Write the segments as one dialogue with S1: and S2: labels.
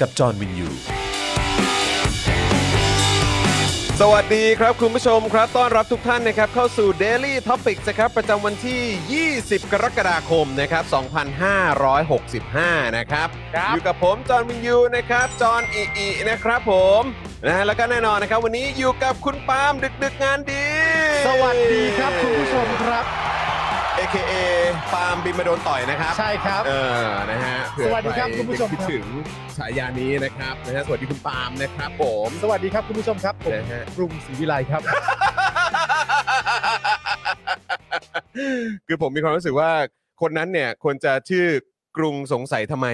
S1: กับจอห์นวินยู
S2: สวัสดีครับคุณผู้ชมครับ ต้อนรับทุกท่านนะครับเข้าสู่ Daily Topics นะครับประจำวันที่ 20 กรกฎาคมนะครับ 2565 นะครับ
S3: ครับ
S2: อยู่กับผมจอห์นวินยูนะครับ จอห์นอิอินะครับผมนะฮะแล้วก็แน่นอนนะครับ วันนี้อยู่กับคุณปาล์มดึกดึกๆงานดี
S4: สวัสดีครับคุณผู้ชมครับ
S2: AKA ปาล์มบินมาโดนต่อยนะครับ
S4: ใช่ครับ
S2: เออ นะฮะเผื่อ
S4: สวัสดีครับ
S2: ใ
S4: คุณผู้ชม
S2: จะดถึงฉายานี้นะครับนะฮะสวัสดีคุณปาล์มนะครับผม
S4: สวัสดีครับคุณผู้ชมครับผม
S2: นะฮะ
S4: กรุงศรีวิไลครับ
S2: คือผมมีความรู้สึกว่าคนนั้นเนี่ยควรจะชื่อกรุงสงสัยทำไม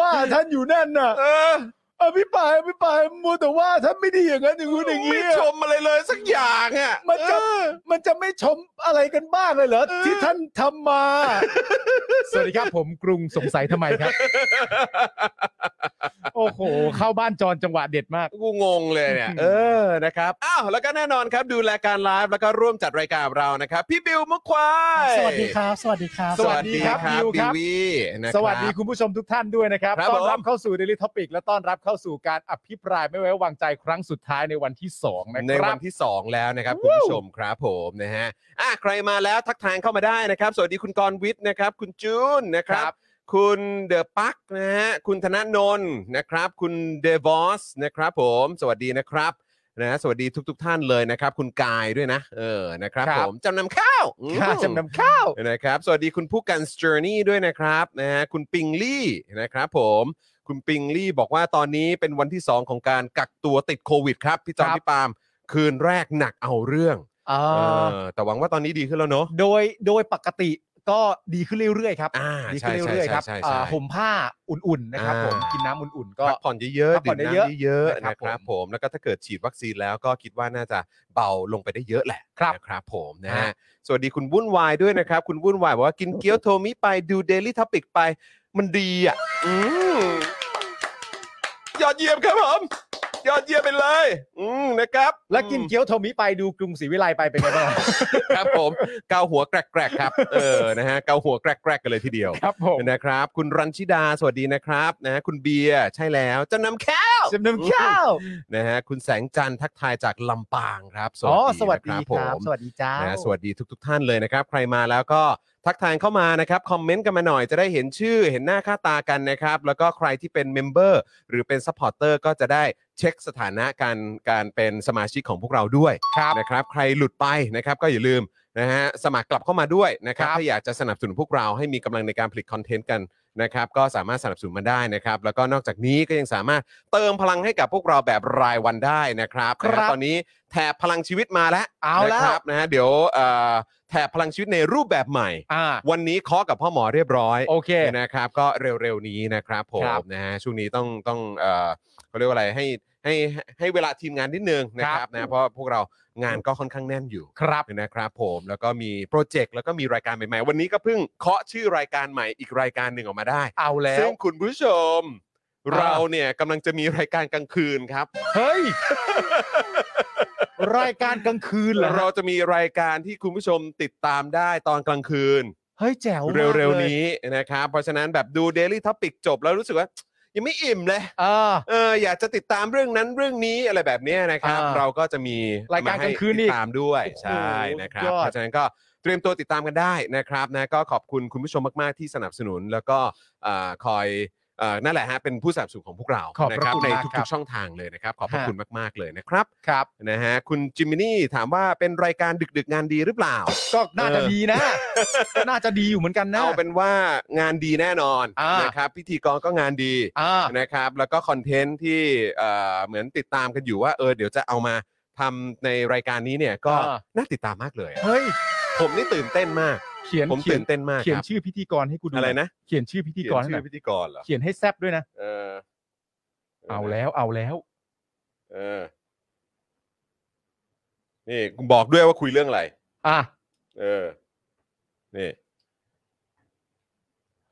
S4: ว่าท่านอยู่นั่นน่ะ
S2: เออ
S4: อภิปรายอภิปรายมัวแต่ว่าท่านไม่ดีอย่างนั้นอย่างนู้นอย่าง
S2: ไม่
S4: นี้
S2: ชมอะไรเลยสักอย่างอ่ะ
S4: มัน
S2: เอ
S4: จะ
S2: อ
S4: มันจะไม่ชมอะไรกันบ้างเลยเหรอ
S2: เออ
S4: ที่ท่านทำมา สวัสดีครับผมกรุงสงสัยทำไม ครับ โอ้โห เข้าบ้านจรจังหวะเด็ดมาก
S2: กูงงเลยเนี่ย
S4: อืม
S2: เออนะครับอ้าวแล้วก็แน่นอนครับดูแลการไลฟ์แล้วก็ร่วมจัดรายการกับเรานะครับ พี่บิวมุกควาย
S5: สวัสดีครับ สวัสดีครับ
S2: สวัสดีครับ
S4: สวั
S2: บิ
S4: ส
S2: ว
S4: ดีครับ
S2: วีนะครับ
S4: สวัสดีคุณผู้ชมทุกท่านด้วยนะครับ
S2: ครับ
S4: ต้อนรับ
S2: ผม
S4: เข้าสู่ Daily Topic และต้อนรับเข้าสู่การอภิปรายไม่ไว้วางใจครั้งสุดท้ายในวันที่สองนะ
S2: ใน
S4: ครั
S2: วั
S4: บ
S2: นที่ 2 แล้วนะครับคุณผู้ชมครับผมนะฮะอ่ะใครมาแล้วทักทายเข้ามาได้นะครับ สวัสดีคุณกรณ์วิทย์นะครับ คุณจูนนะครั
S4: ครับ บ
S2: คุณเดอะปักนะฮะคุณธนนนท์นะครับ คุณเดวอสนะครับ ผมสวัสดีนะครับนะฮะสวัสดีทุก ๆ ท่านเลยนะครับ คุณกายด้วยนะ เออนะครับผมจำนำข้าวอืม
S4: ค่าจำนำข้าว
S2: นะครับสวัสดีคุณผู้กันส j o u r n e y ด้วยนะครับนะฮะคุณปิงลี่นะครับผมคุณปิงลี่บอกว่าตอนนี้เป็นวันที่ 2 ของการกักตัวติดโควิดครับ พี่จอม
S4: ครับ
S2: พี่ปาล์มคืนแรกหนักเอาเรื่อง
S4: อ่า
S2: เออแต่หวังว่าตอนนี้ดีขึ้นแล้วเนอะ
S4: โดยโดยปกติก็ดีขึ้นเรื่อยๆครับ
S2: อ่า
S4: ดีขึ้
S2: ใช่
S4: น
S2: ใช่
S4: เรื่อย
S2: ใช่
S4: ๆครับ
S2: ใช่
S4: อ่า
S2: ใช่
S4: ห่มผ้าอุ่นๆนะครับ
S2: อ่า
S4: ผมกินน้ำอุ่นๆก็
S2: พักผ่อนเยอะ
S4: พัก
S2: ๆ
S4: ผ่
S2: ดื่
S4: อ
S2: ม
S4: นเยอะ
S2: น้ำ
S4: ๆ
S2: เยอะๆ
S4: นะค
S2: นะค
S4: รับ
S2: รับผมแล้วก็ถ้าเกิดฉีดวัคซีนแล้วก็คิดว่าน่าจะเบาลงไปได้เยอะแหละ
S4: ครับ
S2: นะครับผมนะฮะ
S4: ฮะ
S2: สวัสดีคุณวุ่นวายด้วยนะครับ คุณวุ่นวายบอกว่ากินเกี๊ยวโทมิไปดู Daily Topic ไป มันดีอ่ะอืมยอดเยี่ยมครับผมยอดเยี่ยมไปเลย อืมนะครับ
S4: แล้วกินเกี๊ยวโทมิไปดูกรุงศรีวิไลไปเป็นไงบ้าง
S2: ครับผมเกาหัวแกรกๆครับเออนะฮะเกาหัวแกรกๆกันเลยทีเดียว
S4: ครับผม
S2: นะครับ คุณรัญชิดาสวัสดีนะครับนะฮะคุณเบียร์ใช่แล้วเจะนำแค้ว
S4: จำนำข้าว
S2: นะฮะคุณแสงจันทร์ทักทายจากลำปางครับ
S4: อ๋อสวัส
S2: นะค
S4: ดี
S2: รับ ผม
S4: สวัสดีจ้า
S2: นะฮะสวัสดีทุกๆทท่านเลยนะครับ ใครมาแล้วก็ทักทายเข้ามานะครับคอมเมนต์กันมาหน่อยจะได้เห็นชื่อเห็นหน้าค่าตากันนะครับ แล้วก็ใครที่เป็นเมมเบอร์หรือเป็นซัพพอร์เตอร์ก็จะได้เช็คสถานะการการเป็นสมาชิกของพวกเราด้วย
S4: ครับ
S2: นะครับ ใครหลุดไปนะครับก็อย่าลืมนะฮะสมัครกลับเข้ามาด้วยนะครับ
S4: ครับ
S2: ถ้าอยากจะสนับสนุนพวกเราให้มีกำลังในการผลิตคอนเทนต์กัน นะครับก็สามารถสนับสนุนมาได้นะครับ แล้วก็นอกจากนี้ก็ยังสามารถเติมพลังให้กับพวกเราแบบรายวันได้นะครับ
S4: ครับ
S2: นะฮะตอนนี้แถบพลังชีวิตมาแล้ว
S4: เอาแล้ว
S2: นะครับนะฮะเดี๋ยวเอ่อแถบพลังชีวิตในรูปแบบใหม่
S4: อ่า
S2: วันนี้เคาะกับพ่อหมอเรียบร้อย
S4: โอเค
S2: นะครับ ก็เร็วๆนี้นะครับผม
S4: ครับ
S2: นะฮะช่วงนี้ต้องต้องเอ่อเขาเรียกว่าอะไรให้ให้ให้เวลาทีมงานนิดนึงนะค
S4: ครั
S2: รับบ นะเพราะพวกเรางานก็ค่อนข้างแน่นอยู่
S4: ครับ
S2: นะครับผมแล้วก็มีโปรเจกต์แล้วก็มีรายการใหม่ๆ วันนี้ก็เพิ่งเคาะชื่อรายการใหม่อีกรายการหนึ่งออกมาได้
S4: เอาแล้
S2: ซึ่
S4: ว
S2: งคุณผู้ชม
S4: อ่า
S2: เราเนี่ยกำลังจะมีรายการกลางคืนครับ
S4: เฮ้ย รายการกลางคืนเหรอ
S2: เราจะมีรายการที่คุณผู้ชมติดตามได้ตอนกลางคืน
S4: เฮ้ยแจ๋วมาก
S2: เร็วๆ
S4: ลย
S2: นี้นะครับเพราะฉะนั้นแบบดู Daily Topic จบแล้วรู้สึกว่า ยังไม่อิ่มเลย
S4: เออ
S2: เอออยากจะติดตามเรื่องนั้นเรื่องนี้อะไรแบบเนี้ยนะครับ
S4: อ่า
S2: เราก็จะมี
S4: รายการกลางคืน
S2: มให้
S4: อี
S2: ติ
S4: ก
S2: ดตามด้วย
S4: โอ้โห
S2: ใช่นะครับ
S4: ยอด
S2: เพราะฉะนั้นก็เตรียมตัวติดตามกันได้นะครับนะก็ขอบคุณคุณผู้ชมมากๆที่สนับสนุน แล้วก็อ่าคอย เอ่อนั่นแหละฮะเป็นผู้สนับสนุนของพวกเรา
S4: ขอบพระ
S2: นะครั
S4: คุณ
S2: ใน
S4: มากครั
S2: ทุ
S4: บ
S2: กๆช่องทางเลยนะครับ ขอบพระ
S4: ฮะ
S2: คุณมากๆเลยนะครับ
S4: ครับ
S2: นะฮะคุณจิมมินี่ถามว่าเป็นรายการดึกๆงานดีหรือเปล่า
S4: ก็น่าจะ
S2: เออ
S4: ดีนะ ก็น่าจะดีอยู่เหมือนกันนะ
S2: เอาเป็นว่างานดีแน่นอน
S4: อ่าน
S2: นะครับพิธีกรก็งานดี
S4: อ่า
S2: นะครับ แล้วก็คอนเทนต์ที่เอ่อเหมือนติดตามกันอยู่ว่าเออเดี๋ยวจะเอามาทำในรายการนี้เนี่ยก็
S4: อ่า
S2: น่าติดตามมากเลยอะ
S4: เฮ้ย
S2: ผมนี่ตื่นเต้นมาก
S4: เขียน
S2: ผม
S4: เขีย
S2: ตื่
S4: น
S2: นเต้นมาก
S4: เขีย
S2: คน รับ
S4: ชื่อพิธีกรให้กูดู
S2: อะไรนะ
S4: เขียนชื่อพิธีกรให้
S2: เขียน
S4: หน่
S2: ชื่อ
S4: อย
S2: พิธีกรเหรอ
S4: เขียนให้แซบด้วยนะ
S2: เออ
S4: เอาแล้วเอาแล้ว
S2: เออนี่บอกด้วยว่าคุยเรื่องอะไร
S4: อ่ะ
S2: เออ นี่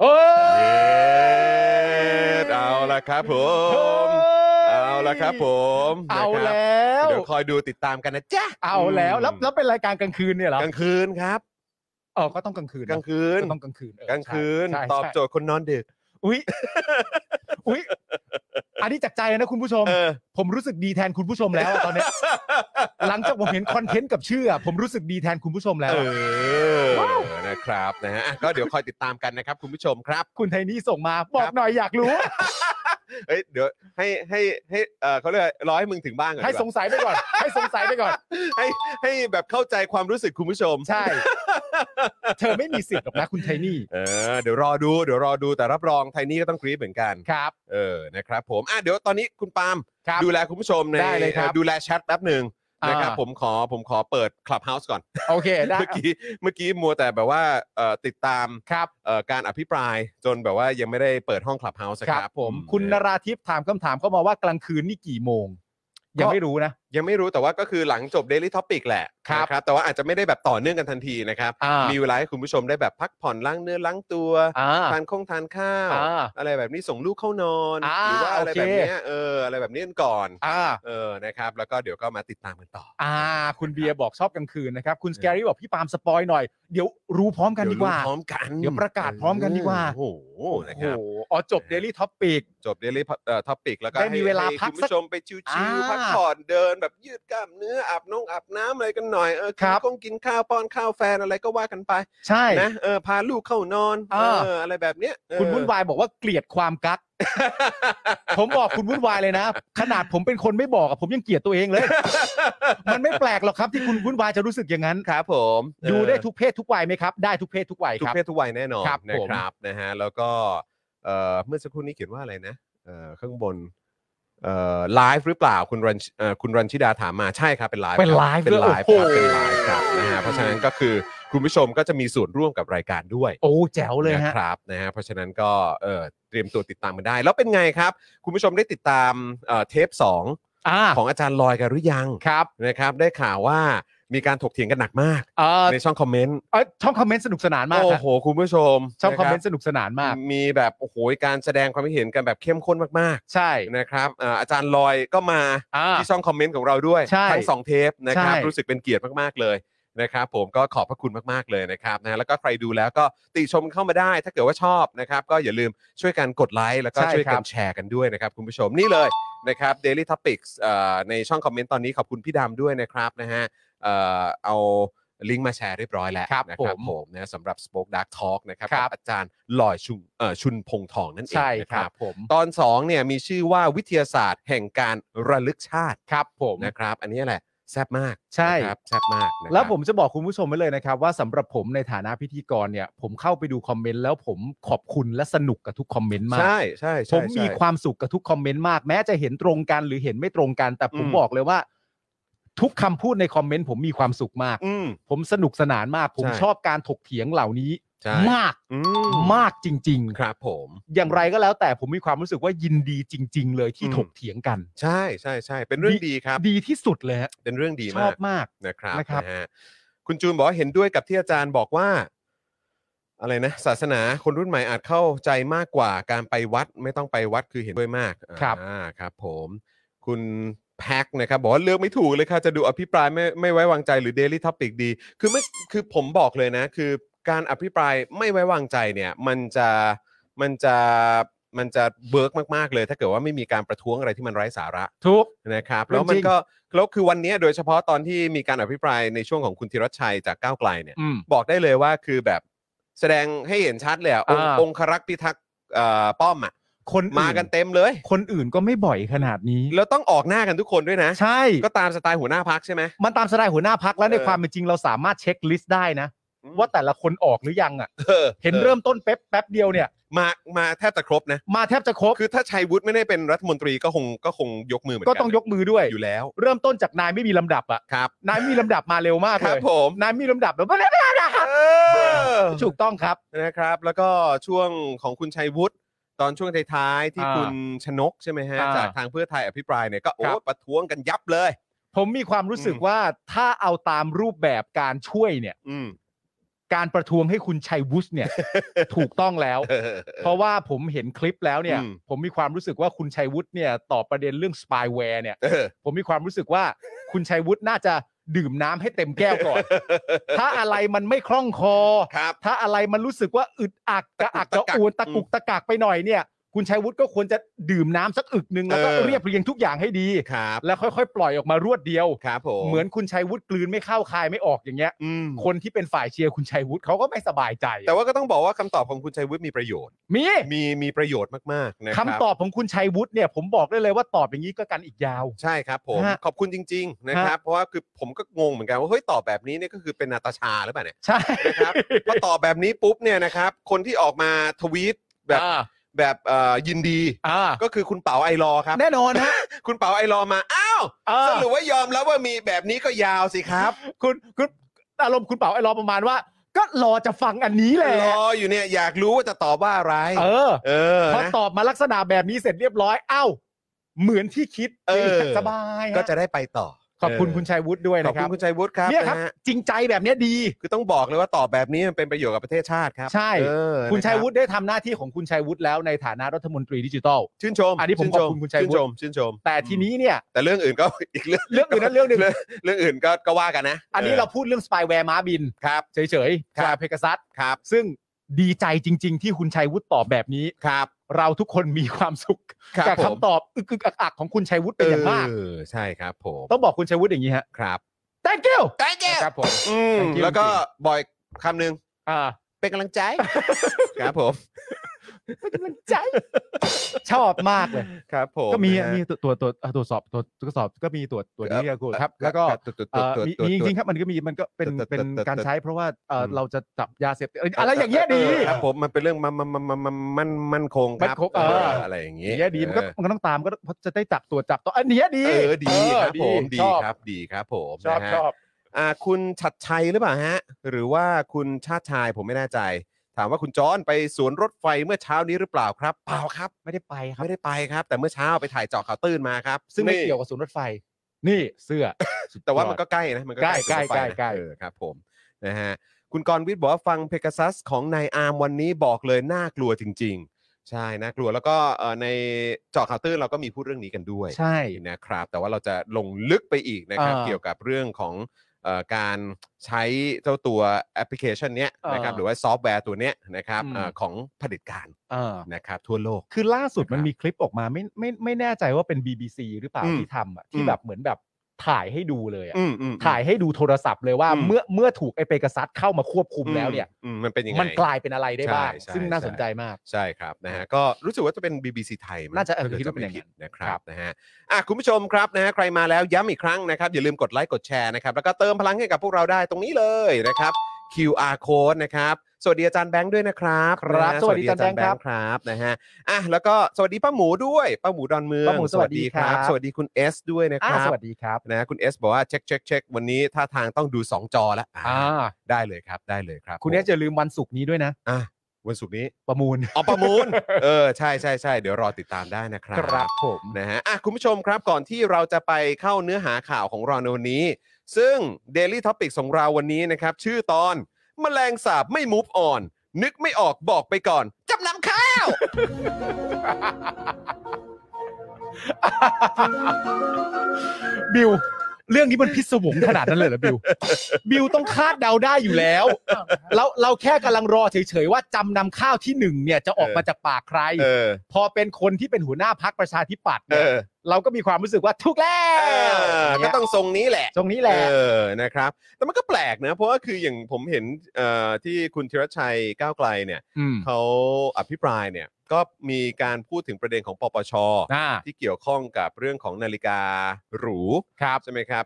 S4: เอ้
S2: เย
S4: ย
S2: ้เอาละครับผม เอาละครับผม
S4: เอาแล
S2: นะครับ
S4: ้ว
S2: เดี๋ยวคอยดูติดตามกันนะจ๊ะ
S4: เอาแล้วแล้วแล้วเป็นรายการกลางคืนเนี่ยเหรอก
S2: ลางคืนครับ
S4: เออก็ต้องกลางคืนนะ
S2: กลางคืน
S4: ก็ต้องกลางคืนเออก
S2: ลางคืน
S4: ใช่ใช่
S2: ตอบโจทย์คนนอนดึก
S4: อุ้ยอุ้ยอันนี้จากใจนะคุณผู้ชม
S2: เออ
S4: ผมรู้สึกดีแทนคุณผู้ชมแล้วอะ ตอนเนี้ยหลังจากผมเห็นคอนเทนต์กับชื่ออะผมรู้สึกดีแทนคุณผู้ชมแล้ว
S2: เออ นะครับนะฮะอ่ะก็เดี๋ยวคอยติดตามกันนะครับ คุณผู้ชมครับ
S4: คุณไทนี่ส่งมาบอกหน่อยอยากรู้
S2: เอ้ยเดี๋ยวให้ให้ให้เออเขาเรียกอะไรรอให้มึงถึงบ้านก่อน
S4: ให้
S2: ดีก
S4: ส
S2: ว่าง
S4: สัยไปก่อน ให้สงสัยไปก่อน
S2: ให้ให้แบบเข้าใจความรู้สึกคุณผู้ชม
S4: ใช่ เธอไม่มีสิทธิ์หรอกนะคุณไทนี่
S2: เออ เดี๋ยวรอดู เดี๋ยวรอดูแต่รับรองไทนี่ก็ต้องกรี๊ดเหมือนกัน
S4: ครับ
S2: เออ นะครับผม อ่ะ เดี๋ยวตอนนี้คุณปาล์ม
S4: ครับ
S2: ดูแลคุณผู้ชมใน
S4: ได้เลยครับ
S2: เอ่อดูแลแชทแป๊บหนึ่ง
S4: อ่าน
S2: นะครับ ผมขอผมขอเปิด Clubhouse ก่อน
S4: โอเคได้
S2: เมื่อกี้เมื่อกี้มัวแต่แบบว่าเอ่อติดตาม
S4: ครับ
S2: เอ่อการอภิปรายจนแบบว่ายังไม่ได้เปิดห้อง Clubhouse
S4: ค
S2: ครับ รับ
S4: ผม
S2: อื
S4: คุณนราทิพย์ถามคำถามเข้ามาว่ากลางคืนนี่กี่โมง ยังไม่รู้นะ
S2: ยังไม่รู้แต่ว่าก็คือหลังจบ Daily Topic แหละ
S4: ครับ
S2: นะแต่ว่าอาจจะไม่ได้แบบต่อเนื่องกันทันทีนะครับ
S4: อ่า
S2: มีเวลาให้คุณผู้ชมได้แบบพักผ่อนล้างเนื้อล้างตัว
S4: อ่า
S2: ทานข้องทานข้าว
S4: อ่า
S2: อะไรแบบนี้ส่งลูกเข้านอน
S4: อ่า
S2: หรือว่าอะไร
S4: โอเค
S2: แบบเนี้ยเอออะไรแบบนี้กันก่อน
S4: อ่า
S2: เออ นะครับ แล้วก็เดี๋ยวก็มาติดตามกันต่อ
S4: อ่า คุณเบียร์บอกชอบกลางคืนนะครับ คุณสแกรี่บอกพี่ปาล์มสปอยหน่อย เดี๋ยวรู้พร้อมกัน
S2: เดี๋ย
S4: ดี
S2: ว
S4: ก
S2: รู้
S4: ว่า
S2: พร้อมกัน
S4: เดี๋ยวประกาศพร้อมกันดีกว่า
S2: โอ้โห นะครับ
S4: โอ้โหอ๋อจบ Daily Topic
S2: จบ Daily เอ่อ Topic แล้วก็
S4: ได้มี
S2: ให้
S4: เวลา
S2: ให้
S4: พัก
S2: คุณ
S4: สัก
S2: ผู้ชมไปชิวๆ
S4: อ่า
S2: พักผ่อนเดินแบบยืดกล้ามเนื้ออาบน้องอาบน้ำอะไรกันหน่อย เออกิน
S4: ครับ
S2: กงกินข้าวป้อนข้าวแฟนอะไรก็ว่ากันไป
S4: ใช่
S2: นะ เออ พาลูกเข้านอน
S4: อ่า
S2: เออ อะไรแบบเนี้ยเออ
S4: คุณวุ่นวายบอกว่าเกลียดความกัก ผมบอกคุณวุ่นวายเลยนะ ขนาดผมเป็นคนไม่บอกอะผมยังเกลียดตัวเองเลย มันไม่แปลกหรอกครับที่คุณวุ่นวายจะรู้สึกอย่างนั้น
S2: ครับผม
S4: ดู
S2: เออ
S4: ได้ทุกเพศทุกวัยไหมครับ ได้ทุกเพศทุกวัย
S2: ทุ
S4: ค
S2: ก
S4: รับ
S2: เพศทุกวัยแน่นอน
S4: ครับ
S2: นะ
S4: ผม
S2: ครับนะฮะแล้วก็เอ่อเมื่อสักครู่นี้เขียนว่าอะไรนะเอ่อข้างบนเอ่อไลฟ์หรือเปล่าคุณรันเอ่อคุณรันชิดาถามมาใช่ครับเป็นไลฟ์
S4: เป็นไลฟ์
S2: เป็นไลฟ์
S4: ด้
S2: คว รับ
S4: ย
S2: เป็นไล
S4: โอ้โห
S2: ฟ์ครับนะฮะเพราะฉะนั้นก็คือคุณผู้ชมก็จะมีส่วนร่วมกับรายการด้วย
S4: โอ้แจ๋วเลย
S2: นะ
S4: ฮะ
S2: ครับนะฮะเพราะฉะนั้นก็เอ่อเตรียมตัวติดตามกันได้ แล้วเป็นไงครับ คุณผู้ชมได้ติดตามเอ่อเทปสอง
S4: อ่า
S2: ของอาจารย์ลอยกันหรือยัง
S4: ครับ
S2: นะครับ ได้ข่าวว่ามีการถกเถียงกันหนักมาก
S4: เอ่อ
S2: ในช่องคอมเมนต์
S4: เอ่อช่องคอมเมนต์สนุกสนานมาก
S2: โอ้
S4: ครับ
S2: โหคุณผู้ชม
S4: ช่องคอม
S2: ะ
S4: เม
S2: รับ
S4: นต์สนุกสนานมาก
S2: มีแบบโอ้โหการแสดงความคิดเห็นกันแบบเข้มข้นมาก
S4: ใช่
S2: ๆนะครับเอ่ออาจารย์ลอยก็มา
S4: อ่า
S2: ที่ช่องคอมเมนต์ของเราด้วย
S4: ใช่
S2: ทั้งสองเทปนะครับ
S4: ใช่
S2: รู้สึกเป็นเกียรติมากๆเลยนะครับ ผมก็ขอบพระคุณมากๆเลยนะครับนะแล้วก็ใครดูแล้วก็ติชมเข้ามาได้ ถ้าเกิดว่าชอบนะครับก็อย่าลืมช่วยกันกดไลค์แล้วก็ช่วยกันแชร์กันด้วยนะครับ คุณผู้ชมนี่เลยนะครับ Daily Topics เอ่อในช่องคอมเมนต์ตอนนี้ขอบคุณพี่ดำด้วยนะครับนะฮะเอ่อเอาลิงก์มาแชร์เรียบร้อยแล้ว
S4: ครับ
S2: นะ
S4: ผ
S2: ครับ
S4: ม
S2: ผมนะสำหรับ Spoke Dark Talk นะครับ
S4: ครั
S2: กับ บอาจารย์ลอยชุมเอ่อชุนพงษ์ทองนั่นเอง
S4: ใช่
S2: นะ
S4: ค
S2: ค
S4: รั
S2: รั
S4: บบ ผม
S2: ตอน2เนี่ยมีชื่อว่าวิทยาศาสตร์แห่งการระลึกชาติ
S4: ครับผม
S2: นะครับอันนี้แหละแซบมาก
S4: ใช่
S2: นะครับแซบมากนะครับ
S4: แล้วผมจะบอกคุณผู้ชมไว้เลยนะครับ ว่าสำหรับผมในฐานะพิธีกรเนี่ย ผมเข้าไปดูคอมเมนต์แล้วผมขอบคุณและสนุกกับทุกคอมเมนต์มาก
S2: ใช่ใช่ใช่
S4: ผม
S2: ใช่
S4: มีความสุขกับทุกคอมเมนต์มาก แม้จะเห็นตรงกันหรือเห็นไม่ตรงกัน แต่ผม
S2: อืม
S4: บอกเลยว่า ทุกคำพูดในคอมเมนต์ผมมีความสุขมาก
S2: อืม
S4: ผมสนุกสนานมาก ผม
S2: ใช่
S4: ชอบการถกเถียงเหล่านี้
S2: ใช่
S4: มาก
S2: อื
S4: มากจริง ๆ
S2: ครับผม
S4: อย่างไรก็แล้วแต่ผมมีความรู้สึกว่ายินดีจริง ๆ เลยที่ถกเถียงกัน
S2: ใช่ใช่ใช่เป็นเรื่อง
S4: ดี
S2: ดีครับ
S4: ดีที่สุดเลยฮะ
S2: เป็นเรื่องดี
S4: ช
S2: มา
S4: อก บมาก
S2: นะครับ
S4: นะครับ
S2: นะฮะคุณจูนบอกว่าเห็นด้วยกับที่อาจารย์บอกว่า อะไรนะ ศาสนาคนรุ่นใหม่อาจเข้าใจมากกว่าการไปวัดไม่ต้องไปวัดคือเห็นด้วยมาก
S4: ครับ
S2: อ่าครับ ผม คุณแพ็คนะครับบอกว่าเลือกไม่ถูกเลยค่ะจะดูอภิปรายไม่ไม่ไว้วางใจหรือ Daily t o อปิกดี คือไม่คือผมบอกเลยนะ คือการอภิปรายไม่ไว้วางใจเนี่ย มันจะมันจะมันจะเบิร์กมากๆเลย ถ้าเกิดว่าไม่มีการประท้วงอะไรที่มันไร้สาระ
S4: ทุก
S2: นะครับ
S4: เรื่
S2: แล้
S4: อ
S2: ว
S4: ง
S2: มั
S4: จริ
S2: น
S4: ง
S2: ก็แล้วคือวันนี้โดยเฉพาะตอนที่มีการอภิปรายในช่วงของคุณธีรชชัยจากก้าวไกลเนี่ย
S4: อืม
S2: บอกได้เลยว่าคือแบบแสดงให้เห็นชัดเลยอะองค์
S4: อ่า
S2: องครักษ์พิทักษ์เอ่อป้อมอ่ะ
S4: คนอื่
S2: มากันเต็มเลย
S4: คนอื่นก็ไม่บ่อยขนาดนี้
S2: แล้วต้องออกหน้ากันทุกคนด้วยนะ
S4: ใช่
S2: ก็ตามสไตล์หัวหน้าพักใช่ไหม
S4: มันตามสไตล์หัวหน้าพักแล้วใน
S2: เออ
S4: ความเป็นจริงเราสามารถเช็คลิสต์ได้นะ ว่าแต่ละคนออกหรือยังอ่ะ
S2: ออ
S4: เห็น
S2: ออ
S4: เริ่มต้นเป๊ะแป๊บเดียวเนี่ย
S2: มามาแทบจะครบนะ
S4: มาแทบจะครบ
S2: คือถ้าชัยวุฒิไม่ได้เป็นรัฐมนตรีก็คงก็คงยกมือเหมือนกั
S4: ก็ต้องยกมือด้วย
S2: อยู่แล้ว
S4: เริ่มต้นจากนายไม่มีลำดับอ่ะ
S2: ครับ
S4: นายไม่มีลำดับมาเร็วมาก
S2: ค
S4: เล
S2: รับ
S4: ย
S2: ผม
S4: นายไม่มีลำดับแบบ ไม่ได้ไม่ได้ไม่ได้ครับ
S2: เออ
S4: ถูกต้องครับ
S2: นะครับ แล้วก็ช่วงของคุณชัยวุฒิตอนช่วงท้ายๆที่
S4: อ่า
S2: คุณชนกใช่ไหมฮะ
S4: อ่า
S2: จากทางเพื่อไทยอภิปรายเนี่ยก็โอ้
S4: ครับ
S2: ประท้วงกันยับเลย
S4: ผมมีความรู้สึก
S2: อืม
S4: ว่าถ้าเอาตามรูปแบบการช่วยเนี่ย
S2: อืม
S4: การประท้วงให้คุณชัยวุฒิเนี่ย ถูกต้องแล้ว
S2: เออ
S4: เพราะว่าผมเห็นคลิปแล้วเนี่ย
S2: อืม
S4: ผมมีความรู้สึกว่าคุณชัยวุฒิเนี่ยตอบประเด็นเรื่องสปายแวร์เนี่ย
S2: เออ
S4: ผมมีความรู้สึกว่า คุณชัยวุฒิน่าจะดื่มน้ำให้เต็มแก้ว ก่อน ถ้าอะไรมันไม่คล่องคอ
S2: ครับ
S4: ถ้าอะไรมันรู้สึกว่าอึดอักกระอักกระอ่วนตะกุกตะกักไปหน่อยเนี่ย คุณชัยวุฒิก็ควรจะดื่มน้ำสักอึกหนึ่งแล้วก็
S2: เออ
S4: เรียบเรียงทุกอย่างให้ดี
S2: ครับ
S4: แล้วค่อยๆ ปล่อยออกมารวดเดียว
S2: ครับผม
S4: เหมือนคุณชัยวุฒิกลืนไม่เข้าคายไม่ออกอย่างเงี้ย
S2: อืม
S4: คนที่เป็นฝ่ายเชียร์คุณชัยวุฒิเขาก็ไม่สบายใจ
S2: แต่ว่าก็ต้องบอกว่าคำตอบของคุณชัยวุฒิมีประโยชน์
S4: มี
S2: มีมีประโยชน์มากๆนะค
S4: คำ
S2: รับ
S4: ตอบของคุณชัยวุฒิเนี่ย ผมบอกได้เลยว่าตอบอย่างนี้ก็กันอีกยาว
S2: ใช่ครับผม
S4: ฮะ
S2: ขอบคุณจริง ๆ นะครับ เพราะว่าคือผมก็งงเหมือนกันว่าเฮ้ยตอบแบบนี้เนี่ยก็คือเป็นนาตาชาหรือเปล่าเนี่ย
S4: ใช่
S2: นะครับพอตอบแบบนี้ปุ๊บเนี่ยนะครับ คนที่ออกมาทวีตแบบ
S4: อ่า
S2: แบบเอ่อยินดี
S4: อ่า
S2: ก็คือคุณเป๋าไอรอว์ครับ
S4: แน่นอนฮะ
S2: คุณเป๋าไอรอว์มา อ้าว
S4: อ่า
S2: สรุปว่ายอมแล้วว่ามีแบบนี้ก็ยาวสิครับ
S4: คุณคุณอารมณ์คุณเป๋าไอ้รอประมาณว่า ก็รอจะฟังอันนี้แหละ
S2: รออยู่เนี่ยอยากรู้ว่าจะตอบว่าอะไร
S4: เออ
S2: เออ
S4: พอ
S2: นะ
S4: ตอบมาลักษณะแบบนี้เสร็จเรียบร้อยเอ้า เหมือนที่คิด
S2: เออ
S4: สบายฮ
S2: ก็จะได้ไปต่อ
S4: ขอบคุณ
S2: เ
S4: คุณชัยวุฒิด้วย
S2: ขอบ
S4: นะค
S2: คุ
S4: รั
S2: ณ
S4: บ
S2: คุณชัยวุฒิครับ
S4: เนี่ยครับ
S2: นะฮะ
S4: จริงใจแบบเนี้ยดี
S2: คือต้องบอกเลยว่าตอบแบบนี้มันเป็นประโยชน์กับประเทศชาติครับ
S4: ใช่
S2: เออ
S4: คุณชัย
S2: นะรับ
S4: วุฒิได้ทำหน้าที่ของคุณชัยวุฒิแล้วในฐานะรัฐมนตรีดิจิทัล
S2: ชื่นชม
S4: อันนี้ผม
S2: ชื่ช
S4: ขอบคุณคุณชัยวุฒิ
S2: ชื่นชมชื่นชม
S4: แต่ทีนี้เนี่ย
S2: แต่เรื่องอื่นก็ อีกเรื่อง
S4: เรื่องอื่นนั้นเรื่องหนึ่ง
S2: เรื่องอื่นก็ก็ว่ากันนะ
S4: อันนี้เราพูดเรื่องสปายแวร์ม้าบิน
S2: ครับ
S4: เฉยๆ
S2: ครับ
S4: จากเพกาซัส
S2: ครับ
S4: ซึ่งดีใจจริง ๆ ที่คุณชัยวุฒิตอบแบบนี้
S2: ครับ
S4: เราทุกคนมีความสุข
S2: ครับ
S4: จาก
S2: ผม
S4: คำตอบอึกอึกอักอักของคุณชัยวุฒิเป็นอย่างมาก
S2: เออใช่ครับผม
S4: ต้องบอกคุณชัยวุฒิอย่างนี้ฮะ
S2: ครับ
S4: thank you ครับผม
S2: อืม
S4: Thank you
S2: แล้วก็บอยคำหนึ่ง
S4: อ่า
S2: เป็นกำลังใจ ครับผม
S4: เป็นกำลังใจ ชอบมากเลย
S2: ครับผม
S4: ก็มี
S2: นะฮะ
S4: มีตัวตัวตัวเอ่อตรวจสอบตัวตรวจสอบก็มีตรวจตรวจนี้ครับครับ แล้วก็
S2: ตรจตรวจตร
S4: เอ่
S2: วจ
S4: อ
S2: ตรวจ
S4: มี
S2: ตรวจ
S4: มีจริงๆครับมันก็มีมันก็เป็น
S2: ตรวจ
S4: เป็น
S2: ตรวจ
S4: การใช้ เพราะว่าเอ่ออ
S2: ม
S4: เราจะจับยาเสพติดเอ้ยอะไรอย่างเงี้ยดี
S2: ออครับผมมันเป็นเรื่องมันมันมันมันมันมันคงค
S4: มั่
S2: รับ
S4: นคงเออ
S2: อะไรอย่าง
S4: อ
S2: เงี้
S4: ย่างเงี้ยดีมันก็
S2: เออ
S4: มันก็ต้องตามก็เพราะจะได้จับตัวจับตัวอันเนี้ยดี
S2: เออดีครับผมดี
S4: ชอ
S2: ครับดีครับผม
S4: ชอบ
S2: นะฮะ
S4: ชอบ
S2: อ่าคุณชัดชัยหรือเปล่าฮะ หรือว่าคุณชาติชายผมไม่แน่ใจ ถามว่าคุณจอนไปสวนรถไฟเมื่อเช้านี้หรือเปล่าครับเปล่าครับ
S4: ไม่ได้ไปครับ
S2: ไม่ได้ไปครับ แต่เมื่อเช้าไปถ่ายเจาะข่าวตื้นมาครับ
S4: ซึ่งไม่
S2: นี่
S4: เกี่ยวกับศูนย์รถไฟ นี่เสื้อ
S2: แต่ว่ามันก็ใกล้นะมันก็
S4: ใกล้
S2: สุดรถไฟนะ
S4: ใกล้ใกล้
S2: เออครับผมนะฮะคุณกรณ์วิทย์บอกว่าฟังเพก a ซัสของนายอาร์มวันนี้บอกเลยน่ากลัวจริง ๆ ใช่น่ากลัวแล้วก็เอ่อในเจาะข่าวตื้นเราก็มีพูดเรื่องนี้กันด้วย
S4: ใช่
S2: นะครับ แต่ว่าเราจะลงลึกไปอีกนะครับ
S4: อ่า
S2: เกี่ยวกับเรื่องของเอ่อการใช้เจ้าตัวแอปพลิเคชันเนี้ยนะครับ
S4: อ่า
S2: หรือว่าซอฟต์แวร์ตัวเนี้ยนะครับ
S4: อืม
S2: เอ่อของเผด็จการ
S4: เออ
S2: นะครับทั่วโลก
S4: คือล่าสุด
S2: นะครับ
S4: มันมีคลิปออกมาไม่ไม่ไม่แน่ใจว่าเป็น BBC หรือเปล่า
S2: อืม
S4: ที่ทำอ่ะ
S2: อื
S4: ที่
S2: ม
S4: แบบเหมือนแบบถ่ายให้ดูเลยอ่ะ
S2: อืมอืม
S4: ถ่ายให้ดูโทรศัพท์เลยว่า
S2: อืม
S4: เมื่อเมื่อถูกไอเปกซัสเข้ามาควบคุมแล้วเนี่ย
S2: อืมมันเป็นยังไง
S4: มันกลายเป็นอะไรได้บ้าง
S2: ใช่ใช่
S4: ซึ่งน่าสนใจมาก
S2: ใช่ครับนะฮะก็รู้สึกว่าจะเป็น BBC ไทยมั้ง
S4: น่าจะเออ
S2: ถ้กิ
S4: คิดว่าเป็น
S2: จำ
S4: อ
S2: ไม่
S4: ย่างนั้
S2: ผิ
S4: น
S2: ดนะครับ
S4: ครับ
S2: นะฮะอ่ะคุณผู้ชมครับนะฮะใครมาแล้วย้ำอีกครั้งนะครับ อย่าลืมกดไลค์กดแชร์นะครับแล้วก็เติมพลังให้กับพวกเราได้ตรงนี้เลยนะครับ QR code นะครับสวัสดีอาจารย์แบงค์ด้วยนะครับ
S4: ครับ
S2: นะฮะ
S4: สวัสดีอาจารย์แบงค์ครับ
S2: ครับนะฮะอ่ะแล้วก็สวัสดีป้าหมูด้วยป้าหมูดอนเมือง
S4: ป้าหมูสวัสดีครับ
S2: สวัสดีคุณ S ด้วยนะค
S4: อ่า
S2: รับ
S4: สวัสดีครับ
S2: นะฮะคุณ S บอกว่าเช็คเช็คเช็ควันนี้ท่าทางต้องดู 2 จอแล้วอ่า
S4: อ่า
S2: ได้เลยครับได้เลยครับ
S4: คุณเนี่ยจะลืมวันศุกร์นี้ด้วยนะ
S2: อ่ะวันศุกร์นี้
S4: ประมูล
S2: อ๋อประมูล เออใช่ใช่ใช่เดี๋ยวรอติดตามได้นะครับ
S4: ครับผม
S2: นะฮะอ่ะคุณผู้ชมครับก่อนที่เราจะไปเข้าเนื้อหาข่าวของเราในวันนี้ ซึ่ง Daily t o p i c ของเราวันนี้นะครับ ชื่อตอน แมลงสาบไม่ move on นึกไม่ออกบอกไปก่อนจำนำข้าว
S4: บิวเรื่องนี้มันพิศวงขนาดนั้นเลยเหรอ บิว บิวต้องคาดเดาได้อยู่ แล้วเราเราแค่กำลังรอเฉยๆว่าจำนำข้าวที่หนึ่งเนี่ยจะออกมาจากปากใคร
S2: เออ
S4: พอเป็นคนที่เป็นหัวหน้าพักประชาธิปัตย์
S2: เอ
S4: เนี่ย
S2: อ
S4: เราก็มีความรู้สึกว่าถูกแล้
S2: เอ
S4: ว
S2: อก็ต้องทรงนี้แหละ
S4: ตรงนี้แหละ
S2: เออ นะครับ แต่มันก็แปลกนะ เพราะว่าคืออย่างผมเห็นเอ่อที่คุณธีรชัยก้าวไกลเนี่ย
S4: อืม
S2: เขาอภิปรายเนี่ยก็มีการพูดถึงประเด็นของปปช
S4: อ่า
S2: ที่เกี่ยวข้องกับเรื่องของนาฬิกาหรู
S4: ครับ
S2: ใช่ไหมครับ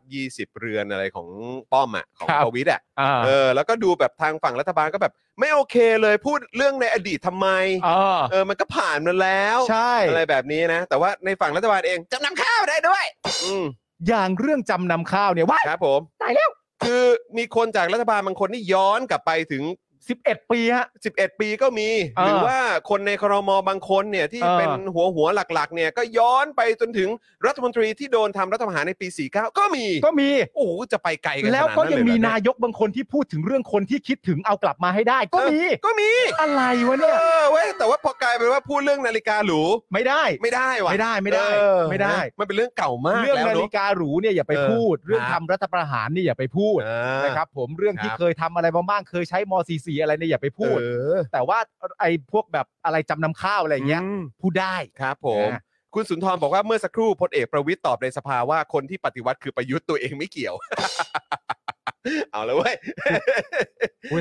S2: 20 เรือนอะไรของป้อมอ่ะของ
S4: ครับ
S2: ประวิทย์อ่ะ
S4: อ่า
S2: เออ แล้วก็ดูแบบทางฝั่งรัฐบาลก็แบบ ไม่โอเคเลยพูดเรื่องในอดีตทำไม
S4: เออ
S2: เออ มันก็ผ่านมาแล้ว
S4: ใช่
S2: อะไรแบบนี้นะ แต่ว่าในฝั่งรัฐบาลเองจำนำข้าวได้ด้วย อืม
S4: อย่างเรื่องจำนำข้าวเนี่ยว่า
S2: ครับผม
S4: ตายแล้ว
S2: คือมีคนจากรัฐบาลบางคนนี่ย้อนกลับไปถึง
S4: 11 ปีฮะ
S2: 11 ปีก็มี
S4: เออ
S2: หรือว่าคนในครมบางคนเนี่ยที่
S4: เออ
S2: เป็นหัวหัวหลักๆ เนี่ยก็ย้อนไปจนถึงรัฐมนตรีที่โดนทำรัฐประหารในปี 49 ก็มี
S4: ก็มี
S2: โอ้โหจะไปไกลกันขนาด
S4: แล้
S2: นั้
S4: วน ก็ยังมี
S2: เลเหรอเ
S4: นายกบางคนที่พูดถึงเรื่องคนที่คิดถึงเอากลับมาให้ได้ ก็มี
S2: ก็มี
S4: อะไรวะ
S2: เอ
S4: เนี่ย
S2: อเว้ยแต่ว่าพอกลายเป็นว่าพูดเรื่องนาฬิกาหรู
S4: ไม่ได้
S2: ไม่ได้ว่ะ
S4: ไม่ได้ไม่ได้
S2: เออ
S4: ไม่ได้
S2: นะมันเป็นเรื่องเก่ามาก
S4: เรื่อง
S2: แล้ว
S4: นา
S2: เน
S4: ฬิ
S2: อะ
S4: กาหรูเนี่ยอย่าไป
S2: เออ
S4: พูด เรื่อง
S2: ครั
S4: ทำ
S2: บ
S4: รัฐประหารเนี่ยอย่าไปพูด
S2: อ่า
S4: นะครับผมเรื่องที่
S2: ครับ
S4: เคยทำอะไรมาบ้างเคยใช้ม .44 อะไรเนี่ยอย่าไปพูด
S2: เออ
S4: แต่ว่าไอ้พวกแบบอะไรจำนำข้าวอะไรอย่างเงี้ย
S2: อืม
S4: พูดได้
S2: ครับผม
S4: นะฮะ
S2: คุณสุนทรบอกว่าเมื่อสักครู่พลเอกประวิตยตอบในสภาว่าคนที่ปฏิวัติคือประยุทธ์ตัวเองไม่เกี่ยว เอาแล้วเว้ย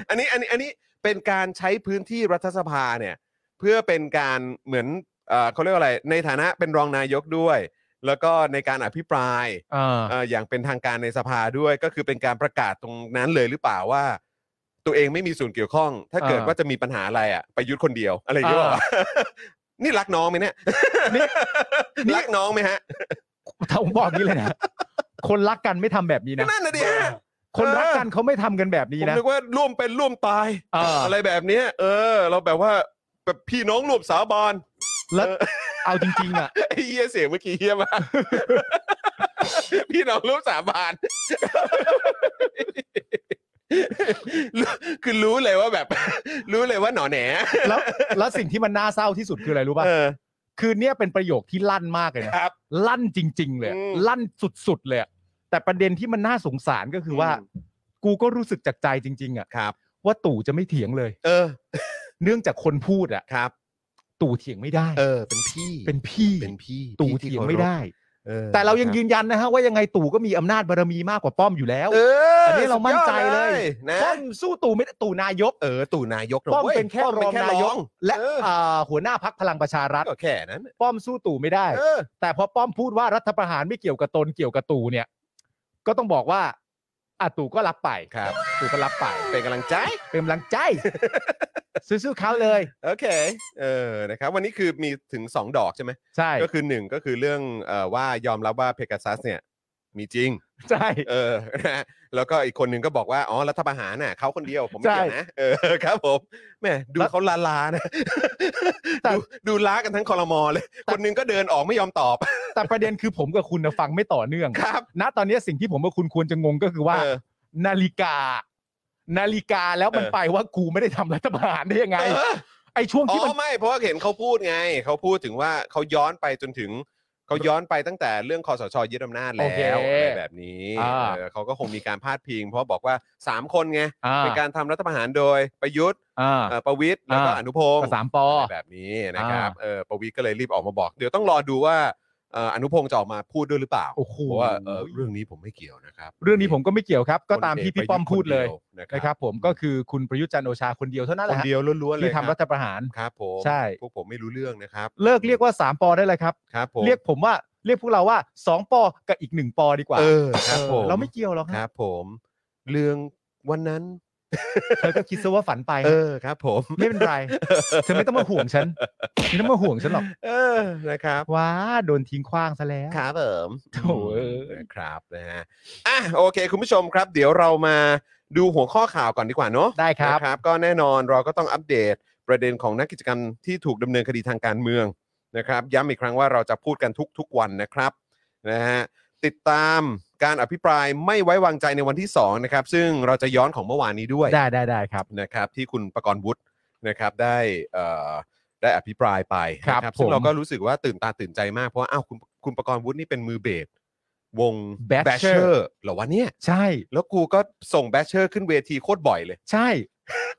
S2: อันนี้อันนี้อันนี้เป็นการใช้พื้นที่รัฐสภาเนี่ย เพื่อเป็นการเหมือนเอ่อเขาเรียกว่าอะไร ในฐานะเป็นรองนายกด้วย แล้วก็ในการอภิปราย
S4: เออ
S2: เอ่ออย่างเป็นทางการในสภาด้วย ก็คือเป็นการประกาศตรงนั้นเลยหรือเปล่าว่า ตัวเองไม่มีส่วนเกี่ยวข้อง ถ้าเกิดว่าจะมีปัญหาอะไรอ่ะประยุทธ์คนเดียวอะไรอย่างเงี้ย เปล่าวะ นี่รักน้องไหมเนี่ย รักน้องไหมฮะ
S4: ถ้าผมบอกนี้เลยนะ คนรักกันไม่ทำแบบนี้นะ
S2: นั่นนะดิฮะ
S4: คนรัก
S2: เออ
S4: กันเขาไม่ทำกันแบบนี้
S2: ผม
S4: นะ
S2: นึกว่าร่วมเป็นร่วมตาย
S4: เอออ
S2: อะไรแบบเนี้ยเออ เราแบบว่าแบบพี่น้องร่วมสาบาน
S4: แล้วเอาจริงๆอ่ะ
S2: ไอ้เฮียเสียงเมื่อกี้เฮียมากพี่น้องร่วมสาบาน รู้คือรู้เลยว่าแบบ รู้เลยว่าหนอแหน
S4: แล้วแล้วสิ่งที่มันน่าเศร้าที่สุดคืออะไรรู้ป่ะ
S2: เออ
S4: คือเนี่ยเป็นประโยคที่ลั่นมากเลยนะครับ ลั่นจริง ๆ เลยอะ
S2: อืม
S4: ลั่นสุดๆเลยอะแต่ประเด็นที่มันน่าสงสารก็คือว่า
S2: อืม
S4: กูก็รู้สึกจากใจจริง ๆอ่ะ
S2: ครับ
S4: ว่าตู่จะไม่เถียงเลย
S2: เออ
S4: เนื่องจากคนพูดอ่ะ
S2: ครับ
S4: ตู่เถียงไม่ได้
S2: เออ เป็นพี่
S4: เป็นพี่
S2: เป็นพี่
S4: ตู่
S2: ที่
S4: เถียงไม่ได้
S2: เออ
S4: แต่เรายัง
S2: คบ
S4: ยืนยันนะฮะว่ายังไงตู่ก็มีอำนาจบารมีมากกว่าป้อมอยู่แล้ว
S2: เออ
S4: อั
S2: อั
S4: นนี้เรามั่นใจเลย
S2: นะ
S4: ป้อมสู้ตู่ไม่ได้ตู่นายก
S2: เออ ตู่นายกะ
S4: ป้อม
S2: ว้ย
S4: เป็นแค่
S2: ป้อม
S4: รองนายก และ
S2: เออ
S4: เอ่อหัวหน้าพักพลังประชารัฐ
S2: ก็แค่นั้นน่ะ
S4: ป้อมสู้ตู่ไม่ได้
S2: เออ
S4: แต่พอป้อมพูดว่ารัฐประหารไม่เกี่ยวกับตนเกี่ยวกับตู่เนี่ย ก็ต้องบอกว่าอ่ะตู่ก็รับไป
S2: ครับ
S4: ตู่ก็รับไป
S2: เป็นกำลังใจ
S4: เป็นกำลังใจ สู้ๆเขาเลย
S2: โอเค เออ นะครับ วันนี้คือมีถึง 2 ดอกใช่ไหม
S4: ใช่
S2: ก็คือ 1 ก็คือเรื่องเอ่อว่ายอมรับว่าเพกาซัสเนี่ย มีจ ริง
S4: ใช่
S2: เออ นะฮะแล้วก็อีกคนหนึ่งก็บอกว่า อ๋อ รัฐประหารน่ะเขาคนเดียว ผมไม่เกี่ยวนะ เออ ครับผม แหม่ดูเขาลาลานะ
S4: แต่
S2: ดูดูล้ากันทั้งคอรมอเลย คนหนึงก็เดินออกไม่ยอมตอบ
S4: แต่ประเด็นคือผมกับคุณนะฟังไม่ต่อเนื่อง
S2: ครับ
S4: ณตอนนี้สิ่งที่ผมกับคุณควรจะงงก็คือว่า
S2: เออ
S4: นาฬิกา นาฬิกาแล้วมัน
S2: เออ
S4: ไปว่ากูไม่ได้ทำรัฐประหารได้ยังไง
S2: เออ
S4: ไอ้ช่วง
S2: อ๋
S4: ที่มัน
S2: อไม่เพราะว่าเห็นเขาพูดไงเขาพูดถึงว่าเขาย้อนไปจนถึงเขาย้อนไปตั้งแต่เรื่องคอสชยึดอำนาจแล้
S4: โอเคว
S2: อะไรแบบนี้
S4: อ่า
S2: เออเขาก็คงมีการพาดพิง เพราะบอกว่า 3 คนไง
S4: อ่า
S2: เป็นการทำรัฐประหารโดยประยุทธ์
S4: อ่า
S2: เอ่อประวิทย์แล้วก็
S4: อ่า
S2: อนุพงศ์
S4: ก็สามปอ
S2: อะไรแบบนี้นะครับเออประวิทย์ก็เลยรีบออกมาบอก เดี๋ยวต้องรอดูว่าเอ่ออนุพงศ์จะออกมาพูดด้วยหรือเปล่า
S4: โอ้โห
S2: เพราะว่าเอ่อเรื่องนี้ผมไม่เกี่ยวนะครับ
S4: เรื่องนี้ผมก็ไม่เกี่ยวครับ ก็ตามที่
S2: พล
S4: พี่
S2: เก
S4: ป้อมพูดเลย
S2: ประทธ์คนดีวนะ
S4: นะ
S2: ค
S4: ค
S2: รั
S4: รั
S2: บบ
S4: ผมก็คือคุณประยุทธ์จันทร์โอชาคนเดียวเท่านั้นแห
S2: ค
S4: ละ
S2: น
S4: ฮะ
S2: เดียวล้วนๆเลย
S4: ที่ทำรัฐประหาร
S2: ครับผม
S4: ใช่
S2: พวกผมไม่รู้เรื่องนะครับ
S4: เลิกเรียกว่าสามปอได้เลยครับ
S2: ครับผม
S4: เรียกผมว่าเรียกพวกเราว่าสองปอกับอีกหนึ่งปอดีกว่า
S2: เออครับผม
S4: เราไม่เกี่ยวหรอก
S2: ค
S4: ฮะ
S2: รับผม เรื่องวันนั้น
S4: เธอก็คิดซะว่าฝันไป
S2: เออครับผม
S4: ไม่เป็นไรเธอไม่ต้องมาห่วงฉันไม่ต้องมาห่วงฉันหรอก
S2: เออนะครับ
S4: ว้าโดนทิ้งขว้างซะแล้ว
S2: ครับ ผม
S4: โถ่เอ้ย
S2: นะครับนะฮะอ่ะโอเค คุณผู้ชมครับ เดี๋ยวเรามาดูหัวข้อข่าวก่อนดีกว่าเนาะ
S4: ได้ครับ
S2: นะครับ ก็แน่นอนเราก็ต้องอัปเดตประเด็นของนักกิจกรรมที่ถูกดำเนินคดีทางการเมืองนะครับ ย้ำอีกครั้งว่าเราจะพูดกันทุกๆวันนะครับนะฮะติดตามการอภิปรายไม่ไว้วางใจในวันที่สองนะครับซึ่งเราจะย้อนของเมื่อวานนี้ด้วย
S4: ได้ได้ได้ครับ
S2: นะครับที่คุณประกรณ์วุฒินะครับได้เอ่อได้อภิปรายไป
S4: ครับ
S2: นะ
S4: ผม
S2: ซึ่งเราก็รู้สึกว่าตื่นตาตื่นใจมากเพราะว่าอ้าวคุณคุณประกรณ์วุฒินี่เป็นมือเบสวง
S4: Basher
S2: Basher เหรอวะเนี่ย
S4: ใช่
S2: แล้วกูก็ส่งแบชเชอร์ขึ้นเวทีโคตรบ่อยเลย
S4: ใช่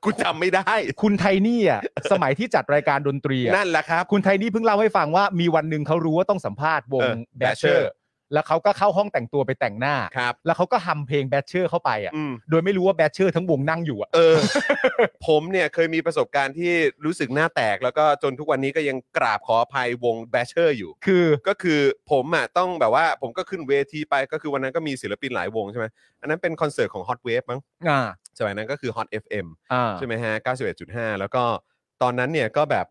S2: กูจำไม่ได้
S4: คุณไทนี่ อ่ะ สมัยที่จัดรายการดนตรีอ่ะ
S2: นั่นแหละครับ
S4: คุณไทนี่เพิ่งเล่าให้ฟังว่ามีวันหนึ่งเขารู้ว่าต้องสัมภาษณ์วง
S2: เออ
S4: แบชเชอ
S2: Basher
S4: ร์แล้วเขาก็เข้าห้องแต่งตัวไปแต่งหน้า
S2: ครับ
S4: แล้วเขาก็ฮัมเพลงแบชเชอร์เข้าไปอ่ะ
S2: อืม
S4: โดยไม่รู้ว่าแบชเชอร์ทั้งวงนั่งอยู่อ่ะ
S2: เออ ผมเนี่ยเคยมีประสบการณ์ที่รู้สึกหน้าแตก แล้วก็จนทุกวันนี้ก็ยังกราบขออภัยวงแบชเชอร์อยู่
S4: คือ
S2: ก็คือผมอ่ะต้องแบบว่าผมก็ขึ้นเวทีไปก็คือวันนั้นก็มีศิลปินหลายวงใช่ไหมอันนั้นเป็นคอนเสิร์ตของ Hot Wave มั้ง
S4: อ่า
S2: สมัยนั้นก็คือ Hot FM
S4: อ่า
S2: ใช่ไหมฮะ 91.5 แล้วก็ตอนนั้นเนี่ยก็แบบ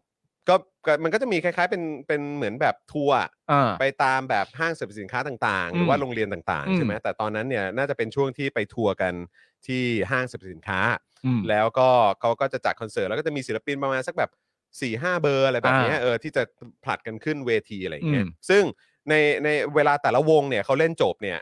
S2: ก็ก็มันก็จะมีคล้ายๆเป็นเป็นเหมือนแบบทัวร์อะ
S4: อ่า
S2: ไปตามแบบห้างสรรพสินค้าต่างๆ
S4: อืม
S2: หรือว่าโรงเรียนต่าง
S4: อื
S2: ๆ
S4: ม
S2: ใช่ไหมแต่ตอนนั้นเนี่ยน่าจะเป็นช่วงที่ไปทัวร์กันที่ห้างสรรพสินค้า
S4: อืม
S2: แล้วก็เขาก็จะจัดคอนเสิร์ตแล้วก็จะมีศิลปินประมาณสักแบบ4ี่ห้าเบอร์อะไรแบบเนี้ย
S4: อ่า
S2: เออที่จะผลัดกันขึ้นเวทีอะไรอย่างเงี้ย
S4: อืม
S2: ซึ่งในในเวลาแต่ละวงเนี่ยเขาเล่นจบเนี่ย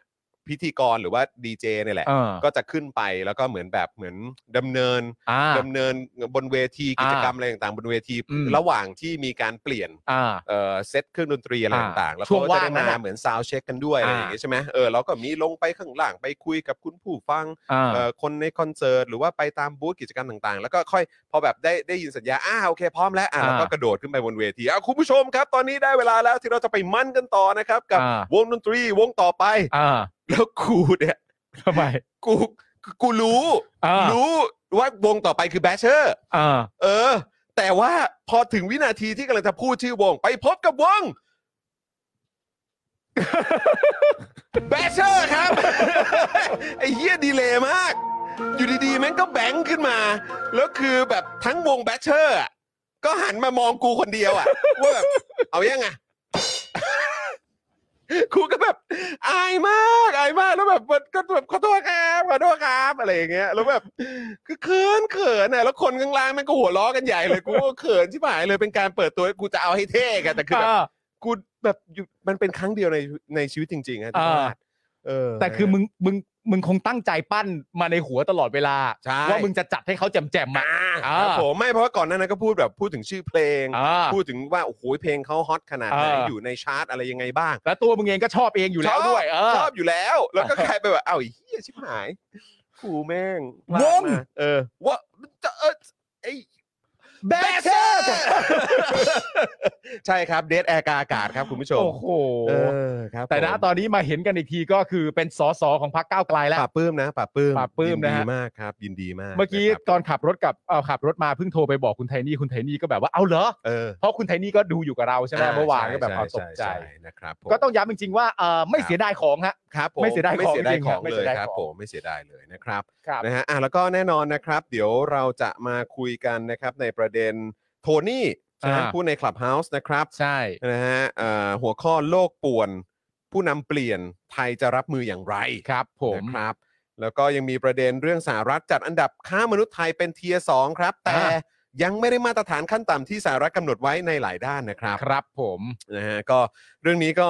S2: พิธีกรหรือว่าดีเจเนี่ยแหละ
S4: อ่า
S2: ก็จะขึ้นไปแล้วก็เหมือนแบบเหมือนดำเนิน
S4: อ่า
S2: ดำเนินบนเวทีกิจกรรม
S4: อ่า
S2: อะไรต่างๆ บนเวที
S4: อืม
S2: ระหว่างที่มีการเปลี่ยน
S4: อ่า
S2: เออเซตเครื่องดนตรีอะไร
S4: อ่า
S2: ต่างๆ แล้ว
S4: ช่วง
S2: เขาก็จะได้
S4: ว่าง
S2: มาน
S4: นั้อะ
S2: เหมือนซาวเช็คกันด้วยอะไรอย่างเงี้ย
S4: อ่า
S2: ใช่ไหมเออเราก็มีลงไปข้างล่างไปคุยกับคุณผู้ฟัง
S4: อ่า
S2: เอ่อคนในคอนเสิร์ตหรือว่าไปตามบูธกิจกรรมต่างๆ แล้วก็ค่อยพอแบบได้ได้ยินสัญญาอ่าโอเคพร้อมแล้วอ่า
S4: อ่า
S2: แล้วก็กระโดดขึ้นไปบนเวทีอ่ะคุณผู้ชมครับ ตอนนี้ได้เวลาแล้วที่เราจะไปมั่นกันต่อนะครับ กับ
S4: อ่า
S2: วงดนตรีวงต่อไป
S4: อ่า
S2: แล้วกูเนี่ย
S4: ทำไม
S2: กูกูรู้
S4: อ่ารู้
S2: รู้ว่าวงต่อไปคือแบชเชอร์
S4: อ่า
S2: เออ แต่ว่าพอถึงวินาทีที่กำลังจะพูดชื่อวง ไปพบกับวงแบชเชอร์ครับ ไอ้เหี้ยดีเลย์มาก อยู่ดีๆแม่งก็แบงค์ขึ้นมา แล้วคือแบบทั้งวงแบชเชอร์อะก็หันมามองกูคนเดียวอะ ว่าแบบ เอายังไง กูก็แบบอายมากอายมากแล้วแบบมันก็แบบขอโทษครับขอโทษครับอะไรอย่างเงี้ยแล้วแบบคือเขินเขินอ่ะแล้วคนข้างล่างแมันก็หัวล้อกันใหญ่เลยกูก็เขินที่หายเลยเป็นการเปิดตัวกูจะเอาให้เท่กันแต่คือแบบ
S4: อ่า
S2: กูแบบอยู่มันเป็นครั้งเดียวในในชีวิตจริงๆอะที่พลาดเออ
S4: แต่คือมึงมึงมึงคงตั้งใจปั้นมาในหัวตลอดเวลา
S2: ใช่
S4: ว่ามึงจะจัดให้เขาแจมแจมๆมา
S2: อ่า
S4: อ่า
S2: ครับผมไม่เพราะว่าก่อนหน้านั้นก็พูดแบบพูดถึงชื่อเพลง
S4: อ่า
S2: พูดถึงว่าโอ้โหเพลงเขาฮอตขนาดไหน
S4: อ่า
S2: อยู่ในชาร์ตอะไรยังไงบ้าง
S4: แล้วตัวมึงเองก็ชอบเองอยู่แล้วด้วย เออ
S2: ชอบอยู่แล้ว แล้วก็กลายไปนแบบเอ้าไอ้เฮียชิบหายกูแม่ง
S4: วง
S2: ลากมาเออว่าจะเออไอ้
S4: แบชเชอร์
S2: ใช่ครับเดทแอร์กาอากาศครับคุณผู้ชม
S4: โอ้โห
S2: เออครับ
S4: แต่นะ
S2: ผม
S4: ตอนนี้มาเห็นกันอีกทีก็คือเป็นสสของพรรคก้าวไกลแล้ว
S2: ป่าปลื้มนะป่าปลื้ม
S4: ปราบปลื้มนะ
S2: ยิ
S4: ฮะ
S2: ดีมากครับ ยินดีมาก
S4: เมื่อกี้
S2: นะครับ
S4: ตอนขับรถกับเอ่อขับรถมาเพิ่งโทรไปบอกคุณไทนี่คุณไทนี่ก็แบบว่าเอาเหรอ
S2: เออ
S4: เพราะคุณไทนี่ก็ดูอยู่กับเราใช่ไหมเมื่อวานก็แบบ
S2: ใช่
S4: เอาตกใจ
S2: ช่ช่นะครับผม
S4: ก็ต้องย้ำจริงๆว่าเอ่อไม่เสียดายของฮะ
S2: ครับผ
S4: ไม่เสียดาย
S2: ไม่
S4: ของ
S2: เสียดาย
S4: จริง
S2: ข
S4: ๆ
S2: อง
S4: ไม่
S2: เล
S4: เสี
S2: ย
S4: ยดาย
S2: ครับ
S4: ของ
S2: ผมไม่เสียดายเลยนะครับ
S4: ครับ
S2: นะฮะอ่ะแล้วก็แน่นอนนะครับ เดี๋ยวเราจะมาคุยกันนะครับในประเด็นโทนี่ใช่ไหม
S4: อ่า
S2: ผู้ในคลับเฮาส์นะครับ
S4: ใช่
S2: นะฮะเอ่อหัวข้อโลกป่วน ผู้นำเปลี่ยนไทยจะรับมืออย่างไร
S4: ครับผม
S2: นะครับ แล้วก็ยังมีประเด็นเรื่องสหรัฐจัดอันดับค้ามนุษย์ไทยเป็นเทียสองครับ แต่
S4: อ่า
S2: ยังไม่ได้มาตรฐานขั้นต่ำที่สหรัฐกำหนดไว้ในหลายด้านนะครับ
S4: ครับผม
S2: นะฮะก็เรื่องนี้ก็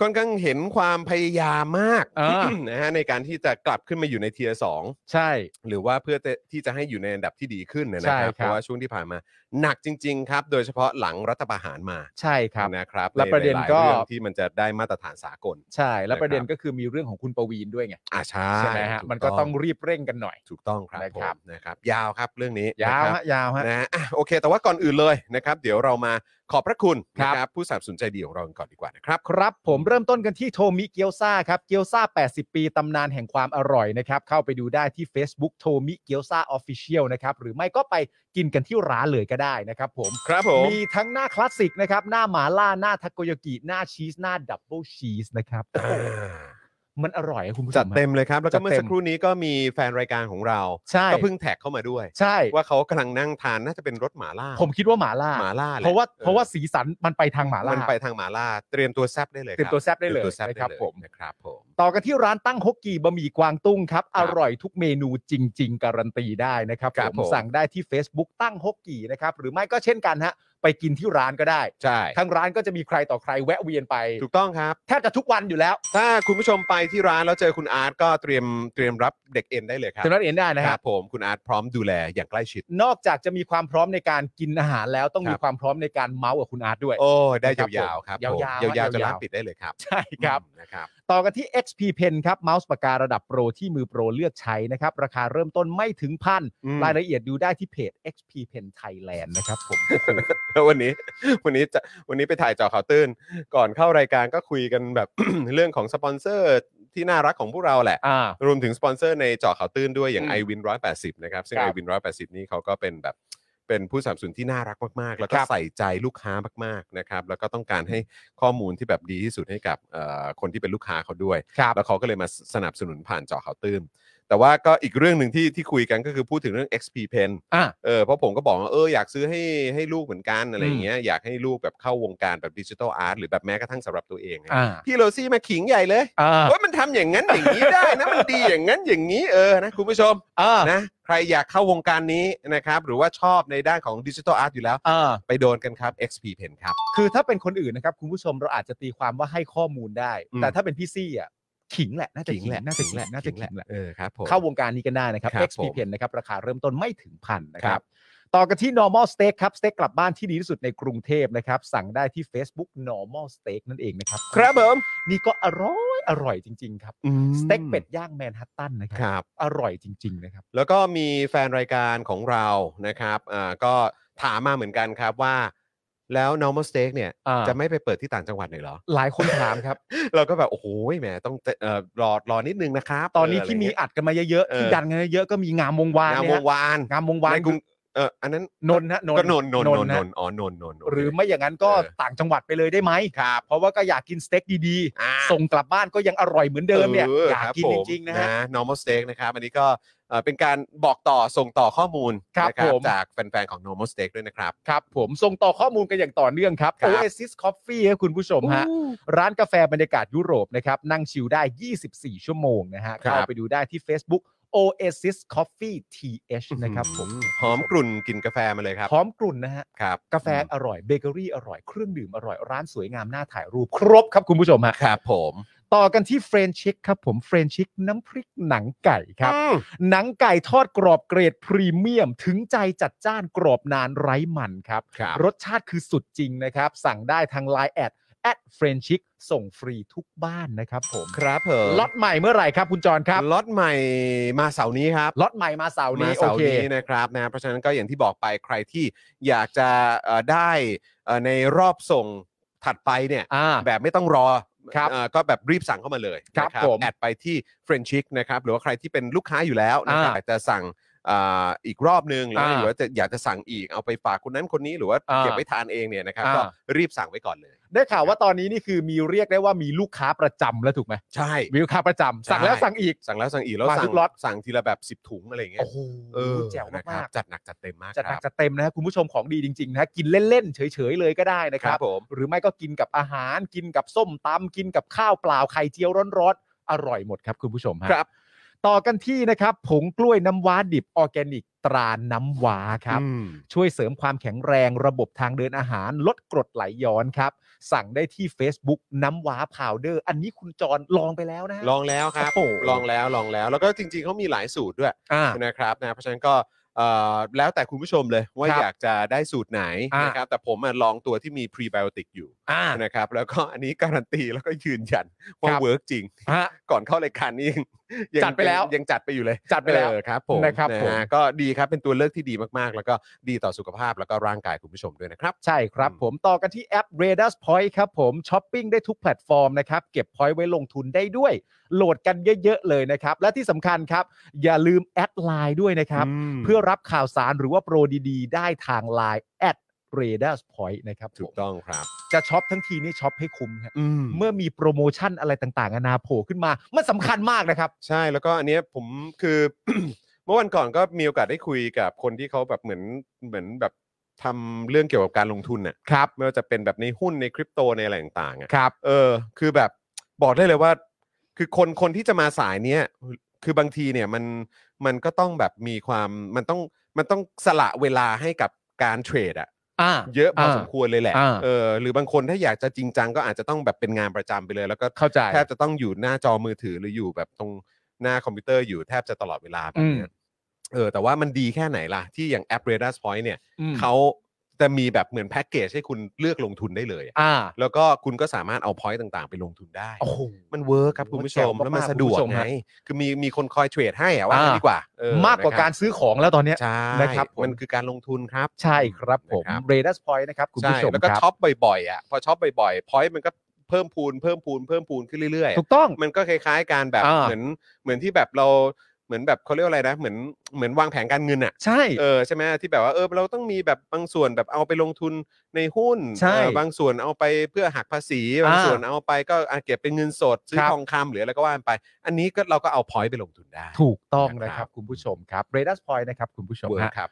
S2: ค่อนข้างเห็นความพยายามมาก
S4: อ่า
S2: นะฮะในการที่จะกลับขึ้นมาอยู่ในเทียสอง
S4: ใช่
S2: หรือว่าเพื่อจะที่จะให้อยู่ในอันดับที่ดีขึ้นนะ
S4: ใช่
S2: นะครับ
S4: ครับ
S2: เพราะว่าช่วงที่ผ่านมา หนักจริง ๆ ครับ โดยเฉพาะหลังรัฐประหารมา
S4: ใช่ครับ
S2: นะครับ
S4: และประเด็น
S2: ใหาย
S4: ก็
S2: เรื่องที่มันจะได้มาตรฐานสากล
S4: ใช่ แล้วประเด็น
S2: นะครับ
S4: ก็คือมีเรื่องของคุณประวีนด้วยไง
S2: อ่าใช่
S4: ใช่ไหมฮะ
S2: ถู
S4: มันก็ต้องรีบเร่งกันหน่อย
S2: ถูกต้องครับ
S4: นะ
S2: ผ
S4: ครั
S2: ม
S4: บ
S2: นะครับ ยาวครับเรื่องนี้
S4: ยาว
S2: นะครับ
S4: ฮะยาวฮะ
S2: นะฮะอ่ะโอเค แต่ว่าก่อนอื่นเลยนะครับ เดี๋ยวเรามาขอบพระคุณ
S4: ครับ
S2: นะครับผู้สนับสนุนใจดีของเรากันก่อนดีกว่านะครับ
S4: ครับผมเริ่มต้นกันที่โทมิเกียวซาครับเกียวซา80 ปีตำนานแห่งความอร่อยนะครับ เข้าไปดูได้ที่ Facebook โทมิเกียวซาออฟฟิเชียลนะครับ หรือไม่ก็ไปกินกันที่ร้านเลยก็ได้นะครับผม
S2: ครับผม
S4: มีทั้งหน้าคลาสสิกนะครับ หน้าหมาล่า หน้าทาโกยากิ หน้าชีส หน้าดับเบิลชีสนะครับ มันอร่อยอะคุณผู้ชม
S2: จัดเต็ม
S4: อะ
S2: เลยครับ แล้ว
S4: จั
S2: ก็
S4: ดเต็ม
S2: เมื่อสักครู่นี้ก็มีแฟนรายการของเรา
S4: ใช่
S2: ก็เพิ่งแท็กเข้ามาด้วย
S4: ใช่
S2: ว่าเขากำลังนั่งทานน่าจะเป็นรถหมาล่า
S4: ผมคิดว่าหมาล่า
S2: หมาล่าแหล
S4: เพราะว่า
S2: ออ
S4: เพราะว่าสีสันมันไปทางหมาล่า
S2: มันไปทางหมาล่า เตรียมตัวแซบได้เลย
S4: เต็มตัวแซบได้เลย
S2: ตรีมตัวแซบได้
S4: นะครับ
S2: เลย
S4: ผม
S2: นะครับผม
S4: ต่อกันที่ร้านตั้งฮกกีบะหมี่กวางตุ้งครับ อร่อยทุกเมนูจริง ๆ การันตีได้นะครับ
S2: ครับ
S4: ผม
S2: ผม
S4: สั่งได้ที่ Facebook ตั้งฮกกีนะครับหรือไม่ก็เช่นกันฮะไปกินที่ร้านก็ได้
S2: ใช่
S4: ทางร้านก็จะมีใครต่อใครแวะเวียนไป
S2: ถูกต้องครับ
S4: แทบจะทุกวันอยู่แล้ว
S2: ถ้าคุณผู้ชมไปที่ร้านแล้วเจอคุณอาร์ตก็เตรียมเตรียมรับเด็กเอ็นได้เลยครับ
S4: จำนักเอ็นได้นะ
S2: ค
S4: ค
S2: รั
S4: รั
S2: บบ ผมคุณอาร์ตพร้อมดูแลอย่างใกล้ชิด
S4: นอกจากจะมีความพร้อมในการกินอาหารแล้วต้อง
S2: ค
S4: มี
S2: รับ
S4: ความพร้อมในการเมาส์กับคุณอาร์ตด้วย
S2: โอ้ได้
S4: ครับ
S2: ยาวๆครับผม
S4: ยาวๆ
S2: ยาวๆ
S4: ๆ
S2: จะร้านปิดได้เลยครับ
S4: ใช่ครับ
S2: นะครับ
S4: ต่อกันที่ XP Pen ครับเมาส์ปากการะดับโปรที่มือโปรเลือกใช้นะครับราคาเริ่มต้นไม่ถึงพัน
S2: อืม
S4: รายละเอียดดูได้ที่เพจ XP Pen Thailand นะครับผม
S2: แล้ววันนี้วันนี้จะวันนี้ไปถ่ายเจอข่าวตื้น ก่อนเข้ารายการก็คุยกันแบบ เรื่องของสปอนเซอร์ที่น่ารักของพวกเราแหละ
S4: อ่า
S2: รวมถึงสปอนเซอร์ในเจาะข่าวตื้นด้วยอย่าง
S4: อืม
S2: i w วิน180 นะครับ ซึ่ง
S4: ครับ
S2: i w วิน180 นี่เขาก็เป็นแบบเป็นผู้สนับสนุนที่น่ารักมากๆ แล้วก็
S4: ครับ
S2: ใส่ใจลูกค้ามากๆนะครับแล้วก็ต้องการให้ข้อมูลที่แบบดีที่สุดให้กับเอ่อคนที่เป็นลูกค้าเขาด้วย
S4: ครับ
S2: แล้วเขาก็เลยมาสนับสนุนผ่านเจาะข่าวตื้น แต่ว่าก็อีกเรื่องหนึ่งที่ที่คุยกันก็คือพูดถึงเรื่อง XP Pen
S4: อ่า
S2: เออเพราะผมก็บอกว่าเอออยากซื้อให้ให้ลูกเหมือนกันอะไรอย่างเงี้ยอยากให้ลูกแบบเข้าวงการแบบดิจิทัลอาร์ตหรือแบบแม้กระทั่งสำหรับตัวเอง
S4: อ่า
S2: พี่โรซี่มาขิงใหญ่เลย
S4: อ่า
S2: ว่ามันทำอย่างนั้นอย่างนี้ได้นะ มันดีอย่างนั้นอย่างนี้เออนะคุณผู้ชม
S4: อ่า
S2: นะใครอยากเข้าวงการนี้นะครับ หรือว่าชอบในด้านของดิจิทัลอาร์ตอยู่แล้ว
S4: อ่า
S2: ไปโดนกันครับ XP Pen ครับ
S4: คือถ้าเป็นคนอื่นนะครับคุณผู้ชมเราอาจจะตีความว่าให้ข้อมูลได้
S2: อืม
S4: แต่ถ้าเป็นพี่ซี่อ่ะขิงแหละน่าจะขิงน่าจะขิงน่าจะขิงแหละ
S2: เออครับผม
S4: เข้าวงการนี้กันได้นะครับ
S2: ครับ
S4: XP Pen นะครับราคาเริ่มต้นไม่ถึงพันนะค
S2: ครั
S4: รับ
S2: บ
S4: ต่อกันที่ normal steak ครับสเต็กกลับบ้านที่ดีที่สุดในกรุงเทพนะครับ สั่งได้ที่ Facebook normal steak นั่นเองนะครับ
S2: ครับผม
S4: นี่ก็อร่อยอร่อยจริง ๆ ครับ
S2: อืม
S4: สเต็กเป็ดย่างแมนฮัตตันนะค
S2: ครับ รับ
S4: อร่อยจริง ๆ นะครับ
S2: แล้วก็มีแฟนรายการของเรานะครับอ่าก็ถามมาเหมือนกันครับว่า แล้ว normal steak เนี่ย
S4: อ่า
S2: จะไม่ไปเปิดที่ต่างจังหวัดหน่อยเหรอ
S4: หลายคนถามครับ
S2: เราก็แบบ โอ้โหแหมต้องเอ่อรอรอนิดนึงนะครับ
S4: ตอนนี้
S2: เะไร
S4: ที่มี
S2: เงี้ย
S4: อัดกันมาเยอะๆที่
S2: เออ
S4: ดันกันเยอะๆก็มีงามวงวาน
S2: งาม
S4: เนี่
S2: วย งวาน
S4: งามวงวาน
S2: ในกรุงเอออันนั้น
S4: นนท์ฮะนนท์
S2: ก็นนท์นนท์นนท์
S4: ท์ฮะ
S2: นนท์อ๋อนนท์นนท์นนท์
S4: หรือไม่อย่างนั้นก็
S2: เออ
S4: ต่างจังหวัดไปเลยได้ไหมครับ เพราะว่าก็อยากกินสเต็กดี
S2: อ่า
S4: ๆ ส่งกลับบ้านก็ยังอร่อยเหมือนเดิมเนี่ย อยาก
S2: ครับ
S4: กิน
S2: ผ
S4: จ
S2: ม
S4: ริงๆนะฮะ
S2: normal steak นะครับ อันนี้ก็เอ่อเป็นการบอกต่อส่งต่อข้อมูล
S4: ครับ
S2: นะ
S4: ผม
S2: จากแฟนๆของ normal steak ด้วยนะครับ
S4: ครับผมส่งต่อข้อมูลกันอย่างต่อเนื่องครับ
S2: ครับ
S4: Oasis Coffee ครับคุณผู้ชมฮะ ร้านกาแฟบรรยากาศยุโรปนะครับ นั่งชิลได้ 24 ชั่วโมงนะฮะ
S2: ครับ
S4: เข้าไปดูได้ที่ Facebook Oasis Coffee TH นะครับผม
S2: หอมกลุ่นกลินกาแฟมาเลยครับ
S4: หอมกลุ่นนะฮะ
S2: ครับ
S4: กาแฟอร่อยเบเกอรี่อร่อยเครื่องดื่มอร่อยร้านสวยงามน่าถ่ายรูปครบครับคุณผู้ชมฮะ
S2: ครับผม
S4: ต่อกันที่เฟรนชิกครับผมเฟรนชิกน้ำพริกหนังไก่ครับ
S2: อืม
S4: หนังไก่ทอดกรอบเกรดพรีเมียม ถึงใจจัดจ้านกรอบนานไร้มันครับ
S2: ครับ
S4: รสชาติคือสุดจริงนะครับ สั่งได้ทาง Line แอดแอดเฟรนชิกส่งฟรีทุกบ้านนะครับผม
S2: ครับผม
S4: ล็อตใหม่เมื่อไหร่ครับคุณจรครับ
S2: ล็อตใหม่มาเสาร์นี้ครับ
S4: ล็อตใหม่มาเสาร์
S2: มา
S4: นี้โอ
S2: เสาร์
S4: เค
S2: นี้นะครับนะเพราะฉะนั้นก็อย่างที่บอกไปใครที่อยากจะเอ่อได้เอ่อในรอบส่งถัดไปเนี่ย
S4: อ่า
S2: แบบไม่ต้องรอ
S4: ครับ
S2: เอ่อก็แบบรีบสั่งเข้ามาเลย
S4: ครับ
S2: นะ
S4: ผม
S2: แอดไปที่ f r e n c h i c นะครับหรือว่าใครที่เป็นลูกค้าอยู่แล้วนะครับ
S4: อ่า
S2: อยากจะสั่งอ่าอีกรอบนึงหรือว่า
S4: อ่า
S2: หรือว่าจะอยากจะสั่งอีกเอาไปฝากคนนั้นคนนี้หรือว่า
S4: อ่า
S2: เก็บไว้ทานเองเนี่ยนะครับ
S4: อ่า
S2: ก็รีบสั่งไว้ก่อนเลย
S4: ได้ข่าวว่าตอนนี้นี่คือมีเรียกได้ว่ามีลูกค้าประจำแล้วถูกไหม
S2: ใช่
S4: มีลูกค้าประจำสั่งแล้ว
S2: ใช่
S4: สั่งอีก
S2: สั่งแล้วสั่งอีกแล้ว
S4: มา
S2: สั่
S4: ทุ
S2: ง
S4: กล็อต
S2: สั่งทีละแบบ 10 ถุงอะไรอย่างเงี้ย
S4: โอ้โห
S2: เออ
S4: แจ๋ว
S2: นะค
S4: มา
S2: รับ
S4: กๆ
S2: จัดหนักจัดเต็มมาก
S4: จัดห
S2: ค
S4: นั
S2: รั
S4: ก
S2: บ
S4: จัดเต็มนะฮะคุณผู้ชมของดีจริงๆนะฮะกินเล่นๆ เฉยๆ เลยก็ได้นะ
S2: ค
S4: ค
S2: รั
S4: รั
S2: บบ ผม
S4: หรือไม่ก็กินกับอาหารกินกับส้มตำกินกับข้าวเปล่าไข่เจียวร้อนๆ อร่อยหมดครับคุณผู้ชมฮะ
S2: ครับ
S4: ต่อกันที่นะครับผงกล้วยน้ำว้าดิบออร์แกนิกตราน้ำว้าครับ
S2: อืม
S4: ช่วยเสริมความแข็งแรงระบบทางเดินอาหาร ลดกรดไหลย้อนครับ สั่งได้ที่ Facebook น้ำว้าพาวเดอร์ อันนี้คุณจรลองไปแล้วนะฮะ
S2: ลองแล้วครับ
S4: โอ้โห
S2: ลองแล้วลองแล้วแล้วก็จริงๆเขามีหลายสูตรด้วย
S4: อ่า
S2: นะครับนะเพราะฉะนั้นก็เอ่อแล้วแต่คุณผู้ชมเลยว่า
S4: ครับ
S2: อยากจะได้สูตรไหน
S4: อ่าน
S2: นะครับแต่ผมอะลองตัวที่มีพรีไบโอติกอยู่
S4: อ่า
S2: นะครับแล้วก็อันนี้การันตีแล้วก็ยืนยันว่า
S4: ครับ
S2: เวิร์กจริง
S4: ฮะ
S2: ก่อนเข้ารายการนี้ยังยัง
S4: จัดไปแล้ว
S2: ยังจัดไปอยู่เลย
S4: จัดไปแล้ว
S2: เออครับผม
S4: นะครับ
S2: ฮ
S4: ผม
S2: ก็ดีครับเป็นตัวเลือกที่ดีมากๆ แล้วก็ดีต่อสุขภาพแล้วก็ร่างกายคุณผู้ชมด้วยนะครับ
S4: ใช่ครับ
S2: อืม
S4: ผมต่อกันที่แอป r a d a r Point ครับผมช้อปปิ้งได้ทุกแพลตฟอร์มนะครับ เก็บ point ไว้ลงทุนได้ด้วย โหลดกันเยอะ ๆ เลยนะครับ และที่สำคัญครับ อย่าลืมแอดไลน์ด้วยนะครับ
S2: ม
S4: เพื่อรับข่าวสารหรือว่าโปรดีๆ ได้ทางไลน์แอด r a d a r Point นะครับผ
S2: ถูก
S4: ม
S2: ต้องครับ
S4: จะช็อปทั้งทีนี่ช็อปให้คุ้มครับ
S2: อืม
S4: เมื่อมีโปรโมชั่นอะไรต่างๆนานาโผล่ขึ้นมา มันสำคัญมากนะครับ
S2: ใช่แล้วก็อันเนี้ยผมคือ เมื่อวันก่อนก็มีโอกาสได้คุยกับคนที่เขาแบบเหมือนเหมือนแบบทำเรื่องเกี่ยวกับการลงทุนน่ะ
S4: ครับ
S2: ไม่ว่าจะเป็นแบบในหุ้นในคริปโตในอะไรต่างๆอ่ะ
S4: ครับ
S2: เออ คือแบบบอกได้เลยว่า คือคนคนที่จะมาสายเนี้ยคือบางทีเนี่ยมันมันก็ต้องแบบมีความมันต้องมันต้องสละเวลาให้กับการเทรดอ่ะ
S4: อ่า
S2: เยอะพอสมควรเลยแหละ
S4: อ่า
S2: เออหรือบางคนถ้าอยากจะจริงจังก็อาจจะต้องแบบเป็นงานประจำไปเลยแล้วก็
S4: เข้าใจ
S2: แทบจะต้องอยู่หน้าจอมือถือหรืออยู่แบบตรงหน้าคอมพิวเตอร์อยู่แทบจะตลอดเวลาแบบเนี้ยเออแต่ว่ามันดีแค่ไหนล่ะ ที่อย่างแอป r a d a r Point เนี่ย
S4: อืม
S2: เขา จะมีแบบเหมือนแพ็กเกจให้คุณเลือกลงทุนได้เลยอะ
S4: อ่า
S2: แล้วก็คุณก็สามารถเอาพอยต์ต่างๆ ไปลงทุนได้
S4: โอ้โห
S2: มันเวิร์กครับคุณผู้ชม
S4: โอ้โห
S2: แล้วมันสะดวก
S4: คุณผู้ชม
S2: ไง
S4: ฮะ
S2: คือมีมีคนคอยเทรดให้อะว่า
S4: อ่า
S2: งั้นดีกว่าเออ
S4: มากกว่า
S2: นะครับ
S4: การซื้อของแล้วตอนเนี้ย
S2: ใช่
S4: นะครับผม
S2: มันคือการลงทุนครับ
S4: ใช่ครับผม
S2: นะ
S4: เรดัสพอยต์นะครับคุณผู้ช
S2: ใช่
S4: ม
S2: แล้วก็
S4: ครับ
S2: ช็อปบ่อยๆอ่ะพอช็อปบ่อยๆพอยต์มันก็เพิ่มพูนเพิ่มพูนเพิ่มพูนขึ้นเรื่อยๆ
S4: ถู
S2: อะ
S4: กต้อง
S2: มันก็คล้ายๆการแบบ
S4: อ่า
S2: เหมือนเหมือนที่แบบเราเหมือนแบบเขาเรียกว่าอะไรนะเหมือนเหมือนวางแผนการเงินอ่ะ
S4: ใช่
S2: เออใช่ไหมที่แบบว่าเออเราต้องมีแบบบางส่วนแบบเอาไปลงทุนในหุ้น
S4: ใช่
S2: เออบางส่วนเอาไปเพื่อหักภาษีบาง
S4: อ่า
S2: ส่วนเอาไปก็อ่ะเก็บเป็นเงินสดซื้อ
S4: ครับ
S2: ทองคำหรืออะไรก็ว่ากันไป อันนี้ก็เราก็เอาพอยต์ไปลงทุนได้
S4: ถูกต้องนะ
S2: นะ
S4: ค
S2: ครั
S4: รับ บคุณผู้ชมครับเรดัสพอยต์นะครับคุณผู้ชม
S2: เวิร์
S4: ฮะ
S2: กครับ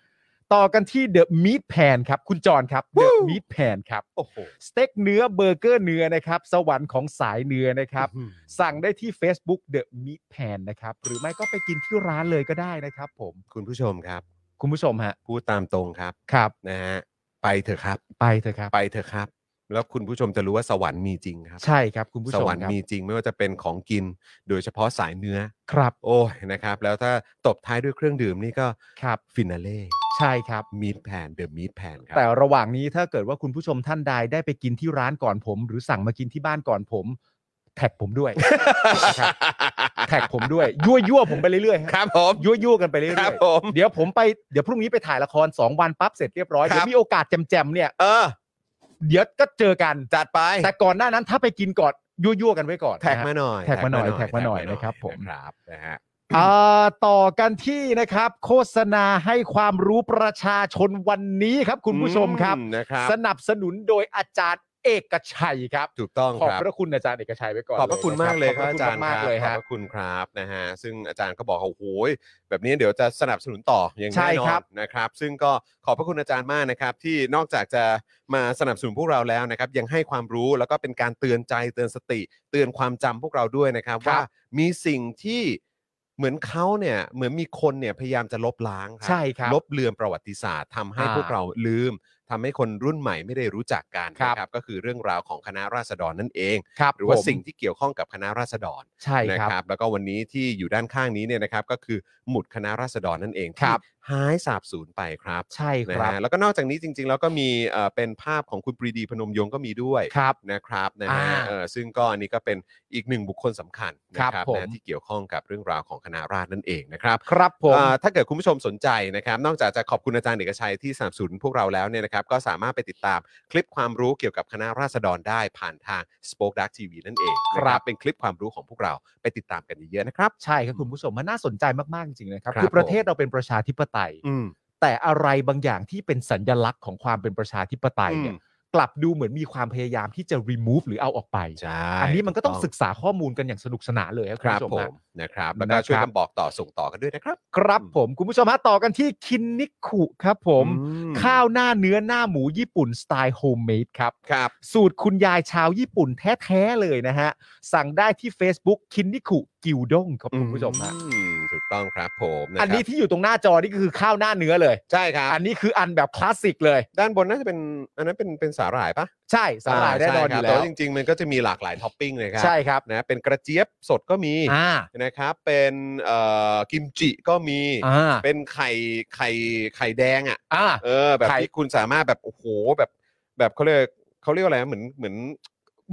S4: ต่อกันที่เดอะมีทแพนครับ คุณจอนครับเดอะมีทแพนครับ
S2: โอ้โห
S4: สเต็กเนื้อเบอร์เกอร์เนื้อนะครับ สวรรค์ของสายเนื้อนะครับ
S2: อื้อหือ
S4: สั่งได้ที่ Facebook The Meat Pan นะครับ หรือไม่ก็ไปกินที่ร้านเลยก็ได้นะครับผม
S2: คุณผู้ชมครับ
S4: คุณผู้ชมฮะ
S2: พูดตามตรงครับ
S4: ครับ
S2: นะฮะไปเถอะครับ
S4: ไปเถอะครับ
S2: ไปเถอะครับ แล้วคุณผู้ชมจะรู้ว่าสวรรค์มีจริงครับ
S4: ใช่ครับคุณผู้
S2: ส
S4: ชม
S2: วรรค์
S4: ครับ
S2: มีจริงไม่ว่าจะเป็นของกิน โดยเฉพาะสายเนื้อ
S4: ครับ
S2: โอ้ยนะครับ แล้วถ้าตบท้ายด้วยเครื่องดื่มนี่ก็
S4: ครับ
S2: ฟินาเล่
S4: ใช่ครับ
S2: มีดแผ่นเดอะมีดแผ่นครั
S4: แต่ระหว่างนี้ถ้าเกิดว่าคุณผู้ชมท่านใดได้ไปกินที่ร้านก่อนผม หรือสั่งมากินที่บ้านก่อนผม แท็กผมด้วย ครับแท็กผมด้วย ยั่วยั่วๆผมไปเรื่อยๆฮะ
S2: ครับผม
S4: ยั่วยั่วๆกันไปเรื่
S2: ครั
S4: อ
S2: ผม
S4: บ ยๆเดี๋ยวผมไปเดี๋ยวพรุ่งนี้ไปถ่ายละครสองวันปั๊บเสร็จเรียบร้อย
S2: ครับ
S4: เดี๋ยวมีโอกาสแจมๆเนี่ย
S2: เออ
S4: เดี๋ยวก็เจอกัน
S2: จัดไป
S4: แต่ก่อนหน้านั้นถ้าไปกินก่อนยั่วๆกันไว้ก่อน
S2: แท็ก
S4: นะฮะ
S2: มาหน่อย
S4: แท็กมาหน่อยแท็กมาหน่อยนะครับผม
S2: นะครับนะฮะ
S4: อ่าต่อกันที่นะครับ โฆษณาให้ความรู้ประชาชนวันนี้ครับ คุณผู้ชมครับ
S2: อืนะครับ
S4: สนับสนุนโดยอาจารย์เอกชัยครับ
S2: ถูกต้อง
S4: ขอบ
S2: ครับ
S4: พระคุณอาจารย์เอกชัยไว้ก่อน
S2: ขอบพระคุณมากเลยครับอาจารย์
S4: ขอบพะคุณมากๆเลย
S2: ขอบ
S4: ฮะ
S2: พระคุณครับนะฮะซึ่งอาจารย์ก็บอกว่าโอ้โหแบบนี้เดี๋ยวจะสนับสนุนต่ออย่าง
S4: ใช่
S2: แน่นอ
S4: ครั
S2: น
S4: บ
S2: นะครับ ซึ่งก็ขอบพระคุณอาจารย์มากนะครับ ที่นอกจากจะมาสนับสนุนพวกเราแล้วนะครับ ยังให้ความรู้แล้วก็เป็นการเตือนใจเตือนสติ เตือนความจำพวกเราด้วยนะครับ
S4: ครับ
S2: ว่ามีสิ่งที่เหมือนเขาเนี่ยเหมือนมีคนเนี่ยพยายามจะลบล้างครั
S4: ใช่ครับ
S2: ลบเลือนประวัติศาสตร์ทำให้
S4: อ่า
S2: พวกเราลืมทำให้คนรุ่นใหม่ไม่ได้รู้จักกัน
S4: ครับ
S2: นะครับ ก็คือเรื่องราวของคณะราษฎรนั่นเอง
S4: ครับ
S2: หรือว่า
S4: ผม
S2: สิ่งที่เกี่ยวข้องกับคณะราษฎร
S4: ใช่
S2: นะครับ แล้วก็วันนี้ที่อยู่ด้านข้างนี้เนี่ยนะครับ ก็คือหมุดคณะราษฎรนั่นเอง
S4: ค
S2: ที่
S4: รับ
S2: หายสาบสูญไปครับ
S4: ใช่ค
S2: นะ
S4: รับ
S2: ฮะแล้วก็นอกจากนี้จริง ๆ แล้วก็มีเอ่อเป็นภาพของคุณปรีดีพนมยงค์ก็มีด้วย
S4: ครับ
S2: นะครับนะฮะ
S4: อ่า
S2: เอ่อซึ่งก็อันนี้ก็เป็นอีกหนึ่งบุคคลสำคัญนะครับ ครับ
S4: ผม
S2: นะที่เกี่ยวข้องกับเรื่องราวของคณะราษฎรนั่นเองนะครับ
S4: ครับผม
S2: เอ่อถ้าเกิดคุณผู้ชมสนใจนะครับ นอกจากจะขอบคุณอาจารย์เอกชัยที่สนับสนุนพวกเราแล้วเนี่ยนะครับ ก็สามารถไปติดตามคลิปความรู้เกี่ยวกับคณะราษฎรได้ผ่านทาง Spoke Dark TV นั่นเองนะ
S4: ครั
S2: ครับ บเป็นคลิปความรู้ของพวกเราไปติดตามกันเยอะๆนะครับ
S4: ใช่ครับคุณผู้ชมมันน่าสนใจมากๆจริงๆนะครับ
S2: ครับ
S4: คือประ
S2: ผม
S4: เทศเราเป็นประชาธิปไตย
S2: อืม
S4: แต่อะไรบางอย่างที่เป็นสัญญลักษณ์ของความเป็นประชาธิปไตยเนี่ย
S2: อืม
S4: กลับดูเหมือนมีความพยายามที่จะ remove หรือเอาออกไป
S2: ใช่
S4: อันนี้มันก็ต้องศึกษาข้อมูลกันอย่างสนุกสนานเลยครั
S2: ครั
S4: บคุณ
S2: บ
S4: ผู้ช
S2: ผ
S4: มฮะ
S2: มนะครับแล้วก็ช่วยกันบอกต่อส่งต่อกันด้วยนะครับ
S4: ครับ
S2: อืม
S4: ผมคุณผู้ชมฮะต่อกันที่คินนิคุครับผม
S2: อื
S4: ข้าวหน้าเนื้อหน้าหมูญี่ปุ่นสไตล์โฮมเมดครับ
S2: ครับ
S4: สูตรคุณยายชาวญี่ปุ่นแท้ๆเลยนะฮะ สั่งได้ที่ Facebook คินนิคุกิวด้งครับคุณผู้ชมฮะ
S2: อืมถูกต้องครับผมะครับ
S4: อันนี้ที่อยู่ตรงหน้าจอนี่คือข้าวหน้าเนื้อเลย
S2: ใช่ครับ
S4: อันนี้คืออันแบบคลาสสิกเลย
S2: ด้านบนน่าจะเป็นอันนั้นเป็นเป็นสาหร่ายปะ
S4: ใช่สาหร่ายแน่นอนอ
S2: ใช่ครับ
S4: ยู่แล้ว
S2: ต่าจริงๆ มันก็จะมีหลากหลายท็อปปิ้งเลยครั
S4: ใช่ครับ
S2: นะเป็นกระเจี๊ยบสดก็มี
S4: อ่า
S2: นะครับเป็นเอ่อกิมจิก็มี
S4: อ่า
S2: เป็นไข่ไข่ไข่แดงอ่ะ
S4: อ่า
S2: เออแบบ
S4: ไข่
S2: ที่คุณสามารถแบบโอ้โหแบบ แบบเขาเรียกเขาเรียกว่าอะไรเหมือนเหมือน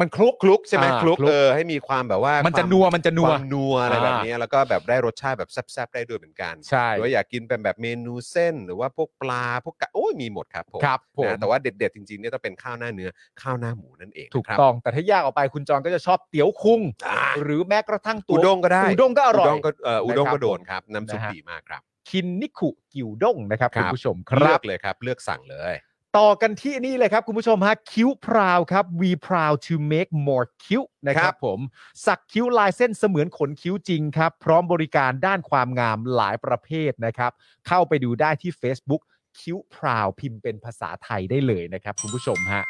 S4: มันคลุก
S2: คลุกใช่ไหม
S4: อ่า
S2: คลุก
S4: คลุก
S2: เออให้มีความแบบว่า
S4: มันจะ
S2: ควา
S4: นัวมันจะนั
S2: คว วามนัวอะไร
S4: อ่า
S2: แบบนี้แล้วก็แบบได้รสชาติแบบแซ่บๆได้ด้วยเหมือนกัน
S4: ใช่
S2: หรือว่าอยากกินเป็นแบบเมนูเส้น หรือว่าพวกปลาพวกกะโอ้ยมีหมดครับผม
S4: ครับผม
S2: นะแต่ว่าเด็ดๆจริงๆเนี่ยต้องเป็นข้าวหน้าเนื้อข้าวหน้าหมูนั่นเอง
S4: ถูก
S2: ครับ
S4: ต้องแต่ถ้ายากออกไปคุณจอนก็จะชอบเตี๋ยวคุง
S2: อ่า
S4: หรือแม้กระทั่งตั
S2: อุ
S4: ว
S2: ด้งก็ได้
S4: อุด้งก็อร่อย
S2: อุด้งก็เอ่ออุด้ง
S4: นะครับ
S2: ก็โดนครับน้ำซุป
S4: นะฮะ
S2: ดีมากครับ
S4: คินนิคุกิวด้งนะครับ
S2: ครั
S4: คุ
S2: บ
S4: ณผู้ชมค
S2: เลื
S4: รั
S2: อบ กเลยครับ เลือกสั่งเลย
S4: ต่อกันที่นี่เลยครับ คุณผู้ชมฮะคิ้วพราวครับ we proud to make more คิ้วนะ
S2: ค
S4: ค
S2: รั
S4: รับบ ผมสักคิ้วลายเส้นเสมือนขนคิ้วจริงครับ พร้อมบริการด้านความงามหลายประเภทนะครับ เข้าไปดูได้ที่ Facebook คิ้วพราวพิมพ์เป็นภาษาไทยได้เลยนะครับ คุณผู้ชมฮะ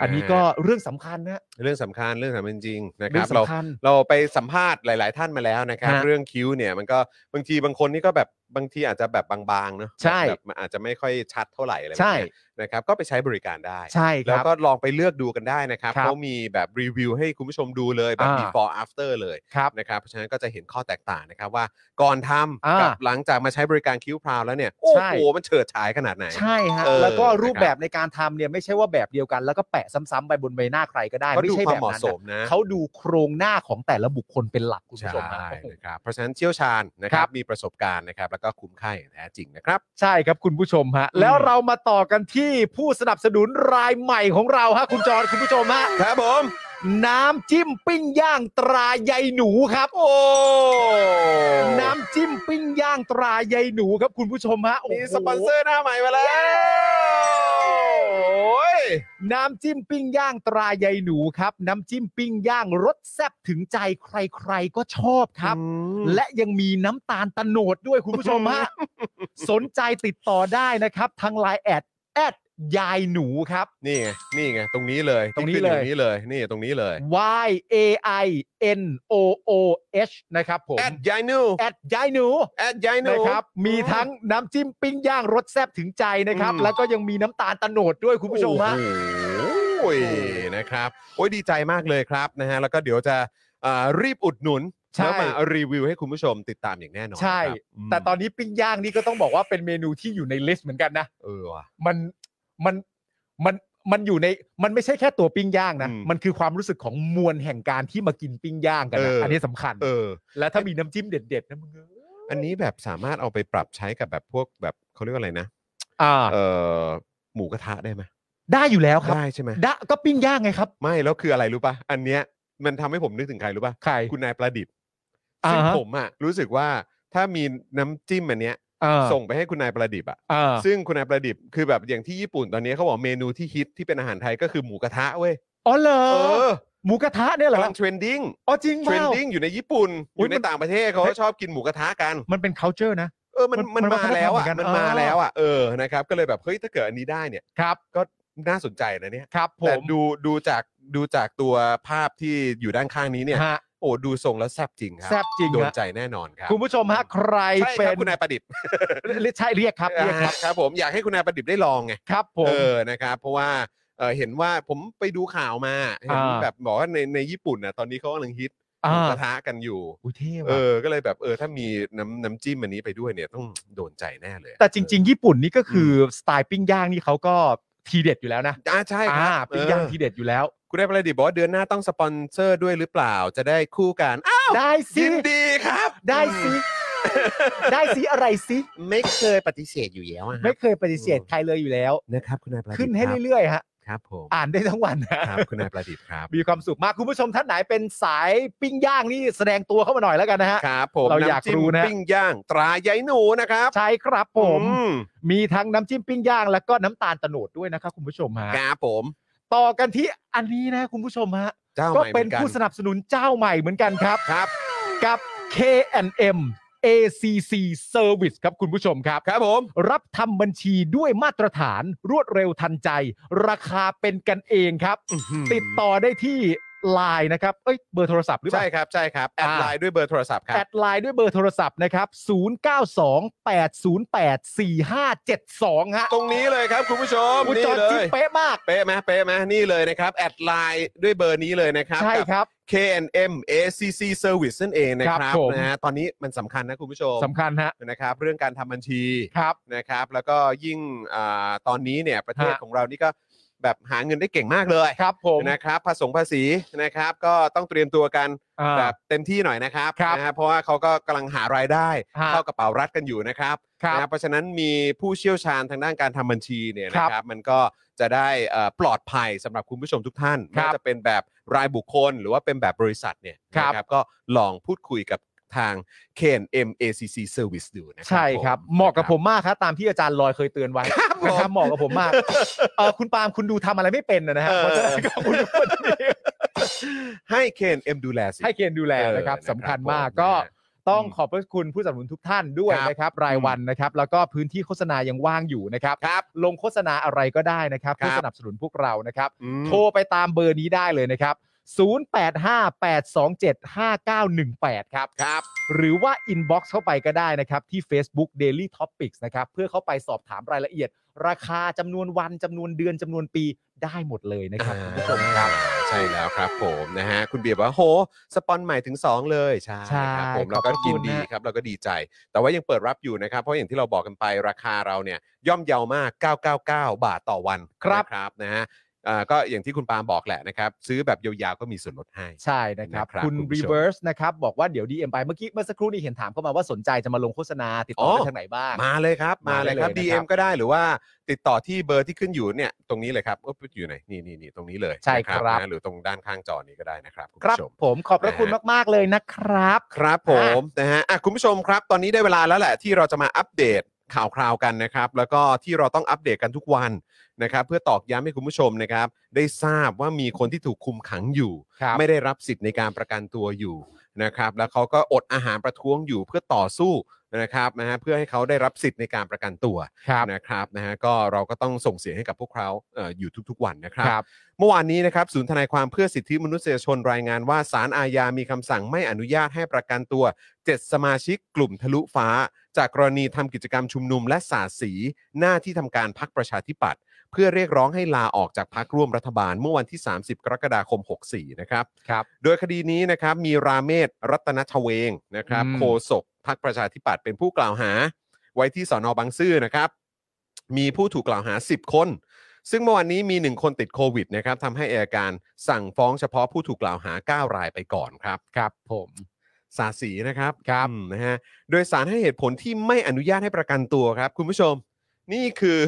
S4: อันนี้ก็เรื่องสำคัญนะ
S2: เรื่องสำคัญเรื่องสำคัญจริงๆนะค
S4: เรื่
S2: รั
S4: อบ ง
S2: เรา
S4: สำคัญ
S2: เราไปสัมภาษณ์หลาย ๆ ท่านมาแล้วนะครับ
S4: ฮะ
S2: เรื่องคิ้วเนี่ยมันก็บางทีบางคนนี่ก็แบบ บางทีอาจจะแบบบางๆเนอะ
S4: ใช่
S2: แบบมันอาจจะไม่ค่อยชัดเท่าไหร่อะไรแบบ
S4: ใช่
S2: เนี้ยนะครับก็ไปใช้บริการได้
S4: ใช่ค
S2: แล้ว
S4: รับ
S2: ก็ลองไปเลือกดูกันได้นะครับ
S4: ครับ
S2: เขามีแบบรีวิวให้คุณผู้ชมดูเลยแบบ
S4: อ่า
S2: before after เลย
S4: ครับ
S2: นะครับเพราะฉะนั้นก็จะเห็นข้อแตกต่างนะครับว่าก่อนท
S4: อ่า
S2: ำ
S4: กั
S2: กับหลังจากมาใช้บริการคิ้วพราวแล้วเนี่ยโอ้
S4: ใช่
S2: โหมันเฉิดฉายขนาดไหน
S4: ใช่ฮะ
S2: เออ
S4: แล้วก็รูปแบบในการทำเนี่ยไม่ใช่ว่าแบบเดียวกันแล้วก็แปะซ้ำๆไปบนใบหน้าใครก็ได้
S2: ก็
S4: ไม่
S2: ดู
S4: ใช่
S2: ควา
S4: แบ
S2: ม
S4: บ
S2: เหมาะ
S4: นั้น
S2: ส
S4: นะ
S2: มนะ
S4: เขาดูโครงหน้าของแต่ละบุคคลเป็นหลักคุณผู้ชมนะ
S2: ใช่
S4: โอ้โห
S2: นะครับเพราะฉะนั้นเชี่ยวชาญนะค
S4: ค
S2: รั
S4: รับ บ
S2: มีประสบการณ์นะครับ แล้วก็คุ้มค่าอย่างแท้จริงนะครับ
S4: ใช่ครับคุณผู้ชมฮะ แล้วเรามาต่อกันที่ผู้สนับสนุนรายใหม่ของเราฮะคุณจอนคุณผู้ชมฮะ
S2: ครับผม
S4: น้ำจิ้มปิ้งย่างตราใยหนูครับ
S2: โอ้
S4: น้ำจิ้มปิ้งย่างตราใยหนูครับคุณผู้ชมฮะโอ้โห
S2: มีสปอนเซอร์หน้าใหม่มาแล้วโอ้ย
S4: น้ำจิ้มปิ้งย่างตราใยหนูครับ น้ำจิ้มปิ้งย่างรสแซ่บถึงใจใครๆก็ชอบครับ
S2: อืม
S4: และยังมีน้ำตาลตะโหนดด้วยคุณผู้ชมฮะ สนใจติดต่อได้นะครับทางไลน์แอดแอดยายหนูครับ
S2: นี่ไง นี่ไง ตรงนี้เลย
S4: ตรงนี้
S2: ที่ขึ้
S4: เล
S2: อ
S4: ย
S2: ยู่นี้เลย นี่ตรงนี้เลย
S4: Y A I N O O H นะครับผม
S2: แอดยายนู
S4: แอดยายหนู
S2: แอดยายนู
S4: นะครับ มีทั้งน้ำจิ้มปิ้งย่างรสแซ่บถึงใจนะครับ
S2: อืม
S4: แล้วก็ยังมีน้ำตาลตะโหนดด้วยคุณผู้ชมฮะ
S2: โอ้ยนะครับ โอ้ยดีใจมากเลยครับนะฮะ แล้วก็เดี๋ยวจะเอ่อรีบอุดหนุน
S4: ใช่
S2: แล้วมารีวิวให้คุณผู้ชมติดตามอย่างแน่นอน
S4: ใช่
S2: ครับม
S4: แต่ตอนนี้ปิ้งย่างนี่ก็ต้องบอกว่าเป็นเมนูที่อยู่ในลิสต์เหมือนกันนะ
S2: เออว่ะ
S4: มันมันมันมันอยู่ในมันไม่ใช่แค่ตัวปิ้งย่างนะ
S2: อืม
S4: มันคือความรู้สึกของมวลแห่งการที่มากินปิ้งย่างกันนะ
S2: เอออั
S4: อันนี้สำคัญ
S2: เออ
S4: และถ้ามีน้ำจิ้มเด็ดๆนะมึงเอ้ย
S2: อันนี้แบบสามารถเอาไปปรับใช้กับแบบพวกแบบเขาเรียกว่าอะไรนะ
S4: อ่า
S2: เออหมูกระทะได้ไหม
S4: ได้อยู่แล้วครับ
S2: ได้ใช่ไหม
S4: ดะก็ปิ้งย่างไงครับ
S2: ไม่แล้วคืออะไรรู้ป่ะ อันเนี้ยมันทำให้ผมนึกถึงใครรู้ป่ะ
S4: ไข่
S2: คุณนายประดิษฐ์ซึ่ง
S4: อ่าฮะ
S2: ผมอ่ะรู้สึกว่าถ้ามีน้ำจิ้มอันเนี้ยส่งไปให้คุณนายประดิษฐ์อ่ะ
S4: อ่า
S2: ซึ่งคุณนายประดิษฐ์คือแบบอย่างที่ญี่ปุ่นตอนนี้เขาบอกเมนูที่ฮิตที่เป็นอาหารไทยก็คือหมูกระทะเว้ย
S4: อ๋อเหรอ
S2: เออ
S4: หมูกระทะเนี่ยเหรอก
S2: ำลังเทรนดิ้ง
S4: อ๋อจริง
S2: เท
S4: เป
S2: รน
S4: ล่า
S2: ดิ้งอยู่ในญี่ปุ่นอ
S4: อุ๊ย
S2: ยู่ใน
S4: มัน
S2: ต่างประเทศเขาก็ชอบกินหมูกระทะกัน
S4: มันเป็น culture นะ
S2: เออมัน
S4: มัน
S2: มัน
S4: มัน
S2: มาแล้วอ่ะ
S4: วัฒนธรรมเหมือนกัน
S2: มันมา
S4: อ่า
S2: แล้วอ่ะเออนะครับ ก็เลยแบบเฮ้ยถ้าเกิดอันนี้ได้เนี่ย
S4: ครับ
S2: ก็น่าสนใจนะเนี่ย
S4: ครับผ
S2: แต่
S4: ม
S2: ดูดูจากดูจากตัวภาพที่อยู่ด้านข้างนี้เนี่ย
S4: ฮะ
S2: โอ้ดูทรงแล้วแซบจริงครั
S4: แซบจริง
S2: โดน
S4: ฮะ
S2: ใจแน่นอนครับ
S4: คุณผู้ชมฮะใคร
S2: ใช่ค
S4: เป็
S2: รับ
S4: น
S2: คุณนายประดิษฐ์
S4: ใช่เรียกครับเรียกครับ
S2: อ่า ครับผมอยากให้คุณนายประดิษฐ์ได้ลองไง
S4: ครับผม
S2: เออนะครับ เพราะว่าเออเห็นว่าผมไปดูข่าวมาเห็น
S4: อ่า
S2: แบบบอกว่าในในญี่ปุ่นนะตอนนี้เขากำลังฮิตห
S4: อ่า
S2: มูกระทะกันอยู่
S4: อุ้ยเท่
S2: เอ
S4: ว่ะ
S2: อก็เลยแบบเออถ้ามีน้ำน้ำจิ้มอันนี้ไปด้วยเนี่ยต้องโดนใจแน่เลย
S4: แต่จริง ๆ ญี่ปุ่นนี่ก็คืออสไตล์ปิ้งย่างนี่เขาก็ทีเด็ดอยู่แล้วนะ
S2: ๆอ่าใช่ครั
S4: อ่า
S2: บ
S4: ปิ้งย่าง
S2: เออ
S4: ทีเด็ดอยู่แล้ว
S2: คุณได้ประดิษฐ์บอกว่าเดือนหน้าต้องสปอนเซอร์ด้วยหรือเปล่าจะได้คู่กันอ้าว
S4: ได้สิ
S2: ยินดีครับ
S4: ได้สิได้สิอะไรสิ
S2: ไม่เคยปฏิเสธอยู่แล้วอะฮะ
S4: ไม่เคยปฏิเสธใครเลยอยู่แล้ว
S2: นะครับคุณนายประดิษฐ์
S4: ขึ้นให้
S2: ครับ
S4: เรื่อยๆฮะ
S2: ครับผม
S4: อ่านได้ทั้งวันนะครับ
S2: คุณนายประดิษฐ์ครับ
S4: มีความสุขมากคุณผู้ชมท่านไหนเป็นสายปิ้งย่างนี่แสดงตัวเข้ามาหน่อยแล้วกันนะฮะ
S2: ครับผม
S4: เราอยาก
S2: น้ำจิ้ม
S4: รู้นะ
S2: ปิ้งย่างตรายายหนูนะครับ
S4: ใช่ครับผม
S2: อื
S4: มีทั้งน้ำจิ้มปิ้งย่างแล้วก็น้ำตาลตะโหนดด้วยนะครับคุณผู้ชมฮะ
S2: ครับผม
S4: ต่อกันที่อันนี้นะคุณผู้ชมฮะ
S2: เจ้า
S4: ก็
S2: ใหม่เห
S4: เป็
S2: มื
S4: น
S2: อนกัน
S4: ผู้สนับสนุนเจ้าใหม่เหมือนกันครับ
S2: ครับ
S4: กับ K&M ACC Service ครับคุณผู้ชมครับ
S2: ครับผม
S4: รับทำบัญชีด้วยมาตรฐานรวดเร็วทันใจ ราคาเป็นกันเองครับ ติดต่อได้ที่ไลน์นะครับ เอ้ยเบอร์โทรศัพท์หรือเป
S2: ใช่
S4: ล่า
S2: ครับใช่ครับแอด
S4: อ่า
S2: ไลน์ด้วยเบอร์โทรศัพท์ครั
S4: แอบ ดไลน์ด้วยเบอร์โทรศัพท์นะครับ 0928084572 ฮะ
S2: ตรงนี้เลยครับคุณผู้ชม
S4: คุณ
S2: นี่
S4: จอห์น
S2: เล
S4: จิ๊บ
S2: ย
S4: เป๊ะมาก
S2: เป๊ะไหมเป๊ะไหมนี่เลยนะครับแอดไลน์ด้วยเบอร์นี้เลยนะครับ
S4: ใช่
S2: กับ
S4: ครับ
S2: KNM ACC Service นั่นเองนะค
S4: ครั
S2: รับบ
S4: ผม
S2: นะฮะตอนนี้มันสำคัญนะคุณผู้ชม
S4: สำคัญฮะ
S2: นะครับ เรื่องการทำบัญชี
S4: ครับ
S2: นะครับ แล้วก็ยิ่งอาตอนนี้เนี่ยประเทศ
S4: ฮะ
S2: ของเรานี่ก็แบบหาเงินได้เก่งมากเลย
S4: ครับผม
S2: นะครับผสมภาษีนะครับ ก็ต้องเตรียมตัวกัน
S4: อ่า
S2: แบบเต็มที่หน่อยนะครับ
S4: ครับ
S2: นะฮะเพราะว่าเขาก็กำลังหารายได้
S4: ฮะ
S2: เข้ากระเป๋ารัฐกันอยู่นะครับ
S4: ครับ
S2: นะเพราะฉะนั้นมีผู้เชี่ยวชาญทางด้านการทำบัญชีเนี่ย
S4: ค
S2: นะ
S4: รับ
S2: ครับมันก็จะได้เอ่อปลอดภัยสำหรับคุณผู้ชมทุกท่าน
S4: ครั
S2: ไม่
S4: บ
S2: ว่าจะเป็นแบบรายบุคคล หรือว่าเป็นแบบบริษัทเนี่ย
S4: ครับ
S2: นะครับก็ลองพูดคุยกับทาง KNM ACC Service ดูนะครั
S4: ใช่ครับ
S2: ผ
S4: เหมาะกับ
S2: น
S4: ผมมากครับ ตามที่อาจารย์ลอยเคยเตือนไว้
S2: ครับผม
S4: นะครับเหมาะกับผม มากเออคุณปาล์มคุณดูทำอะไรไม่เป็นนะฮะ
S2: เออ
S4: เพราะฉะนั้นก็คุณคนนี้
S2: ให้ KNM ดูแลสิ
S4: ให้เคนดูแลนะครับ
S2: เออนะครับ
S4: สำคัญมาก
S2: ผม
S4: ก็
S2: นะฮะ
S4: ต้อง
S2: อืม
S4: ขอบพระคุณผู้สนับสนุนทุกท่านด้วย
S2: ครับ
S4: นะครับ รายวันนะครับ แล้วก็พื้นที่โฆษณายังว่างอยู่นะครับ
S2: ครับ
S4: ลงโฆษณาอะไรก็ได้นะครับ
S2: ครับ
S4: ผู้สนับสนุนพวกเรานะครับ
S2: อืม
S4: โทรไปตามเบอร์นี้ได้เลยนะครับ 0858275918 ครับ
S2: ครับ
S4: หรือว่า inbox เข้าไปก็ได้นะครับ ที่ Facebook Daily Topics นะครับ เพื่อเข้าไปสอบถามรายละเอียด ราคาจำนวนวันจำนวนเดือนจำนวนปีได้หมดเลยนะครับคุณผู้ชมครับ
S2: ใช่แล้วครับผมนะฮะคุณเบียร์บอกว่าโห สปอนใหม่ถึง 2 เลยใช่
S4: ใช่
S2: ครับผม
S4: ข
S2: เรา
S4: อบพ
S2: ก็
S4: ระ
S2: กิน
S4: คุณ
S2: ดี
S4: ฮะ
S2: ครับเราก็ดีใจ แต่ว่ายังเปิดรับอยู่นะครับ เพราะอย่างที่เราบอกกันไปราคาเราเนี่ยย่อมเยาวมาก 999 บาทต่อวันนะครับนะฮะอ่าก็อย่างที่คุณปาล์มบอกแหละนะครับ ซื้อแบบยาวๆก็มีส่วนลดให้
S4: ใช่นะครับ
S2: นะครับ
S4: คุณ
S2: คุณผู้ชม
S4: Reverse นะครับ บอกว่าเดี๋ยว DM ไปเมื่อกี้เมื่อสักครู่นี้เห็นถามเข้ามาว่าสนใจจะมาลงโฆษณาติดต่
S2: อ
S4: อได้ทางไหนบ้าง
S2: มาเลยครับมาเลยครับ
S4: มาได้เลยนะครับ
S2: DM ก็ได้หรือว่าติดต่อที่เบอร์ที่ขึ้นอยู่เนี่ยตรงนี้เลยครับอุ๊ยอยู่ไหนนี่นี่นี่ตรงนี้เลย
S4: ใช่ครับ
S2: นะหรือตรงด้านข้างจอนี้ก็ได้นะครับคุณ
S4: ครับ
S2: ผู้ชม
S4: ผมขอบพระคุณ
S2: นะฮะ
S4: มาก ๆ เลยนะครับ
S2: ครับผมนะฮะอ่ะคุณผู้ชมครับ ตอนนี้ได้เวลาแล้วแหละที่เราจะมาอัปเดตข่าวคราวกันนะครับ แล้วก็ที่เราต้องอัปเดตกันทุกวันนะครับ เพื่อตอกย้ำให้คุณผู้ชมนะครับ ได้ทราบว่ามีคนที่ถูกคุมขังอยู่
S4: ครับ
S2: ไม่ได้รับสิทธิ์ในการประกันตัวอยู่นะครับ แล้วเขาก็อดอาหารประท้วงอยู่เพื่อต่อสู้นะครับนะฮะเพื่อให้เขาได้รับสิทธิ์ในการประกันตัว
S4: ครับ
S2: นะครับนะฮะก็เราก็ต้องส่งเสียงให้กับพวกเขาเอ่ออยู่ทุกๆ วันนะครับ
S4: ครับ
S2: เมื่อวานนี้นะครับศูนย์ทนายความเพื่อสิทธิมนุษยชนรายงานว่าศาลอาญามีคำสั่งไม่อนุญาตให้ประกันตัว 7 สมาชิกกลุ่มทะลุฟ้า จากกรณีทำกิจกรรมชุมนุมและสาดสี หน้าที่ทำการพักประชาธิปัตย์เพื่อเรียกร้องให้ลาออกจากพักร่วมรัฐบาลเมื่อวันที่ 30 กรกฎาคม 64 นะครับ
S4: ครับ
S2: โดยคดีนี้นะครับมีราเมศรัตนชเวงนะครับ
S4: อืม
S2: โฆษกพักประชาธิปัตย์เป็นผู้กล่าวหา ไว้ที่สอนอบางซื่อนะครับ มีผู้ถูกกล่าวหา 10 คน ซึ่งเมื่อวันนี้มี 1 คนติดโควิดนะครับทำให้อาการสั่งฟ้องเฉพาะผู้ถูกกล่าวหา 9 รายไปก่อนครับ
S4: ครับผม
S2: สาสีนะครับ
S4: ครับ
S2: อืมนะฮะโดยสารให้เหตุผลที่ไม่อนุญาตให้ประกันตัวครับ คุณผู้ชม นี่คือ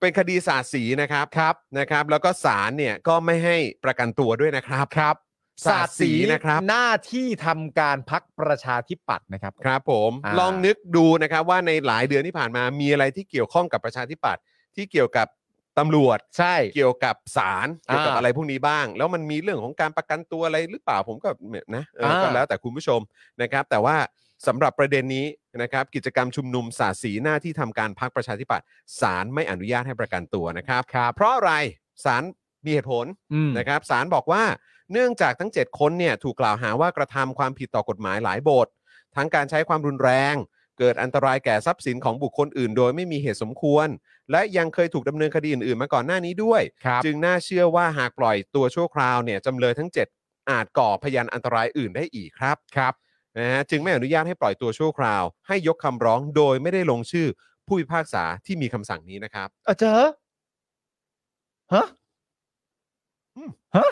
S2: เป็นคดีสาสีนะครับ
S4: ครับ
S2: นะครับ แล้วก็สารเนี่ยก็ไม่ให้ประกันตัวด้วยนะครับ
S4: ครับ
S2: สาสีนะครับ
S4: หน้าที่ทำการพักประชาธิปัตย์นะครับ
S2: ครับผม
S4: อ่า
S2: ลองนึกดูนะครับว่าในหลายเดือนที่ผ่านมามีอะไรที่เกี่ยวข้องกับประชาธิปัตย์ที่เกี่ยวกับตำรวจ
S4: ใช่
S2: เกี่ยวกับศาลเกี่ยวกับ
S4: อ่า
S2: อะไรพวกนี้บ้าง แล้วมันมีเรื่องของการประกันตัวอะไรหรือเปล่าผมก็ไม่นะเอออา ก็แล้วแต่คุณผู้ชมนะครับ แต่ว่าสำหรับประเด็นนี้นะครับกิจกรรมชุมนุมสาดสีหน้าที่ทำการพักประชาธิปัตย์ศาลไม่อนุญาตให้ประกันตัวนะครับ
S4: ครับ
S2: เพราะอะไรศาลมีเหตุผล
S4: อืม
S2: นะครับศาลบอกว่าเนื่องจากทั้ง 7 คนเนี่ยถูกกล่าวหาว่ากระทำความผิดต่อกฎหมายหลายบท ทั้งการใช้ความรุนแรง เกิดอันตรายแก่ทรัพย์สินของบุคคลอื่น โดยไม่มีเหตุสมควร และยังเคยถูกดำเนินคดีอื่นๆมาก่อนหน้านี้ด้วย
S4: ครับ
S2: จึงน่าเชื่อว่าหากปล่อยตัวชั่วคราวเนี่ยจำเลยทั้ง 7 อาจก่อพยานอันตรายอื่นได้อีกครับ
S4: ครับ
S2: นะฮะจึงไม่อนุญาตให้ปล่อยตัวชั่วคราว ให้ยกคำร้องโดยไม่ได้ลงชื่อผู้พิพากษาที่มีคำสั่งนี้นะครับ
S4: เออเจอฮะ
S2: อืม
S4: ฮะ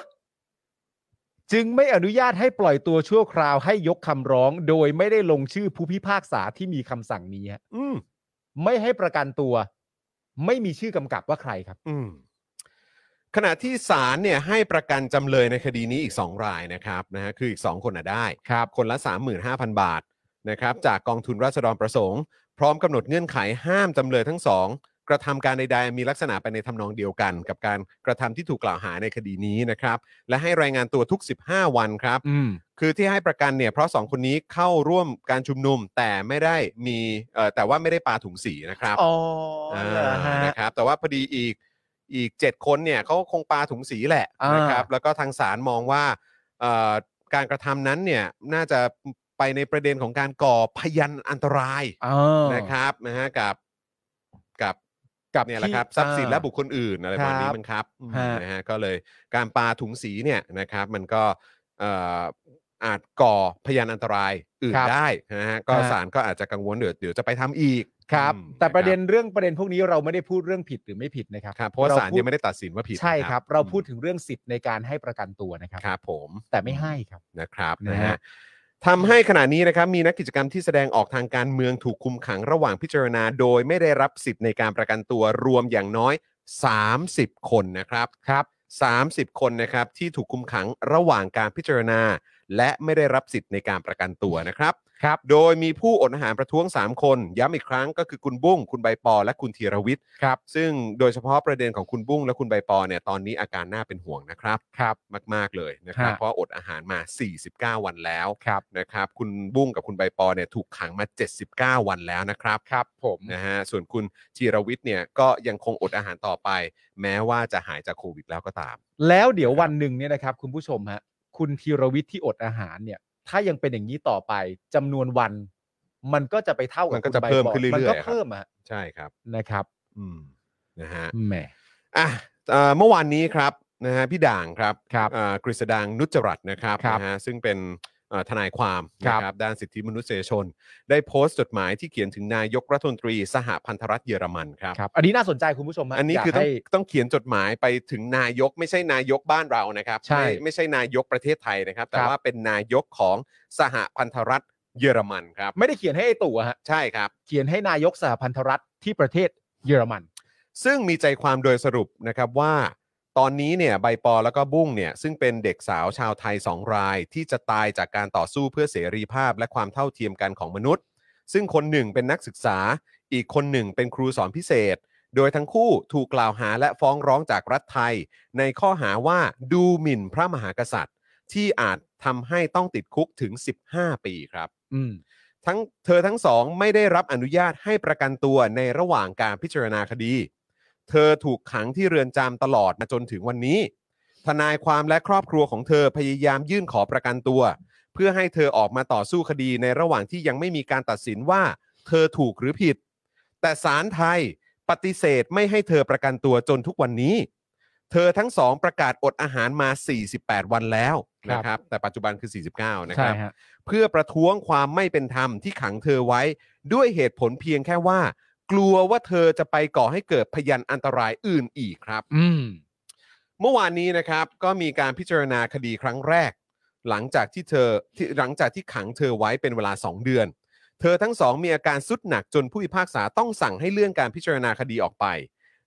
S4: จึงไม่อนุญาตให้ปล่อยตัวชั่วคราวให้ยกคำร้อง โดยไม่ได้ลงชื่อผู้พิพากษาที่มีคำสั่งนี้ฮะ
S2: อืม
S4: ไม่ให้ประกันตัว ไม่มีชื่อกำกับว่าใครครับ
S2: อืมขณะที่ศาลเนี่ยให้ประกันจำเลยในคดีนี้อีก 2 รายนะครับนะฮะคืออีก 2 คนน่ะได้
S4: ครับ
S2: คนละ 35,000 บาทนะครับจากกองทุนราษฎรประสงค์ พร้อมกำหนดเงื่อนไขห้ามจำเลยทั้งสองกระทำการใดๆมีลักษณะไปในทำนองเดียวกัน กับการกระทำที่ถูกกล่าวหาในคดีนี้นะครับ และให้รายงานตัวทุก 15 วันครับ
S4: อืม
S2: คือที่ให้ประกันเนี่ยเพราะ 2 คนนี้เข้าร่วมการชุมนุมแต่ไม่ได้มีเอ่อแต่ว่าไม่ได้ปาถุงสีนะครับ
S4: อ๋อ
S2: อ่า
S4: เหรอฮะ
S2: นะครับแต่ว่าพอดีอีกอีก 7 คนเนี่ยเขาคงปาถุงสีแหละ
S4: อ่าน
S2: นะครับแล้วก็ทางศาลมองว่าเอ่อการกระทำนั้นเนี่ยน่าจะไปในประเด็นของการก่อพยันอันตรายนะครับนะฮะกับกับ
S4: กับ
S2: เนี่ยแหละ
S4: ที่
S2: ครับทรัพย์สิน
S4: อ่า
S2: และบุคคลอื่นอะไรประมาณนี้
S4: ครับ
S2: มั้งครับอืม
S4: ฮะ
S2: นะฮะก็เลยการปาถุงสีเนี่ยนะครับมันก็เอ่ออาจก่อพยานอันตรายอื่นได้นะฮะก็ศาลก็อาจจะกังวลเดี๋ยวเดี๋ยวจะไปทำอีก
S4: ครับ
S2: อืม
S4: แต่ประ
S2: คบ
S4: เด็นเรื่องประเด็นพวกนี้เราไม่ได้พูดเรื่องผิดหรือไม่ผิดนะครับ
S2: ครับเพราะว่าศาล
S4: พู
S2: ยังไม่ได้ตัดสินว่าผิด
S4: ใช่
S2: นะครับ
S4: เรา
S2: อืม
S4: พูดถึงเรื่องสิทธิ์ในการให้ประกันตัวนะครับ
S2: ครับผม
S4: แต่ไม่ให้ครับ
S2: นะครับ
S4: นะ
S2: นะ
S4: ฮะ
S2: ฮะทำให้ขณะนี้นะครับมีนักกิจกรรมที่แสดงออกทางการเมืองถูกคุมขังระหว่างพิจารณา โดยไม่ได้รับสิทธิ์ในการประกันตัวรวมอย่างน้อย 30 คนนะครับ
S4: ครับ
S2: 30 คนนะครับที่ถูกคุมขังระหว่างการพิจารณา และไม่ได้รับสิทธิ์ในการประกันตัวนะครับ
S4: ครับ
S2: โดยมีผู้อดอาหารประท้วง 3 คน ย้ำอีกครั้งก็คือคุณบุ้ง คุณใบปอ และคุณธีรวิทย์
S4: ครับ
S2: ซึ่งโดยเฉพาะประเด็นของคุณบุ้งและคุณใบปอเนี่ยตอนนี้อาการน่าเป็นห่วงนะครับ
S4: ครับ
S2: มาก ๆ เลยนะครับ
S4: ฮะ
S2: เพราะอดอาหารมา 49 วันแล้ว
S4: ครับ
S2: นะครับ คุณบุ้งกับคุณใบปอเนี่ยถูกขังมา 79 วันแล้วนะครับ
S4: ครับผม
S2: นะฮะส่วนคุณธีรวิทย์เนี่ยก็ยังคงอดอาหารต่อไป แม้ว่าจะหายจากโควิดแล้วก็ตาม
S4: แล้วเดี๋ยววันหนึ่งเนี่ยนะครับคุณผู้ชมฮะคุณธีรวิทย์ที่อดอาหารเนี่ย ถ้ายังเป็นอย่างนี้ต่อไปจำนวนวัน มันก็จะไปเท่ากับ
S2: มันก็จะ
S4: คุณใบ
S2: เพิ่ม
S4: ป
S2: ขึ้นเรื่อยๆ
S4: มันก็
S2: ครับ
S4: เพิ่มอะ
S2: ใช่ครับ
S4: นะครับ
S2: อืมนะฮะ
S4: แหม
S2: อ่ะเอ่อเมื่อวานนี้ครับนะฮะพี่ด่างครับ
S4: ครับ
S2: เอ่อกฤษดางนุจจรัตน์นะครับ
S4: ครับ
S2: นะฮะซึ่งเป็นเอ่อทนายความ
S4: ครั
S2: นะ
S4: บ
S2: ครับด้านสิทธิมนุษยชน ได้โพสต์จดหมายที่เขียนถึงนายกรัฐมนตรี สหพันธรัฐเยอรมันครับ
S4: ครับ อันนี้น่าสนใจคุณผู้ชมฮะ
S2: อันนี้
S4: ยาก
S2: คือต้อง
S4: ให้
S2: ต้องเขียนจดหมายไปถึงนายกไม่ใช่นายกบ้านเรานะครับ
S4: ใช่
S2: ไม่ไม่ใช่นายกประเทศไทยนะครับ แต่
S4: ครับ
S2: ว่าเป็นนายกของสหพันธรัฐเยอรมันครับ
S4: ไม่ได้เขียนให้ไอ้ตู่อะฮะ
S2: ใช่ครับ
S4: เขียนให้นายกสหพันธรัฐที่ประเทศเยอรมัน
S2: ซึ่งมีใจความโดยสรุปนะครับว่า ตอนนี้เนี่ยใบปอแล้วก็บุ้งเนี่ยซึ่งเป็นเด็กสาวชาวไทย 2 ราย ที่จะตายจากการต่อสู้เพื่อเสรีภาพและความเท่าเทียมกันของมนุษย์ ซึ่งคนหนึ่งเป็นนักศึกษา อีกคนหนึ่งเป็นครูสอนพิเศษ โดยทั้งคู่ถูกกล่าวหาและฟ้องร้องจากรัฐไทย ในข้อหาว่าดูหมิ่นพระมหากษัตริย์ ที่อาจทำให้ต้องติดคุกถึง 15 ปีครับ
S4: อืม
S2: ทั้งเธอทั้งสองไม่ได้รับอนุญาตให้ประกันตัวในระหว่างการพิจารณาคดี เธอถูกขังที่เรือนจำตลอดมาจนถึงวันนี้ ทนายความและครอบครัวของเธอพยายามยื่นขอประกันตัว เพื่อให้เธอออกมาต่อสู้คดีในระหว่างที่ยังไม่มีการตัดสินว่า เธอถูกหรือผิด แต่ศาลไทยปฏิเสธไม่ให้เธอประกันตัวจนทุกวันนี้ เธอทั้งสองประกาศอดอาหารมา 48 วันแล้ว
S4: ครับ
S2: นะครับ แต่ปัจจุบันคือ 49 นะค
S4: ใช่
S2: รับ
S4: ฮะ
S2: เพื่อประท้วงความไม่เป็นธรรมที่ขังเธอไว้ ด้วยเหตุผลเพียงแค่ว่า กลัวว่าเธอจะไปก่อให้เกิดพยันอันตรายอื่นอีกครับ
S4: อืม
S2: เมื่อวานนี้นะครับก็มีการพิจารณาคดีครั้งแรก หลังจากที่เธอที่หลังจากที่ขังเธอไว้เป็นเวลา 2 เดือน เธอทั้งสองมีอาการสุดหนักจนผู้พิพากษาต้องสั่งให้เลื่อนการพิจารณาคดีออกไป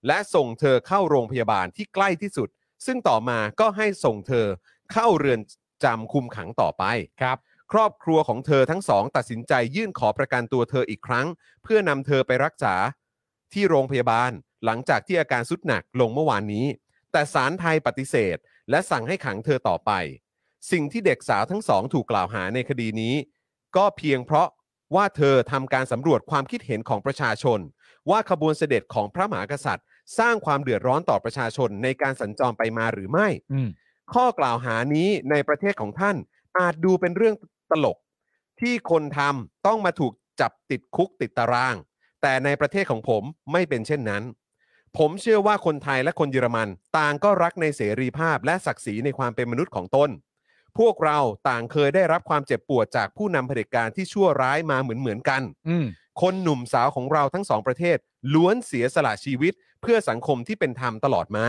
S2: และส่งเธอเข้าโรงพยาบาลที่ใกล้ที่สุด ซึ่งต่อมาก็ให้ส่งเธอเข้าเรือนจำคุมขังต่อไป
S4: ครับ
S2: ครอบครัวของเธอทั้งสอง ตัดสินใจยื่นขอประกันตัวเธออีกครั้ง เพื่อนำเธอไปรักษาที่โรงพยาบาล หลังจากที่อาการสุดหนักลงเมื่อวานนี้ แต่ศาลไทยปฏิเสธ และสั่งให้ขังเธอต่อไป สิ่งที่เด็กสาวทั้งสองถูกกล่าวหาในคดีนี้ ก็เพียงเพราะว่าเธอทำการสำรวจความคิดเห็นของประชาชน ว่าขบวนเสด็จของพระมหากษัตริย์ สร้างความเดือดร้อนต่อประชาชนในการสัญจรไปมาหรือไม่
S4: อืม
S2: ข้อกล่าวหานี้ในประเทศของท่านอาจดูเป็นเรื่องตลก ที่คนทำต้องมาถูกจับติดคุกติดตาราง แต่ในประเทศของผมไม่เป็นเช่นนั้น ผมเชื่อว่าคนไทยและคนเยอรมันต่างก็รักในเสรีภาพและศักดิ์ศรีในความเป็นมนุษย์ของตน พวกเราต่างเคยได้รับความเจ็บปวดจากผู้นำเผด็จการที่ชั่วร้ายมาเหมือนเหมือนๆกัน
S4: อืม
S2: คนหนุ่มสาวของเราทั้งสองประเทศ ล้วนเสียสละชีวิตเพื่อสังคมที่เป็นธรรมตลอดมา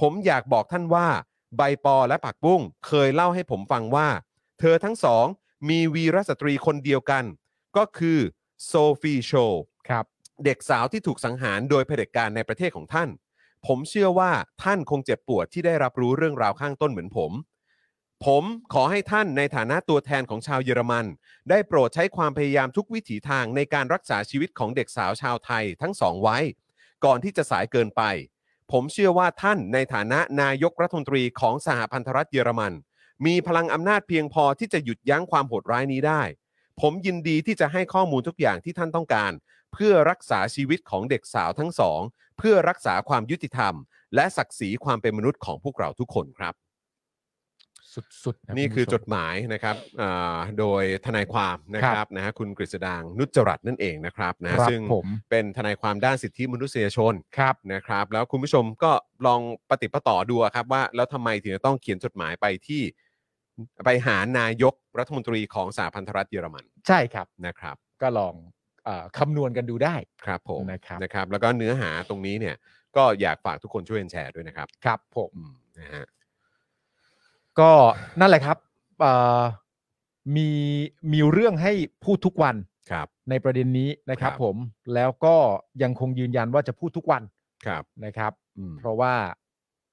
S2: ผมอยากบอกท่านว่า ใบปอและปักบุ้งเคยเล่าให้ผมฟังว่า เธอทั้งสองมีวีรสตรีคนเดียวกัน ก็คือโซฟีโช
S4: ครับ
S2: เด็กสาวที่ถูกสังหารโดยเผด็จการในประเทศของท่าน ผมเชื่อว่าท่านคงเจ็บปวดที่ได้รับรู้เรื่องราวข้างต้นเหมือนผม ผมขอให้ท่านในฐานะตัวแทนของชาวเยอรมัน ได้โปรดใช้ความพยายามทุกวิถีทางในการรักษาชีวิตของเด็กสาวชาวไทยทั้งสองไว้ ก่อนที่จะสายเกินไป ผมเชื่อว่าท่านในฐานะนายกรัฐมนตรีของสหพันธรัฐเยอรมัน มีพลังอำนาจเพียงพอที่จะหยุดยั้งความโหดร้ายนี้ได้ ผมยินดีที่จะให้ข้อมูลทุกอย่างที่ท่านต้องการ เพื่อรักษาชีวิตของเด็กสาวทั้งสอง เพื่อรักษาความยุติธรรม และศักดิ์ศรีความเป็นมนุษย์ของพวกเราทุกคนครับ
S4: สุดๆะ
S2: นี่คือ
S4: ณ
S2: จ
S4: ผู้ชม
S2: ดหมายนะครับอ่าโดยทนายความนะค
S4: ครั
S2: รับบ นะฮะคุณกฤษดางนุจจรัตน์นั่นเองนะครับนะฮะ
S4: ครับ
S2: ซึ่ง
S4: ผม
S2: เป็นทนายความด้านสิทธิมนุษยชน
S4: ครับ
S2: นะครับ แล้วคุณผู้ชมก็ลองปฏิดปะต่อดูอะครับว่า แล้วทำไมถึงจะต้องเขียนจดหมายไปที่ ไปหานายกรัฐมนตรีของสหพันธรัฐเยอรมัน
S4: ใช่ครับ
S2: นะครับ
S4: ก็ลองเออคำนวณกันดูได้
S2: ครับผม
S4: นะครับ
S2: นะครับ แล้วก็เนื้อหาตรงนี้เนี่ย ก็อยากฝากทุกคนช่วยกันแชร์ด้วยนะครับ
S4: ครับผม
S2: อืมนะฮะ
S4: ก็นั่นแหละครับเอ่อมีมีเรื่องให้พูดทุกวัน
S2: ครับ
S4: ในประเด็นนี้นะครับ
S2: ครับ
S4: ผมแล้วก็ยังคงยืนยันว่าจะพูดทุกวัน
S2: ครับ
S4: นะครับ
S2: อืม
S4: เพราะว่า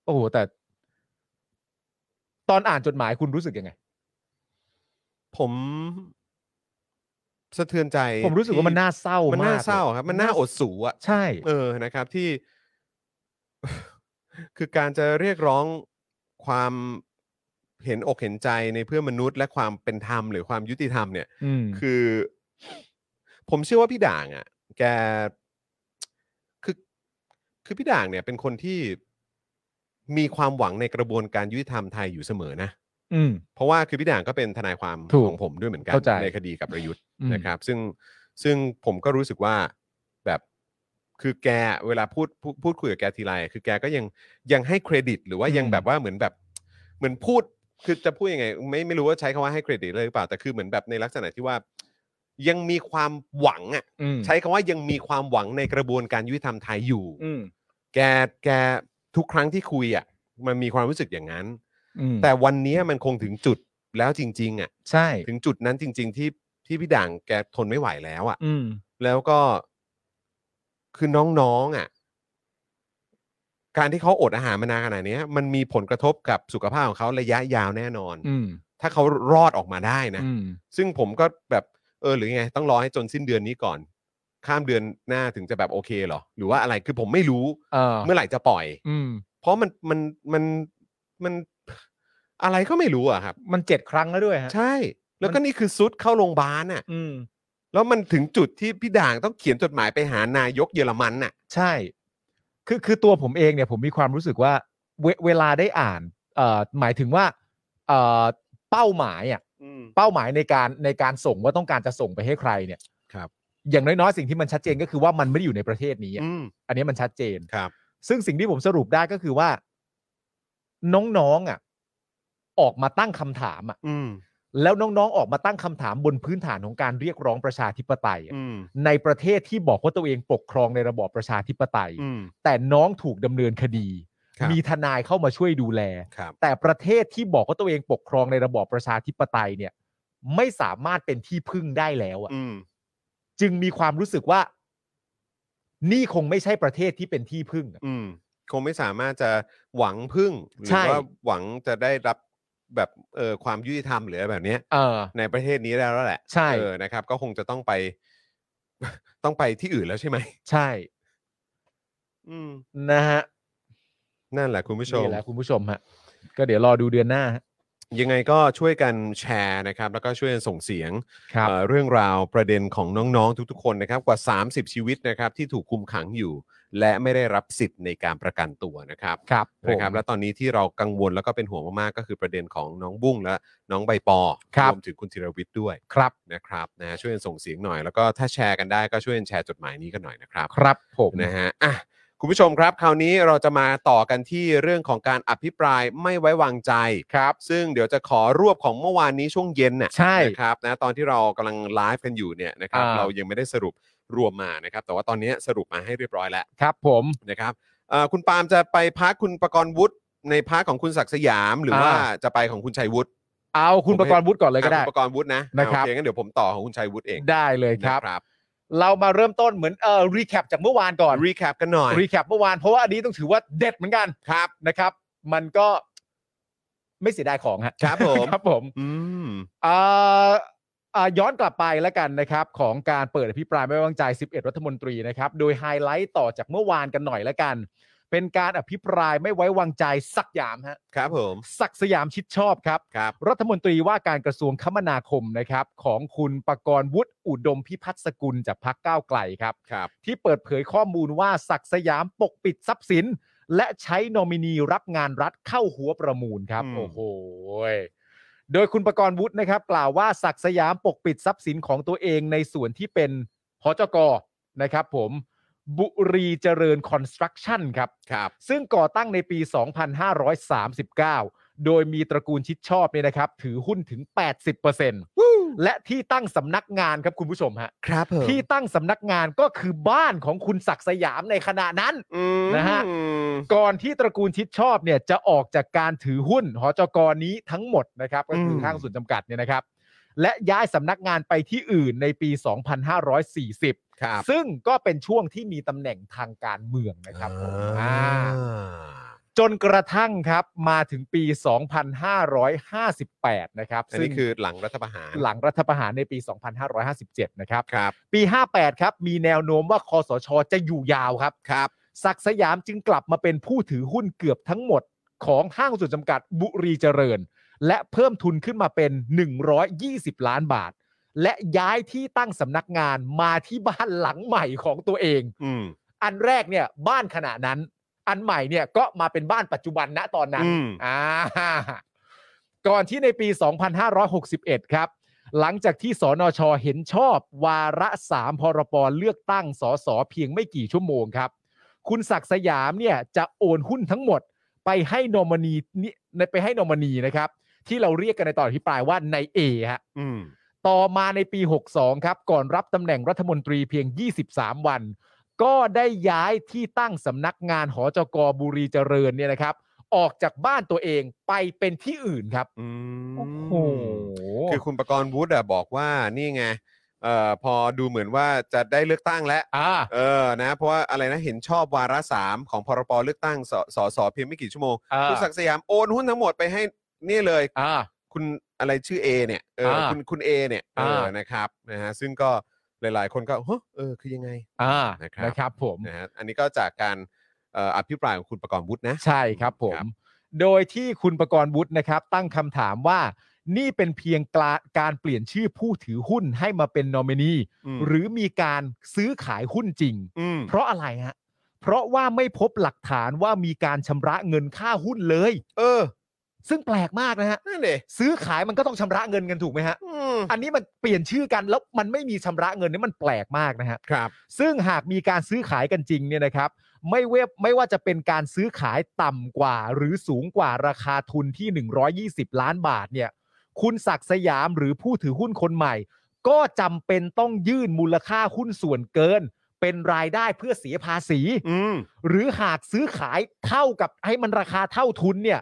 S4: โอ้โหแต่ ตอนอ่านจดหมายคุณรู้สึกยังไง
S2: ผมสะเทือนใจ
S4: ผมรู้สึกว่ามัน
S2: ที่
S4: น่าเศร้า
S2: มั
S4: มัน
S2: น่าเศร้าครับ มันน่าอดสูอ่ะ
S4: ใช่
S2: เออนะครับที่ คือการจะเรียกร้องความเห็นอกเห็นใจในเพื่อนมนุษย์ และความเป็นธรรมหรือความยุติธรรมเนี่ย
S4: อืม
S2: คือ ผมเชื่อว่าพี่ด่างอะ่ะ แกคือคือพี่ด่างเนี่ย เป็นคนที่มีความหวังในกระบวนการยุติธรรมไทยอยู่เสมอนะ
S4: อืม
S2: เพราะว่าคือพี่ด่างก็เป็นทนายความ
S4: ถูก
S2: ของผมด้วยเหมือนกัน
S4: เข้าใจ
S2: คดีกับประยุทธ์
S4: อืม
S2: นะครับ ซึ่งซึ่งผมก็รู้สึกว่าแบบคือแกเวลาพูดพูดพูดคุยกับแกทีไรคือแกก็ยังยังให้เครดิต หรือว่ายังแบบว่าเหมือนแบบ เหมือนพูดคือจะพูดยังไง ไม่ไม่รู้ว่าใช้คำว่าให้เครดิตเลยหรือเปล่าแต่คือเหมือนแบบในลักษณะที่ว่า ยังมีความหวังอ่ะ
S4: อืม
S2: ใช้คำว่ายังมีความหวังในกระบวนการยุติธรรมไทยอยู่
S4: อืม
S2: แกแกทุกครั้งที่คุยอ่ะ มันมีความรู้สึกอย่างนั้น
S4: อืม
S2: แต่วันนี้มันคงถึงจุดแล้วจริง ๆ อ่ะ
S4: ใช่
S2: ถึงจุดนั้นจริง ๆ ที่ที่พี่ด่างแกทนไม่ไหวแล้วอ่ะ
S4: อืม
S2: แล้วก็คือน้องๆอ่ะ การที่เขาอดอาหารมานานขนาดเนี้ย มันมีผลกระทบกับสุขภาพของเขาระยะยาวแน่นอน
S4: อืม
S2: ถ้าเขารอดออกมาได้นะ
S4: อืม
S2: ซึ่งผมก็แบบเออหรือไง ต้องรอให้จนสิ้นเดือนนี้ก่อน ข้ามเดือนหน้าถึงจะแบบโอเคเหรอ หรือว่าอะไรคือผมไม่รู้
S4: เออ
S2: เมื่อไหร่จะปล่อย
S4: อืม
S2: เพราะมันมันมันมันอะไรก็ไม่รู้อะครับ
S4: มันเจ็ดครั้งแล้วด้วยฮะ
S2: ใช่ แล้วก็นี่คือซุดเข้าโรงพยาบาลน่ะ
S4: อืม
S2: แล้วมันถึงจุดที่พี่ด่างต้องเขียนจดหมายไปหานายกเยอรมันน่ะ
S4: ใช่ คือคือตัวผมเองเนี่ยผมมีความรู้สึกว่าเวเวลาได้อ่านเอ่อหมายถึงว่าเอ่อเป้าหมายอ่ะเป้าหมายในการในการส่งว่าต้องการจะส่งไปให้ใครเนี่ย
S2: ครับ
S4: อย่างน้อยๆสิ่งที่มันชัดเจนก็คือว่ามันไม่ได้อยู่ในประเทศนี้อะ
S2: อืม
S4: อันนี้มันชัดเจน
S2: ครับ
S4: ซึ่งสิ่งที่ผมสรุปได้ก็คือว่า น้องๆอ่ะ ออกมาตั้งคำถามอ่ะ
S2: อืม
S4: แล้วน้องๆออกมาตั้งคำถามบนพื้นฐานของการเรียกร้องประชาธิปไตยอะ
S2: อืม
S4: ในประเทศที่บอกว่าตัวเองปกครองในระบอบประชาธิปไตย
S2: อืม
S4: แต่น้องถูกดำเนินคดี
S2: ครับ
S4: มีทนายเข้ามาช่วยดูแล
S2: ครับ
S4: แต่ประเทศที่บอกว่าตัวเองปกครองในระบอบประชาธิปไตยเนี่ย ไม่สามารถเป็นที่พึ่งได้แล้วอะ
S2: อืม
S4: จึงมีความรู้สึกว่า นี่คงไม่ใช่ประเทศที่เป็นที่พึ่งอะ
S2: อืมคงไม่สามารถจะหวังพึ่งหรื
S4: ใช่
S2: อว่าหวังจะได้รับแบบเออความยุติธรรมหรืออะไรแบบเนี้ย
S4: เออ
S2: ในประเทศนี้ได้แล้วแหละ
S4: ใช่
S2: เออนะครับ ก็คงจะต้องไป ต้องไปที่อื่นแล้วใช่ไหม
S4: ใช่
S2: อืม
S4: นะฮะ
S2: นั่นแหละคุณผู้ชม
S4: นี่แหละคุณผู้ชมฮะก็เดี๋ยวรอดูเดือนหน้าฮะ
S2: ยังไงก็ช่วยกันแชร์นะครับ แล้วก็ช่วยกันส่งเสียง
S4: ครับ
S2: เอ่อเรื่องราวประเด็นของน้อง ๆ ทุก ๆ คนนะครับกว่า 30 ชีวิตนะครับที่ถูกคุมขังอยู่ และไม่ได้รับสิทธิ์ในการประกันตัวนะครับ
S4: ครับผม
S2: นะครับ และตอนนี้ที่เรากังวลแล้วก็เป็นห่วงมากๆก็คือประเด็นของน้องบุ้งและน้องใบปอ
S4: ครับ
S2: วมถึงคุณธีรวิทย์ด้วย
S4: ครับ
S2: นะครับนะช่วยกันส่งเสียงหน่อยแล้วก็ถ้าแชร์กันได้ก็ช่วยกันแชร์จดหมายนี้กันหน่อยนะครับ
S4: ครับผม
S2: นะฮะอ่ะคุณผู้ชมครับ คราวนี้เราจะมาต่อกันที่เรื่องของการอภิปรายไม่ไว้วางใจ
S4: ครับ
S2: ซึ่งเดี๋ยวจะขอรวบของเมื่อวานนี้ช่วงเย็นน่ะ
S4: ใช่
S2: นะครับนะตอนที่เรากำลังไลฟ์กันอยู่เนี่ยนะครับ
S4: อ่า
S2: เรายังไม่ได้สรุปรวมมานะครับ แต่ว่าตอนนี้สรุปมาให้เรียบร้อยแล้ว
S4: ครับผม
S2: นะครับเอ่อคุณปาล์มจะไปพาร์ทคุณประกรณ์วุฒิในพาร์ทของคุณศักดิ์สยาม หรือว่า
S4: อ่า
S2: จะไปของคุณชัยวุฒิ
S4: เอาคุณประกรณ์วุฒิก่อนเลยก็ได้
S2: อ่ะคุณประกรณ์วุฒินะ
S4: นะครั
S2: อ่า
S4: บ
S2: โอเคงั้นเดี๋ยวผมต่อของคุณชัยวุฒิเอง
S4: ได้เลยครับ
S2: นะครับ
S4: เรามาเริ่มต้นเหมือนเอ่อรีแคปจากเมื่อวานก่อน
S2: รีแคปกันหน่อย
S4: รีแคปเมื่อวานเพราะว่าอันนี้ต้องถือว่าเด็ดเหมือนกัน
S2: ครับ
S4: นะครับ มันก็ไม่เสียดายของฮะ
S2: ครับผม
S4: ครับผม
S2: อืม
S4: เอ่อเอ่อย้อนกลับไปแล้วกันนะครับ ของการเปิดอภิปรายไม่ไว้วางใจ 11 รัฐมนตรีนะครับ โดยไฮไลท์ต่อจากเมื่อวานกันหน่อยแล้วกัน เป็นการอภิปรายไม่ไว้วางใจสักดิ์สยามฮะ
S2: ครับผม
S4: สักดิ์สยามชิดชอบครับ
S2: ครับ
S4: รัฐมนตรีว่าการกระทรวงคมนาคมนะครับ ของคุณประกรณ์วุฒิอุดมพิพัฒน์สกุลจากพรรคก้าวไกลครับ
S2: ครับ
S4: ที่เปิดเผยข้อมูลว่าศักดิ์สยามปกปิดทรัพย์สิน และใช้นอมินีรับงานรัฐเข้าหัวประมูลครับ โอ้โหยโดยคุณประกรณ์วุฒินะครับ กล่าวว่าศักดิ์สยามปกปิดทรัพย์สินของตัวเองในส่วนที่เป็นหจกนะครับผมบุรีเจริญคอนสตรักชั่นครับ
S2: ครับ
S4: ซึ่งก่อตั้งในปี 2539 โดยมีตระกูลชิดชอบเนี่ยนะครับ ถือหุ้นถึง 80%และที่ตั้งสำนักงานครับคุณผู้ชมฮะ
S2: ครับผม
S4: ที่ตั้งสำนักงานก็คือบ้านของคุณศักดิ์สยามในขณะนั้น
S2: อืม
S4: นะฮะ ก่อนที่ตระกูลชิดชอบเนี่ยจะออกจากการถือหุ้นหจกนี้ทั้งหมดนะครับ ก็คือห้างส่วนจำกัดเนี่ยนะครับ และย้ายสำนักงานไปที่อื่นในปี 2540
S2: ครับ
S4: ซึ่งก็เป็นช่วงที่มีตำแหน่งทางการเมืองนะครับผมอ่า
S2: อ่า
S4: จนกระทั่งครับมาถึงปี 2558 นะครับ
S2: อัน
S4: ซึ่
S2: นี้
S4: ง
S2: คือหลังรัฐประหาร
S4: หลังรัฐประหารในปี 2557 นะครับ
S2: ครับ
S4: ปี 58 ครับ มีแนวโน้มว่าคอสช จะอยู่ยาวครับ
S2: ครับ
S4: ศักดิ์สยามจึงกลับมาเป็นผู้ถือหุ้นเกือบทั้งหมดของห้างหุ้นส่วนจำกัดบุรีเจริญ และเพิ่มทุนขึ้นมาเป็น 120 ล้านบาท และย้ายที่ตั้งสำนักงานมาที่บ้านหลังใหม่ของตัวเอง
S2: อืม
S4: อันแรกเนี่ยบ้านขณะนั้น อันใหม่เนี่ยก็มาเป็นบ้านปัจจุบันณตอนนั้น
S2: อืม
S4: อ่าก่อนที่ในปี 2561 ครับ หลังจากที่สนช เห็นชอบวาระสามพรปเลือกตั้งสสเพียงไม่กี่ชั่วโมงครับ คุณศักดิ์สยามเนี่ยจะโอนหุ้นทั้งหมดไปให้นอมนีนี่ไปให้นอมนีนะครับ ที่เราเรียกกันในตอนอภิปรายว่าในเอฮะ
S2: อืม
S4: ต่อมาในปี 62 ครับ ก่อนรับตำแหน่งรัฐมนตรีเพียง 23 วัน ก็ได้ย้ายที่ตั้งสำนักงานหอจกบุรีเจริญเนี่ยนะครับ ออกจากบ้านตัวเองไปเป็นที่อื่นครับ
S2: อืม
S4: คื
S2: คืออคุณประกรณ์วุฒิอะบอกว่านี่ไงเอ่อพอดูเหมือนว่าจะได้เลือกตั้งแล้ว
S4: อ่า
S2: เออนะ เพราะว่าอะไรนะเห็นชอบวาระสามของพรปเลือกตั้งสสสเพียงไม่กี่ชั่วโมง
S4: อ่า
S2: คุณศักดิ์สยามโอนหุ้นทั้งหมดไปให้นี่เลย
S4: อ่า
S2: คุณอะไรชื่อ A เนี่ยเออ
S4: อ่า
S2: คุณคุณเอเนี่ยเออ
S4: อ่า
S2: นะครับนะฮะซึ่งก็หลายๆ คนก็ฮะเออคือยังไง
S4: อ่า
S2: นะครับ
S4: นะครับผม
S2: นะฮะอันนี้ก็จากการเอ่ออภิปรายของคุณประกรณ์วุฒินะ
S4: ใช่ครับผม
S2: ครับ
S4: โดยที่คุณประกรณ์วุฒินะครับ ตั้งคำถามว่า นี่เป็นเพียงกลาการเปลี่ยนชื่อผู้ถือหุ้นให้มาเป็นนอมินี
S2: อืม
S4: หรือมีการซื้อขายหุ้นจริง
S2: อืม
S4: เพราะอะไรฮะ เพราะว่าไม่พบหลักฐานว่ามีการชำระเงินค่าหุ้นเลย
S2: เออ
S4: ซึ่งแปลกมากนะฮะ
S2: นั่นเลย
S4: ซื้อขายมันก็ต้องชำระเงินกันถูกไหมฮะ อันนี้มันเปลี่ยนชื่อกันแล้วมันไม่มีชำระเงินนี่มันแปลกมากนะฮะ
S2: ครับ
S4: ซึ่งหากมีการซื้อขายกันจริงเนี่ยนะครับ ไม่เวบไม่ว่าจะเป็นการซื้อขายต่ำกว่า หรือสูงกว่าราคาทุนที่ 120 ล้านบาทเนี่ย คุณศักดิ์สยามหรือผู้ถือหุ้นคนใหม่ ก็จำเป็นต้องยื่นมูลค่าหุ้นส่วนเกิน เป็นรายได้เพื่อเสียภาษี
S2: อืม
S4: หรือหากซื้อขายเท่ากับให้มันราคาเท่าทุนเนี่ย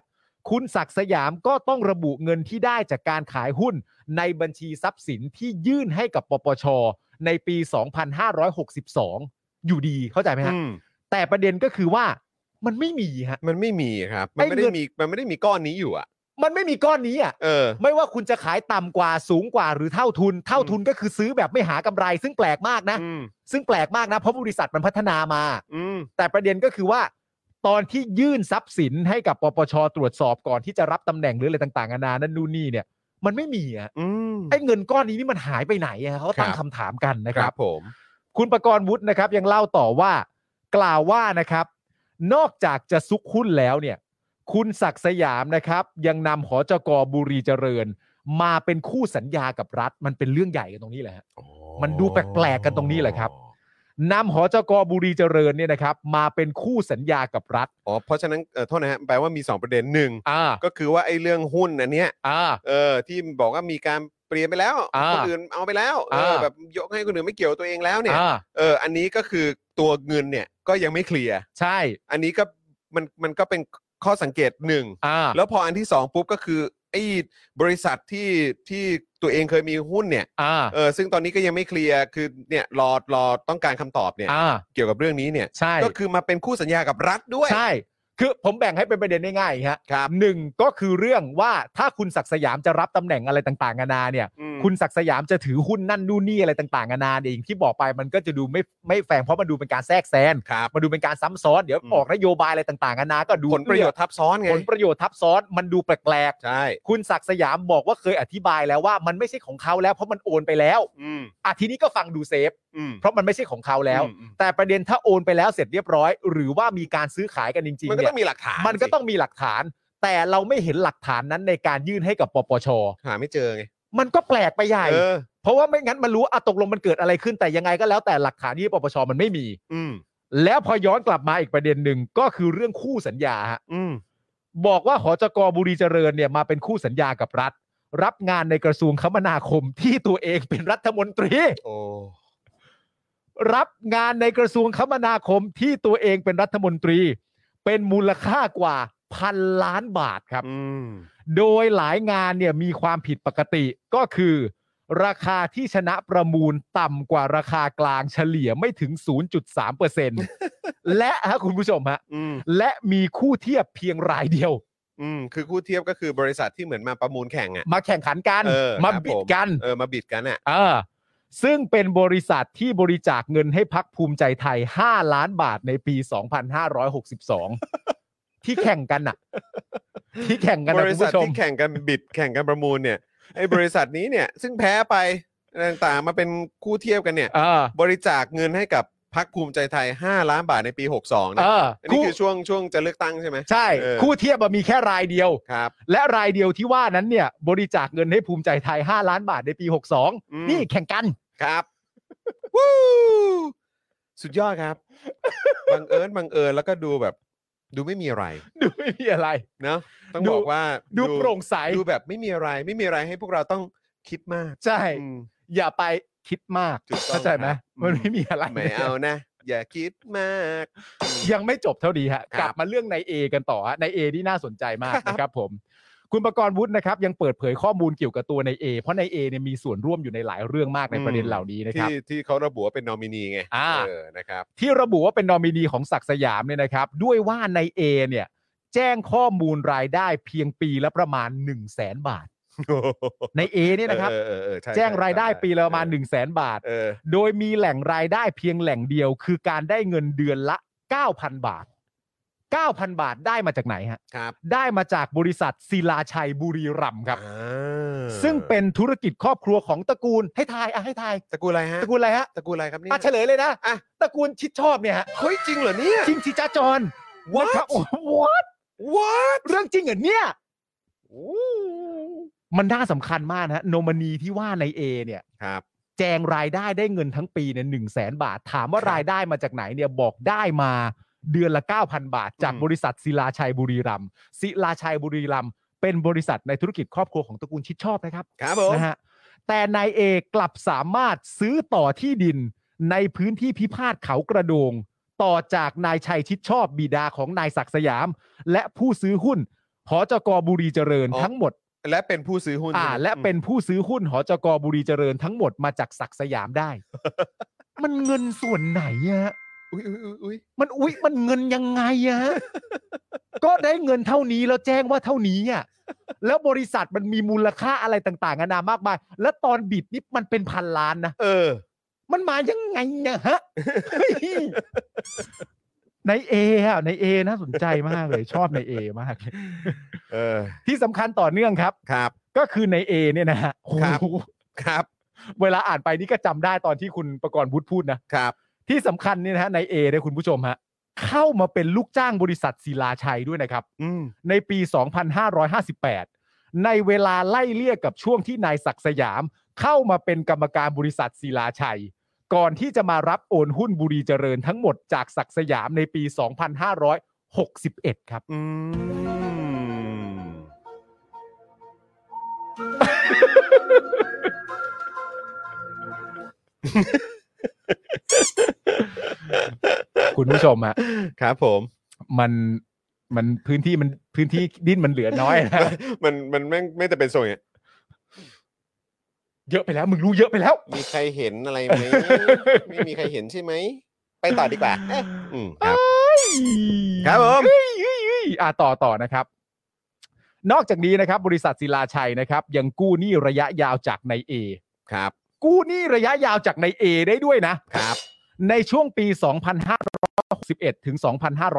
S4: คุณศักดิ์สยามก็ต้องระบุเงินที่ได้จากการขายหุ้น ในบัญชีทรัพย์สินที่ยื่นให้กับปปช ในปี 2562 อยู่ดีเข้าใจไหมฮะ
S2: อืม
S4: แต่ประเด็นก็คือว่ามันไม่มีฮะ
S2: มันไม่มีครับ มันไม่
S4: ไอ้
S2: ได้
S4: เงิน
S2: มีมันไม่ได้มีก้อนนี้อยู่อ่ะ
S4: มันไม่มีก้อนนี้อ่ะ
S2: เออ
S4: ไม่ว่าคุณจะขายต่ำกว่าสูงกว่าหรือเท่าทุน เท่าทุนก็คือซื้อแบบไม่หากำไร ซึ่งแปลกมากนะ
S2: อืม
S4: ซึ่งแปลกมากนะ เพราะบริษัทมันพัฒนามา
S2: อืม
S4: แต่ประเด็นก็คือว่า ตอนที่ยื่นทรัพย์สินให้กับปปชตรวจสอบก่อนที่จะรับตำแหน่งหรืออะไรต่างๆนานานั่นนู่นนี่เนี่ยมันไม่มีอะ
S2: อืม
S4: ไอ้เงินก้อนนี้นี่มันหายไปไหนอะเขาตั้ง
S2: ครับ
S4: คำถามกันนะ
S2: ค
S4: ค
S2: รั
S4: รั
S2: บบ ผม
S4: คุณประกรณ์วุฒินะครับ ยังเล่าต่อว่า กล่าวว่านะครับ นอกจากจะซุกหุ้นแล้วเนี่ย คุณศักดิ์สยามนะครับ ยังนำหอจกบุรีเจริญ มาเป็นคู่สัญญากับรัฐ มันเป็นเรื่องใหญ่กันตรงนี้แหละฮะ มันดูแปลกๆกันตรงนี้แหละครับ นำหอจกบุรีเจริญเนี่ยนะครับ มาเป็นคู่สัญญากับรัฐ
S2: อ๋อเพราะฉะนั้นเออโทษนะฮะแปลว่ามี 2 ประเด็นหนึ่ง
S4: อ่า
S2: ก็คือว่าไอ้เรื่องหุ้นอันเนี้ย
S4: อ่า
S2: เออที่บอกว่ามีการเปลี่ยนไปแล้ว
S4: อ่า
S2: คนอื่นเอาไปแล้วเอออา แบบยกให้คนอื่นไม่เกี่ยวตัวเองแล้วเนี่ย
S4: อ่า
S2: เอออันนี้ก็คือตัวเงินเนี่ยก็ยังไม่เคลียร์
S4: ใช่
S2: อันนี้ก็มันมันก็เป็นข้อสังเกตหนึ่ง
S4: อ่า
S2: แล้วพออันที่สองปุ๊บก็คือไอ้บริษัทที่ที่ตัวเองเคยมีหุ้นเนี่ย
S4: อ่า
S2: เออซึ่งตอนนี้ก็ยังไม่เคลียร์คือเนี่ยรอรอต้องการคำตอบเนี่ย
S4: อ่า
S2: เกี่ยวกับเรื่องนี้เนี่ย
S4: ใช่
S2: ก็คือมาเป็นคู่สัญญากับรัฐด้วย
S4: ใช่ คือผมแบ่งให้เป็นประเด็นได้ง่ายๆฮะ
S2: ครับ
S4: หนึ่งก็คือเรื่องว่าถ้าคุณศักดิ์สยามจะรับตำแหน่งอะไรต่างๆนานาเนี่ย
S2: อืม
S4: คุณศักดิ์สยามจะถือหุ้นนั่นนู่นนี่อะไรต่างๆนานาเนี่ยอย่างที่บอกไปมันก็จะดูไม่ไม่แฝงเพราะมันดูเป็นการแทรกแซง
S2: ครับ
S4: มันดูเป็นการซ้ำซ้อนเดี๋ยว
S2: อืม
S4: ออกนโยบายอะไรต่างๆนานาก็ดู
S2: ผลประโยชน์ทับซ้อนไง
S4: เอื้อผลประโยชน์ทับซ้อนมันดูแปลก
S2: ใช่
S4: ๆคุณศักดิ์สยามบอกว่าเคยอธิบายแล้วว่ามันไม่ใช่ของเขาแล้วเพราะมันโอนไปแล้ว
S2: อืม
S4: อ่ะทีนี้ก็ฟังดูเซฟ
S2: อืม
S4: เพราะมันไม่ใช่ของเขาแล้ว
S2: อืม
S4: แต่ประเด็นถ้าโอนไปแล้วเสร็จเรียบร้อย หรือว่ามีการซื้อขายกันจริง
S2: มั
S4: ๆ
S2: นก็ต้อย
S4: เนี่
S2: งมีหลักฐาน
S4: มันก็ต้องมีหลักฐาน แต่เราไม่เห็นหลักฐานนั้นในการยื่นให้กับปปช
S2: หาไม่เจอไง
S4: มันก็แปลกไปใหญ่
S2: เออ
S4: เพราะว่าไม่งั้นมันรู้ว่าอ่ะตกลงมันเกิดอะไรขึ้นแต่ยังไงก็แล้วแต่หลักฐานที่ปปชมันไม่มี
S2: อืม
S4: แล้วพอย้อนกลับมาอีกประเด็นหนึ่งก็คือเรื่องคู่สัญญาฮะ
S2: อืม
S4: บอกว่าหอจกบุรีเจริญเนี่ยมาเป็นคู่สัญญากับรัฐ รับงานในกระทรวงคมนาคมที่ตัวเองเป็นรัฐมนตรี
S2: โอ้
S4: รับงานในกระทรวงคมนาคมที่ตัวเองเป็นรัฐมนตรี เป็นมูลค่ากว่าพันล้านบาทครับ
S2: อืม
S4: โดยหลายงานเนี่ยมีความผิดปกติก็คือ ราคาที่ชนะประมูลต่ำกว่าราคากลางเฉลี่ยไม่ถึง 0.3%และฮะคุณผู้ชมฮะ
S2: อืม
S4: และมีคู่เทียบเพียงรายเดียว
S2: อืมคือคู่เทียบก็คือบริษัทที่เหมือนมาประมูลแข่งอ่ะ
S4: มาแข่งขันกัน
S2: เออ
S4: มา
S2: ครับ
S4: บิด
S2: ผม
S4: กัน
S2: เออมาบิดกันอ่ะ
S4: เออซึ่งเป็นบริษัทที่บริจาคเงินให้พักภูมิใจไทย 5 ล้านบาทในปี 2562 ที่แข่งกันน่ะ ที่แข่งกัน
S2: บ
S4: นะคุ
S2: ริ
S4: ณ
S2: ษัท
S4: ผู้ชม
S2: ที่แข่งกันบิดแข่งกันประมูลเนี่ยไอ้บริษัทนี้เนี่ยซึ่งแพ้ไปต่างๆมาเป็นคู่เทียบกันเนี่ย
S4: เออบ
S2: ริจาคเงินให้กับพักภูมิใจไทย 5 ล้านบาทในปี 62
S4: เอ
S2: นะ
S4: อ
S2: อันนี้
S4: คู่
S2: คือช่วงช่วงจะเลือกตั้งใช่ไหม
S4: ใช่
S2: เออ
S4: คู่เทียบอะมีแค่รายเดียว
S2: ครับ
S4: และรายเดียวที่ว่านั้นเนี่ย บริจาคเงินให้ภูมิใจไทย 5 ล้านบาทในปี
S2: อืม
S4: 62 นี่แข่งกัน
S2: ครับ วู้สุดยอดครับ บังเอิญบังเอิญแล้วก็ดูแบบ ดูไม่มีอะไร
S4: ดูไม่มีอะไร
S2: เนาะต้อง
S4: ดู
S2: บอกว่า
S4: ดูโปร่งใส
S2: ดูแบบไม่มีอะไร ไม่มีอะไรให้พวกเราต้องคิดมาก
S4: ใช่
S2: อืม
S4: อย่าไปคิดมาก
S2: ถูกต้อง
S4: เข้าใจไหม
S2: ครับอืม
S4: มันไม่มีอะไร
S2: ไม่
S4: ลย
S2: เอานะ อย่าคิดมาก
S4: ยังไม่จบเท่านี้ฮะ
S2: ครับ
S4: กลับมาเรื่องใน A กันต่อฮะใน A ที่น่าสนใจ มากนะครับผม คุณประกรณ์วุฒินะครับ ยังเปิดเผยข้อมูลเกี่ยวกับตัวใน A เพราะใน A เนี่ยมีส่วนร่วมอยู่ในหลายเรื่องมากในประเด็นเหล่านี้นะครับ
S2: ที่ที่เขาระบุว่าเป็นนอมินีไง
S4: อ่า
S2: เออนะครับ
S4: ที่ระบุว่าเป็นนอมินีของศักดิ์สยามเนี่ยนะครับ ด้วยว่าใน A เนี่ย แจ้งข้อมูลรายได้เพียงปีละประมาณ 1 0 0 0 0แสนบาท ใน A เนี่ยนะครับ
S2: เออเออเออใช่
S4: แจ้งรายได้ปีละประมาณ 1
S2: เออ
S4: 0 0 0 0แสนบาท
S2: เออ
S4: โดยมีแหล่งรายได้เพียงแหล่งเดียว คือการได้เงินเดือนละ 9,000 บาท 9,000 บาทได้มาจากไหนฮะ
S2: ครับ
S4: ได้มาจากบริษัทศิลาชัยบุรีรัมย์ครับ
S2: อ่า
S4: ซึ่งเป็นธุรกิจครอบครัวของตระกูลให้ทายอ่ะให้ทาย
S2: ตระกูลอะไรฮะ
S4: ตระกูลอะไรฮะ
S2: ตระกูลอะไรครับเนี่ย
S4: อ่ะเฉลยเลยนะ
S2: อ่ะ
S4: ตระกูลชิดชอบ เนี่ยฮะ
S2: เฮ้ยจริงเหรอเนี่ย
S4: จริงสิจ้าจอนนะครั
S2: What
S4: บ โอ้ what
S2: What
S4: เรื่องจริงเหรอเนี่ยมันน่าสำคัญมากนะฮะโนมานีที่ว่าใน A เนี่ย
S2: ครับ
S4: แจงรายได้ได้เงินทั้งปีเนี่ยหนึ่งแสนบาท ถามว่า
S2: ครับ
S4: รายได้มาจากไหนเนี่ยบอกได้มาเดือนละ 9,000 บาท จาก
S2: อืม
S4: บริษัทศิลาชัยบุรีรัมย์ศิลาชัยบุรีรัมย์เป็นบริษัทในธุรกิจครอบครัวของตระกูลชิดชอบนะครับ
S2: ครับผม
S4: นะฮะแต่นายเอกลับสามารถซื้อต่อที่ดินในพื้นที่พิพาทเขากระโดง ต่อจากนายชัยชิดชอบบิดาของนายศักดิ์สยาม และผู้ซื้อหุ้นหอจกบุรีเจริญทั้งหมด
S2: และเป็นผู้ซื้อหุ้น
S4: อ่า
S2: ใช่ไหม
S4: และเป็นผู้ซื้อหุ้นหอจกบุรีเจริญทั้งหมดมาจากศักดิ์สยาม ได้ มันเงินส่วนไหนอะฮะ
S2: อุ้ยอุ้ยอุ๊ยอุ้ย
S4: มันอุ๊ยมันเงินยังไงอะ ฮะ ก็ได้เงินเท่านี้แล้วแจ้งว่าเท่านี้อะแล้วบริษัทมันมีมูลค่าอะไรต่างๆนานามากมายและตอนบิดนี่มันเป็นพันล้านนะ
S2: เออ
S4: มันมายังไงเนี่ยฮะ เฮ้ยในเอะในเอน่าสนใจมากเลย ชอบในเอมาก
S2: เออ
S4: ที่สำคัญต่อเนื่องครับ
S2: ครับ
S4: ก็คือในเอเนี่ยนะฮะโอ้
S2: ครับ
S4: โห
S2: ครับ
S4: เวลาอ่านไปนี่ก็จำได้ตอนที่คุณประกรณ์พุทธพูดนะ
S2: ครับ
S4: ที่สำคัญเนี่ยนะฮะในเอเนี่ยคุณผู้ชมฮะ เข้ามาเป็นลูกจ้างบริษัทศิลาชัยด้วยนะครับ
S2: อืม
S4: ในปี 2558 ในเวลาไล่เลี่ยกับช่วงที่นายศักดิ์สยาม เข้ามาเป็นกรรมการบริษัทศิลาชัย ก่อนที่จะมารับโอนหุ้นบุรีเจริญทั้งหมดจากศักดิ์สยามในปี 2561 ครับ
S2: อืม
S4: คุณผู้ชมฮะ
S2: ครับผม
S4: มันมันพื้นที่มันพื้นที่ดิ้นมันเหลือน้อยนะ
S2: มันมันไม่งไม่แต่เป็นทรงอย่างเงี้ย
S4: เยอะไปแล้วมึงรู้เยอะไปแล้ว
S2: มีใครเห็นอะไรไหม ไม่มีใครเห็นใช่ไหม ไปต่อดีกว่าเอ๊ะอืมครับ ครับผม
S4: เฮ้ยเฮ้ยเฮ้ยอ่ะต่อต่อนะครับ นอกจากนี้นะครับ บริษัทศิลาชัยนะครับ ยังกู้หนี้ระยะยาวจากใน A
S2: ครับ
S4: กู้หนี้ระยะยาวจากใน A ได้ด้วยนะ
S2: ครับ
S4: ในช่วงปี 2561 ถึง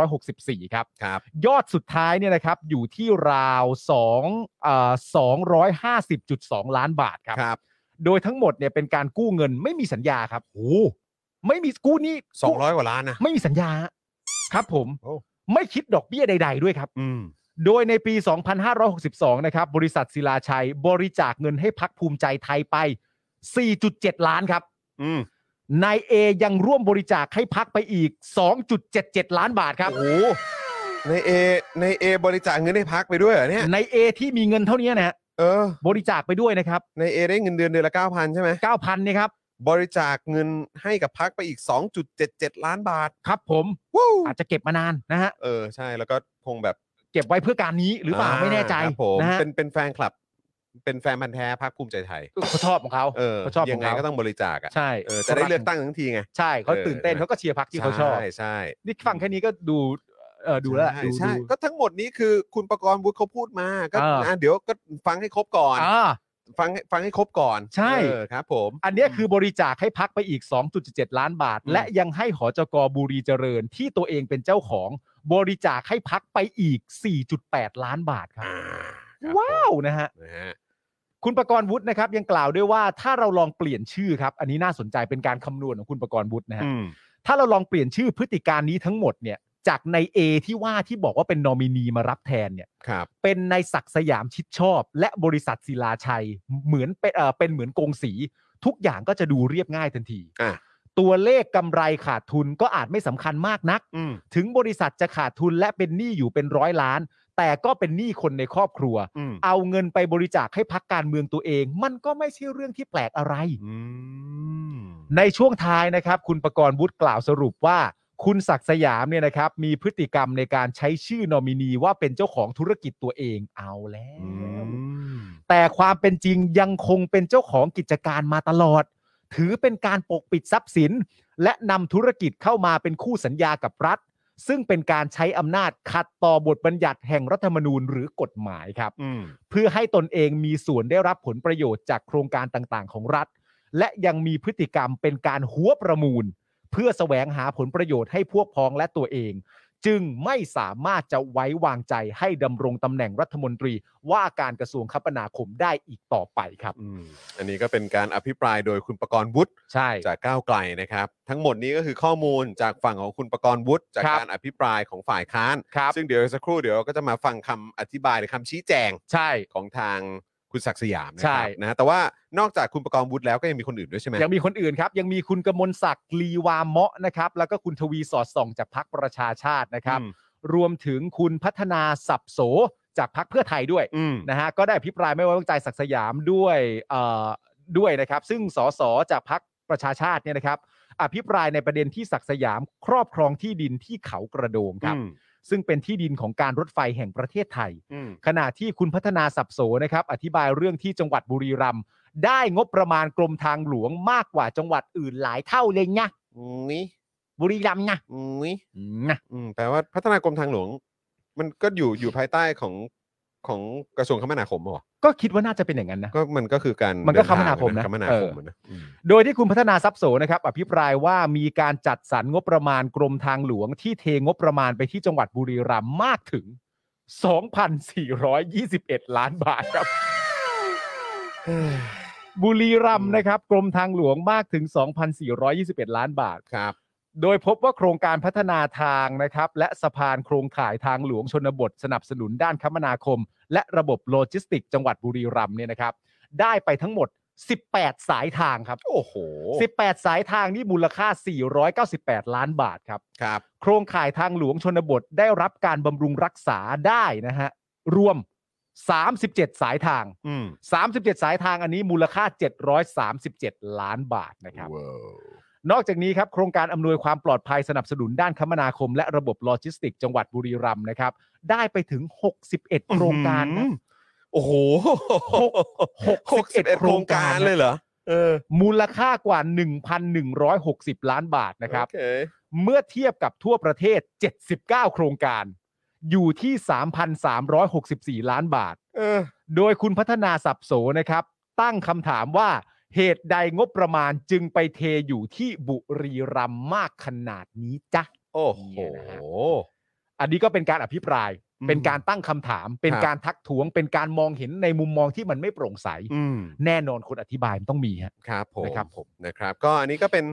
S4: 2564 ครับ
S2: ครับ
S4: ยอดสุดท้ายเนี่ยนะครับ อยู่ที่ราว2เอ่อ250.2 ล้านบาทครับ
S2: ครับ
S4: โดยทั้งหมดเนี่ยเป็นการกู้เงินไม่มีสัญญาครับโอ้ไม่มีกู้หนี้
S2: สองร้อยกว่าล้านนะ
S4: ไม่มีสัญญา ครับผม
S2: โอ้
S4: ไม่คิดดอกเบี้ยใด ๆ ด้วยครับ
S2: อืม
S4: โดยในปี 2562 นะครับ บริษัทศิลาชัย บริจาคเงินให้พักภูมิใจไทยไป 4.7 ล้านครับ
S2: อืม
S4: นายเอยังร่วมบริจาคให้พักไปอีก 2.77 ล้านบาทครับ
S2: โอ้โหในเอในเอบริจาคเงินให้พักไปด้วยเหรอเนี่ย
S4: นายเอที่มีเงินเท่านี้นะฮะ
S2: เออ
S4: บริจาคไปด้วยนะครับ
S2: ในเอได้เงินเดือนเดือนละ 9,000 ใช่ไหม
S4: 9,000เนี่ยครับ
S2: บริจาคเงินให้กับพักไปอีก 2.77 ล้านบาท
S4: ครับผม
S2: วู้
S4: อาจจะเก็บมานานนะฮะ
S2: เออ ใช่แล้วก็คงแบบ
S4: เก็บไว้เพื่อการนี้หรือเปล่าไม่แน่ใจ
S2: ครับผม
S4: นะฮะ
S2: เป็นเป็นแฟนคลับ เป็นแฟนพันธ์แท้พรรคภูมิใจไทย
S4: เขาชอบของเขา
S2: เออ
S4: เขาชอบข
S2: ยั
S4: องง
S2: ไง
S4: เขา
S2: ก็ต้องบริจาคอ่ะ
S4: ใช่
S2: เออจะได้เลือกตั้งทั้งทีไง
S4: ใช่เขา
S2: เออ
S4: ตื่นเต้น
S2: นะ
S4: เขาก็เชียร์พรรคที่เขาชอบ
S2: ใช่ใช่
S4: นี่ฟังแค่นี้ก็ดูเออดูแล้วแหละ
S2: ใช่
S4: ดู
S2: ใช่
S4: ดู
S2: ก็ทั้งหมดนี้คือคุณประกรณ์วุฒิเขาพูดมาก็
S4: อ่า
S2: อ่ะเดี๋ยวก็ฟังให้ครบก่อน
S4: อ่า
S2: ฟังให้ฟังให้ครบก่อน
S4: ใช่
S2: เออครับ ผม
S4: อันเนี้ยคือบริจาคให้พักไปอีก 2.7 ล้านบาท
S2: อืม
S4: และยังให้หอจกบุรีเจริญที่ตัวเองเป็นเจ้าของ บริจาคให้พักไปอีก 4.8 ล้านบาทครับ
S2: อ่าครับ
S4: ว้าวนะฮะ
S2: นะฮะ
S4: คุณประกรณ์วุฒินะครับยังกล่าวด้วยว่าถ้าเราลองเปลี่ยนชื่อครับ อันนี้น่าสนใจเป็นการคำนวณของคุณประกรณ์วุฒินะฮะ
S2: อืม
S4: ถ้าเราลองเปลี่ยนชื่อพฤติการนี้ทั้งหมดเนี่ยจากใน A ที่ว่าที่บอกว่าเป็นนอมินีมารับแทนเนี่ย
S2: ครับ
S4: เป็นในศักดิ์สยามชิดชอบ และบริษัทศิลาชัยเหมือนเป็นเอ่อเป็นเหมือนกงสี ทุกอย่างก็จะดูเรียบง่ายทันที
S2: อ่ะ
S4: ตัวเลขกำไรขาดทุนก็อาจไม่สำคัญมากนัก
S2: อืม
S4: ถึงบริษัทจะขาดทุนและเป็นหนี้อยู่เป็นร้อยล้าน แต่ก็เป็นหนี้คนในครอบครัว
S2: อืม
S4: เอาเงินไปบริจาคให้พักการเมืองตัวเอง มันก็ไม่ใช่เรื่องที่แปลกอะไร
S2: อืม
S4: ในช่วงท้ายนะครับ คุณประกรณ์วุฒิกล่าวสรุปว่า คุณศักดิ์สยามเนี่ยนะครับ มีพฤติกรรมในการใช้ชื่อนอมินีว่าเป็นเจ้าของธุรกิจตัวเองเอาแล้
S2: อื
S4: ว
S2: ม
S4: แต่ความเป็นจริงยังคงเป็นเจ้าของกิจการมาตลอด ถือเป็นการปกปิดทรัพย์สิน และนำธุรกิจเข้ามาเป็นคู่สัญญากับรัฐ ซึ่งเป็นการใช้อำนาจขัดต่อบทบัญญัติแห่งรัฐธรรมนูญหรือกฎหมายครับ
S2: อืม
S4: เพื่อให้ตนเองมีส่วนได้รับผลประโยชน์จากโครงการต่างๆ ของรัฐ และยังมีพฤติกรรมเป็นการหัวประมูล เพื่อแสวงหาผลประโยชน์ให้พวกพ้องและตัวเอง จึงไม่สามารถจะไว้วางใจให้ดำรงตำแหน่งรัฐมนตรีว่าการกระทรวงคมนาคมได้อีกต่อไปครับ
S2: อืมอันนี้ก็เป็นการอภิปรายโดยคุณประกรณ์วุฒิ
S4: ใช่
S2: จากก้าวไกลนะครับ ทั้งหมดนี้ก็คือข้อมูลจากฝั่งของคุณประกรณ์วุฒิจาก
S4: ครับ
S2: การอภิปรายของฝ่ายค้าน
S4: ครับ
S2: ซึ่งเดี๋ยวสักครู่เดี๋ยวก็จะมาฟังคำอธิบายหรือคำชี้แจง
S4: ใช่
S2: ของทางคุณศักดิ์สยามนะ
S4: ใช่
S2: ครับนะแต่ว่านอกจากคุณประกรณ์วุฒิแล้วก็ยังมีคนอื่นด้วยใช่ไหม
S4: ยังมีคนอื่นครับ ยังมีคุณกมลศักดิ์ลีวาเมาะนะครับ แล้วก็คุณทวีสอดส่องจากพักประชาชาตินะครับ
S2: อืม
S4: รวมถึงคุณพัฒนาสับโสจากพักเพื่อไทยด้วย
S2: อืม
S4: นะฮะก็ได้อภิปรายไม่ไว้วางใจศักดิ์สยามด้วยเอ่อด้วยนะครับ ซึ่งสสจากพักประชาชาติเนี่ยนะครับ อภิปรายในประเด็นที่ศักดิ์สยามครอบครองที่ดินที่เขากระโดงครับ
S2: อืม
S4: ซึ่งเป็นที่ดินของการรถไฟแห่งประเทศไทย
S2: อืม
S4: ขณะที่คุณพัฒนาสับโสนะครับ อธิบายเรื่องที่จังหวัดบุรีรัมย์ได้งบประมาณกรมทางหลวงมากกว่าจังหวัดอื่นหลายเท่าเลยนะ
S2: นี่
S4: บุรีรัมย์นะ
S2: นี่
S4: นะ
S2: อืมแปลว่าพัฒนากรมทางหลวง มันก็อยู่อยู่ภายใต้ของของกระทรวงคมนาคมเหรอ
S4: ก็คิดว่าน่าจะเป็นอย่างนั้นนะ
S2: ก็มันก็คือการ
S4: มันก็
S2: เดิทง
S4: คมนาคมนะ
S2: คมนาคม
S4: เออ
S2: นะม
S4: โดยที่คุณพัฒนาทรัพย์โสนะครับ อภิปรายว่ามีการจัดสรรงบประมาณกรมทางหลวงที่เทงบประมาณไปที่จังหวัดบุรีรัมย์มากถึง 2,421 ล้านบาทครับ บุรีรัมย์นะครับ กรมทางหลวงมากถึง 2,421 ล้านบาท
S2: ครับ
S4: โดยพบว่าโครงการพัฒนาทางนะครับ และสะพานโครงข่ายทางหลวงชนบทสนับสนุนด้านคมนาคม และระบบโลจิสติกส์จังหวัดบุรีรัมย์เนี่ยนะครับ ได้ไปทั้งหมด 18 สายทางครับ
S2: โอ้โห
S4: 18 สายทางนี่มูลค่า 498 ล้านบาทครับ
S2: ครับ
S4: โครงข่ายทางหลวงชนบทได้รับการบำรุงรักษาได้นะฮะ รวม 37 สายทาง
S2: อืม
S4: 37 สายทางอันนี้มูลค่า 737 ล้านบาทนะครับ
S2: ว้าวน
S4: อกจากนี้ครับ โครงการอำนวยความปลอดภัยสนับสนุนด้านคมนาคม และระบบโลจิสติกส์จังหวัดบุรีรัมย์นะครับ ได้ไปถึง 61 โครงการนะ
S2: โอ้โหหกสิบเอ็ด
S4: 61
S2: โครงการเลยเหรอ เออ
S4: มูลค่ากว่า 1,160 ล้านบาทนะครับ
S2: โอเค
S4: เมื่อเทียบกับทั่วประเทศ 79 โครงการ อยู่ที่ 3,364 ล้านบาท
S2: เออ
S4: โดยคุณพัฒนาสับโสนะครับ ตั้งคำถามว่าเหตุใดงบประมาณจึงไปเทอยู่ที่บุรีรัมย์มากขนาดนี้จ๊ะ
S2: โอ้โห
S4: เนี่ยนะฮะ อันนี้ก็เป็นการอภิปราย
S2: อืม
S4: เป็นการตั้งคำถาม เป็น
S2: ครับ
S4: การทักท้วง เป็นการมองเห็นในมุมมองที่มันไม่โปร่งใส
S2: อืม
S4: แน่นอนคนอธิบายมันต้องมีฮะ
S2: ครับผม
S4: นะครับผม
S2: นะครับ ก็อันนี้ก็เป็น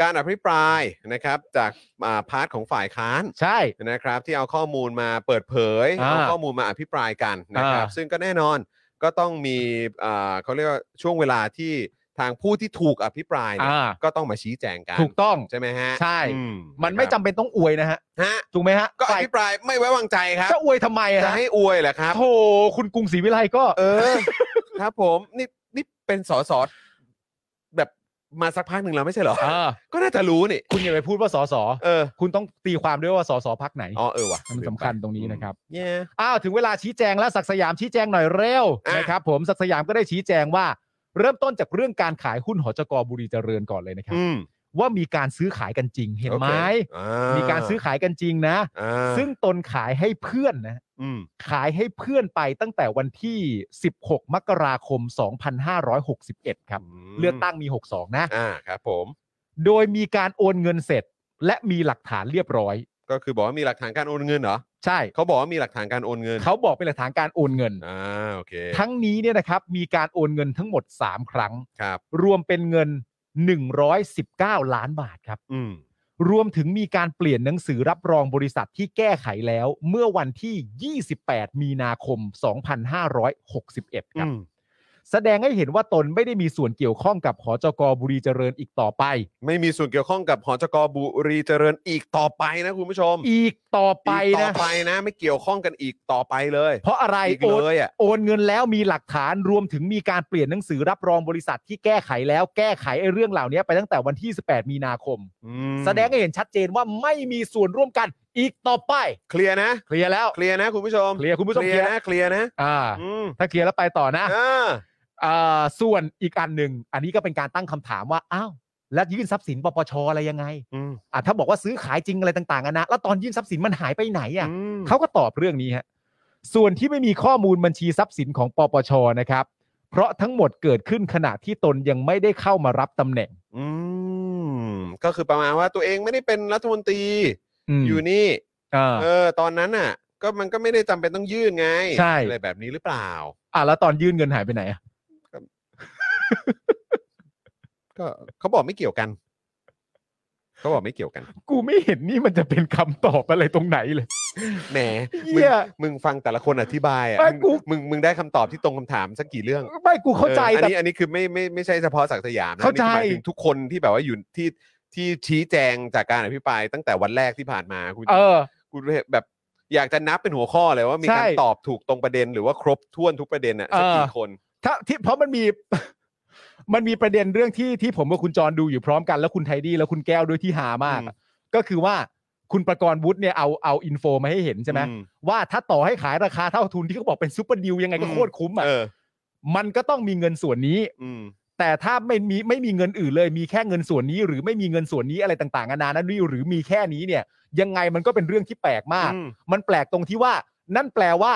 S2: การอภิปรายนะครับ จากอ่าพาร์ทของฝ่ายค้าน
S4: ใช่
S2: นะครับ ที่เอาข้อมูลมาเปิดเผย
S4: อ่า
S2: เอาข้อมูลมาอภิปรายกันนะครับ
S4: อ่า
S2: ซึ่งก็แน่นอนก็ต้องมีอ่าเขาเรียกว่าช่วงเวลาที่ทางผู้ที่ถูกอภิปรายเนี่ย
S4: อ่า
S2: ก็ต้องมาชี้แจงกัน
S4: ถูกต้อง
S2: ใช่ไหมฮะ
S4: ใช่
S2: อื
S4: มันไม่จำเป็นต้องอวยนะฮะ
S2: ฮะ
S4: ถูกไหมฮะ
S2: ก็อ
S4: ฝ่าย
S2: ภิปรายไม่ไว้วางใจครับ
S4: จะอวยทำไมอะ
S2: จะ
S4: ฮะ
S2: ให้อวยเหรอครับ
S4: โถคุณกรุงศรีวิไลก็
S2: เออ ครับผม นี่นี่เป็นสอสอแบบ มาสักพักหนึ่งแล้วไม่ใช่เหรอ
S4: เออ
S2: ก็น่าจะรู้นี่
S4: คุณอย่าไปพูดว่าสส
S2: เออ
S4: คุณต้องตีความด้วยว่าสสพักไหน
S2: อ๋อเออว่ะ
S4: มันสำคัญตรงนี้นะครับ
S2: เย้
S4: อ้าวถึงเวลาชี้แจงแล้วศักดิ์สยามชี้แจงหน่อยเร็ว
S2: อ่ะ
S4: นะครับผมศักดิ์สยามก็ได้ชี้แจงว่า เริ่มต้นจากเรื่องการขายหุ้นหจกบุรีเจริญก่อนเลยนะครับ
S2: อืม
S4: ว่ามีการซื้อขายกันจริงเห็นไหม
S2: โอคอ่
S4: มีการซื้อขายกันจริงนะ
S2: อ่า
S4: ซึ่งตนขายให้เพื่อนนะ
S2: อืม
S4: ขายให้เพื่อนไปตั้งแต่วันที่ 16 มกราคม 2561 ครับ
S2: ม
S4: เลือกตั้งมี 62 นะ
S2: อ่าครับผม
S4: โดยมีการโอนเงินเสร็จ และมีหลักฐานเรียบร้อย
S2: ก็คือบอกว่ามีหลักฐานการโอนเงินเหรอ
S4: ใช่
S2: เขาบอกว่ามีหลักฐานการโอนเงิน
S4: เขาบอกเป็นหลักฐานการโอนเงิน
S2: อ่าโอเค
S4: ทั้งนี้เนี่ยนะครับมีการโอนเงินทั้งหมด 3 ครั้ง
S2: ครับ
S4: รวมเป็นเงิน 119 ล้านบาทครับ
S2: อืม
S4: รวมถึงมีการเปลี่ยนหนังสือรับรองบริษัทที่แก้ไขแล้ว เมื่อวันที่ 28 มีนาคม 2561 ครับ
S2: อืม
S4: แสดงให้เห็นว่าตนไม่ได้มีส่วนเกี่ยวข้องกับหอจกบุรีเจริญอีกต่อไป
S2: ไม่มีส่วนเกี่ยวข้องกับหอจกบุรีเจริญอีกต่อไปนะคุณผู้ชม
S4: อีกต่อไป
S2: อีกต่อ
S4: นะ
S2: ไปนะ ไม่เกี่ยวข้องกันอีกต่อไปเลย
S4: เพราะอะไร
S2: อีก
S4: โอน
S2: เลยอ่ะ
S4: โอนเงินแล้วมีหลักฐานรวมถึงมีการเปลี่ยนหนังสือรับรองบริษัทที่แก้ไขแล้วแก้ไขไอ้เรื่องเหล่านี้ไปตั้งแต่วันที่ 18 มีนาคม
S2: อืม
S4: แสดงให้เห็นชัดเจนว่าไม่มีส่วนร่วมกันอีกต่อไป
S2: เคลียร์นะ
S4: เคลียร์แล้ว
S2: เคลียร์นะคุณผู้ชม
S4: เคลียร์คุณผู้ชม
S2: เคลี
S4: เคลี
S2: ย
S4: ย
S2: ร์
S4: ร์
S2: นะ
S4: นะ
S2: เคลียร์นะ
S4: อ่า
S2: อืม
S4: ถ้าเคลียร์แล้วไปต่อนะ
S2: อ่า
S4: อ่าส่วนอีกอันหนึ่งอันนี้ก็เป็นการตั้งคำถามว่าอ้าวแล้วยื่นทรัพย์สินปปชอะไรยังไง
S2: อืม
S4: อ่ะถ้าบอกว่าซื้อขายจริงอะไรต่างๆอะนะแล้วตอนยื่นทรัพย์สินมันหายไปไหนอ่ะ
S2: อืม
S4: เขาก็ตอบเรื่องนี้ฮะส่วนที่ไม่มีข้อมูลบัญชีทรัพย์สินของปปชนะครับ เพราะทั้งหมดเกิดขึ้นขณะที่ตนยังไม่ได้เข้ามารับตำแหน่ง
S2: อืมก็คือประมาณว่าตัวเองไม่ได้เป็นรัฐมนตรี
S4: ม
S2: อยู่นี่
S4: อ่า
S2: เออ ตอนนั้นน่ะ ก็มันก็ไม่ได้จำเป็นต้องยื่นไง
S4: ใช่
S2: อะไรแบบนี้หรือเปล่า
S4: อ่ะแล้วตอนยื่นเงินหายไปไหนอ่ะ
S2: ก็เขาบอกไม่เกี่ยวกันเขาบอกไม่เกี่ยวกัน
S4: กูไม่เห็นนี่มันจะเป็นคำตอบอะไรตรงไหนเลย
S2: แหมมึง
S4: เหี้ย
S2: มึงฟังแต่ละคนอธิบายอ่ะ
S4: ไม่
S2: มึง
S4: กู
S2: มึงมึงได้คำตอบที่ตรงคำถามสักกี่เรื่อง
S4: ไม่กูเข้าใจ
S2: อออัน
S4: แต่
S2: นี้อันนี้คือไม่ไม่ไม่ใช่เฉพาะศักดิ์สยามนะ
S4: เข้าใจ
S2: อันนี้คือหมยถึงทุกคนที่แบบว่าอยู่ที่ที่ชี้แจงจากการอภิปรายตั้งแต่วันแรกที่ผ่านมาคุณ
S4: เออ
S2: คุณแบบอยากจะนับเป็นหัวข้อเลยว่ามี
S4: ใช่
S2: การตอบถูกตรงประเด็น หรือว่าครบถ้วนทุกประเด็นอ่ะสักกี่
S4: เออ
S2: คน
S4: ถ้าที่เพราะมันมี มันมีประเด็นเรื่องที่ที่ผมกับคุณจรดูอยู่พร้อมกัน แล้วคุณไทดี้แล้วคุณแก้วด้วยที่หามากอะก็คือว่าคุณประกรณ์วุฒิเนี่ยเอาเอาอินโฟมาให้เห็นใช่ไหม
S2: อื
S4: ว่าถ้าต่อให้ขายราคาเท่าทุนที่เขาบอกเป็นซูเปอร์ดิวยังไงก็
S2: อืม
S4: โคตรคุ้มอ่ะ
S2: เออ
S4: มันก็ต้องมีเงินส่วนนี้
S2: อืม
S4: แต่ถ้าไม่มีไม่มีเงินอื่นเลย มีแค่เงินส่วนนี้ หรือไม่มีเงินส่วนนี้อะไรต่างๆนานานั่นนี่หรือมีแค่นี้เนี่ย ยังไงมันก็เป็นเรื่องที่แปลกมาก
S2: อืม
S4: มันแปลกตรงที่ว่า นั่นแปลว่า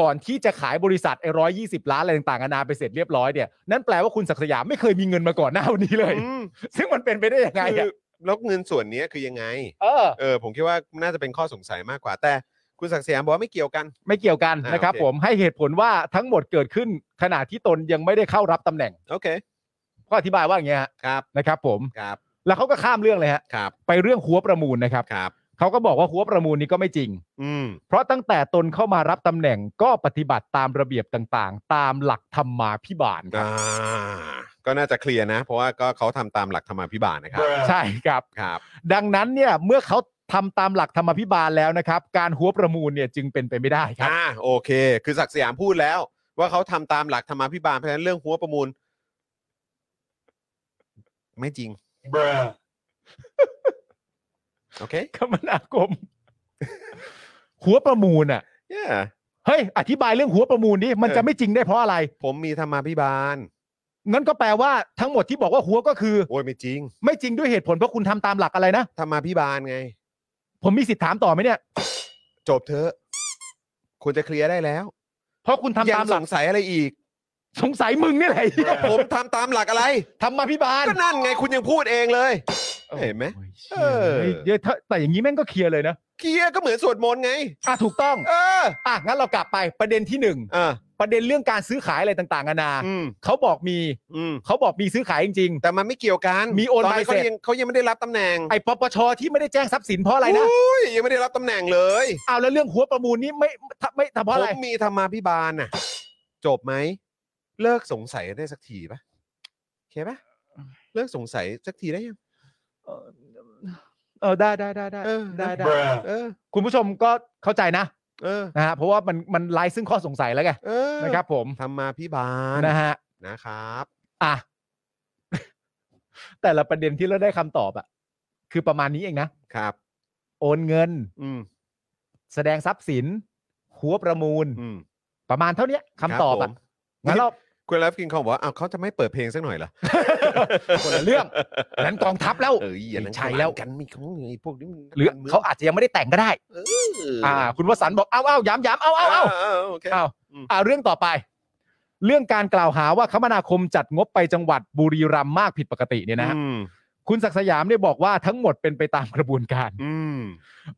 S4: ก่อนที่จะขายบริษัทไอ้ร้อยยี่สิบล้านอะไรต่างๆนานาไปเสร็จเรียบร้อยเนี่ยนั่นแปลว่าคุณศักดิ์สยามไม่เคยมีเงินมาก่อนหน้าวันนี้เลย
S2: อืม
S4: ซึ่งมันเป็นไปได้ยังไง
S2: คือ
S4: อะ
S2: แล้วเงินส่วนเนี้ยคือยังไง
S4: เออ
S2: เออ ผมคิดว่าน่าจะเป็นข้อสงสัยมากกว่า แต่คุณศักดิ์สยามบอกว่าไม่เกี่ยวกัน
S4: ไม่เกี่ยวกัน
S2: อ่ะ
S4: นะครับ
S2: โอเค
S4: ผมให้เหตุผลว่าทั้งหมดเกิดขึ้นขณะที่ตนยังไม่ได้เข้ารับตำแหน่ง
S2: โอเค
S4: ก็อธิบายว่าอย่างเงี้ยฮะ
S2: ครับ
S4: นะครับ ผม
S2: ครับ
S4: แล้วเขาก็ข้ามเรื่องเลยฮะ
S2: ครับ
S4: ไปเรื่องหัวประมูลนะครับ
S2: ครับ
S4: เขาก็บอกว่าหัวประมูลนี้ก็ไม่จริง
S2: อืม
S4: เพราะตั้งแต่ตนเข้ามารับตำแหน่งก็ปฏิบัติตามระเบียบต่างๆ ตามหลักธรรมาภิบาลครับ
S2: อ่าก็น่าจะเคลียร์นะ เพราะว่าก็เขาทำตามหลักธรรมาภิบาลนะครับ
S4: ใช่ครับ
S2: ครับ
S4: ดังนั้นเนี่ยเมื่อเขาทำตามหลักธรรมพิบาลแล้วนะครับ การหัวประมูลเนี่ยจึงเป็นไปไม่ได้ครับ
S2: อ่า โอเค คือศักดิ์สยามพูดแล้ว ว่าเขาทำตามหลักธรรมาภิบาล เพราะฉะนั้นเรื่องหัวประมูล ไม่จริง โอเค
S4: คมนาคม หัวประมูลอ่ะ
S2: yeah
S4: เฮ้ย อธิบายเรื่องหัวประมูลดิมัน
S2: เออ
S4: จะไม่จริงได้เพราะอะไร
S2: ผมมีธรรมาภิบาล
S4: งั้นก็แปลว่าทั้งหมดที่บอกว่าหัวก็คือ
S2: โอ้ยไม่จริง
S4: ไม่จริงด้วยเหตุผลเพราะคุณทำตามหลักอะไรนะ
S2: ธรรมาภิบาลไง
S4: ผมมีสิทธิ์ถามต่อไหมเนี่ย
S2: จบเถอะควรจะเคลียร์ได้แล้ว
S4: เพราะคุณทำ
S2: ยั
S4: ตาม
S2: ง
S4: ห
S2: ส
S4: ลัก
S2: งสัยอะไรอีก
S4: สงสัยมึงนี่แหละไอ้เหี้ย
S2: ผมทำตามหลักอะไร
S4: ธรรมพิบาล
S2: ก็นั่นไงคุณยังพูดเองเลย เห็นไหม
S4: โอ้
S2: เอย อ
S4: ยเชี่เฮ้ยเดี๋ยวถ้าแต่อย่างนี้แม่งก็เคลียร์เลยนะ
S2: เคลียร์ก็เหมือนสวดมนต์ไง
S4: อ่ะถูกต้อง
S2: เออ
S4: อ่ะงั้นเรากลับไปประเด็นที่หนึ่ง
S2: อ่ะ
S4: ประเด็นเรื่องการซื้อขายอะไรต่างๆนานา
S2: อืม
S4: เขาบอกมี
S2: อืม
S4: เขาบอกมีซื้อขายจริง
S2: แต่มันไม่เกี่ยวกัน
S4: มีโอน
S2: ต
S4: ใบ
S2: เขา
S4: เสร็จ
S2: ยังเขายังไม่ได้รับตำแหน่ง
S4: ๆ ไอ้ปปชที่ไม่ได้แจ้งทรัพย์สินเพราะอะไรนะ
S2: อุ้ยยังไม่ได้รับตำแหน่งเลย
S4: เอาแล้วเรื่องหัวประมูลนี้ไม่ทำไม่ทำเพ
S2: ผ
S4: ราะอะไร
S2: มมีธรรมาภิบาลน่ะ จบไหม เลิกสงสัยได้สักทีปะโอเคปะเลิกสงสัยสักทีได้ยัง
S4: เออได้ได้ได้ได้
S2: เออ
S4: ได้ได้
S2: เออ
S4: คุณผู้ชมก็เข้าใจนะ
S2: เออ
S4: นะฮะเพราะว่ามันมันไร้ซึ่งข้อสงสัยแล้วไง
S2: เออ
S4: นะครับ ผม
S2: ธรรมาภิบาล
S4: นะฮะ
S2: นะครับ
S4: อ่ะ แต่ละประเด็นที่เราได้คำตอบอะคือประมาณนี้เองนะ
S2: ครับ
S4: โอนเงิน
S2: อืม
S4: แสดงทรัพย์สิน หัวประมูล
S2: อืม
S4: ประมาณเท่าเนี้ยคำตอบ
S2: ครั
S4: อะ
S2: บผม
S4: งั้นเรา
S2: คุณรับกินเขาบอกว่าอ้าวเขาจะไม่เปิดเพลงสักหน่อยเหรอ
S4: คนละเรื่อง นั้นกองทัพแล้ว
S2: เอออย่านั้น
S4: ใช่แล้ว
S2: กันมีของไอ้พวกนี้มัน
S4: หรือ
S2: กันมืง
S4: เขาอาจจะยังไม่ได้แต่งก็ได้
S2: เออ
S4: อ่า คุณวสันต์บอกเอ้าเอ้าย้ำย้ำเอ้าเอ้าเอ้า
S2: โอเค
S4: อ้าว
S2: อืม
S4: อ่าเรื่องต่อไป เรื่องการกล่าวหาว่าคมนาคมจัดงบไปจังหวัดบุรีรัมย์มากผิดปกติเนี่ยนะฮะ
S2: อืม
S4: คุณศักดิ์สยามเนี่ยบอกว่าทั้งหมดเป็นไปตามกระบวนการ
S2: อืม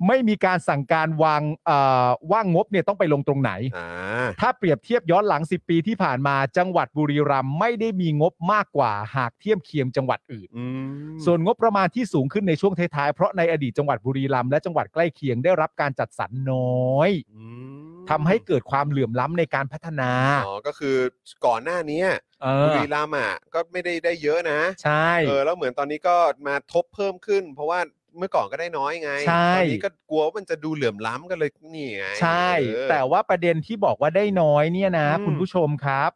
S4: ไม่มีการสั่งการวางเอ่อว่างงบเนี่ยต้องไปลงตรงไหน
S2: อ่า
S4: ถ้าเปรียบเทียบย้อนหลัง 10 ปีที่ผ่านมาจังหวัดบุรีรัมย์ไม่ได้มีงบมากกว่าหากเทียบเคียงจังหวัดอื่น
S2: อืม
S4: ส่วนงบประมาณที่สูงขึ้นในช่วงท้ายๆเพราะในอดีตจังหวัดบุรีรัมย์และจังหวัดใกล้เคียงได้รับการจัดสรรน้อย
S2: อืม
S4: ทำให้เกิดความเหลื่อมล้ำในการพัฒนา
S2: อ๋อก็คือก่อนหน้านี้
S4: เอ
S2: บุ
S4: อ
S2: รีรัมย์อ่ะก็ไม่ได้ได้เยอะนะ
S4: ใช่
S2: เออแล้วเหมือนตอนนี้ก็มาทบเพิ่มขึ้น เพราะว่าเมื่อก่อนก็ได้น้อยไง
S4: ใช่
S2: ตอนนี้ก็กลัวว่ามันจะดูเหลื่อมล้ำกันเลยนี่ไง
S4: ใช่
S2: เออ
S4: แต่ว่าประเด็นที่บอกว่าได้น้อยเนี่ยนะ
S2: อืม
S4: คุณผู้ชมครับ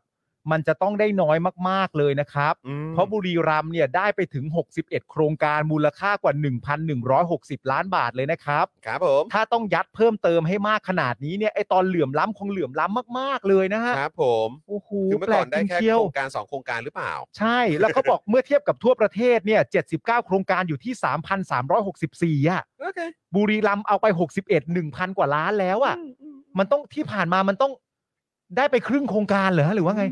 S4: มันจะต้องได้น้อยมากๆเลยนะครับ
S2: อืม
S4: เพราะบุรีรัมย์เนี่ยได้ไปถึง 61 โครงการมูลค่ากว่า 1,160 ล้านบาทเลยนะครับ
S2: ครับผม
S4: ถ้าต้องยัดเพิ่มเติมให้มากขนาดนี้เนี่ยไอตอนเหลื่อมล้ำคงเหลื่อมล้ำมากๆเลยนะฮะ
S2: ครับผม
S4: โอ้โห
S2: คือเมื่อ
S4: แปล
S2: ก่อก น
S4: จ
S2: ได้
S4: ริง
S2: แค่
S4: เชียว
S2: โครงการสองโครงการหรือเปล่า
S4: ใช่ แล้วเขาบอกเมื่อเที ยบกับทั่วประเทศเนี่ย79 โครงการอยู่ที่ 3,364อ่ะ
S2: โอเค
S4: บุรีรัมย์เอาไป 61 1,000 กว่าล้านแล้วอะ่ะ มันต้องที่ผ่านมามันต้องได้ไปครึ่งโครงการเหรอหรือว่าไง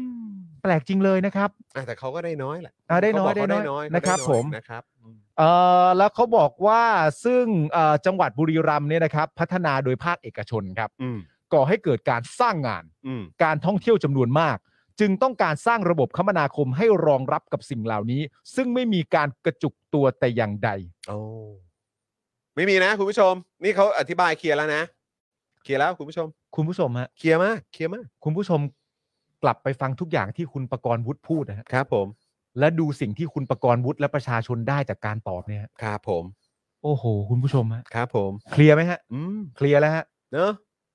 S4: แปลกจริงเลยนะครับ
S2: อ่ะแต่เขาก็ได้น้อยแหละ
S4: อ่ะได้น้อย
S2: เขาบกเขา
S4: ได้
S2: ได้
S4: น้
S2: น้
S4: อ
S2: อย ย
S4: นะครับ
S2: เขาได้อย
S4: ผม
S2: นะครับอืม
S4: เอ่อแล้วเขาบอกว่าซึ่งเอ่อจังหวัดบุรีรัมย์เนี่ยนะครับ พัฒนาโดยภาคเอกชนครับ
S2: อืม
S4: ก่อให้เกิดการสร้างงาน
S2: อืม
S4: การท่องเที่ยวจำนวนมาก จึงต้องการสร้างระบบคมนาคมให้รองรับกับสิ่งเหล่านี้ ซึ่งไม่มีการกระจุกตัวแต่อย่างใด
S2: โอ้ไม่มีนะคุณผู้ชม นี่เขาอธิบายเคลียร์แล้วนะเคลียร์แล้วคุณผู้ชม
S4: คุณผู้ชมฮะ
S2: เคลียร์มากเคลียร์มาก
S4: คุณผู้ชมกลับไปฟังทุกอย่างที่คุณประกรณ์วุฒิพูดนะฮะ
S2: ครับผม
S4: และดูสิ่งที่คุณประกรณ์วุฒิและประชาชนได้จากการตอบเนี่ยฮะ
S2: ครับผม
S4: โอ้โห คุณผู้ชมฮะ
S2: ครับผม
S4: เคลียร์ไหมฮะ
S2: อืม
S4: เคลียร์แล้วฮะ
S2: เนอะ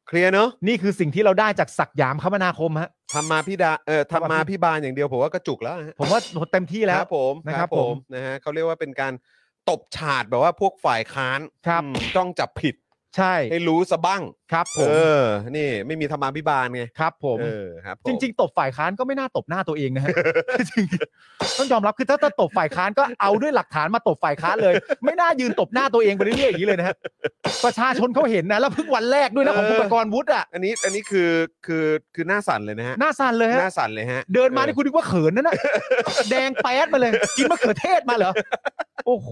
S2: เคลียร์เนอะ
S4: นี่คือสิ่งที่เราได้จากศักยามคมนาคมฮะ
S2: ทำมาพี่ดาเออ
S4: ทำมา
S2: ทำมาพี่บานอย่างเดียวผมว่ากระจุกแล้วฮะ
S4: ผมว่าเต็มที่แล้
S2: คว รับผม
S4: นะครับผม
S2: นะฮะเขาเรียกว่าเป็นการตบฉาดแบบว่าพวกฝ่ายค้าน
S4: ครับ
S2: อืมจ้องจับผิด
S4: ใช่
S2: ให้รู้สะบ้าง
S4: ครับผ
S2: เอ
S4: ม
S2: อ นี่ ไม่มีธรรมาพิบาลไง
S4: ครับผม
S2: เออครับผม
S4: จริง ๆ ตบฝ่ายค้านก็ไม่น่าตบหน้าตัวเอง นะฮะจริงๆต้องยอมรับคือถ้าถ้าตบฝ่ายค้านก็เอาด้วยหลักฐานมาตบฝ่ายค้านเลย ไม่น่ายืนตบหน้าตัวเองไปเรื่อยๆอย่างนี้เลยนะฮะประชาชนเขาเห็นนะแล้วเพิ่งวันแรกด้วยนะของคุณประกรณ์วุฒิอ่ะ
S2: อันนี้อันนี้คือคือคือหน้าสั่นเลยนะฮะ
S4: หน้าสั่นเลยฮะ
S2: หน้าสั่นเลยฮะ
S4: เดินมา
S2: อ
S4: นี่
S2: อ
S4: คุณนึกว่าเขินนั่นน่ะ แดงแป๊ดมาเลย กินมะเขือเทศมาเหรอ โอ้โห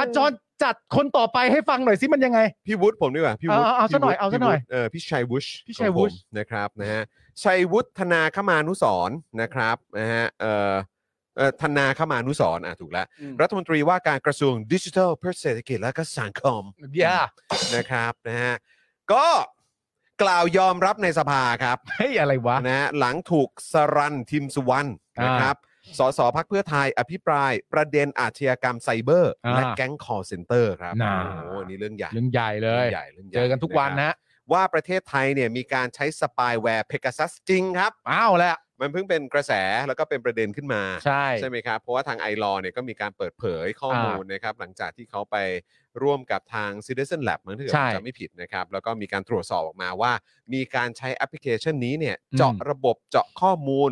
S4: อาจารย์จัดคนต่อไปให้ฟังหน่อยสิมันยังไง
S2: พี่วุฒิผมดีกว่าพี่วุฒิ
S4: เอาเอาเอาซะหน่อย
S2: พี่วุฒิ
S4: เอาซะหน่อย
S2: พี่วุฒิเออพี่ชัยวุฒิ
S4: พี่ชัยวุฒิ
S2: ของผมนะครับนะฮะชัยวุฒิธนาคมานุสรณ์นะครับนะฮะเออเออธนาคมานุสรณ์อ่ะถูกแล้วรัฐมนตรีว่าการกระทรวงดิจิทัลเพื่อเศรษฐกิจและก็สังคม
S4: เดี๋ยว
S2: นะครับนะฮะก็กล่าวยอมรับในสภาครับ
S4: เฮ้ยอะไรวะ
S2: นะฮะหลังถูกสรันทิมสุวรรณ
S4: อ่าน
S2: นะครับสสพักเพื่อไทยอภิปรายประเด็นอาชญากรรมไซเบอร์
S4: อ่า
S2: และแก๊งคอร์เซ็นเตอร์ครับ
S4: น่า
S2: โอ้โหอันนี่เรื่องใหญ่
S4: เรื่องใหญ่เลย
S2: ใหญ่เรื่องใหญ่
S4: เจอกันทุกวัน
S2: ครับ
S4: นะ
S2: ว่าประเทศไทยเนี่ยมีการใช้สปายแวร์เพก a ซัสจริงครับ
S4: อ้าวแหละ
S2: มันเพิ่งเป็นกระแสแล้วก็เป็นประเด็นขึ้นมา
S4: ใช่
S2: ไหมครับ เพราะว่าทางไอรอเนี่ยก็มีการเปิดเผยข้อมูลนะครับหลังจากที่เขาไปร่วมกับทาง Citizen Lab มั้งถ้าเกิด
S4: ใช่
S2: ผมจำไม่ผิดนะครับแล้วก็มีการตรวจสอบออกมาว่า มีการใช้แอปพลิเคชันนี้เนี่ย
S4: อืม
S2: เจาะระบบเจาะข้อมูล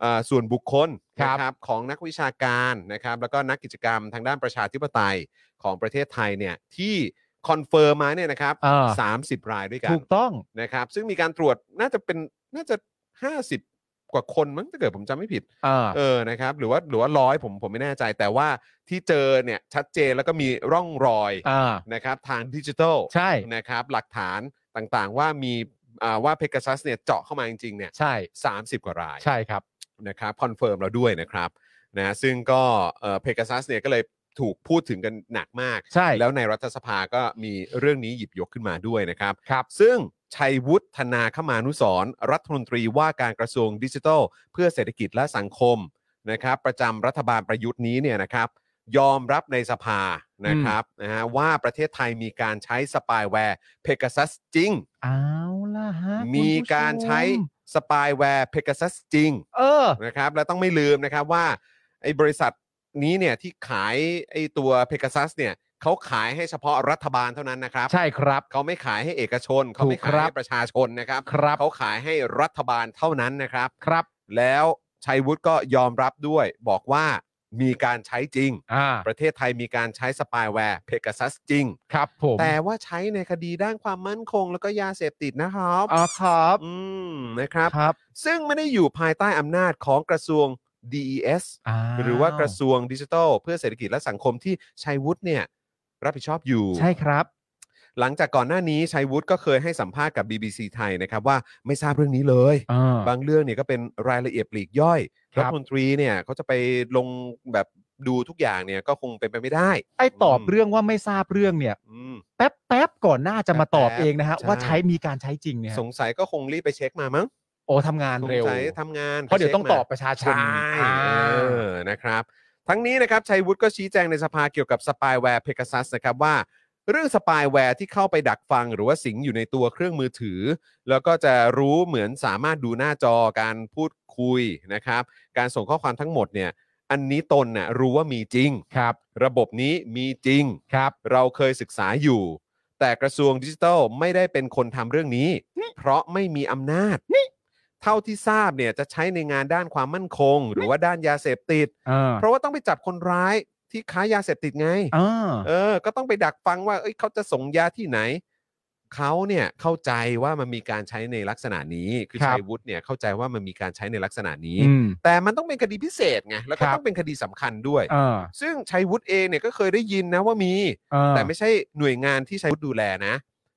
S2: เอ่อส่วนบุคคล
S4: ครับ
S2: นะครับของนักวิชาการนะครับแล้วก็นักกิจกรรมทางด้านประชาธิปไตยของประเทศไทยเนี่ยที่คอนเฟิร์มมาเนี่ยนะครับ
S4: เออ
S2: สามสิบรายด้วยกัน
S4: ถูกต้อง
S2: นะครับซึ่งมีการตรวจน่าจะเป็นน่าจะ 50 กว่าคนมั้งถ้าเกิดผมจำไม่ผิด
S4: เออ
S2: เออนะครับหรือว่าหรือว่าร้อยผมผมไม่แน่ใจแต่ว่าที่เจอเนี่ยชัดเจนแล้วก็มีร่องรอย
S4: อ่า
S2: นะครับทางดิจิทัล
S4: ใช่
S2: นะครับหลักฐานต่างๆว่ามีอ่าว่าเพก a ซัสเนี่ยเจาะเข้ามาจริงๆเนี่ย
S4: ใช่
S2: สากว่าราย
S4: ใช่ครับ
S2: นะครับคอนเฟิร์มเราด้วยนะครับนะซึ่งก็เพก a ซัสเนี่ยก็เลยถูกพูดถึงกันหนักมาก
S4: ใช่
S2: แล้วในรัฐสภาก็มีเรื่องนี้หยิบยกขึ้นมาด้วยนะครับ
S4: ครับ
S2: ซึ่งชัยวุฒิธนาคมานุสรณ์รัฐมนตรีว่าการกระทรวงดิจิทัล เพื่อเศรษฐกิจและสังคมนะครับ ประจำรัฐบาลประยุทธ์นี้เนี่ยนะครับ ยอมรับในสภานะครับนะฮะว่าประเทศไทยมีการใช้สปายแวร์เพก a ซัสจริง
S4: เอาล่ะฮะคุณผู้ช
S2: มีการใช้สปายแวร์เพก a ซัสจริง
S4: เออ
S2: นะครับ และต้องไม่ลืมนะครับว่าไอ้บริษัท นี้เนี่ยที่ขายไอ้ตัวเพก a ซัสเนี่ยเขาขายให้เฉพาะรัฐบาลเท่านั้นนะครับ
S4: ใช่ครับ
S2: เขาไม่ขายให้เอกชนเขาไม่
S4: ถูกค
S2: ขาย
S4: รับ
S2: ให้ประชาชนนะครับ
S4: ครับ
S2: เขาขายให้รัฐบาลเท่านั้นนะครับ
S4: ครับ
S2: แล้วชัยวุฒิก็ยอมรับด้วย บอกว่ามีการใช้จริง
S4: อ่า
S2: ประเทศไทยมีการใช้สปายแวร์เพก a ซัสจริง
S4: ครับผม
S2: แต่ว่าใช้ในคดีด้านความมั่นคง แล้วก็ยาเสพติดนะครับ
S4: อ๋อครับ
S2: อืมนะครับ
S4: ครับ
S2: ซึ่งไม่ได้อยู่ภายใต้อำนาจของกระทรวง DES
S4: า
S2: หรือว่ากระทรวงดิจิทัล เพื่อเศรษฐกิจและสังคมที่ชัยวุฒิเนี่ยรับผิดชอบอยู่
S4: ใช่ครับ
S2: หลังจากก่อนหน้านี้ชัยวุฒิก็เคยให้สัมภาษณ์กับ BBC ไทยนะครับว่าไม่ทราบเรื่องนี้เลย
S4: อ่า
S2: บางเรื่องเนี่ยก็เป็นรายละเอียดปลีกย่อย
S4: ครับ
S2: รัฐมนตรีเนี่ยเขาจะไปลงแบบดูทุกอย่างเนี่ยก็คงเป็นไปไม่ได้
S4: ไอ้ตอบ
S2: อืม
S4: เรื่องว่าไม่ทราบเรื่องเนี่ย
S2: อืม
S4: แป๊บแป๊บก่อนหน้าจะมาตอบ
S2: แป๊บ
S4: เองนะฮะ
S2: ใช่
S4: ว่าใช้มีการใช้จริงเนี่ยฮะ
S2: สงสัยก็คงรีบไปเช็คมามั้ง
S4: โอ้ทำงาน
S2: สง
S4: เร็ว
S2: สัยทำงาน
S4: เพราะเดี๋ยวต้องตอบ
S2: ไป
S4: ประชาช
S2: เช็
S4: น
S2: คมาใช่
S4: อ่า
S2: เออนะครับ ทั้งนี้นะครับชัยวุฒิก็ชี้แจงในสภาเกี่ยวกับสปายแวร์เพก a ซัสนะครับว่า เรื่องสปายแวร์ที่เข้าไปดักฟัง หรือว่าสิงอยู่ในตัวเครื่องมือถือ แล้วก็จะรู้เหมือนสามารถดูหน้าจอการพูดคุยนะครับ การส่งข้อความทั้งหมดเนี่ยอันนี้ตนน่ะรู้ว่ามีจริง
S4: ครับ
S2: ระบบนี้มีจริง
S4: ครับ
S2: เราเคยศึกษาอยู่ แต่กระทรวงดิจิทัลไม่ได้เป็นคนทำเรื่องนี้ เพราะไม่มีอำนาจ เท่าที่ทราบเนี่ยจะใช้ในงานด้านความมั่นคง หรือว่าด้านยาเสพติด
S4: เออ
S2: เพราะว่าต้องไปจับคนร้ายที่ค้ายาเสพติดไง
S4: อ่า
S2: เออ ก็ต้องไปดักฟังว่า เอ้ยเขาจะส่งยาที่ไหน เขาเนี่ยเข้าใจว่ามันมีการใช้ในลักษณะนี้ คือชัยวุฒิเนี่ยเข้าใจว่ามันมีการใช้ในลักษณะนี้
S4: อืม
S2: แต่มันต้องเป็นคดีพิเศษไง แล้วก็
S4: ครับ
S2: ต้องเป็นคดีสำคัญด้วย
S4: เออ
S2: ซึ่งชัยวุฒิเองเนี่ยก็เคยได้ยินนะว่ามี
S4: เออ
S2: แต่ไม่ใช่หน่วยงานที่ชัยวุฒิดูแลนะ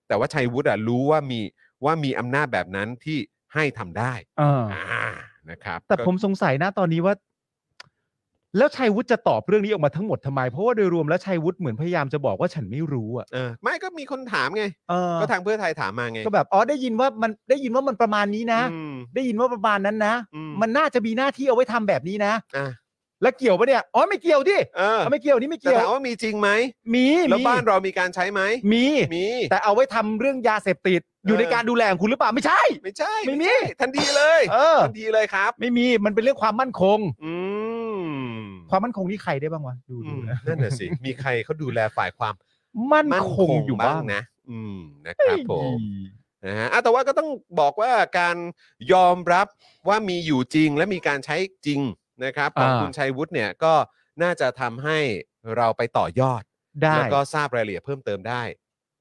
S2: แต่ว่าชัยวุฒิอะรู้ว่ามีว่ามีอำนาจแบบนั้นที่ให้ทำได้
S4: เออ
S2: อ่านะครับ
S4: แต่
S2: ก็
S4: ผมสงสัยนะตอนนี้ว่า แล้วชัยวุฒิจะตอบเรื่องนี้ออกมาทั้งหมดทำไม เพราะว่าโดยรวมแล้วชัยวุฒิเหมือนพยายามจะบอกว่าฉันไม่รู้อ่ะ
S2: เออไม่ก็มีคนถามไง
S4: เออ
S2: ก็ทางเพื่อไทยถามมาไง
S4: ก็แบบอ๋อได้ยินว่ามันได้ยินว่ามันประมาณนี้นะ
S2: อืม
S4: ได้ยินว่าประมาณนั้นนะ
S2: อืม
S4: มันน่าจะมีหน้าที่เอาไว้ทำแบบนี้นะ
S2: อ่ะ
S4: แล้วเกี่ยวปะเนี่ยอ๋อไม่เกี่ยวดิ
S2: เออ
S4: เอาไม่เกี่ยวนี่ไม่
S2: แต่
S4: เกี่ยว
S2: ถามว่ามีจริงไหม
S4: มี
S2: แล้ว
S4: มี
S2: บ้านเรามีการใช้ไหม
S4: มี
S2: มี
S4: แต่เอาไว้ทำเรื่องยาเสพติด อยู่
S2: เออ
S4: ในการดูแลของคุณหรือเปล่าไม่ใช่
S2: ไม่ใช่
S4: ไม่มี
S2: ใช่ทันทีเลย
S4: เออ
S2: ทันทีเลยครับ
S4: ไม่มีมันเป็นเรื่องความมั่นคง
S2: อืม
S4: ความมั่นคงนี่ใครได้บ้างวะดู
S2: อื
S4: ดู
S2: ม
S4: นะ
S2: นั่นน่ะสิมีใครเขาดูแลฝ่ายความ
S4: มั่น
S2: มั่น
S4: ค
S2: ค
S4: ง
S2: ง
S4: อยู่
S2: บ้า
S4: บ้าง ง
S2: นะ อืมนะครับผม นะฮะอ่ะแต่ว่าก็ต้องบอกว่าการยอมรับว่ามีอยู่จริงและมีการใช้จริงนะครับของ
S4: อ่า
S2: คุณชัยวุฒิเนี่ยก็น่าจะทำให้เราไปต่อยอด
S4: ได้
S2: แล้วก็ทราบรายละเอียดเพิ่มเติมได้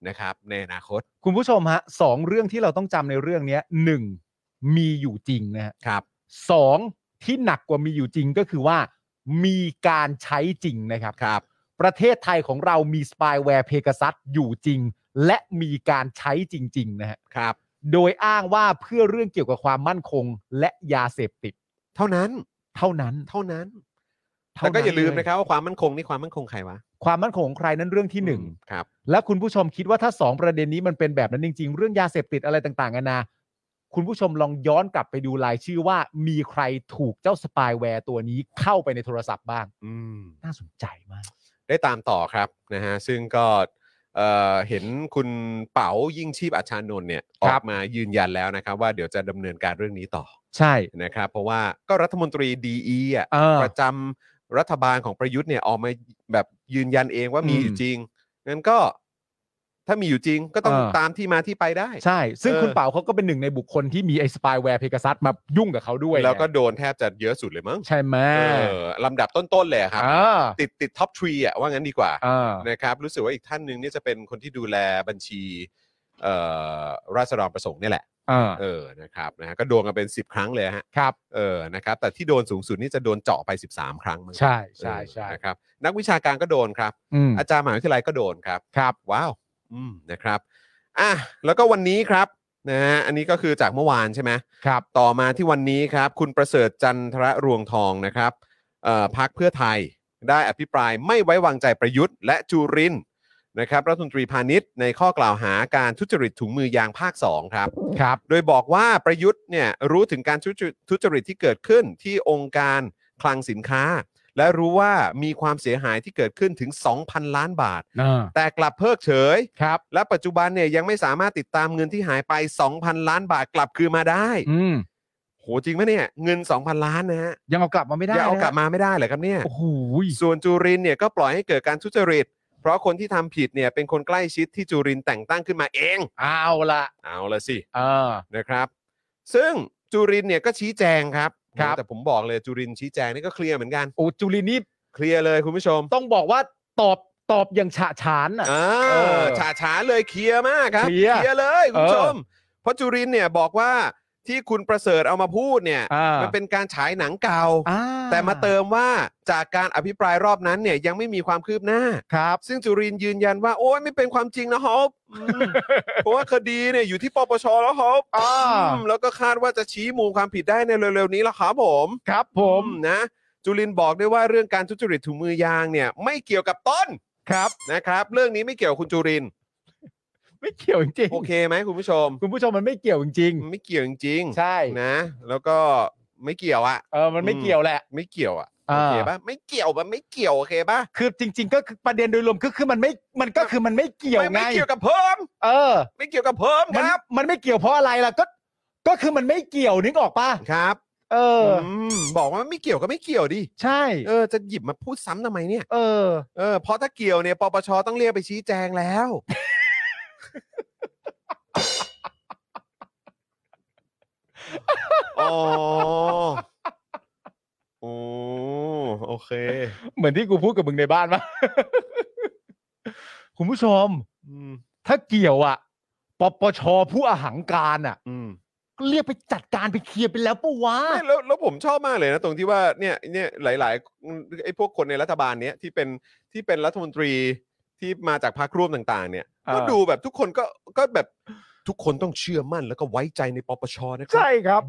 S2: นะครับในอนาคต
S4: คุณผู้ชมฮะสองเรื่องที่เราต้องจำในเรื่องเนี้ยหนึ่งมีอยู่จริงนะฮะ
S2: ครับ
S4: สองที่หนักกว่ามีอยู่จริงก็คือว่า มีการใช้จริงนะครับ
S2: ครับ
S4: ประเทศไทยของเรามีสปายแวร์เพก a ซัสอยู่จริง และมีการใช้จริงๆนะฮะ
S2: ครับ
S4: โดยอ้างว่าเพื่อเรื่องเกี่ยวกับความมั่นคงและยาเสพติด
S2: เท่านั้น
S4: เท่านั้น
S2: เท่านั้น
S4: เท่
S2: แล้วก็อย่าลืม
S4: เ
S2: นะครับว่าความมั่นคงนี่ความมั่นคงใครวะ
S4: ความมั่นคงของใครนั้นเรื่องที่หนึ่ง
S2: อืมครับ
S4: และคุณผู้ชมคิดว่าถ้า 2 ประเด็นนี้มันเป็นแบบนั้นจริง ๆ เรื่องยาเสพติดอะไรต่างๆนานาคุณผู้ชมลองย้อนกลับไปดูรายชื่อว่ามีใครถูกเจ้าสปายแวร์ตัวนี้เข้าไปในโทรศัพท์บ้าง
S2: อืม
S4: น่าสนใจมาก
S2: ได้ตามต่อครับนะฮะซึ่งก็เอ่อเห็นคุณเป๋ายิ่งชีพอาชานนท์เนี่ยอ
S4: ค
S2: อ
S4: รั
S2: ก
S4: บ
S2: มายืนยันแล้วนะครับ ว่าเดี๋ยวจะดำเนินการเรื่องนี้ต่อ
S4: ใช่
S2: นะครับเพราะว่าก็รัฐมนตรีดีอ่ะ
S4: เออ
S2: ประจำรัฐบาลของประยุทธ์เนี่ยออกมาแบบยืนยันเองว่ามี
S4: อืม
S2: อยู่จริงงั้นก็ถ้ามีอยู่จริงก็ต้อง
S4: เออ
S2: ตามที่มาที่ไปได้
S4: ใช่ ซึ่ง
S2: เออ
S4: คุณเป่าเขาก็เป็นหนึ่งในบุคคลที่มีไอ้สปายแวร์เพก a ซัสมายุ่งกับเขาด้วย
S2: แล้วก็
S4: ไง
S2: โดนแทบจะเยอะสุดเลยมั้ง
S4: ใช่ไหม
S2: เออลำดับต้นๆเลยอะครับ
S4: เออ
S2: ติดติดท็อปทรีอ่ะว่างั้นดีกว่า
S4: เออ
S2: นะครับรู้สึกว่าอีกท่านหนึ่งเนี่ยจะเป็นคนที่ดูแลบัญชีเอ่อราษฎรประสงค์เนี่ยแหละ
S4: เออ
S2: เออนะครับนะฮะก็โดนกันเป็น 10 ครั้งเลยฮะ
S4: ครับ
S2: เออนะครับแต่ที่โดนสูงสุดนี่จะโดนเจาะไป 13 ครั้งมั้ง
S4: ใช่ใช่ใช่
S2: เออนะครับนักวิชาการก็โดนครับ
S4: อืม
S2: อาจารย์มหาวิทยาลัยก็โดนครับ
S4: ครับ
S2: ว้าวอืมนะครับอ่ะแล้วก็วันนี้ครับนะฮะอันนี้ก็คือจากเมื่อวานใช่ไหม
S4: ครับ
S2: ต่อมาที่วันนี้ครับ คุณประเสริฐจันทระรวงทองนะครับเอ่อพักเพื่อไทยได้อภิปรายไม่ไว้วางใจประยุทธ์และจุรินทร์นะครับรัฐมนตรีพาณิชย์ในข้อกล่าวหาการทุจริตถุงมือยางภาค 2 ครับ
S4: ครับ
S2: โดยบอกว่าประยุทธ์เนี่ยรู้ถึงการทุจริตทุจริตที่เกิดขึ้นที่องค์การคลังสินค้า และรู้ว่ามีความเสียหายที่เกิดขึ้นถึง 2,000 ล้านบาท
S4: เออ
S2: แต่กลับเพิกเฉย
S4: ครับ
S2: และปัจจุบันเนี่ยยังไม่สามารถติดตามเงินที่หายไป 2,000 ล้านบาทกลับคืนมาได้
S4: อืม
S2: โ โหจริงไหมเนี่ยเงิน 2,000 ล้านนะฮะ
S4: ยังเอากลับมาไม่ได้
S2: จะเอา
S4: นะ
S2: กลับมาไม่ได้เหรอครับเนี่ย
S4: โอ้โห
S2: ส่วนจุรินทร์เนี่ยก็ปล่อยให้เกิดการทุจริต เพราะคนที่ทำผิดเนี่ยเป็นคนใกล้ชิดที่จุรินทร์แต่งตั้งขึ้นมาเอง
S4: เอาละ
S2: เอาละสิ
S4: เออ
S2: นะครับ ซึ่งจุรินทร์เนี่ยก็ชี้แจงครับ
S4: ครับ
S2: แต่ผมบอกเลยจุรินทร์ชี้แจงนี่ก็เคลียร์เหมือนกัน
S4: โอ้จุลินนี่
S2: เคลียร์เลยคุณผู้ชม
S4: ต้องบอกว่าตอบตอบอย่างฉะฉานอ่ะ
S2: อ่า
S4: เออ
S2: ฉาฉานเลยเคลียร์มากครับ
S4: เคลียร์
S2: ร์เลยคุณผู้ชม
S4: เออ
S2: เพราะจุรินทร์เนี่ยบอกว่าที่คุณประเสริฐเอามาพูดเนี่ย
S4: อ่า
S2: มันเป็นการฉายหนังเก่า
S4: อ่า
S2: แต่มาเติมว่าจากการอภิปรายรอบนั้นเนี่ยยังไม่มีความคืบหน้า
S4: ครับ
S2: ซึ่งจุรินทร์ยืนยันว่า โอ้ยไม่เป็นความจริงนะฮอบอืมเพราะว่าคดีเนี่ยอยู่ที่ปปชแล้วฮอบ
S4: อ่า
S2: อืมแล้วก็คาดว่าจะชี้มูลความผิดได้ในเร็วๆนี้ละครับผม
S4: ครับผม
S2: อืนะจุรินทร์บอกด้วยว่าเรื่องการทุจริตถุงมือยางเนี่ยไม่เกี่ยวกับต้น
S4: ครับ
S2: นะครับ เรื่องนี้ไม่เกี่ยวกับคุณจุรินทร์
S4: ไม่เกี่ยวจริงๆ
S2: โอเคไหมคุณผู้ชม
S4: คุณผู้ชมมันไม่เกี่ยวจริง
S2: ไม่เกี่ยวจริง
S4: ๆใช่
S2: ๆนะ แล้วก็ไม่เกี่ยวอะ
S4: เออมันไม่เกี่ยวแหละ
S2: ไม่เกี่ยวอะ
S4: อ่า
S2: โอเคปะไม่เกี่ยวปะไม่เกี่ยวโอเคปะ
S4: คือจริง ๆ ก็คือประเด็นโดยรวมก็คือมันไม่มันก็คือมันไม่เกี่ยว
S2: ไม่
S4: ไง
S2: ไม่เกี่ยวกับเพิ่ม
S4: เออ
S2: ไม่เกี่ยวกับเพิ่มค
S4: มั
S2: น รับ
S4: มันไม่เกี่ยวเพราะอะไรล่ะก็ ก็คือมันไม่เกี่ยวนึกออกป่ะ
S2: ครับ
S4: เอออ
S2: มบอกว่าไม่เกี่ยวก็ไม่เกี่ยวดิ
S4: ใช่
S2: เออ จะหยิบมาพูดซ้ำทำไมเนี่ย
S4: เออ
S2: เออ เพราะถ้าเกี่ยวเนี่ย ปปชต้องเรียกไปชี้แจงแล้ว อ๋อโอ้โอเค
S4: เหมือนที่กูพูดกับมึงในบ้าน ปะ คุณผู้ชม
S2: อืม
S4: ถ้าเกี่ยวอะปปชผู้อาหังการอะ
S2: อืม
S4: ก็เรียกไปจัดการไปเคลียร์ไปแล้วปะวะ
S2: ไม่แล้วแล้วผมชอบมากเลยนะ ตรงที่ว่าเนี่ยเนี่ยหลายๆไอ้พวกคนในรัฐบาลเนี้ยที่เป็นที่เป็นรัฐมนตรีที่มาจากพรรคร่วมต่าง ๆ เนี่ย ก็
S4: เออ
S2: ดูแบบทุกคนก็ก็แบบทุกคนต้องเชื่อมั่นแล้วก็ไว้ใจในปปชนะครั
S4: ใช่ครับ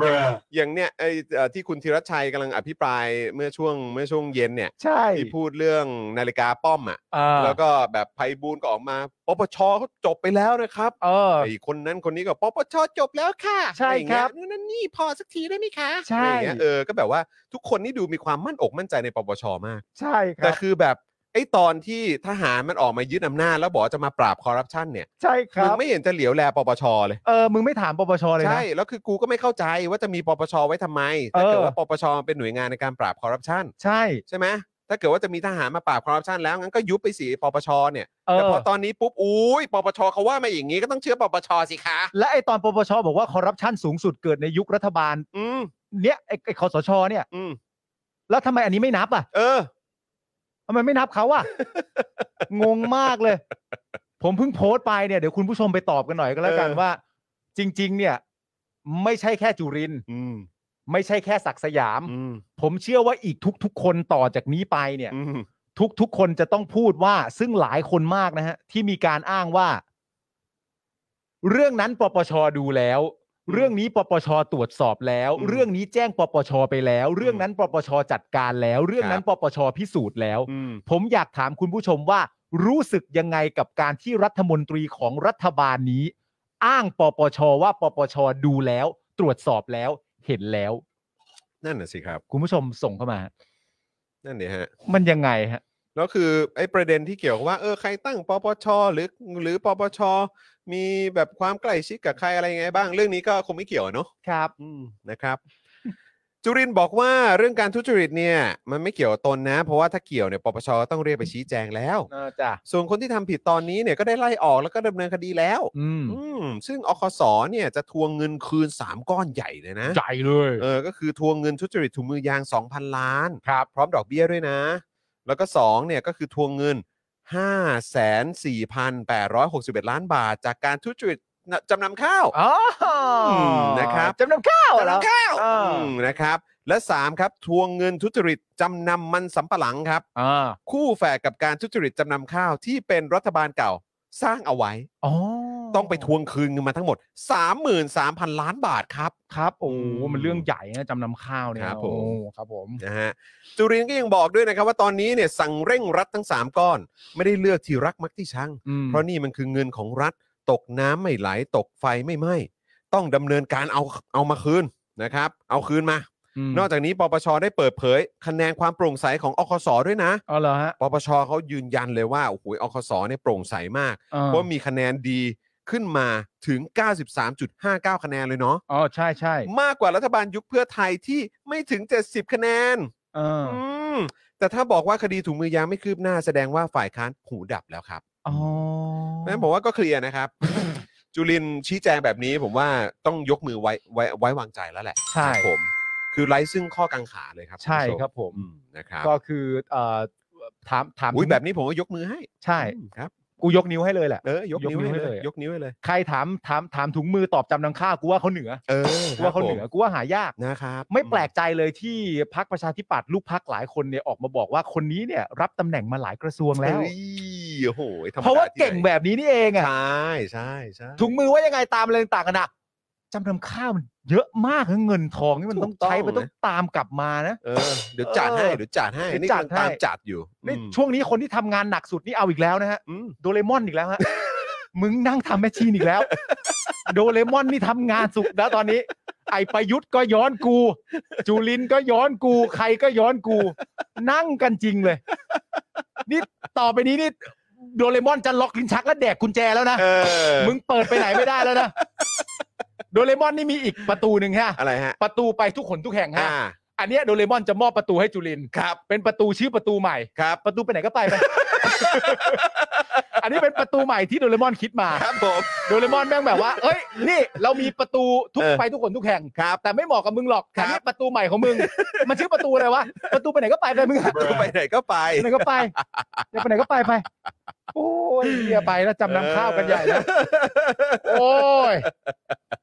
S2: อย่างเนี้ยไอ้เอ่อที่คุณธีรชัยกำลังอภิปรายเมื่อช่วงเมื่อช่วงเย็นเนี่ย
S4: ใช่
S2: ที่พูดเรื่องนาฬิกาป้อมอ่ะ
S4: เออ
S2: แล้วก็แบบไพบูลย์ก็ออกมาปปชเขาจบไปแล้วนะครับ
S4: เออ
S2: ไอ้คนนั้นคนนี้ก็ปปชจบแล้วค่ะ
S4: ใช่ครับ
S2: อะไอย่างเงี้ยนู่นนั่นนี่พอสักทีได้ไหมคะ
S4: ใช่
S2: อะไรอย่างเงี้ยเออก็แบบว่าทุกคนนี่ดูมีความมั่นอกมั่นใจในปปชมาก
S4: ใช่ค
S2: แต่
S4: รับ
S2: คือแบบไอ้ตอนที่ทหารมันออกมายึดอำนาจแล้วบอกว่าจะมาปราบคอร์รัปชันเนี่ย
S4: ใช่ค
S2: มึ
S4: รั
S2: ง
S4: บ
S2: ไม่เห็นจะเหลียวแลปปชเลย
S4: เออมึงไม่ถามปปชเลยนะ
S2: ใช่ แล้วคือกูก็ไม่เข้าใจว่าจะมีปปชไว้ทำไม ถ้าเกิด
S4: เออ
S2: ว่าปปชมันเป็นหน่วยงานในการปราบคอร์รัปชัน
S4: ใช่
S2: ใช่ไหมถ้าเกิดว่าจะมีทหารมาปราบคอร์รัปชันแล้วงั้นก็ยุบไปสิปปชเนี่ย
S4: เอ
S2: แต่
S4: อ
S2: พอตอนนี้ปุ๊บอุ้ยปปชเขาว่ามาอย่างนี้ก็ต้องเชื่อปปชสิคะ
S4: และไอตอนปปชบอกว่าคอร์รัปชันสูงสุดเกิดในยุครัฐบาล
S2: อืม
S4: เนี้ยไอ้ไอ้คอสชเนี่ย
S2: อืม
S4: แล้วทำไมอันนี้ไม่นับอ่ะ
S2: เออ
S4: ทำไมไม่นับเขาอ่ะ งงมากเลย ผมเพิ่งโพสต์ไปเนี่ยเดี๋ยวคุณผู้ชมไปตอบกันหน่อยก็แล้วกัน
S2: เออ
S4: ว่า จริง ๆ เนี่ย ไม่ใช่แค่จุรินทร์
S2: อืม
S4: ไม่ใช่แค่ศักดิ์สยาม
S2: อืม
S4: ผมเชื่อว่าอีกทุก ๆ คนต่อจากนี้ไปเนี่ย
S2: อืม
S4: ทุก ๆ คนจะต้องพูดว่าซึ่งหลายคนมากนะฮะ ที่มีการอ้างว่า เรื่องนั้นปปชดูแล้ว เรื่องนี้ปปชตรวจสอบแล้ว เรื่องนี้แจ้งปปชไปแล้ว เรื่องนั้นปปชจัดการแล้ว เรื่องนั้นปปชพิสูจน์แล้ว
S2: อืม
S4: ผมอยากถามคุณผู้ชมว่า รู้สึกยังไงกับการที่รัฐมนตรีของรัฐบาลนี้ อ้างปปชว่าปปชดูแล้ว ตรวจสอบแล้ว เห็นแล้ว
S2: นั่นน่ะสิครับ
S4: คุณผู้ชมส่งเข้ามาฮะ
S2: นั่นเนี่ยฮะ
S4: มันยังไงฮะ
S2: แล้วคือไอ้ประเด็นที่เกี่ยวกับว่าเออใครตั้งปปชหรือหรือปปชมีแบบความใกล้ชิดกับใครอะไรยังไงบ้าง เรื่องนี้ก็คงไม่เกี่ยวอะเนาะ
S4: ครับ
S2: อืมนะครับ จุรินทร์บอกว่าเรื่องการทุจริตเนี่ย มันไม่เกี่ยวกับตนนะ เพราะว่าถ้าเกี่ยวเนี่ยปปชต้องเรียกไปชี้แจงแล้ว
S4: น่าจะ
S2: ส่วนคนที่ทำผิดตอนนี้เนี่ยก็ได้ไล่ออกแล้วก็ดำเนินคดีแล้ว
S4: อืม
S2: อืมซึ่งอคสเนี่ยจะทวงเงินคืน 3 ก้อนใหญ่เลยนะ
S4: ใจเลย
S2: เออ ก็คือทวงเงินทุจริตถุงมือยาง 2,000 ล้าน
S4: ครับ
S2: พร้อมดอกเบี้ยด้วยนะ แล้วก็2เนี่ยก็คือทวงเงิน 54,861 ล้านบาท จากการทุจริตจำนำข้าว
S4: อ๋ออ
S2: มนะครับ
S4: จำนำข้าวเหรอ
S2: จำนำข้าว
S4: อ่า
S2: อืมนะครับ และ3ครับทวงเงินทุจริตจำนำมันสำปะหลังครับ
S4: อ่า
S2: คู่แฝดกับการทุจริตจำนำข้าวที่เป็นรัฐบาลเก่าสร้างเอาไว้
S4: อ๋อ
S2: ต้องไปทวงคืนเงินมาทั้งหมด 33,000 ล้านบาทครับ
S4: ครับโอ้โห
S2: อืม
S4: มันเรื่องใหญ่นะจำนำข้าวเนี่ย
S2: ครับผม
S4: โอ้ครับผม
S2: นะฮะจุรินทร์ก็ยังบอกด้วยนะครับว่าตอนนี้เนี่ยสั่งเร่งรัดทั้ง 3 ก้อน ไม่ได้เลือกที่รักมักที่ชัง
S4: อืม
S2: เพราะนี่มันคือเงินของรัฐตกน้ำไม่ไหลตกไฟไม่ไหม้ต้องดำเนินการเอาเอามาคืนนะครับ เอาคืนมา
S4: ม
S2: นอกจากนี้ปปชได้เปิดเผย คะแนนความโปร่งใสของอคสด้วยนะ
S4: อ๋อเหรอฮะ
S2: ปปชเขายืนยันเลยว่าโอ้โหอคสเนี่ยโปร่งใสมาก
S4: เออ
S2: ว่ามีคะแนนดี ขึ้นมาถึง 93.59 คะแนนเลยเนาะ
S4: อ๋อใช่ใช่
S2: มากกว่ารัฐบาลยุคเพื่อไทยที่ไม่ถึง 70 คะแนน
S4: เออ
S2: อืมแต่ถ้าบอกว่าคดีถุงมือยางไม่คืบหน้าแสดงว่าฝ่ายค้านหูดับแล้วครับ
S4: อ๋อ
S2: นั่นผมว่าก็เคลียร์ นะครับ จุลินทร์ชี้แจงแบบนี้ผมว่าต้องยกมือไว้ไว้ไว้วางใจแล้วแหละ
S4: ใช่
S2: ครับผม คือไร้ซึ่งข้อกังขาเลยครับ
S4: ใช่
S2: ณผู้ม
S4: ครับผม
S2: อืมนะครับ
S4: ก็คือเอ่อถามถาม
S2: อุ้ยแบบนี้ผมก็ยกมือให้
S4: ใช่
S2: อืมครับ
S4: กูยกนิ้วให้เลยแหละ
S2: เออยกนิ้วย
S4: กนิ้ว
S2: ให้
S4: ให้
S2: เล
S4: เลย ย
S2: ยกนิ้วให้เลย
S4: ใครถามถามถามถุงมือตอบจำนำข้าวกูว่าเขาเหนือ
S2: เออ
S4: กูว่าเขาเหนือกูว่าหายาก
S2: นะครับ
S4: ไม่แปลกใจเลยที่พักประชาธิปัตย์ลูกพักหลายคนเนี่ยออกมาบอกว่าคนนี้เนี่ยรับตำแหน่งมาหลายกระทรวง
S2: อืม
S4: แล้ว
S2: เฮ้ยโอ้โหธมด
S4: เพราะว่าเก่ง
S2: ที่ไหน
S4: แบบนี้นี่เองอะ
S2: ใช่ใช่ใช่
S4: ถุงมือว่ายังไงตามอะไรต่างกันอะจำนำข้าวมันเยอะมากนะเงินทองนี่มันต้อง
S2: ถูกต้อง
S4: ใช้มันต้อง
S2: นะ
S4: ตามกลับมานะ
S2: เออเดี๋ยวจัดให้เดี๋ยวจัดให้
S4: เดี๋ยว
S2: นี่
S4: จัด
S2: กำลังตาม
S4: ให้
S2: จัดอยู่
S4: นี่
S2: อืม
S4: ช่วงนี้คนที่ทำงานหนักสุดนี่เอาอีกแล้วนะฮะ
S2: อืม
S4: โดเรมอนอีกแล้วฮะ มึงนั่งทำแมชชีนอีกแล้ว โดเรมอนนี่ทำงานสุดแล้วตอนนี้ ไอประยุทธ์ก็ย้อนกู จุลินก็ย้อนกู ใครก็ย้อนกู นั่งกันจริงเลย นี่ต่อไปนี้นี่โดเรมอนจะล็อกลิ้นชักและแดกกุญแจแล้วนะ
S2: เออ
S4: มึงเปิดไปไหนไม่ได้แล้วนะโดเรมอนนี่มีอีกประตูหนึ่งฮะ
S2: อะไรฮะ
S4: ประตูไปทุกคนทุกแห่งฮะ
S2: อ่า
S4: อันเนี้ยโดเรมอนจะมอบประตูให้จุลินครับ เป็นประตูชื่อประตูใหม่
S2: ครับ
S4: ประตูไปไหนก็ไปไป อันนี้เป็นประตูใหม่ที่โดเรมอนคิดมา
S2: ครับผม
S4: โดเรมอนแม่งแบบว่า เอ้ย นี่เรามีประตูทุก
S2: เออ
S4: ไปทุกคนทุกแห่ง
S2: ครับ
S4: แต่ไม่เหมาะกับมึงหรอก
S2: ครับ
S4: แต่นี่ประตูใหม่ของมึง มันชื่อประตูอะไรวะ ประตูไปไหนก็ไปไปมึงอะ
S2: ไปไหนก็ไป
S4: ไปไหนก็ไปจะไปไหนก็ไปไป โอ้ยเหียไปแล้วจำนำข้าวกันใหญ่แล้วโอ้ย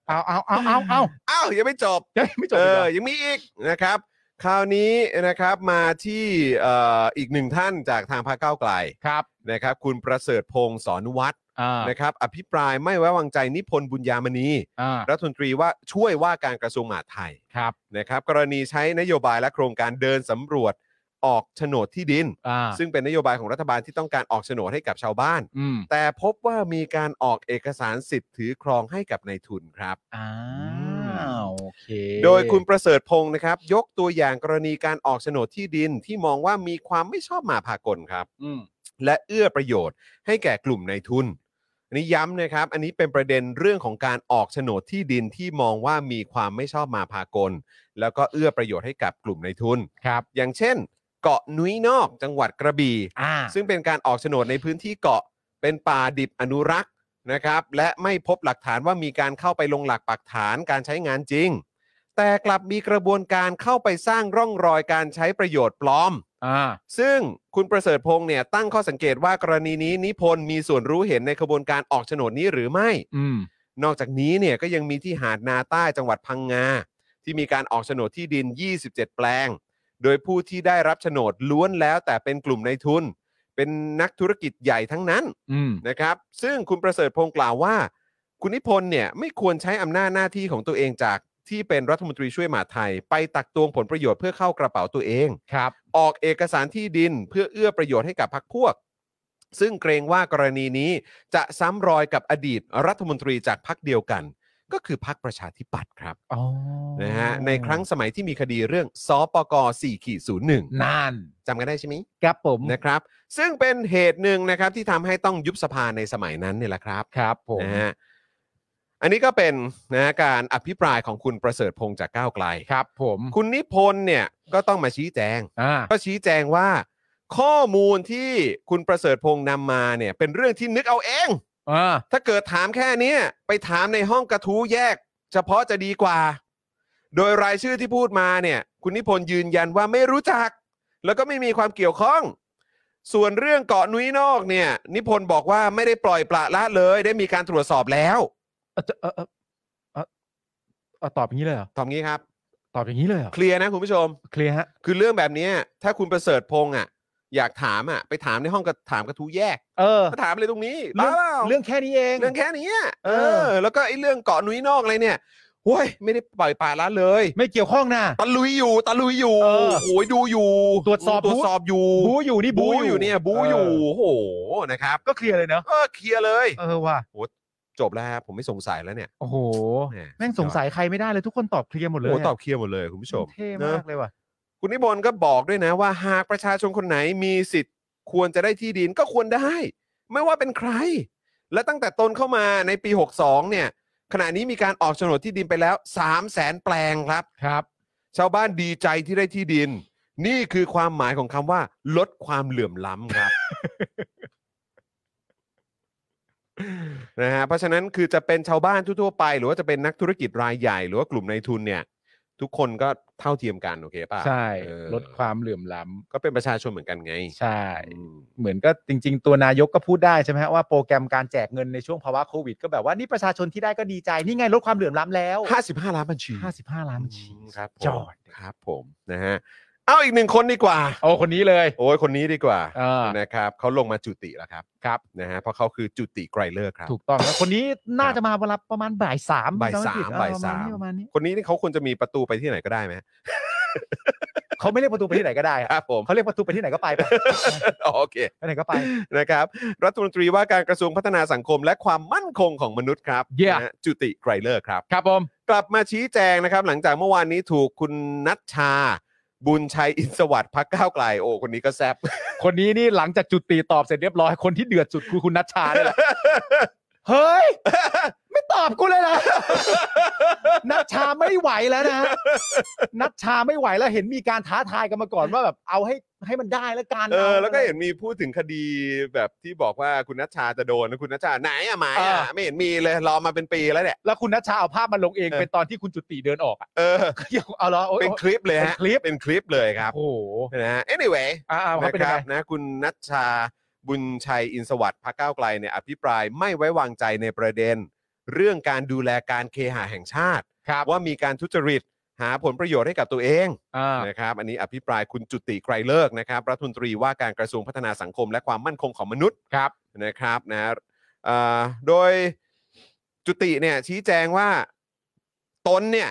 S4: เอาเอาเอาเอาเอา
S2: อ้าว ยังไม่จบ
S4: เฮ้ยไม่จบ
S2: เอ
S4: อีกเหร
S2: อ
S4: อ
S2: ยังมีอีกนะครับ คราวนี้นะครับมาที่เอ่ออีกหนึ่งท่านจากทางพรรคก้าวไกล
S4: ครับ
S2: นะครับ คุณประเสริฐพงศ์สอนวัฒน์
S4: อ่า
S2: นะครับ อภิปรายไม่ไว้วางใจนิพนธ์บุญยามณี
S4: อ่า
S2: รัฐมนตรีว่าช่วยว่าการกระทรวงมหาดไทย
S4: ครับ
S2: นะครับ กรณีใช้นโยบายและโครงการเดินสำรวจออกโฉนดที่ดิน
S4: อ่า
S2: ซึ่งเป็นนโยบายของรัฐบาลที่ต้องการออกโฉนดให้กับชาวบ้าน
S4: อืม
S2: แต่พบว่ามีการออกเอกสารสิทธิ์ถือครองให้กับนายทุนครับ
S4: อ้า
S2: อืม
S4: วโอเค
S2: โดยคุณประเสริฐพงศ์นะครับ ยกตัวอย่างกรณีการออกโฉนดที่ดินที่มองว่ามีความไม่ชอบมาพากลครับ
S4: อืม
S2: และเอื้อประโยชน์ให้แก่กลุ่มนายทุน อันนี้ย้ำนะครับ อันนี้เป็นประเด็นเรื่องของการออกโฉนดที่ดินที่มองว่ามีความไม่ชอบมาพากล แล้วก็เอื้อประโยชน์ให้กับกลุ่มนายทุน
S4: ครับ
S2: อย่างเช่น เกาะนุ้ยนอกจังหวัดกระบี่
S4: อ่า
S2: ซึ่งเป็นการออกโฉนดในพื้นที่เกาะเป็นป่าดิบอนุรักษ์นะครับ และไม่พบหลักฐานว่ามีการเข้าไปลงหลักปักฐานการใช้งานจริง แต่กลับมีกระบวนการเข้าไปสร้างร่องรอยการใช้ประโยชน์ปลอม
S4: อ่า
S2: ซึ่งคุณประเสริฐพงษ์เนี่ยตั้งข้อสังเกตว่ากรณีนี้นิพนธ์มีส่วนรู้เห็นในกระบวนการออกโฉนดนี้หรือไม่
S4: อืม
S2: นอกจากนี้เนี่ยก็ยังมีที่หาดนาใต้จังหวัดพังงา ที่มีการออกโฉนดที่ดิน 27 แปลง โดยผู้ที่ได้รับโฉนดล้วนแล้วแต่เป็นกลุ่มในายทุน เป็นนักธุรกิจใหญ่ทั้งนั้น
S4: อืม
S2: นะครับ ซึ่งคุณประเสริฐพงศ์กล่าวว่า คุณนิพนธ์เนี่ยไม่ควรใช้อำนาจหน้าที่ของตัวเองจากที่เป็นรัฐมนตรีช่วยมหาดไทย ไปตักตวงผลประโยชน์เพื่อเข้ากระเป๋าตัวเอง
S4: ครับ
S2: ออกเอกสารที่ดินเพื่อเอื้อประโยชน์ให้กับพรรคพวก ซึ่งเกรงว่ากรณีนี้จะซ้ำรอยกับอดีตรัฐมนตรีจากพรรคเดียวกัน ก็คือพรรคประชาธิปัตย์ครับ
S4: อ๋อ
S2: นะฮะในครั้งสมัยที่มีคดีเรื่องสปก4ขีด01
S4: นาน
S2: จำกันได้ใช่ไหมย
S4: ครับผม
S2: นะครับ ซึ่งเป็นเหตุหนึ่งนะครับที่ทำให้ต้องยุบสภาในสมัยนั้นเนี่ยแหละครับ
S4: ครับผม
S2: นะฮะอันนี้ก็เป็นนะฮะการอภิปรายของคุณประเสริฐพงษ์จากก้าวไกล
S4: ครับผม
S2: คุณนิพนธ์เนี่ยก็ต้องมาชี้แจง
S4: อ่า
S2: ก็ชี้แจงว่า ข้อมูลที่คุณประเสริฐพงษ์นำมาเนี่ยเป็นเรื่องที่นึกเอาเอง
S4: อ่า
S2: ถ้าเกิดถามแค่เนี้ยไปถามในห้องกระทู้แยก เฉพาะจะดีกว่า โดยรายชื่อที่พูดมาเนี่ยคุณนิพนธ์ยืนยันว่าไม่รู้จัก แล้วก็ไม่มีความเกี่ยวข้อง ส่วนเรื่องเกาะนุ้ยนอกเนี่ย นิพนธ์บอกว่าไม่ได้ปล่อยปละละเลย ได้มีการตรวจสอบแล้ว
S4: เออเออเออเอ่อเอ่อตอบอย่างนี้เลยเหรอ
S2: ทอมงี้ครับ
S4: ตอบอย่างนี้เลยเหรอ
S2: เคลียร์นะคุณผู้ชม
S4: เคลียร์ฮะ
S2: คือเรื่องแบบเนี้ยถ้าคุณประเสริฐพงษ์อ่ะอยากถามอ่ะไปถามในห้องกระถามกระทู้แยก
S4: เออ
S2: มาถามเลยตรงนี้
S4: เรื่อง
S2: บ้าปล่า
S4: เรื่องแค่นี้เอง
S2: เรื่องแค่นี้อะ
S4: เอ
S2: เอ
S4: อ
S2: อ แล้วก็ไอ้เรื่องเกาะนุ้ยนอกอะไรเนี่ยโว้ยไม่ได้ปล่อยป่าละเลย
S4: ไม่เกี่ยวข้องนะ
S2: ตะลุยอยู่ ตะลุยอยู่
S4: เออ
S2: โอ้ยดูอยู่
S4: ตรวจสอบ
S2: ตรวจสอบอยู่
S4: บูอยู่นี่
S2: บูอยู่เนี่ยบูอยู่
S4: เ
S2: โอ้โหนะครับ
S4: ก็เคลียร์เลยเนอะ
S2: เออเคลียร์เลย
S4: เออว่ะ
S2: จบแล้วครับผมไม่สงสัยแล้วเนี่ย
S4: โอ้โห
S2: แหม
S4: แม่งสงสัยใครไม่ได้เลยทุกคนตอบเคลียร์หมดเลย
S2: โอ้ตอบเคลียร์หมดเลยคุณผู้ชม
S4: เท่
S2: นะ
S4: มากเลยว่ะ
S2: คุณนิพนธ์ก็บอกด้วยนะว่าหากประชาชนคนไหนมีสิทธิ์ ควรจะได้ที่ดินก็ควรได้ ไม่ว่าเป็นใคร และตั้งแต่ตนเข้ามาในปี 62 เนี่ย ขณะนี้มีการออกโฉนดที่ดินไปแล้ว 3 0 0แสนแปลงครับ
S4: ครับ
S2: ชาวบ้านดีใจที่ได้ที่ดิน นี่คือความหมายของคำว่า ลดความเหลื่อมล้ำครับ นะฮะเพราะฉะนั้นคือจะเป็นชาวบ้านทั่วๆไป หรือว่าจะเป็นนักธุรกิจรายใหญ่ หรือว่ากลุ่มในายทุนเนี่ย ทุกคนก็เท่าเทียมกันโอเคป่ะ
S4: ใช่
S2: เออ
S4: ลดความเหลื่อมล้ำ
S2: ก็เป็นประชาชนเหมือนกันไง
S4: ใช่
S2: อืม
S4: เหมือนก็จริง ๆ ตัวนายกก็พูดได้ใช่ไหมฮะว่าโปรแกรมการแจกเงินในช่วงภาวะโควิด ก็แบบว่านี่ประชาชนที่ได้ก็ดีใจนี่ไงลดความเหลื่อมล้ำแล้ว
S2: ห้าสิบห้าล้านบัญชี
S4: 55 ล้านบัญชี
S2: ครับผม
S4: จอด
S2: ครับผมนะฮะเอาอีกหนึ่งคนดีกว่า
S4: โอ้คนนี้เลย
S2: โอ้ยคนนี้ดีกว่า
S4: เออ
S2: นะครับเขาลงมาจุติแล้วครับ
S4: ครับ
S2: นะฮะเพราะเขาคือจุติไกรเลิกษ์ครับ
S4: ถูกต้องครับคนนี้น่าจะมาเวลาประมาณบ่ายสาม
S2: บ่ายสาม
S4: เออ
S2: บ่ายสาม
S4: ประมาณนี้
S2: คนนี้นี่เขาควรจะมีประตูไปที่ไหนก็ได้ไหม
S4: เขาไม่เรียกประตูไปที่ไหนก็ได้
S2: ค
S4: ค
S2: รั
S4: รับบ
S2: ผม
S4: เขาเรียกประตูไปที่ไหนก็ไปไป
S2: อ๋อโอเค
S4: ไปไหนก็ไป
S2: นะครับรัฐมนตรีว่าการกระทรวงพัฒนาสังคมและความมั่นคงของมนุษย์ครับ
S4: Yeah
S2: นะฮะจุติไกรเลิกษ์ครับ
S4: ครับผม
S2: กลับมาชี้แจงนะครับ หลังจากเมื่อวานนี้ถูกคุณนัชชา บุญชัยอินทร์สวัสดิ์พักก้าวไกลโอ้คนนี้ก็แซบ
S4: คนนี้นี่หลังจากจุดตีตอบเสร็จเรียบร้อยคนที่เดือดสุดคือคุณนัชชา เนี่ยแหละเฮ้ย ไม่ตอบกูเลยนะ นัชชาไม่ไหวแล้วนะ นัชชาไม่ไหวแล้วเห็นมีการท้าทายกันมาก่อนว่าแบบเอาให้ให้มันได้แล้วกัน
S2: เออแล้วก็เห็นมีพูดถึงคดีแบบที่บอกว่าคุณนัชชาจะโดนนะคุณนัชชาไหนอะหมายอะไม่เห็นมีเลยรอมาเป็นปีแล้วเนี่ย
S4: แล้วคุณนัชชาเอาภาพมาลงเอง
S2: เออ
S4: เป็นตอนที่คุณจุติเดินออกอ่ะ
S2: เออ
S4: เอาเหรอโอ๊ย
S2: เป็นคลิปเลยฮะ
S4: เป็นคลิป
S2: เป็นคลิปเลยครับ
S4: โอ้โห
S2: นะฮะ anyway
S4: อ่าเขา
S2: นะ
S4: เป็น
S2: ค
S4: ยัง
S2: รั
S4: ไง
S2: บนะคุณนัชชาบุญชัยอินทร์สวัสดิ์พรรคก้าวไกลเนี่ยอภิปรายไม่ไว้วางใจในประเด็น เรื่องการดูแลการเคหะแห่งชาติ
S4: ครับ
S2: ว่ามีการทุจริตหาผลประโยชน์ให้กับตัวเอง
S4: อ่า
S2: นะครับอันนี้อภิปรายคุณจุติไกรเลิกษ์นะครับรัฐมนตรีว่าการกระทรวงพัฒนาสังคม และความมั่นคงของมนุษย์
S4: ครับ
S2: นะครับนะเอ่อโดยจุติเนี่ยชี้แจงว่าตนเนี่ย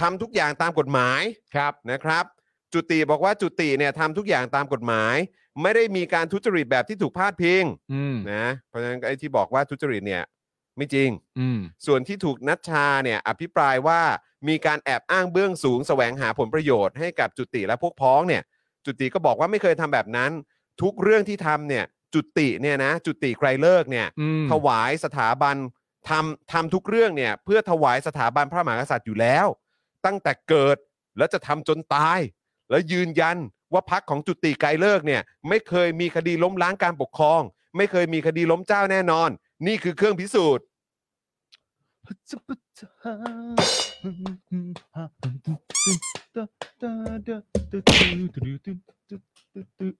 S2: ทำทุกอย่างตามกฎหมาย
S4: ครับ
S2: นะครับ จุติบอกว่าจุติเนี่ยทำทุกอย่างตามกฎหมาย ไม่ได้มีการทุจริตแบบที่ถูกพาดพิง
S4: อืม
S2: นะเพราะฉะนั้นไอ้ที่บอกว่าทุจริตเนี่ยไม่จริง
S4: อืม
S2: ส่วนที่ถูกนัชชาเนี่ยอภิปรายว่ามีการแอบอ้างเบื้องสูงแสวงหาผลประโยชน์ให้กับจุติและพวกพ้องเนี่ยจุติก็บอกว่าไม่เคยทำแบบนั้น ทุกเรื่องที่ทำเนี่ยจุติเนี่ยนะจุติไกรเลิกษ์เนี่ย
S4: อืม
S2: ถวายสถาบันทำทำทุกเรื่องเนี่ยเพื่อถวายสถาบันพระมหากษัตริย์อยู่แล้ว ตั้งแต่เกิดแล้วจะทำจนตาย แล้วยืนยันว่าพักของจุติไกรเลิกษ์เนี่ยไม่เคยมีคดีล้มล้างการปกครอง ไม่เคยมีคดีล้มเจ้าแน่นอน นี่คือเครื่องพิสูจน์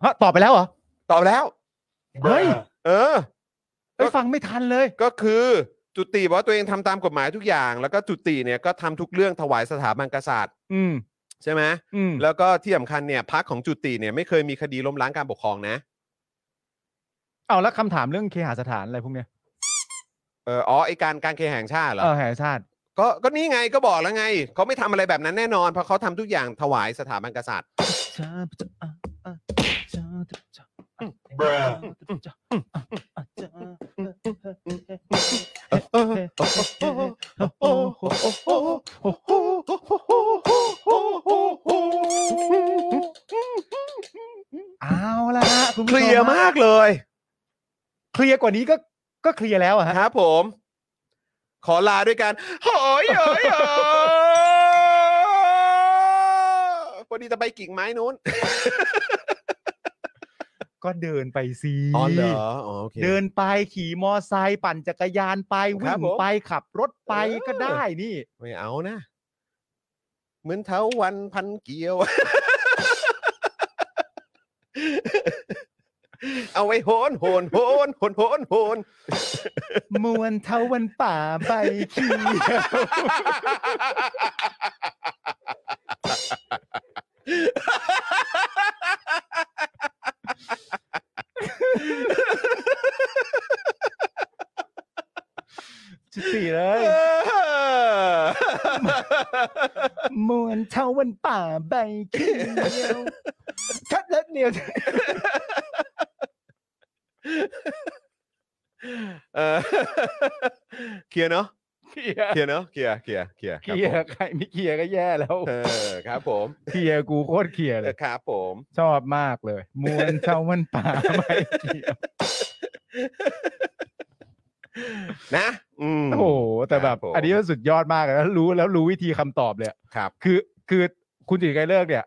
S4: ฮะตอบไปแล้วเหรอ
S2: ตอบแล้ว
S4: เฮ้ย
S2: เออ
S4: เฮ้ยฟังไม่ทันเลย
S2: ก็คือจุติบอกว่าตัวเองทำตามกฎหมายทุกอย่าง แล้วก็จุติเนี่ยก็ทำทุกเรื่องถวายสถาบันกษัตริย์
S4: อืม
S2: ใช่ไหม
S4: อืม
S2: แล้วก็ที่สำคัญเนี่ยพักของจุติเนี่ยไม่เคยมีคดีล้มล้างการปกครองนะ
S4: เอาแล้วคำถามเรื่องเคหสถานอะไรพวกเนี้ย
S2: เอออ๋อไอการการเคหาแห่งชาติเหรอ
S4: เออแห่งชาติ
S2: ก็ก็นี่ไงก็บอกแล้วไง เขาไม่ทำอะไรแบบนั้นแน่นอน เพราะเขาทำทุกอย่างถวายสถาบันกษัตริย์
S4: เอาละฮะคุณผู้
S2: เค
S4: ช
S2: ลียร์มากเลย
S4: เคลียร์กว่านี้ก็ก็เคลียร์แล้วอะฮะ
S2: ครับผม ขอลาด้วยกันโหยโหยโหยพอดีจะไปกิ่งไม้นู้น
S4: ก็เดินไปสิ
S2: อ๋อโอเค
S4: เดินไปขี่มอไซค์ปั่นจักรยานไป
S2: ครั
S4: วิ่
S2: บ
S4: ง
S2: ผม
S4: ไปขับรถไป
S2: เออ
S4: ก็ได้ นี่
S2: ไม่เอานะ เหมือนเท้าวันพันเกี่ยว เอาไว้โหนโหนโหนโหนโหนโหน
S4: มวนเทาวันป่าใบเขียว จุติเลย มวนเทาวันป่าใบเขียวชัดแล้วเนี่ย
S2: เออ เคลียร์เนาะ
S4: เคลียร์
S2: เคลียร์เนาะเคลียร์เคลียร์เคลียร์
S4: เคลียร์ใครไม่เคลียร์ก็แย่แล้ว
S2: เออครับผม
S4: เคลียร์กูโคตรเคลียร์
S2: เอ
S4: เลย
S2: อครับผม
S4: ชอบมากเลย มวนเทาวันป่าใบเขียว
S2: นะอืม
S4: โอ้โหแต่แบบ
S2: ครับผม
S4: อันนี้มันสุดยอดมากเลยนะรู้แล้วรู้วิธีคำตอบเลยอะ
S2: ครับ
S4: คือคือคุณจิตรไกรเลิกษ์เนี่ย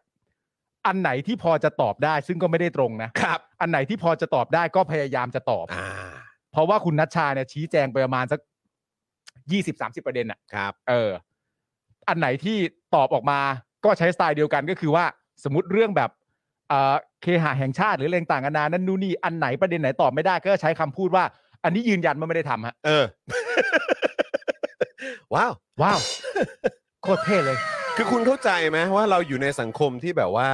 S4: อันไหนที่พอจะตอบได้ ซึ่งก็ไม่ได้ตรงนะครับ อันไหนที่พอจะตอบได้ก็พยายามจะตอบ
S2: อ่า
S4: เพราะว่าคุณนัชชาเนี่ยชี้แจงไปประมาณสักยี่สิบสามสิบประเด็นอะ
S2: ครับ
S4: เออ อันไหนที่ตอบออกมาก็ใช้สไตล์เดียวกันก็คือว่า สมมติเรื่องแบบเอ่อเคหะแห่งชาติหรืออะไรต่างกันานานั่นนู่นนี่อันไหนประเด็นไหนตอบไม่ได้ก็ใช้คำพูดว่า อันนี้ยืนยันว่าไม่ได้ทำฮะ
S2: เออ ว้าว
S4: ว้ าว โคตรเท่เลย
S2: คือคุณเข้าใจไหมว่าเราอยู่ในสังคมที่แบบว่า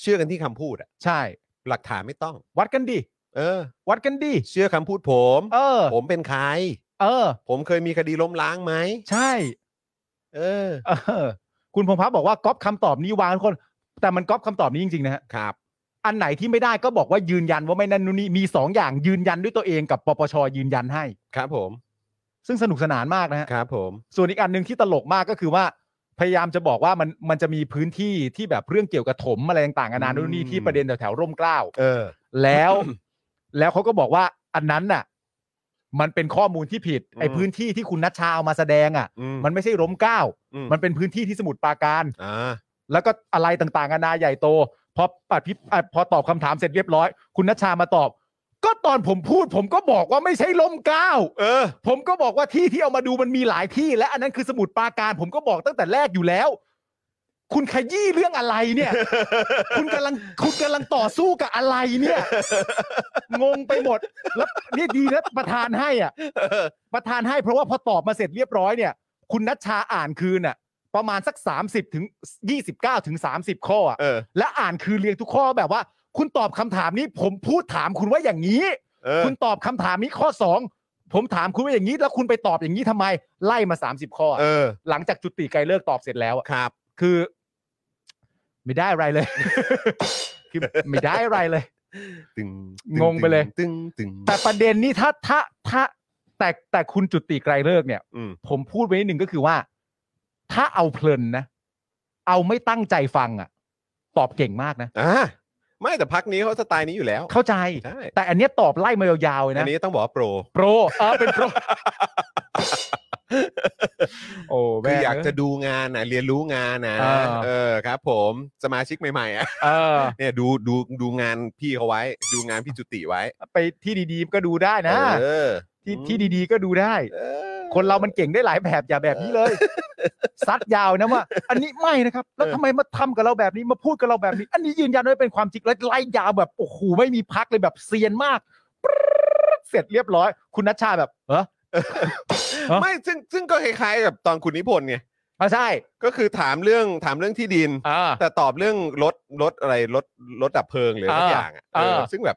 S2: เชื่อกันที่คำพูดอะ
S4: ใช่
S2: หลักฐานไม่ต้อง
S4: วัดกันดิ
S2: เออ
S4: วัดกันดิ
S2: เชื่อคำพูดผม
S4: เออ
S2: ผมเป็นใคร
S4: เออ
S2: ผมเคยมีคดีล้มล้างไหม
S4: ใช่
S2: เออ
S4: เออ คุณพงษ์พัฒน์บอกว่าก๊อปคำตอบนี้วางทุกคน แต่มันก๊อปคำตอบนี้จริงๆนะฮะ
S2: ครับ
S4: อันไหนที่ไม่ได้ก็บอกว่ายืนยันว่าไม่นั่นนู่นนี่มีสองอย่างยืนยันด้วยตัวเองกับปปชยืนยันให้
S2: ครับผม
S4: ซึ่งสนุกสนานมากนะฮะ
S2: ครับผม
S4: ส่วนอีกอันหนึ่งที่ตลกมากก็คือว่า พยายามจะบอกว่ามันมันจะมีพื้นที่ที่แบบเรื่องเกี่ยวกับถมอะไรต่างๆนานา
S2: อืม
S4: นู่นนี่ที่ประเด็นแถวๆร่มเกล้า
S2: เออ
S4: แล้ว แล้วเขาก็บอกว่าอันนั้นน่ะ มันเป็นข้อมูลที่ผิด ไอ้
S2: อืม
S4: พื้นที่ที่คุณนัชชาเอามาแสดงอ่ะ
S2: อื
S4: มันไม่ใช่ร่มเกล้า
S2: อื
S4: มันเป็นพื้นที่ที่สมุทรปราการ
S2: อ่า
S4: แล้วก็อะไรต่างๆนานาใหญ่โตพอปฏิอ่ะพอตอบคำถามเสร็จเรียบร้อย คุณนัชชามาตอบ ก็ตอนผมพูด ผมก็บอกว่าไม่ใช่ร่มเกล้า
S2: เออ
S4: ผมก็บอกว่าที่ที่เอามาดูมันมีหลายที่และอันนั้นคือสมุดปราการ ผมก็บอกตั้งแต่แรกอยู่แล้ว คุณขยี้เรื่องอะไรเนี่ย คุณกำลังคุณกำลังต่อสู้กับอะไรเนี่ย งงไปหมด แล้วนี่ดีนะประธานให้อ่ะประธานให้เพราะว่าพอตอบมาเสร็จเรียบร้อยเนี่ย คุณนัชชาอ่านคืนอ่ะ ประมาณสัก 30ถึง29ถึง30 ข้ออ่ะ
S2: เออ
S4: และอ่านคืนเรียงทุกข้อแบบว่า คุณตอบคำถามนี้ ผมพูดถามคุณว่าอย่างนี้
S2: เออ
S4: คุณตอบคำถามนี้ข้อ 2 ผมถามคุณว่าอย่างนี้ แล้วคุณไปตอบอย่างนี้ทำไม ไล่มา 30 ข้อ
S2: เออ
S4: หลังจากจุติไกลเลิกตอบเสร็จแล้วอะ
S2: ครับ
S4: คือ ไม่ได้อะไรเลย คือไม่ได้อะไรเลย
S2: ตึง
S4: งงไปเลย
S2: ตึงตึง
S4: แต่ประเด็นนี้ถ้าถ้าถ้าแต่แต่คุณจุติไกลเลิกเนี่ย
S2: อืม
S4: ผมพูดไว้นิดหนึ่งก็คือว่า ถ้าเอาเพลินนะ เอาไม่ตั้งใจฟังอ่ะ ตอบเก่งมากนะ
S2: อ่า ไม่แต่พักนี้เขาสไตล์นี้อยู่แล้ว
S4: เข้าใจ
S2: ใช่
S4: แต่อันเนี้ยตอบไล่มายาวๆเลย
S2: อั
S4: นะ
S2: นนี้ต้องบอกว่าโปร
S4: โปรเออเป็นโปร โอ้
S2: คื
S4: แม่ง
S2: ออยากจะดูงานนะเรียนรู้งานนะ
S4: อ่า
S2: เออครับผมสมาชิกใหม่ๆอ่ะ
S4: เออ
S2: เนี่ยดูดูดูงานพี่เขาไว้ ดูงานพี่จุติไว้
S4: ไปที่ดีๆก็ดูได้นะ
S2: เออ
S4: ที่ที่ดีๆก็ดูได้
S2: เออ
S4: คนเรามันเก่งได้หลายแบบอย่าแบบนี้เลย ซัดยาวนะว่า อันนี้ไม่นะครับ แล้วทำไมมาทำกับเราแบบนี้มาพูดกับเราแบบนี้ อันนี้ยืนยันว่าเป็นความจริงแล้วไล่ยาวแบบโอ้โหไม่มีพักเลยแบบเซียนมากปรึ๊ดเสร็จเรียบร้อย คุณนัชชาแบบเออ ฮะ
S2: ไม่ซึ่งซึ่งก็คล้ายๆกับตอนคุณนิพนธ์ไง
S4: อ่ะใช่
S2: ก็คือถามเรื่องถามเรื่องที่ดิน
S4: อ่า
S2: แต่ตอบเรื่องรถรถอะไรรถรถดับเพลิงหรือสัก
S4: อ่า
S2: อย่างอะเออ
S4: เออ
S2: ซึ่งแบบ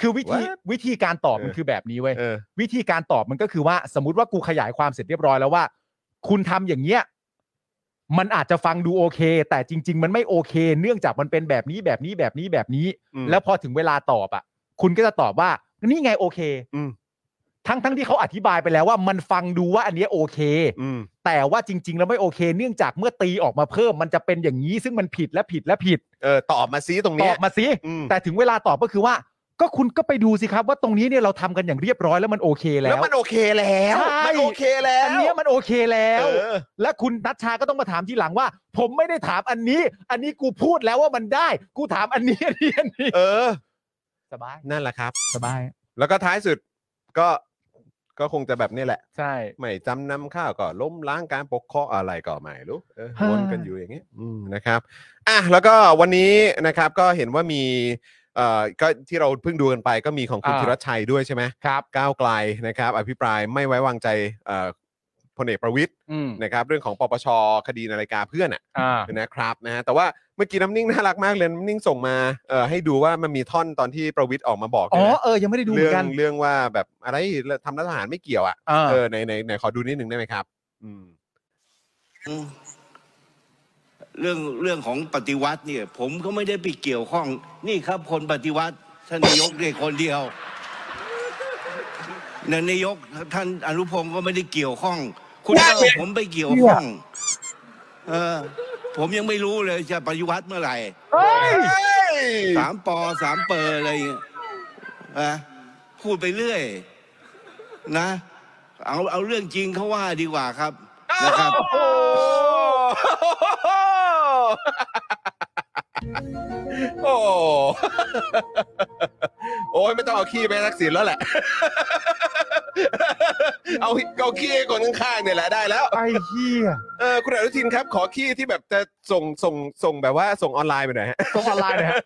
S4: คือวิธี
S2: What?
S4: วิธีการตอบมัน
S2: เออ
S4: คือแบบนี้เว้ย
S2: เออ
S4: วิธีการตอบมันก็คือว่าสมมติว่ากูขยายความเสร็จเรียบร้อยแล้วว่า คุณทำอย่างเงี้ยมันอาจจะฟังดูโอเค แต่จริง ๆ มันไม่โอเค เนื่องจากมันเป็นแบบนี้แบบนี้แบบนี้แบบนี้
S2: อืม
S4: แล้วพอถึงเวลาตอบอ่ะ คุณก็จะตอบว่านี่ไงโอเค
S2: อืม
S4: ทั้งทั้งที่เขาอธิบายไปแล้วว่ามันฟังดูว่าอันเนี้ยโอเค
S2: อืม
S4: แต่ว่าจริง ๆ แล้วไม่โอเค เนื่องจากเมื่อตีออกมาเพิ่มมันจะเป็นอย่างนี้ ซึ่งมันผิดและผิดและผิด
S2: เออตอบมาซิตรง
S4: ต
S2: เนี้
S4: อย บมาสิ
S2: อืม
S4: แต่ถึงเวลาตอบก็คือว่า ก็คุณก็ไปดูสิครับ ว่าตรงนี้เนี่ยเราทำกันอย่างเรียบร้อยแล้วมันโอเคแล้
S2: แล้ว
S4: ว
S2: มันโอเคแล้ว
S4: ใช่
S2: มันโอเคแล้ว
S4: อันเนี้ยมันโอเคแล้ว
S2: เออ
S4: และคุณนัชชาก็ต้องมาถามทีหลังว่า ผมไม่ได้ถามอันนี้ อันนี้กูพูดแล้วว่ามันได้ กูถามอันนี้อันนี้อันนี้
S2: เออ
S4: สบาย
S2: นั่นแหละครับ
S4: สบาย
S2: แล้วก็ท้ายสุดก็ก็คงจะแบบนี้แหละ
S4: ใช่
S2: ไม่จำนำข้าวก็ล้มล้างการปกครองอะไรก็ไม่รู้เออ
S4: ฮ่า
S2: วนกันอยู่อย่างนี้อืมนะครับอ่ะแล้วก็วันนี้นะครับก็เห็นว่ามีเอ่อก็ที่เราเพิ่งดูกันไปก็มีของคุณ
S4: อ่า
S2: ธีรชัยด้วยใช่ไหม
S4: ครับ
S2: ก้าวไกลนะครับ อภิปรายไม่ไว้วางใจเอ่อพลเอกประวิทย์
S4: อืม
S2: นะครับ เรื่องของปปชคดีนาฬิกาเพื่อนอ่ะ
S4: อ่า
S2: นะครับนะฮะแต่ว่าเมื่อกี้น้ำนิ่งน่ารักมากเลยน้ำนิ่งส่งมาเอ่อให้ดูว่ามันมีท่อนตอนที่ประวิทย์ออกมาบอกด้ว
S4: อ๋อย
S2: นะ
S4: เออยังไม่ได้ดูเหมื
S2: เรื่
S4: อน
S2: อ
S4: กั
S2: ง
S4: น
S2: เรื่องว่าแบบอะไรทำรัฐทหารไม่เกี่ยวอ่ะ
S4: อ่า
S2: เออในในในขอดูนิดนึงได้ไหมครับ อืม
S5: เรื่องเรื่องของปฏิวัติเนี่ย ผมก็ไม่ได้ไปเกี่ยวข้อง นี่ครับคนปฏิวัติท่านนายกเนี่ยคนเดียวนนายกท่านอนุพงศ์ก็ไม่ได้เกี่ยวข้อง คุณก็เอาผมไปเกี่ยวข้องเออ ผมยังไม่รู้เลยจะปฏิวัติเมื่อไหร่
S4: เฮ้ย
S5: สามปอสามเปอร์อะไรอย่างเงี้ยนะพูดไปเรื่อย นะ เอาเอาเรื่องจริงเขาว่าดีกว่าครับนะครับ
S2: โอ้โหโอ้โห โอ้ยไม่ต้องเอาขี้ไปให้ทักษิณแล้วแหละ เอาเอาขี้ให้คนข้างๆเนี่ยแหละได้แล้ว
S4: ไอ้เหี้ย
S2: เออคุณอนุทินครับ ขอขี้ที่แบบจะส่งส่งส่งแบบว่าส่งออนไลน์ไปหน่อยฮะ
S4: ต้องออนไลน์นะฮะ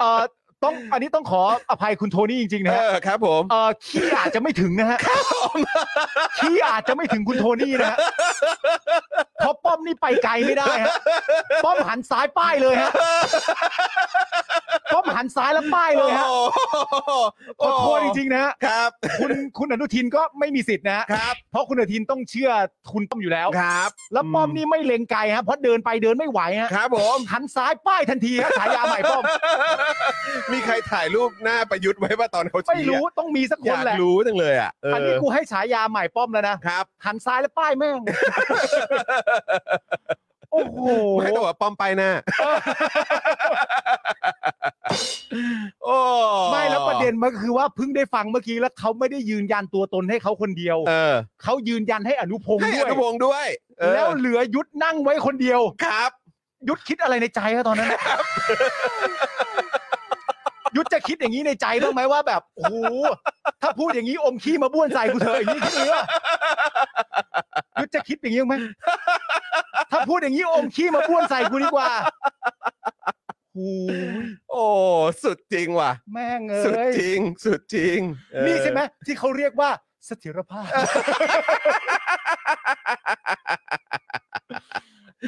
S4: เอ่อต้องอันนี้ต้องขออภัยคุณโทนี่จริงๆนะ
S2: เอ
S4: ฮะ
S2: อครับผม
S4: เอ่อขี้อาจจะไม่ถึงนะฮะขี้อาจจะไม่ถึงคุณโทนี่นะฮะเพราะป้อมนี่ไปไกลไม่ได้ฮะป้อมหันซ้ายป้ายเลยฮะป้อมหันซ้ายแล้วป้ายเลยฮะ
S2: โ
S4: ข
S2: อ้
S4: อ
S2: โห
S4: โทษจริงๆนะฮะ
S2: ครับ
S4: คุณคุณอนุทินก็ไม่มีสิทธิ์นะฮะ
S2: ครับ
S4: เพราะคุณอนุทินต้องเชื่อคุณป้อมอยู่แล้ว
S2: ครับ
S4: แล้วป้อมนี่ไม่เล็งไกลฮะเพราะเดินไปเดินไม่ไหวฮะ
S2: ครับผม
S4: หันซ้ายป้ายทันทีฮะฉายาใหม่ป้อม
S2: มีใครถ่ายรูปหน้าประยุทธ์ไว้ป่ะตอนเขา
S4: ไม่
S2: ชี้
S4: รู้
S2: อะ
S4: ต้องมีสักค
S2: อยาน ก
S4: แหละ
S2: รู้จังเลยอ่ะเออ
S4: อันนี้กูให้ฉายาใหม่ป้อมแล้วนะครับ หันซ้ายแล้วป้ายแม่ง โอ้โห
S2: ไม่ต้องว่าป้อมไปหน้าโอ้
S4: ไม่แล้วประเด็นมันก็คือว่าเพิ่งได้ฟังเมื่อกี้แล้วเขาไม่ได้ยืนยันตัวตนให้เขาคนเดียว
S2: เออ
S4: เขายืนยันให้อนุพงศ์
S2: ให้อ
S4: ด้วย
S2: นุพงศ์ด้วยเออ
S4: แล้วเหลือยุทธนั่งไว้คนเดียว
S2: ครับ
S4: ยุทธคิดอะไรในใจอะตอนนั้นอะ ยุทธจะคิดอย่างนี้ในใจบ้างไหมว่าแบบโอ้โหถ้าพูดอย่างนี้อมขี้มาบ้วนใส่กูเถอะอย่างนี้คิดเลยว่ายุทธจะคิดอย่างนี้บ้างไหมถ้าพูดอย่างนี้อมขี้มาบ้วนใส่กูดีกว่าโอ้ย
S2: โอ้สุดจริงว่ะ
S4: แม่ง
S2: สุด
S4: เอ้ย
S2: จริง สุดจริงเออ
S4: นี่ใช่ไหมที่เขาเรียกว่าเสถิร ภาพ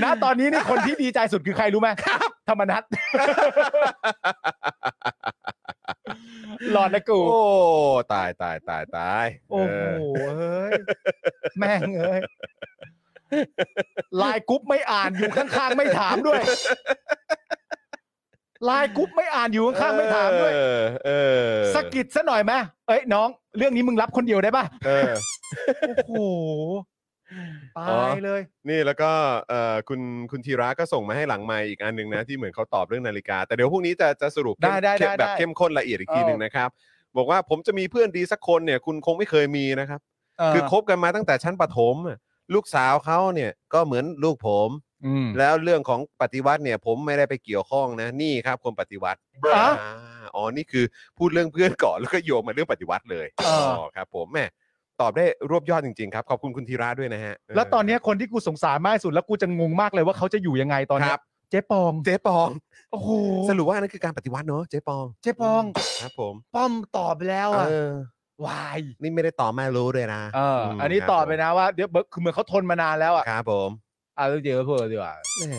S4: ณตอนนี้นี่คนที่ดีใจสุดคือใครรู้ไหมธรรมนัท หลอดนะกู
S2: โอ้ตายตายตายตาย
S4: โอ้โห
S2: เ
S4: เอ้ย แม่งเอ้ยไลายกรุ๊ปไม่อ่านอยู่ข้างๆไม่ถามด้วยไลายกรุ๊ปไม่อ่านอยู่ข้างๆไม่ถามด้วย
S2: เออเออ
S4: สะกิดซะหน่อยไหมเอ้ยน้อง เรื่องนี้มึงรับคนเดียวได้ป่ะ
S2: เออ
S4: โอ้โหตายเลย
S2: นี่แล้วก็เอ่อคุณคุณธีระก็ส่งมาให้หลังไมค์อีกอันหนึ่งนะที่เหมือนเขาตอบเรื่องนาฬิกา แต่เดี๋ยวพรุ่งนี้จะจะสรุปเข้ม
S4: ได้ได้
S2: เข้ม
S4: ได้
S2: แบบ
S4: ได้
S2: เข้มข้นละเอียดอีกที
S4: เออ
S2: หนึ่งนะครับ บอกว่าผมจะมีเพื่อนดีสักคนเนี่ย คุณคงไม่เคยมีนะครับ
S4: เ
S2: คือคบกันมาตั้งแต่ชั้นประถมอะลูกสาวเขาเนี่ยก็เหมือนลูกผม
S4: อืม
S2: แล้วเรื่องของปฏิวัติเนี่ย ผมไม่ได้ไปเกี่ยวข้องนะ นี่ครับคนปฏิวัติ
S4: อ่ะ
S2: อ่าอ๋อนี่คือพูดเรื่องเพื่อนก่อนแล้วก็โยงมาเรื่องปฏิวัติเลย
S4: เอออ๋
S2: อครับ ผมแหม่ตอบได้รวบยอดจริงๆครับขอบคุณคุณธีระด้วยนะฮะเ
S4: แล้วตอนเนี้ยคนที่กูสงสารมากที่สุดแล้วกูจะงงมากเลยว่าเขาจะอยู่ยังไงตอนเนี้
S2: ค
S4: ย
S2: รับ
S4: เจ๊ปอง
S2: เจ๊ปอง
S4: โอ้โห
S2: สรุปว่านั่นคือการปฏิวัติเนาะเจ๊ปอง
S4: เจ๊ปอง
S2: ครับผม
S4: ป้อมตอบแล้วอะ
S2: เออ
S4: วาย
S2: นี่ไม่ได้ต่อแม่รู้เลยนะ
S4: เออ
S2: ม
S4: อันนี้
S2: ครับ
S4: ตอบไปนะว่าเดี๋ยวเบิร์ดคือเหมือนเขาทนมานานแล้วอะ
S2: ครับผม
S4: เอาเดี๋ยวเพื่อดีกว่า
S2: แม่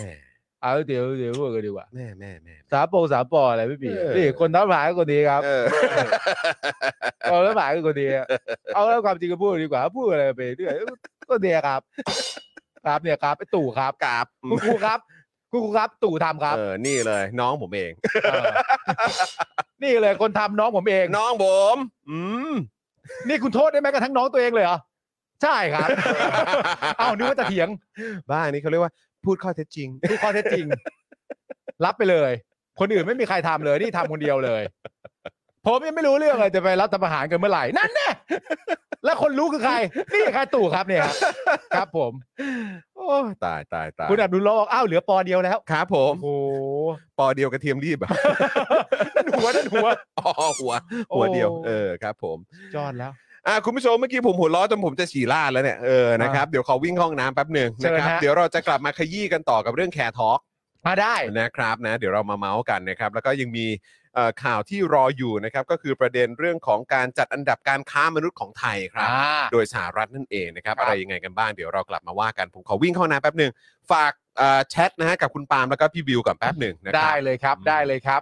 S4: เอาเดี๋ยวเดี๋ยวเพื่อกันดีกว่า
S2: แม่แม่แม่
S4: สามปงสามปออะไรไม่เปลี่ยน
S2: เออ
S4: นี่คนรับหมายก็คนดีครับ
S2: เออ
S4: เอารับหมายก็คนดีอะเอาแล้วความจริงก็พูดดีกว่าพูดอะไรไปเรื่อยก็เดียครับ ครับเนี่ยครับไอ้ตู่ครับ
S2: กราบ
S4: คุณครูครับคุณครูครับตู่ทำครับ
S2: เออนี่เลยน้องผมเอง
S4: เออนี่เลยคนทำน้องผมเอง
S2: น้องผมอืม
S4: นี่คุณโทษได้ไหมกระทั่งน้องตัวเองเลยเหรอใช่ครับ เอานึกว่าจะเถียง
S2: บ้านนี้เขาเรียกว่าพูดข้อเท็จจริง
S4: ทุกข้อเท็จจริง รับไปเลย คนอื่นไม่มีใครทำเลยนี่ทำคนเดียวเลย ผมยังไม่รู้เรื่องเลยจะไปรัฐประหารกันเมื่อไหร่นั่นแน่แล้วคนรู้คือใคร นี่ใครตู่ครับเนี่ยครับครับผม
S2: โอ้ตายตายตาย
S4: คุณอับดุลลอฮ์บอกอ้าวเหลือปอเดียวแล้ว
S2: ครับผม
S4: โอ้โห
S2: ปอเดียวกระเทียมรีบอะ
S4: นั่นหัวนั่นหัว
S2: อ๋อหัว หัวเดียว
S4: โอ้
S2: เออครับผม
S4: จอดแล้ว
S2: อ่ะคุณผู้ชมเมื่อกี้ผมหัวล้อจนผมจะฉี่ลาดแล้วเนี่ยเออนะครับเดี๋ยวขอวิ่งเข้าห้องน้ำแป๊บหนึ่งนะครับ
S4: เชิญฮะ
S2: เดี๋ยวเราจะกลับมาขยี้กันต่อกับเรื่องแคร์ทอ
S4: มาได้
S2: นะครับนะเดี๋ยวเรามาเมาส์กันนะครับ แล้วก็ยังมีเอ่อข่าวที่รออยู่นะครับ ก็คือประเด็นเรื่องของการจัดอันดับการค้ามนุษย์ของไทยครับ โดยสหรัฐนั่นเองนะครับ
S4: ครับ
S2: อะไรยังไงกันบ้างเดี๋ยวเรากลับมาว่ากัน ผมขอวิ่งเข้าน้ำแป๊บหนึ่งฝากเอ่อแชทนะฮะกับคุณปาล์มแล้วก็พี่บิวก่อนแป๊บหนึ่งนะครั
S4: ได้
S2: บ
S4: เลยครับ
S2: อืม
S4: ได้เลยครับ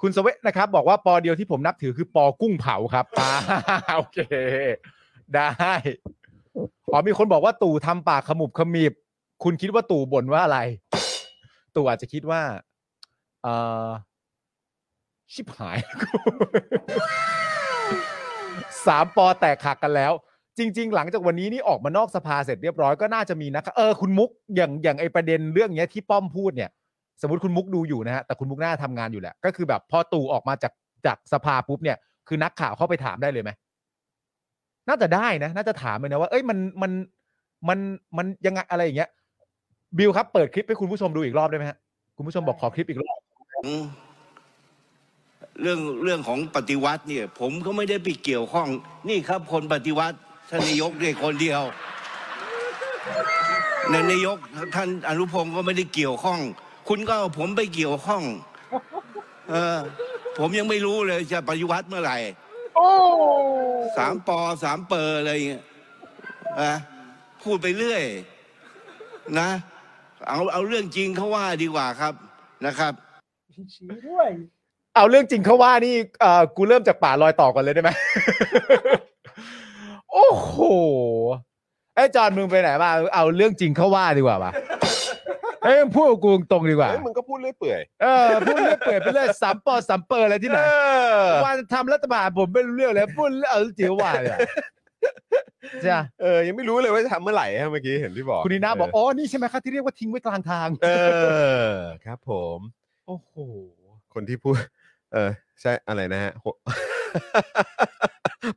S4: คุณสเวตนะครับ บอกว่าปอเดียวที่ผมนับถือคือปอกุ้งเผาครับอ่า โอเค ได้อ๋อมีคนบอกว่าตู่ทำปากขมุบขมิบ คุณคิดว่าตู่บ่นว่าอะไร ตู่อาจจะคิดว่าเออชิบหาย สามปอแตกหักกันแล้ว จริง ๆ หลังจากวันนี้นี่ออกมานอกสภาเสร็จเรียบร้อยก็น่าจะมีนะคะเออคุณมุกอย่างอย่างไอประเด็นเรื่องเนี้ยที่ป้อมพูดเนี่ย สมมติคุณมุกดูอยู่นะฮะแต่คุณมุกหน้าทำงานอยู่แหละก็คือแบบพอตู่ออกมาจากจากสภาปุ๊บเนี่ย คือนักข่าวเข้าไปถามได้เลยไหม น่าจะได้นะ น่าจะถามเลยนะว่า เอ้ยมันมันมันมันยังไงอะไรอย่างเงี้ย บิวครับเปิดคลิปให้คุณผู้ชมดูอีกรอบได้ไหมฮะคุณผู้ชมบอกขอคลิปอีกรอบ
S5: เรื่องเรื่องของปฏิวัติเนี่ย ผมก็ไม่ได้ไปเกี่ยวข้อง นี่ครับ คนปฏิวัติท่านนายกเนี่ยคนเดียวนายนายกท่านอนุพงศ์ก็ไม่ได้เกี่ยวข้อง คุณก็เอาผมไปเกี่ยวข้อง เออ ผมยังไม่รู้เลยจะปฏิวัติเมื่อไหร่สามปอสามเปอร์อะไรอย่างเงี้ยนะพูดไปเรื่อย นะ เอาเอาเรื่องจริงเขาว่าดีกว่าครับนะครับ
S4: เอาเรื่องจริงเขาว่านี่เอ่อกูเริ่มจากป่าลอยต่อก่อนเลยได้ไหม โอ้โหไอ้ยจอห์นมึงไปไหนมาเอาเรื่องจริงเขาว่าดีกว่าปะเอ้ยมึงพูดกับกูตรงๆดีกว่า
S2: เฮ้ยมึงก็พูดเรื่อยเปื่อย
S4: เออพูดเรื่อยเปื่อยไปเรื่อยสามปอสามเปอร์อะไรที่ไหน
S2: เออ
S4: วันทำรัฐบาลผมไม่รู้เรื่องเลยพูดเอาจิ๋วว่าเลยอะจ้ะ
S2: เออยังไม่รู้เลยว่าจะทำเมื่อไหร่ฮะเมื่อกี้เห็นที่บอก
S4: คุณนีน่าบอกอ๋อนี่ใช่ไหมครับที่เรียกว่าทิ้งไว้กลางทาง
S2: เออครับผม
S4: โอ้โห
S2: คนที่พูด เออใช่อะไรนะฮะโห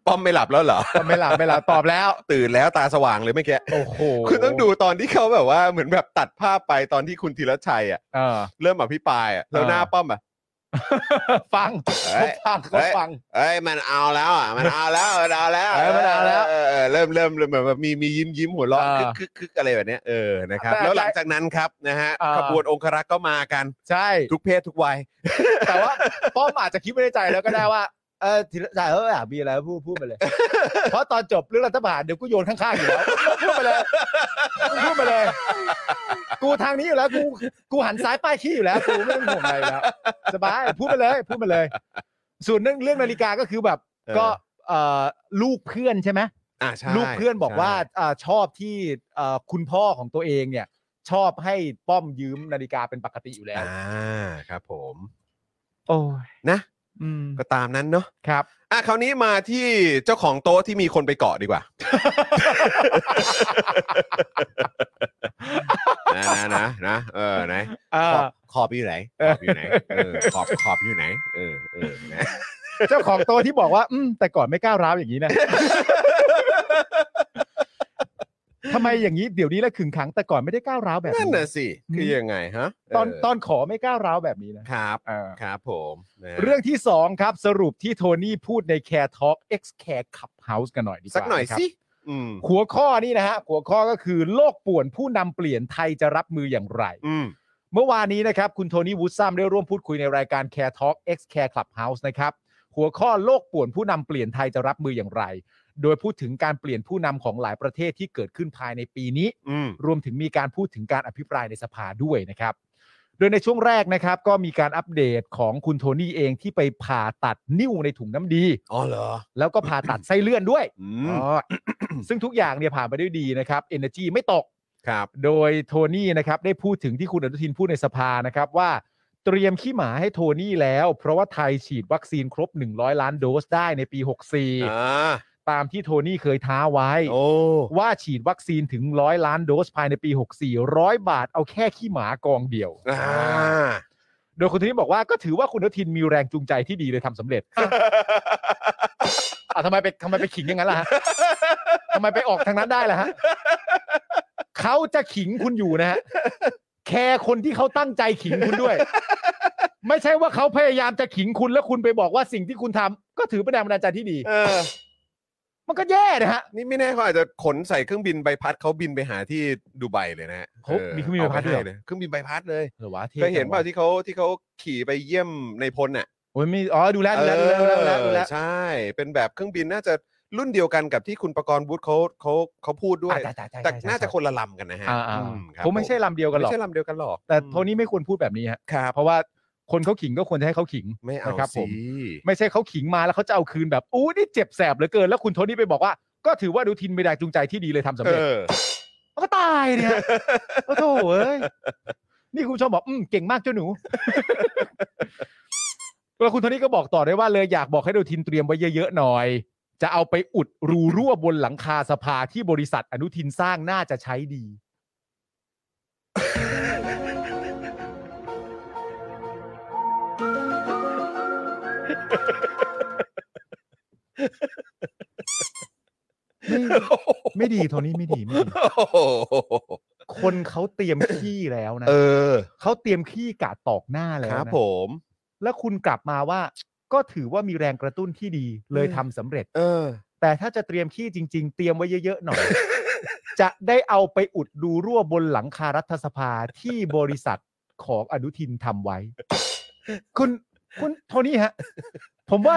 S2: ป้อมไม่หลับแล้วเหรอ
S4: ก็ไม่หลับไม่หลับตอบแล้ว
S2: ตื่นแล้วตาสว่างเลยเมื่อกี้
S4: โอ้โห
S2: คุณต้องดูตอนที่เขาแบบว่าเหมือนแบบตัดภาพไปตอนที่คุณธีรชัยอ่ะ
S4: เออ
S2: เริ่มอภิปรายอ่ะแล้ว
S4: อ่า
S2: หน้าป้อมอ่ะ
S4: ฟัง
S2: เฮ้ย
S4: เขาฟัง
S2: เฮ้
S4: เขา
S2: ย
S4: ฟัง
S2: เอ้ยมันเอาแล้วอ่ะมันเอาแล้วมันเอาแล้ว
S4: เออมันเอาแล้ว
S2: เออเออเริ่มเริ่มเริ่มแบบว่ามีมียิ้มยิ้มหัวเราะ
S4: อ่า
S2: คึกคึกคึกอะไรแบบเนี้ยเออนะครับ
S4: แต่
S2: แล้วหลังจากนั้นครับนะฮะ
S4: อ่า
S2: ขบวนองครักษ์ก็มากัน
S4: ใช่
S2: ทุกเพศทุกวัย
S4: แต่ว่าป้อมอาจจะคิดไม่ได้ใจแล้วก็ได้ว่า เออทีละใจเอออ่ะมีอะไรพูดพูดไปเลย เพราะตอนจบเรื่องรัฐประหารเดี๋ยวกูโยนข้างๆอยู่แล้วพูดไปเลยมึงพูดไปเลย กูทางนี้อยู่แล้วกูกูหันซ้ายป้ายขี้อยู่แล้วกูไม่ต้องห่วงอะไรอยู่แล้วสบายพูดไปเลยพูดไปเลย ส่วนเรื่องเรื่องนาฬิกาก็คือแบบ
S2: เออ
S4: ก็เอ่อลูกเพื่อนใช่ไหม
S2: อ่าใช่
S4: ลูกเพื่อนบอกว่า
S2: ใช่
S4: อ่าชอบที่เอ่อคุณพ่อของตัวเองเนี่ย ชอบให้ป้อมยืมนาฬิกาเป็นปกติอยู่แล้ว
S2: อ่าครับผม
S4: โอ้ย
S2: นะ
S4: อืม
S2: ก็ตามนั้นเนาะ
S4: ครับ
S2: อ่ะคราวนี้มาที่เจ้าของโต๊ะที่มีคนไปเกาะดีกว่า นะนะนะนะเออไหน
S4: เอ
S2: ขอ
S4: อบ
S2: ขอบอยู่ไหนขอบอยู่ไหนเออขอบขอบอยู่ไหนเออเออนะ
S4: เจ้าของ โต๊ะที่บอกว่า อืมแต่ก่อนไม่ก้าวร้าวอย่างนี้ นะ ทำไมอย่างนี้เดี๋ยวนี้ละขึงขังแต่ก่อนไม่ได้ก้าวร้าวแบบ
S2: นั่น
S4: นี้
S2: น่ะสิคือยังไงฮะ
S4: ตอน
S2: เ
S4: ตอนขอไม่ก้าวร้าวแบบนี้นะครับ เออ
S2: ครับผมนะ
S4: เรื่องที่สองครับ สรุปที่โทนี่พูดใน Care Talk X Care Clubhouse กันหน่อยดีกว่า
S2: สักหน่อย
S4: นะครับ
S2: สิอืม
S4: หัวข้อนี้นะฮะ หัวข้อก็คือโลกป่วนผู้นำเปลี่ยนไทยจะรับมืออย่างไร
S2: อืม
S4: เมื่อวานนี้นะครับ คุณโทนี่วูดซัมได้ร่วมพูดคุยในรายการ Care Talk X Care Clubhouse นะครับ หัวข้อโลกป่วนผู้นำเปลี่ยนไทยจะรับมืออย่างไร โดยพูดถึงการเปลี่ยนผู้นำของหลายประเทศที่เกิดขึ้นภายในปีนี้
S2: อืม
S4: รวมถึงมีการพูดถึงการอภิปรายในสภาด้วยนะครับ โดยในช่วงแรกนะครับ ก็มีการอัปเดตของคุณโทนี่เองที่ไปผ่าตัดนิ้วในถุงน้ำดี
S2: อ๋อเหรอ
S4: แล้วก็ผ่าตัดไส้เลื่อนด้วย
S2: อืม
S4: อ๋อ ซึ่งทุกอย่างเนี่ยผ่านไปด้วยดีนะครับ Energy ไม่ตก
S2: ครับ
S4: โดยโทนี่นะครับได้พูดถึงที่คุณอนุทินพูดในสภานะครับว่าเตรียมขี้หมาให้โทนี่แล้ว เพราะว่าไทยฉีดวัคซีนครบ 100 ล้านโดสได้ในปี
S2: อ่า
S4: 64 ตามที่โทนี่เคยท้าไว้
S2: โอ้
S4: ว่าฉีดวัคซีนถึง 100 ล้านโดสภายในปี 64 ร้อยบาทเอาแค่ขี้หมากองเดียว
S2: อ่า
S4: โดยคุณโทนี่บอกว่าก็ถือว่าคุณอนุทินมีแรงจูงใจที่ดีเลยทำสำเร็จ อ่ะทำไมไปทำไมไปขิงอย่างนั้นล่ะฮะทำไมไปออกทางนั้นได้ล่ะฮะเขาจะขิงคุณอยู่นะฮะแคร์คนที่เขาตั้งใจขิงคุณด้วย ไม่ใช่ว่าเขาพยายามจะขิงคุณแล้วคุณไปบอกว่าสิ่งที่คุณทำก็ถือเป็นแรงบันดาลใจที่ดี
S2: เออ
S4: มันก็แย่นะฮะ
S2: นี่ไม่แน่เขาอาจจะขนใส่เครื่องบินใบพัดเขาบินไปหาที่ดูไบเลยนะฮะ
S4: เขามีเครื่องบินใบพัดด้วยเหรอ
S2: อาไปให้เครื่องบินใบพัดเลย
S4: หรือว่า
S2: เคยเห็นเปล่าที่เขาที่เขาขี่ไปเยี่ยมในพลน่ะ
S4: โอ้ยไม่อ๋อดูแลดูแลดูแลดูแลดูแลดูแล
S2: เออใช่ เป็นแบบเครื่องบินน่าจะรุ่นเดียวกันกับที่คุณประกรณ์วุฒิเขาเขาเขาพูดด้วย
S4: อ่ะใช่ใช่
S2: แต่
S4: ใช่ใช่
S2: น่าจะคนละลำกันนะฮะ
S4: อ่าอ่า
S2: อืครับ
S4: ผมไม่ใช่ลำเดียวกันหรอก
S2: ไม่ใช่ลำเดียวกันหรอก
S4: แต่โทนี่ไม่ควรพูดแบบนี้ฮะ
S2: ครับ
S4: เพราะว่าคนเขาขิงก็ควรจะให้เขาขิง
S2: ไม่เอา
S4: นะครับผ
S2: สิ
S4: ม ไม่ใช่เขาขิงมาแล้วเขาจะเอาคืนแบบอู้นี่เจ็บแสบเหลือเกิน แล้วคุณโทนี่ไปบอกว่า ก็ถือว่าดูทินไม่ได้จูงใจที่ดีเลยทำสำ
S2: เอ
S4: เร็จ
S2: อ
S4: มันก็ตายเนี่ย โอ้โถเอ้ยนี่คุณผู้ชมบอกอืมเก่งมากเจ้าหนู แล้วคุณโทนี่ก็บอกต่อได้วยว่าเลยอยากบอกให้ดูทินเตรียมไว้เยอะๆหน่อย จะเอาไปอุดรูรั่วบนหลังคาสภาที่บริษัทอนุทินสร้างน่าจะใช้ดี ไม่ไม่ดีโทนี่ไม่ดีไม่ดี
S2: โอ้โห
S4: คนเขาเตรียมขี้แล้วนะ
S2: เออ
S4: เขาเตรียมขี้กะตอกหน้าแล้
S2: ควรับ
S4: นะ
S2: ผม
S4: แล้วคุณกลับมาว่า ก็ถือว่ามีแรงกระตุ้นที่ดีเลยทำสำเร็จ
S2: เออ
S4: แต่ถ้าจะเตรียมขี้จริง ๆ เตรียมไว้เยอะ ๆ หน่อย จะได้เอาไปอุดดูรั่วบนหลังคารัฐสภาที่บริษัทของอนุทินทำไว้ คุณคุณโทนี่ฮะ ผมว่า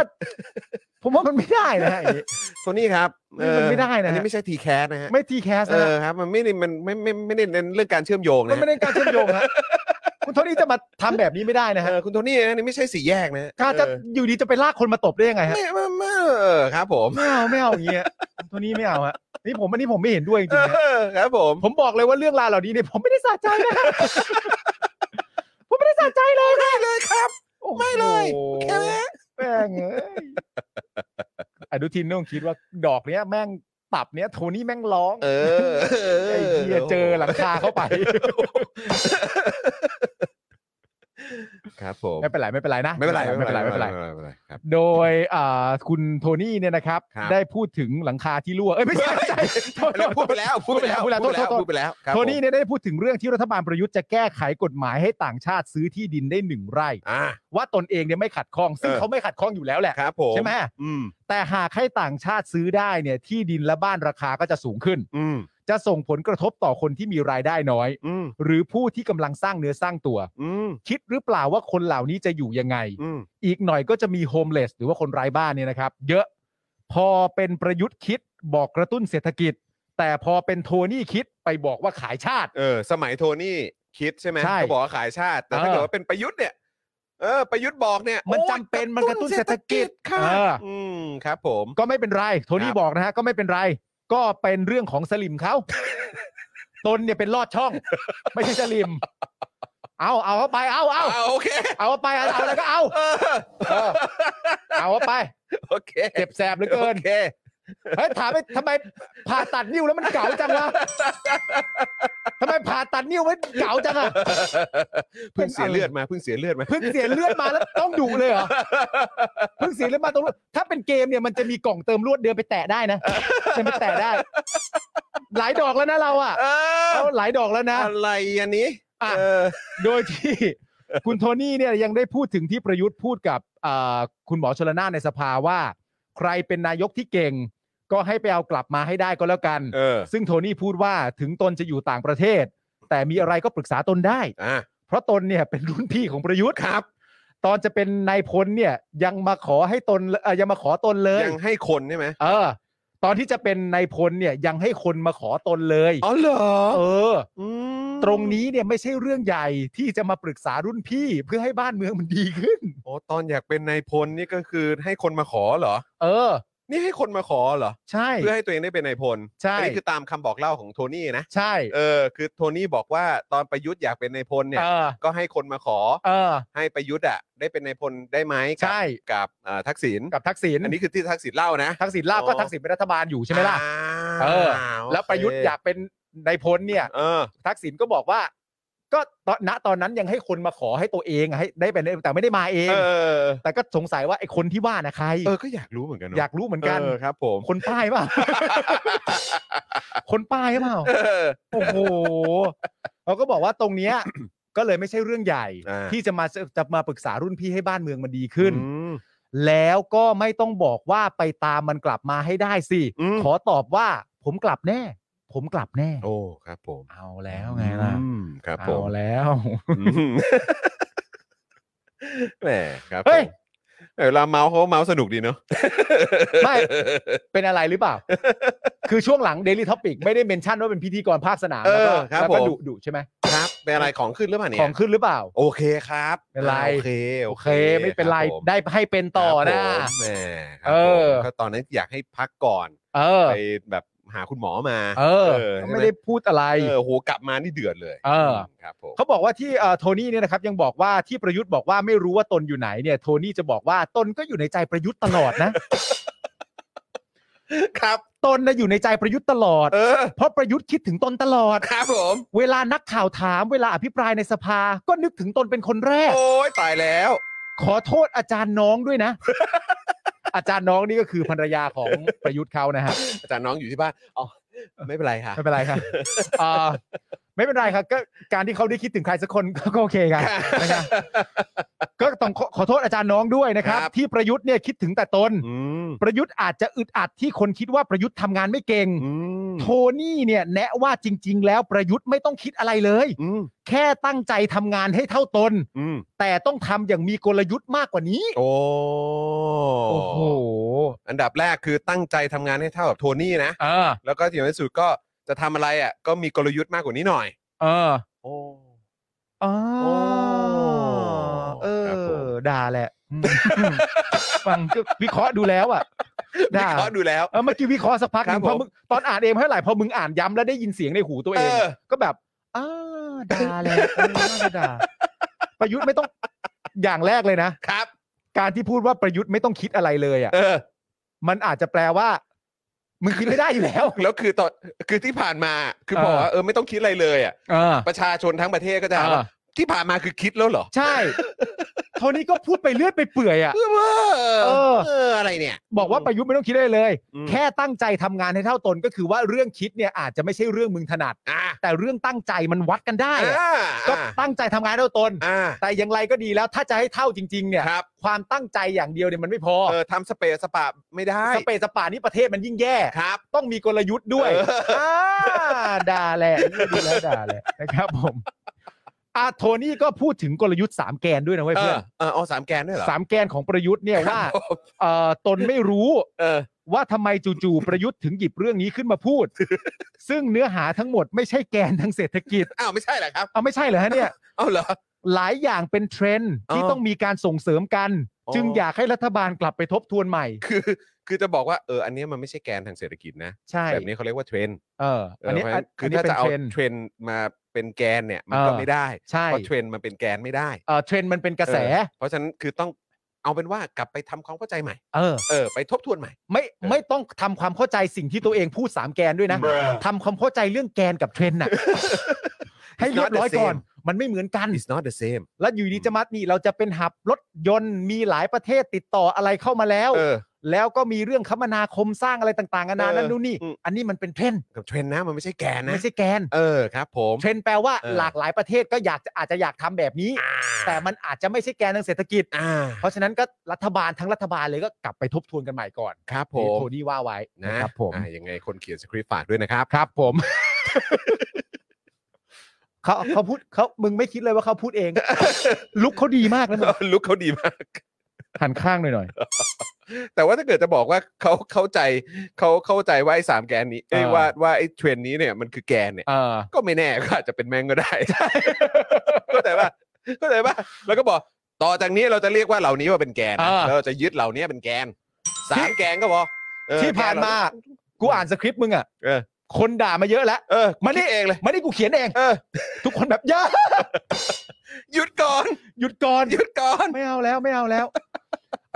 S4: ผมว่ามันไม่ได้นะฮะอย่างนี้
S2: โทนี่ครับ
S4: นี่มัน
S2: เออ
S4: ไม่ได้นะ
S2: อั
S4: ฮะ
S2: นนี้ไม่ใช่ทีแคสนะฮะ
S4: ไม่ทีแคส
S2: เอ
S4: นะฮะ
S2: อครับ มันไม่ได้มันไม่ไม่ไม่ได้เน้นเรื่องการเชื่อมโยง
S4: มั
S2: นะ
S4: นไม่
S2: ฮะ
S4: ได้การเชื่อมโยงฮะ คุณโทนี่จะมาทำแบบนี้ไม่ได้นะ
S2: เอ
S4: ฮะ
S2: อคุณโทนี่นะอันนี่ไม่ใช่สี่แยกนะฮะ
S4: การจะ
S2: เออ
S4: อยู่ดีจะไปลากคนมาตบได้ยังไงฮะ
S2: ไม่ไม่ไม่เออครับ ผม
S4: ไม่เอาไม่เอาอย่างเงี้ย โทนี่ไม่เอาฮะนี่ผมอันนี้ผมไม่เห็นด้วยจริงๆฮะ
S2: เออครับผม
S4: ผมบอกเลยว่าเรื่องราวเหล่านี้เนี่ยผมไม่ได้สะใจนะ ฮะผมไม่ได้สะใจเลยไม่เลยครับ ไม่เลยแค่แม่งเอ้ยอนุทินต้องคิดว่าดอกเนี้ย แม่งตับเนี้ยโทนี่แม่งร้อง
S2: เออ
S4: ไอ้เหี้ยเจอหลังคาเข้าไป
S2: ครับผม
S4: ไม่เป็นไรไม่เป็นไรนะ
S2: ไม่เป็นไร
S4: ไม่เป็นไรไม่เป็นไร
S2: ไม่เป็นไรครับ
S4: โดยอ่าคุณโทนี่เนี่ยนะครับ
S2: ครับ
S4: ได้พูดถึงหลังคาที่รั่วเอ้ยไม่ใช่ไม่ใช่โทษ
S2: อันนี้
S4: โท
S2: พูด
S4: ษ
S2: ไปแล้วพูดไปแล้ว
S4: พูดไปแล้ว
S2: พูดไปแล้ว
S4: โทษโทษ
S2: พูดไปแล้วครับ
S4: โทนี่เนี่ยได้พูดถึงเรื่องที่รัฐบาลประยุทธ์จะแก้ไขกฎหมายให้ต่างชาติซื้อที่ดินได้หนึ่งไร่
S2: อ่า
S4: ว่าตนเองเนี่ยไม่ขัดข้อง ซึ่ง
S2: เออ
S4: เขาไม่ขัดข้องอยู่แล้วแหละ
S2: ครับผม
S4: ใช่ไหม
S2: อืม
S4: แต่หากให้ต่างชาติซื้อได้เนี่ยที่ดินและบ้านราคาก็จะสูงขึ้น
S2: อืม
S4: จะส่งผลกระทบต่อคนที่มีรายได้น้อย
S2: อืม
S4: หรือผู้ที่กำลังสร้างเนื้อสร้างตัว
S2: อืม
S4: คิดหรือเปล่าว่าคนเหล่านี้จะอยู่ยังไง
S2: อืม
S4: อีกหน่อยก็จะมีโฮมเลสหรือว่าคนไร้บ้านเนี่ยนะครับ เยอะพอเป็นประยุทธ์คิดบอกกระตุ้นเศรษฐกิจ แต่พอเป็นโทนี่คิดไปบอกว่าขายชาติ
S2: เออ สมัยโทนี่คิดใช่ไหม
S4: ใช่
S2: ก็บอกว่าขายชาติ แต่ถ้า
S4: เออ
S2: เกิดว่าเป็นประยุทธ์เนี่ย เออ ประยุทธ์บอกเนี่ย
S4: มัน
S2: โอ๊ย
S4: จำเป็นมันกระตุ้นเศรษฐกิจ
S2: ค่ะ
S4: เออ
S2: อืมครับผม
S4: ก็ไม่เป็นไร โทนี่
S2: ครับ
S4: บอกนะฮะก็ไม่เป็นไร ก็เป็นเรื่องของสลิม เขา ตนเนี่ยเป็นลอดช่อง ไม่ใช่สลิม เอาเอาเข้าไปเอาเอา
S2: อ่าโอเค
S4: เอาเข้าไปเอาเอาแล้วก็เอา
S2: เออ
S4: เออเอาเข้าไป
S2: โอเค
S4: เจ็บแสบเหลือเกิน
S2: โอเค
S4: เฮ้ยถามไปทำไมผ่าตัดนิ้วแล้วมันเก๋าจัง วะทำไมผ่าตัดนิ้วไว้เก๋าจังอะ
S2: เพิ่งเสียเลือดมาเพิ่งเสียเลือดมา
S4: เพิ่งเสียเลือดมาแล้วต้องดุเลยเหรอเพิ่งเสียเลือดมาต้องดุถ้าเป็นเกมเนี่ยมันจะมีกล่องเติมลวดเดินไปแตะได้นะเดินไปแตะได้ หลายดอกแล้วนะเราอะ
S2: เออ
S4: เราหลายดอกแล้วนะ
S2: อะไรอันนี้
S4: อ่ะ
S2: เออ
S4: โดยที่ คุณโทนี่เนี่ยยังได้พูดถึงที่ประยุทธ์พูดกับเอ่อคุณหมอชลนานในสภาว่า ใครเป็นนายกที่เก่ง ก็ให้ไปเอากลับมาให้ได้ก็แล้วกัน
S2: เออ
S4: ซึ่งโทนี่พูดว่าถึงตนจะอยู่ต่างประเทศ แต่มีอะไรก็ปรึกษาตนได้
S2: อ่ะ
S4: เพราะตนเนี่ยเป็นรุ่นพี่ของประยุทธ์ครับ ตอนจะเป็นนายพลเนี่ยยังมาขอให้ตนเอ่อยังมาขอตนเลย
S2: ยังให้คนใช่ไหม
S4: เออ ตอนที่จะเป็นนายพลเนี่ยยังให้คนมาขอตนเลย
S2: อ๋อเหรอ
S4: เออ
S2: ม
S4: ตรงนี้เนี่ยไม่ใช่เรื่องใหญ่ที่จะมาปรึกษารุ่นพี่เพื่อให้บ้านเมืองมันดีขึ้น
S2: โอ้ตอนอยากเป็นนายพลนี่ก็คือให้คนมาขอเหรอ
S4: เออ
S2: นี่ให้คนมาขอเหรอ
S4: ใช่
S2: เพื่อให้ตัวเองได้เป็นนายพล
S4: ใช่
S2: อันี้คือตามคำบอกเล่าของโทนี่นะ
S4: ใช่
S2: เออ คือโทนี่บอกว่าตอนประยุทธ์อยากเป็นนายพลเนี่ย
S4: เออ
S2: ก็ให้คนมาขอ
S4: เออ
S2: ให้ประยุทธ์อ่ะได้เป็นนายพลได้ไหมกับ
S4: ใช่
S2: กับเอ่อทักษิณ
S4: กับทักษิณ
S2: อันนี้คือที่ทักษิณเล่านะ
S4: ทักษิณลาบก็
S2: อ๋อ
S4: ทักษิณเป็นรัฐบาลอยู่ใช่ไหมล่ะ
S2: อ่า
S4: เออ
S2: โอ
S4: แล้วประยุทธ์
S2: เค
S4: อยากเป็นนายพลเนี่ย
S2: เออ
S4: ทักษิณก็บอกว่า ก็ตอนณตอนนั้นยังให้คนมาขอให้ตัวเองอะให้ได้เป็นแต่ไม่ได้มาเอง
S2: เออ
S4: แต่ก็สงสัยว่าไอ้คนที่ว่านะใคร
S2: เออ ก็อยากรู้เหมือนกันเนะ
S4: อยากรู้เหมือนกัน
S2: เออครับผม
S4: คนป้ายเปล่า คนป้ายเปล่า
S2: เออ
S4: โอ้โหเราก็บอกว่าตรงเนี้ย ก็เลยไม่ใช่เรื่องใหญ่
S2: อ่า
S4: ที่จะมาจะมาปรึกษารุ่นพี่ให้บ้านเมืองมันดีขึ้น
S2: อืม
S4: แล้วก็ไม่ต้องบอกว่าไปตามมันกลับมาให้ได้สิ
S2: อืม
S4: ขอตอบว่า ผมกลับแน่ ผมกลับแน่
S2: โอ้ ครับผม
S4: เอาแล้วไงล่ะ
S2: อืมครับผ
S4: เอา
S2: ม
S4: แล้ว
S2: อืม แหมครับ
S4: เฮ้ย
S2: ผมเออเราเมาส์เขาเมาส์สนุกดีเนาะ
S4: ไม่ เป็นอะไรหรือเปล่า คือช่วงหลัง Daily Topic ไม่ได้เมนชั่นว่าเป็นพิธีกรภาคสนาม
S2: เอ
S4: แล้วก็
S2: อครับ
S4: แล้ว
S2: ผม
S4: ก็ดุดุใช่ไหม
S2: ครับ เป็นอะไรของขึ้นหรือเปล่าเนี่ย
S4: ของขึ้นหรือเปล่า
S2: โอเคครับ
S4: เป็นไร
S2: โอเค
S4: โอเค ไม่เป็นไร
S2: คบผม
S4: ได้ให้เป็นต่อนะ
S2: ครับผมแหมครับ
S4: เออ
S2: ผมก็ตอนนั้นอยากให้พักก่อน
S4: เออ
S2: ไปแบบหาคุณหมอมา
S4: เออ
S2: ใช่ห
S4: ไม่ได้พูดอะไร
S2: เออโหกลับมานี่เดือดเลย
S4: เออ
S2: มครับผม
S4: เขาบอกว่าที่เอ่อโทนี่เนี่ยนะครับ ยังบอกว่าที่ประยุทธ์บอกว่าไม่รู้ว่าตนอยู่ไหนเนี่ย โทนี่จะบอกว่าตนก็อยู่ในใจประยุทธ์ตลอดนะ
S2: ครับ
S4: ตนนะอยู่ในใจประยุทธ์ตลอด
S2: เออ
S4: เพราะประยุทธ์คิดถึงตนตลอด
S2: ครับผม
S4: เวลานักข่าวถามเวลาอภิปรายในสภา ก็นึกถึงตนเป็นคนแรก
S2: โอ้ยตายแล้ว
S4: ขอโทษอาจารย์น้องด้วยนะ อาจารย์น้องนี่ก็คือภรรยา ของประยุทธ์เขานะฮะ
S2: อาจารย์น้องอยู่ที่บ้านอ๋อไม่เป็นไรค่ะ
S4: ไม่เป็นไร ครับอ่าไม่เป็นไรครับก็การที่เขาได้คิดถึงใครสักคน ก็ก็โอเคครับนะครับ ก็ต้องขอขอโทษอาจารย์น้องด้วยนะครับ
S2: ครับ
S4: ที่ประยุทธ์เนี่ยคิดถึงแต่ตน
S2: อืม
S4: ประยุทธ์อาจจะอึดอัดที่คนคิดว่าประยุทธ์ทำงานไม่เก่ง
S2: อืม
S4: โทนี่เนี่ยแนะว่าจริง ๆ แล้วประยุทธ์ไม่ต้องคิดอะไรเลย
S2: อืม
S4: แค่ตั้งใจทำงานให้เท่าตน
S2: อืม
S4: แต่ต้องทำอย่างมีกลยุทธ์มากกว่านี้
S2: โอ้
S4: โอ้โห
S2: อันดับแรกคือตั้งใจทำงานให้เท่ากับโทนี่นะ
S4: เออ
S2: แล้วก็ที่ในที่สุดก็จะทำอะไรอ่ะก็มีกลยุทธ์มากกว่านี้หน่อย
S4: เออ
S2: โอ้
S4: อ๋อ
S2: โอ้
S4: เอ
S2: ครับผม
S4: อด่าแหละอืม ฟังก็วิเคราะห์ดูแล้ว อ่ะ
S2: วิ
S4: ด่า
S2: เคราะห์ดูแล้ว
S4: เออเมื่อกี้วิเคราะห์สักพักหนึ่ง
S2: ครับผม
S4: พอมึงตอนอ่านเองเท่าไหร่พอมึงอ่านย้ำแล้วได้ยินเสียงในหูตัวเอง
S2: เออ
S4: ก็แบบอ้าด่าแหละเออน่าจะด่า ประยุทธ์ไม่ต้องอย่างแรกเลยนะ
S2: ครับ
S4: การที่พูดว่าประยุทธ์ไม่ต้องคิดอะไรเลยอ่ะ
S2: เออ
S4: มันอาจจะแปลว่า มึงคิดไม่ได้อยู่แล้ว
S2: แล้วคือตอนคือที่ผ่านมาคือพอ
S4: เออ
S2: ว่าเออไม่ต้องคิดอะไรเลยอ่ะ
S4: เออ
S2: ประชาชนทั้งประเทศก็จะถามว่า
S4: เออ
S2: ที่ผ่านมาคือคิดแล้วเหรอ
S4: ใช่ โทนี่ก็พูดไปเรื่อยไปเปื่อยอ่ะ
S2: เออเว้อ
S4: เออ
S2: เอออะไรเนี่ย
S4: บอกว่าประยุทธ์ไม่ต้องคิดได้เลย
S2: อืม
S4: แค่ตั้งใจทำงานให้เท่าตนก็คือว่าเรื่องคิดเนี่ยอาจจะไม่ใช่เรื่องมึงถนัด
S2: อ่ะ
S4: แต่เรื่องตั้งใจมันวัดกันได้อะ
S2: อ่า
S4: ก็
S2: อ่า
S4: ตั้งใจทำงานให้เท่าตน
S2: อ่า
S4: แต่อย่างไรก็ดีแล้วถ้าจะให้เท่าจริง ๆ เนี่ย
S2: ครับ
S4: ความตั้งใจอย่างเดียวเนี่ยมันไม่พอ
S2: เออทำสเปซสปะไม่ได้
S4: สเปซสป่านี่ประเทศมันยิ่งแย่
S2: ครับ
S4: ต้องมีกลยุทธ์ด้วย
S2: เอออ่
S4: าด่าแหละดูแล้วด่าแหละนะครับผมอาโทนี่ก็พูดถึงกลยุทธ์สามแกนด้วยนะเว้ย
S2: เอ
S4: เพื่อ
S2: อนเออเอาสามแกนด้วยเหรอ
S4: สามแกนของประยุทธ์เนี่ยว่า
S2: ครับผม
S4: เอ่อตนไม่รู้
S2: เออ
S4: ว่าทำไมจู่ๆประยุทธ์ถึงหยิบเรื่องนี้ขึ้นมาพู ด ซึ่งเนื้อหาทั้งหมดไม่ใช่แกนทางเศรษฐกิจ
S2: อ้าวไม่ใช่เหรอครับ
S4: เอาไม่ใช่เหรอฮะ เนี่ย
S2: เอาเหรอ
S4: หลายอย่างเป็นเทรนด์ที่
S2: อ๋อ
S4: ต้องมีการส่งเสริมกัน
S2: อ๋อ
S4: จึงอยากให้รัฐบาลกลับไปทบทวนใหม่
S2: คือคือจะบอกว่าเอออันเนี้ยมันไม่ใช่แกนทางเศรษฐกิจนะ
S4: ใช่
S2: แบบนี้เขาเรียกว่าเทรนด์
S4: เออ
S2: เออ
S4: อันนี้
S2: เพราะ
S4: อั
S2: ฉะนั้น
S4: น
S2: คือ
S4: นี้
S2: ถ้า
S4: เป็น
S2: จะเอา
S4: เทรนด์
S2: เทรนด์มาเป็นแกนเนี่ยมัน
S4: เออ
S2: ก็ไม่ได้
S4: ใช่
S2: เพราะเทรนด์มันเป็นแกนไม่ได้
S4: เออเทรนด์มันเป็นกระแส
S2: ออเพราะฉะนั้นคือต้องเอาเป็นว่ากลับไปทำความเข้าใจใหม่
S4: เออ
S2: เออ ไปทบทวนใหม่
S4: ไม่
S2: เออ
S4: ไม่ต้องทำความเข้าใจสิ่งที่ตัวเองพูดสามแกนด้วยนะทำความเข้าใจเรื่องแกนกับเทรนด์ น่ะ ให้เรียบร้อยก่อน มันไม่เหมือนกัน
S2: it's not the same
S4: แล้วอยู่ดีจะมานี่เราจะเป็นหับรถยนต์มีหลายประเทศติดต่ออะไรเข้ามาแล้ว
S2: เออ
S4: แล้วก็มีเรื่องคมนาคมสร้างอะไรต่างๆนานา
S2: เออ
S4: นั่นนู่นนี่
S2: อืม
S4: อันนี้มันเป็นเทรนด์
S2: กับเทรนด์นะ มันไม่ใช่แกนนะ
S4: ไม่ใช่แกน
S2: เออครับผม
S4: เทรนด์แปลว่า
S2: เออ
S4: หลากหลายประเทศก็อยากจะอาจจะอยากทำแบบนี้
S2: อ่า
S4: แต่มันอาจจะไม่ใช่แกนทางเศรษฐกิจ
S2: อ่า
S4: เพราะฉะนั้นก็รัฐบาลทั้งรัฐบาลเลยก็กลับไปทบทวนกันใหม่ก่อน
S2: ครับผ
S4: นี่
S2: ม
S4: โทนี่ว่าไว้
S2: นะ
S4: นะครับผม
S2: อ่ายังไงคนเขียนสคริปต์ฝากด้วยนะครับ
S4: ครับผม เขาเขาพูดเขามึงไม่คิดเลยว่าเขาพูด เอง ลุกเขาดีมากนะมึง
S2: ลุกเขาดีมาก
S4: หันข้างหน่อยหน่อย
S2: แต่ว่าถ้าเกิดจะบอกว่า เขาเข้าใจเขาเข้าใจว่าไอ้สามแกนนี้เอ้ย
S4: เออ
S2: ว่าว่าไอ้เทรนด์นี้เนี่ยมันคือแกนเนี่ย
S4: เออ
S2: ก็ไม่แน่ ก็อาจจะเป็นแม่งก็ได้ เข้าใจป่ะเข้าใจป่ะแล้วก็บอกต่อจากนี้เราจะเรียกว่าเหล่านี้ว่าเป็นแกนนะ
S4: อ่า
S2: แล้วเราจะยึดเหล่านี้เป็นแกนสามแกนก็พอเออ
S4: ที่ผ่านมา กูอ่านสคริปต์มึงอ่ะ
S2: เออ
S4: คนด่ามาเยอะแล้ว
S2: เออ
S4: มั
S2: มาน
S4: นี่
S2: นี่เองเลย
S4: ไม่ได้กูเขียนเอง
S2: เออ
S4: ทุกคนแบบอย่า
S2: หยุดก่อน
S4: หยุดก่อน
S2: หยุดก่อน
S4: ไม่เอาแล้วไม่เอาแล้ว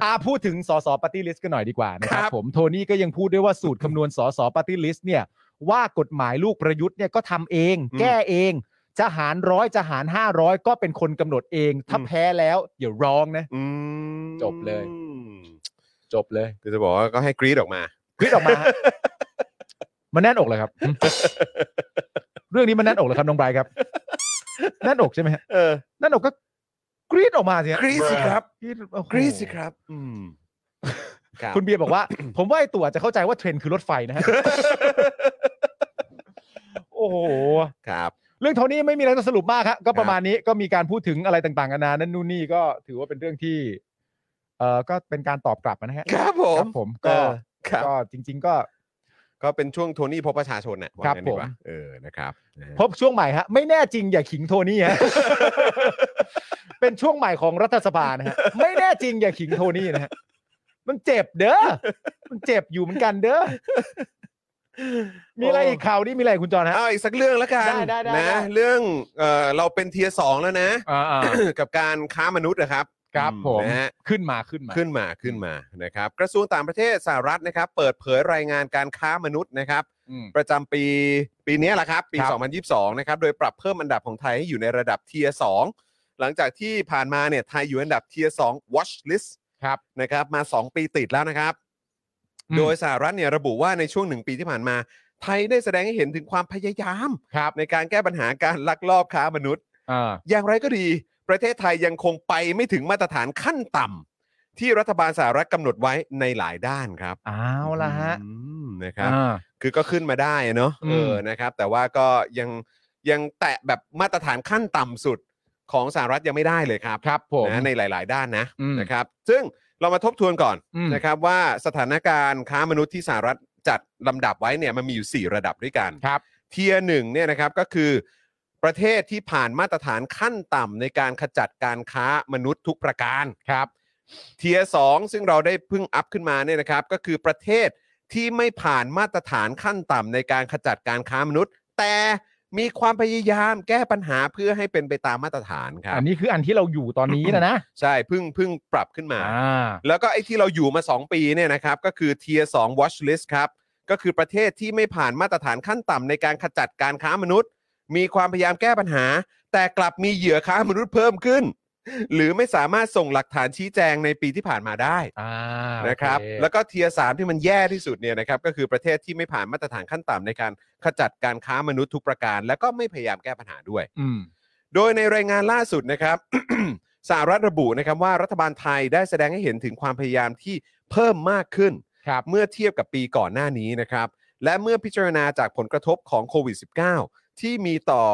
S4: อาพูดถึงสสปาร์ตี้ลิสต์กันหน่อยดีกว่านะครั
S2: ครับ บ
S4: ผมโทนี่ก็ยังพูดด้วยว่าสูตรคำนวณสสปาร์ตี้ลิสต์เนี่ย ว่ากฎหมายลูกประยุทธ์เนี่ยก็ทำเอง แก้เอง จะหารร้อยจะหาร 500 ก็เป็นคนกำหนดเอง ถ้าแพ้แล้วอย่าร้องนะ
S2: อืม
S4: จบเลย จบเลย
S2: คือจะบอกว่าก็ให้กรีดออกมา
S4: คลิดออกมาฮะ มันแน่นอกเลยครับ เรื่องนี้มันแน่นอกเลยครับน้องไบรท์ครับแน่นอกใช่ไหมฮะ
S2: เออ
S4: แน่นอกก็กรีดออกมาสิฮะ
S2: กรีดสิครับ
S4: กรี๊ดโอ้โห
S2: กรีดสิครับ อื มรับ
S4: คุณเบียร์บอกว่า ผมว่าไอ้ตัวอาจจะเข้าใจว่าเทรนคือรถไฟ นะฮะ โอ้โห
S2: ครับ
S4: เรื่องโทนี่ไม่มีอะไรจะสรุปมากครับก็ประมาณนี้ก็มีการพูดถึงอะไรต่างๆกันานานั่นนู่นนี่ก็ถือว่าเป็นเรื่องที่ เออก็เป็นการตอบกลับนะฮะ
S2: ครับผ
S4: ค
S2: ม
S4: รับผม
S2: เอ
S4: ก็
S2: อครับ
S4: ก็จริง ๆ ก็
S2: ก็เป็นช่วงโทนี่พบประชาชนน่ะว่า
S4: ครับ
S2: งั้นดีกว่า
S4: ผม
S2: เออนะครับนะฮะ
S4: พบช่วงใหม่ฮะไม่แน่จริงอย่าขิงโทนี่ฮะ เป็นช่วงใหม่ของรัฐสภานะฮะไม่แน่จริงอย่าขิงโทนี่นะฮะมันเจ็บเด้อมันเจ็บอยู่เหมือนกันเด้อมีอะไรอีกข่าวนี้มีอะไรคุณจอห์นฮะ
S2: เอาอีกสักเรื่องแล้วกัน
S4: ได้ได้ได้
S2: นะ
S4: ได้
S2: เรื่องเออเราเป็นเทียสองแล้วนะ
S4: อ่า
S2: กับการค้ามนุษย์นะครับ
S4: ครับผม
S2: นะฮะ
S4: ขึ้นมาขึ้นมา
S2: ขึ้นมาขึ้นมานะครับ กระทรวงต่างประเทศสหรัฐนะครับ เปิดเผยรายงานการค้ามนุษย์นะครับ ประจำปีปีนี้แหละครับ ปี
S4: ครับ
S2: 2022 นะครับ โดยปรับเพิ่มอันดับของไทยให้อยู่ในระดับเทีย2หลังจากที่ผ่านมาเนี่ยไทยอยู่อันดับเทีย2 watch list
S4: ครับ
S2: นะครับมา 2 ปีติดแล้วนะครับ
S4: อืม
S2: โดยสหรัฐเนี่ยระบุว่าในช่วงหนึ่งปีที่ผ่านมา ไทยได้แสดงให้เห็นถึงความพยายาม
S4: ครับ
S2: ในการแก้ปัญหาการลักลอบค้ามนุษย์
S4: อ่า
S2: อย่างไรก็ดี ประเทศไทยยังคงไปไม่ถึงมาตรฐานขั้นต่ำที่รัฐบาลสหรัฐกำหนดไว้ในหลายด้านครับ
S4: เอาละฮะ
S2: อืมนะครับ
S4: อ่า
S2: คือก็ขึ้นมาได้อะเนอะ
S4: อืม
S2: เออนะครับ แต่ว่าก็ยังยังแตะแบบมาตรฐานขั้นต่ำสุดของสหรัฐยังไม่ได้เลยครับ
S4: ครับผม
S2: นะในหลาย ๆ ด้านนะ
S4: อืม
S2: นะครับ ซึ่งเรามาทบทวนก่อน
S4: อืม
S2: นะครับว่าสถานการณ์ค้ามนุษย์ที่สหรัฐจัดลำดับไว้เนี่ยมันมีอยู่ 4 ระดับด้วยกัน
S4: ครับ
S2: เทียร์หนึ่งเนี่ยนะครับก็คือ ประเทศที่ผ่านมาตรฐานขั้นต่ำในการขจัดการค้ามนุษย์ทุกประการ
S4: ครับ
S2: เทียร์สองซึ่งเราได้เพิ่งอัพขึ้นมาเนี่ยนะครับ ก็คือประเทศที่ไม่ผ่านมาตรฐานขั้นต่ำในการขจัดการค้ามนุษย์ แต่มีความพยายามแก้ปัญหาเพื่อให้เป็นไปตามมาตรฐานครับ
S4: อันนี้คืออันที่เราอยู่ตอนนี้ นะนะ
S2: ใช่เพิ่งเพิ่งปรับขึ้นมา
S4: อ่า
S2: แล้วก็ไอ้ที่เราอยู่มา 2 ปีเนี่ยนะครับ ก็คือ Tier 2 Watch List ครับ ก็คือประเทศที่ไม่ผ่านมาตรฐานขั้นต่ำในการขจัดการค้ามนุษย์ มีความพยายามแก้ปัญหา แต่กลับมีเหยื่อค้ามนุษย์เพิ่มขึ้น หรือไม่สามารถส่งหลักฐานชี้แจงในปีที่ผ่านมาได้
S4: อ่า
S2: นะครับ
S4: โอเ
S2: แล้วก็เทียสามที่มันแย่ที่สุดเนี่ยนะครับก็คือประเทศที่ไม่ผ่านมาตรฐานขั้นต่ำในการขจัดการค้ามนุษย์ทุกประการ แล้วก็ไม่พยายามแก้ปัญหาด้วย
S4: อืม
S2: โดยในรายงานล่าสุดนะครับ สหรัฐระบุนะครับว่ารัฐบาลไทยได้แสดงให้เห็นถึงความพยายามที่เพิ่มมากขึ้น
S4: ครับ
S2: เมื่อเทียบกับปีก่อนหน้านี้นะครับ และเมื่อพิจารณาจากผลกระทบของโควิด -19 ที่มีต่อ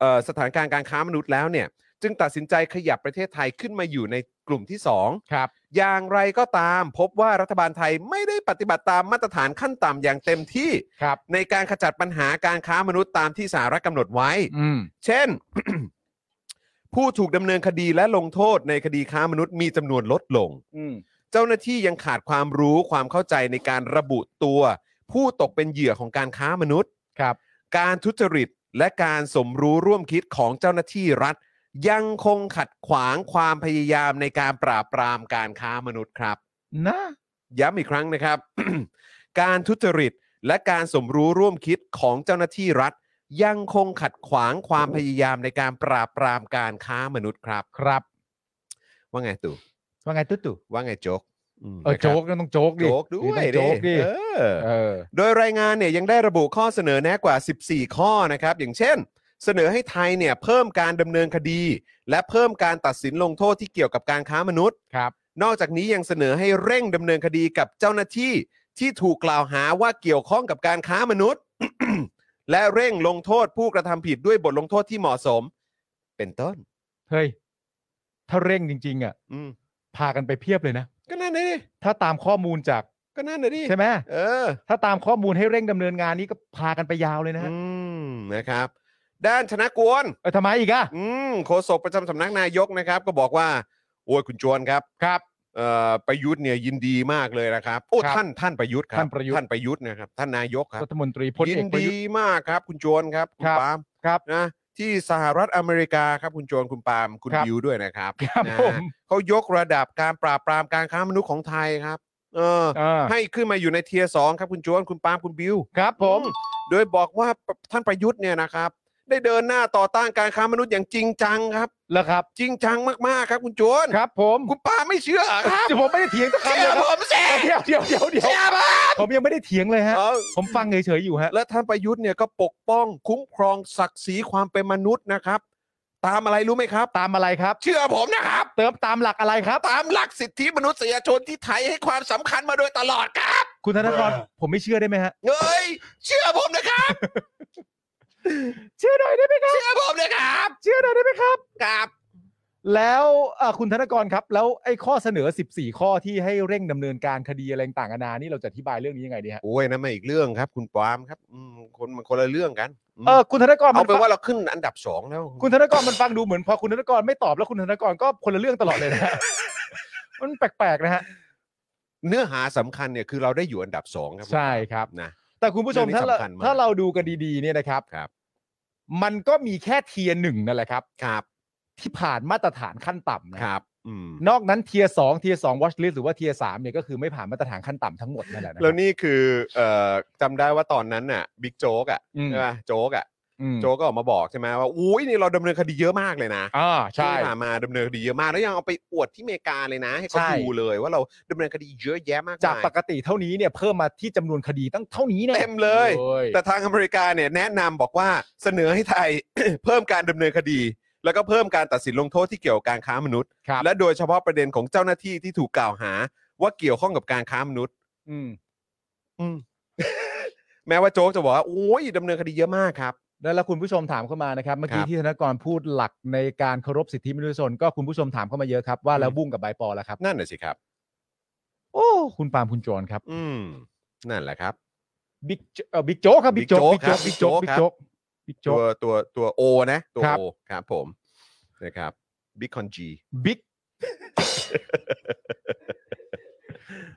S2: เออสถานการณ์การค้ามนุษย์แล้วเนี่ย จึงตัดสินใจขยับประเทศไทยขึ้นมาอยู่ในกลุ่มที่ 2
S4: ครับ
S2: อย่างไรก็ตามพบว่ารัฐบาลไทยไม่ได้ปฏิบัติตามมาตรฐานขั้นต่ำอย่างเต็มที่
S4: ครับ
S2: ในการขจัดปัญหาการค้ามนุษย์ตามที่สหรัฐกำหนดไว้
S4: อืม
S2: เช่น ผู้ถูกดำเนินคดีและลงโทษในคดีค้ามนุษย์มีจำนวนลดลง
S4: อืม
S2: เจ้าหน้าที่ยังขาดความรู้ความเข้าใจในการระบุตัว ผู้ตกเป็นเหยื่อของการค้ามนุษย์
S4: ครับ
S2: การทุจริตและการสมรู้ร่วมคิดของเจ้าหน้าที่รัฐ ยังคงขัดขวางความพยายามในการปราบปรามการค้ามนุษย์ครับ
S4: นะ
S2: ย้ำอีกครั้งนะครับ การทุจริตและการสมรู้ร่วมคิดของเจ้าหน้าที่รัฐ ยังคงขัดขวางความพยายามในการปราบปรามการค้ามนุษย์ครับ
S4: ครับ
S2: ว่าไงตู่
S4: ว่าไงตุ๊ดตู่
S2: ว่าไงโจ๊กม
S4: เออ
S2: นะครับ
S4: โจ๊กก็ต้องโจ๊กดิ
S2: โจ๊กด้วย
S4: ต้องโจ๊กดิ
S2: เออ
S4: เออ
S2: โดยรายงานเนี่ยยังได้ระบุข้อเสนอแนะกว่า 14 ข้อนะครับ อย่างเช่น เสนอให้ไทยเนี่ยเพิ่มการดำเนินคดี และเพิ่มการตัดสินลงโทษที่เกี่ยวกับการค้ามนุษย์
S4: ครับ
S2: นอกจากนี้ยังเสนอให้เร่งดำเนินคดีกับเจ้าหน้าที่ที่ถูกกล่าวหาว่าเกี่ยวข้องกับการค้ามนุษย์ และเร่งลงโทษผู้กระทำผิดด้วยบทลงโทษที่เหมาะสม เป็นต้น
S4: เฮ้ย ถ้าเร่งจริง ๆ อ่ะ
S2: อืม
S4: พากันไปเพียบเลยนะ
S2: ก็นั่นน่ะดิ
S4: ถ้าตามข้อมูลจาก
S2: ก็นั่นน่ะดิ
S4: ใช่ไหม
S2: เออ
S4: ถ้าตามข้อมูลให้เร่งดำเนินงานนี้ก็พากันไปยาวเลยนะฮะ
S2: อืมนะครับ ด้านชนะกวน
S4: เออทำไมอีกอ่ะ
S2: อืมโฆษกประจำสำนักนายกนะครับ ก็บอกว่า โอ้ยคุณจวนครับครับเอ่อประยุทธ์เนี่ยยินดีมากเลยนะครับโอ้
S4: ครับ
S2: ท่านท่านประยุทธ์ครับ
S4: ท่านประยุทธ์
S2: ท่านประยุทธ์นะครับท่านนายกครับ
S4: รัฐมนตรีพล
S2: ยิ
S4: เอก
S2: น
S4: ประ
S2: ดี
S4: ยุทธ์
S2: มากครับคุณโจนครับคุณ
S4: ครับ
S2: ปาล์ม
S4: ครับ
S2: นะที่สหรัฐอเมริกาครับคุณโจนคุณปาล์มคุณ
S4: ครับ
S2: บิวด้วยนะครับ
S4: ครับ
S2: นะ
S4: ผม
S2: เขายกระดับการปราบปรามการค้ามนุษย์ของไทยครับ เออ
S4: เออ
S2: ให้ขึ้นมาอยู่ในเทียสองครับคุณโจนคุณปาล์มคุณบิว
S4: ครับผม
S2: อืโดยบอกว่าท่านประยุทธ์เนี่ยนะครับ ได้เดินหน้าต่อต้านการค้ามนุษย์อย่างจริงจังครับ
S4: แล้วครับ
S2: จริงจังมากๆครับคุณโจน
S4: ครับผม
S2: คุณปาล์มไม่เชื่อครับ
S4: ผมไม่ได้เถียงสักคำเล
S2: เชื่อย
S4: ครั
S2: ผ
S4: บ
S2: มสิ
S4: เดี๋ยวเดี๋ยวเดี๋ยวเดี๋ยว
S2: เชื่อผม
S4: ผมยังไม่ได้เถียงเลยฮะ
S2: เออ
S4: ผมฟังเฉยๆอยู่ฮะ
S2: และท่านประยุทธ์เนี่ยก็ปกป้องคุ้มครองศักดิ์ศรีความเป็นมนุษย์นะครับ ตามอะไรรู้ไหมครับ
S4: ตามอะไรครับ
S2: เชื่อผมนะครับ
S4: เติมตามหลักอะไรครับ
S2: ตามหลักสิทธิมนุษยชนที่ไทยให้ความสำคัญมาโดยตลอดครับ
S4: คุณธนกรผมไม่เชื่อได้ไหมฮะ
S2: เอ้ยเชื่อผมนะครับ
S4: เชื่อหน่อยได้ไหมครับ
S2: เชื่อผมนะครับ
S4: เชื่อหน่อยได้ไหมครับ
S2: ครับ
S4: แล้วเอ่อคุณธนกรครับ แล้วไอ้ข้อเสนอ 14 ข้อที่ให้เร่งดำเนินการคดีอะไรต่างๆนานานี่เราจะอธิบายเรื่องนี้ยังไงดีฮะ
S2: โอ้ยนั่นมาอีกเรื่องครับ คุณปาล์มครับอืมคนมันคนละเรื่องกันม
S4: เออคุณธนกรมั
S2: เอา
S4: น
S2: เป็น
S4: ฟัง
S2: ว่าเราขึ้นอันดับสองแล้ว
S4: คุณธนกรมันฟังดูเหมือนพอคุณธนกรไม่ตอบแล้วคุณธนกรก็คนละเรื่องตลอดเลยนะฮะ มันแปลกๆนะฮะ
S2: เนื้อหาสำคัญเนี่ยคือเราได้อยู่อันดับสองครับ
S4: ใช่ครับ
S2: นะ
S4: แต่คุณผู้ชมถ้าเรา
S2: เรื่องนี้สำคัญมาก
S4: ถ้าเราดูกันดีๆเนี่ยนะครับ
S2: ครับ
S4: มันก็มีแค่เทียหนึ่งนั่นแหละครับ
S2: ครับ
S4: ที่ผ่านมาตรฐานขั้นต่ำ
S2: ค
S4: นะฮะ
S2: รับอืม
S4: นอกนั้นเทียสองเทียสองวอชลิสหรือว่าเทียสามเนี่ยก็คือไม่ผ่านมาตรฐานขั้นต่ำทั้งหมดนั่นแหละนะค
S2: แล้
S4: รั
S2: ว
S4: บ
S2: นี่คือเอ่อจำได้ว่าตอนนั้นน่ะบิ๊กโจ๊กอ่ะ
S4: อืม
S2: ใช่ไหมโจ๊กอ่ะ
S4: อืม
S2: โจก็ออกมาบอกใช่ไหมว่าอุ้ยนี่เราดำเนินคดีเยอะมากเลยนะ
S4: อ่าใช่
S2: ที่ผ่านมาดำเนินคดีเยอะมากแล้วยังเอาไปอวดที่อเมริกาเลยนะ ให้เขา
S4: ใช่
S2: ดูเลยว่าเราดำเนินคดีเยอะแยะมากมย
S4: จากปกติเท่านี้เนี่ยเพิ่มมาที่จำนวนคดีตั้งเท่านี้เนี่ย
S2: เต็มเลย
S4: โอ้ย
S2: แต่ทางอเมริกาเนี่ยแนะนำบอกว่าเสนอให้ไทย เพิ่มการดำเนินคดี แล้วก็เพิ่มการตัดสินลงโทษที่เกี่ยวกับการค้ามนุษย์
S4: ครับ
S2: และโดยเฉพาะประเด็นของเจ้าหน้าที่ที่ถูกกล่าวหา ว่าเกี่ยวข้องกับการค้ามนุษย์
S4: อืม
S2: แม้ว่าโจ๊กจะบอกว่าโอ้ยดำเนินคดีเยอะมากครับ
S4: แล้วแล้วคุณผู้ชมถามเข้ามานะครับ เมื่อ
S2: ค
S4: กี้
S2: รับ
S4: ที่ธนกรพูดหลักในการเคารพสิทธิมนุษยชนก็คุณผู้ชมถามเข้ามาเยอะครับว่าแล้ว
S2: อืม
S4: บุ้งกับใบปอแล้วครับ
S2: นั่นแหละสิครับ
S4: โอ้คุณปาล์มคุณจรครับ
S2: อืมนั่นแหละครับ
S4: บิ๊กโจเอ่อบิ๊กโจ๊กครับบิ๊กโจ๊ก
S2: บิ๊กโจ๊กครับ
S4: บิ๊กโจ๊
S2: บิ๊
S4: กบิ๊
S2: ก
S4: ก
S2: โจ๊
S4: โจ๊
S2: ก
S4: กบิ๊ก
S2: ตัว
S4: โจ๊ก
S2: ตัวตัวโอนะ ตัว
S4: ครับ
S2: โอครับผมนะครับบิ๊กคอนจี
S4: บิ๊ก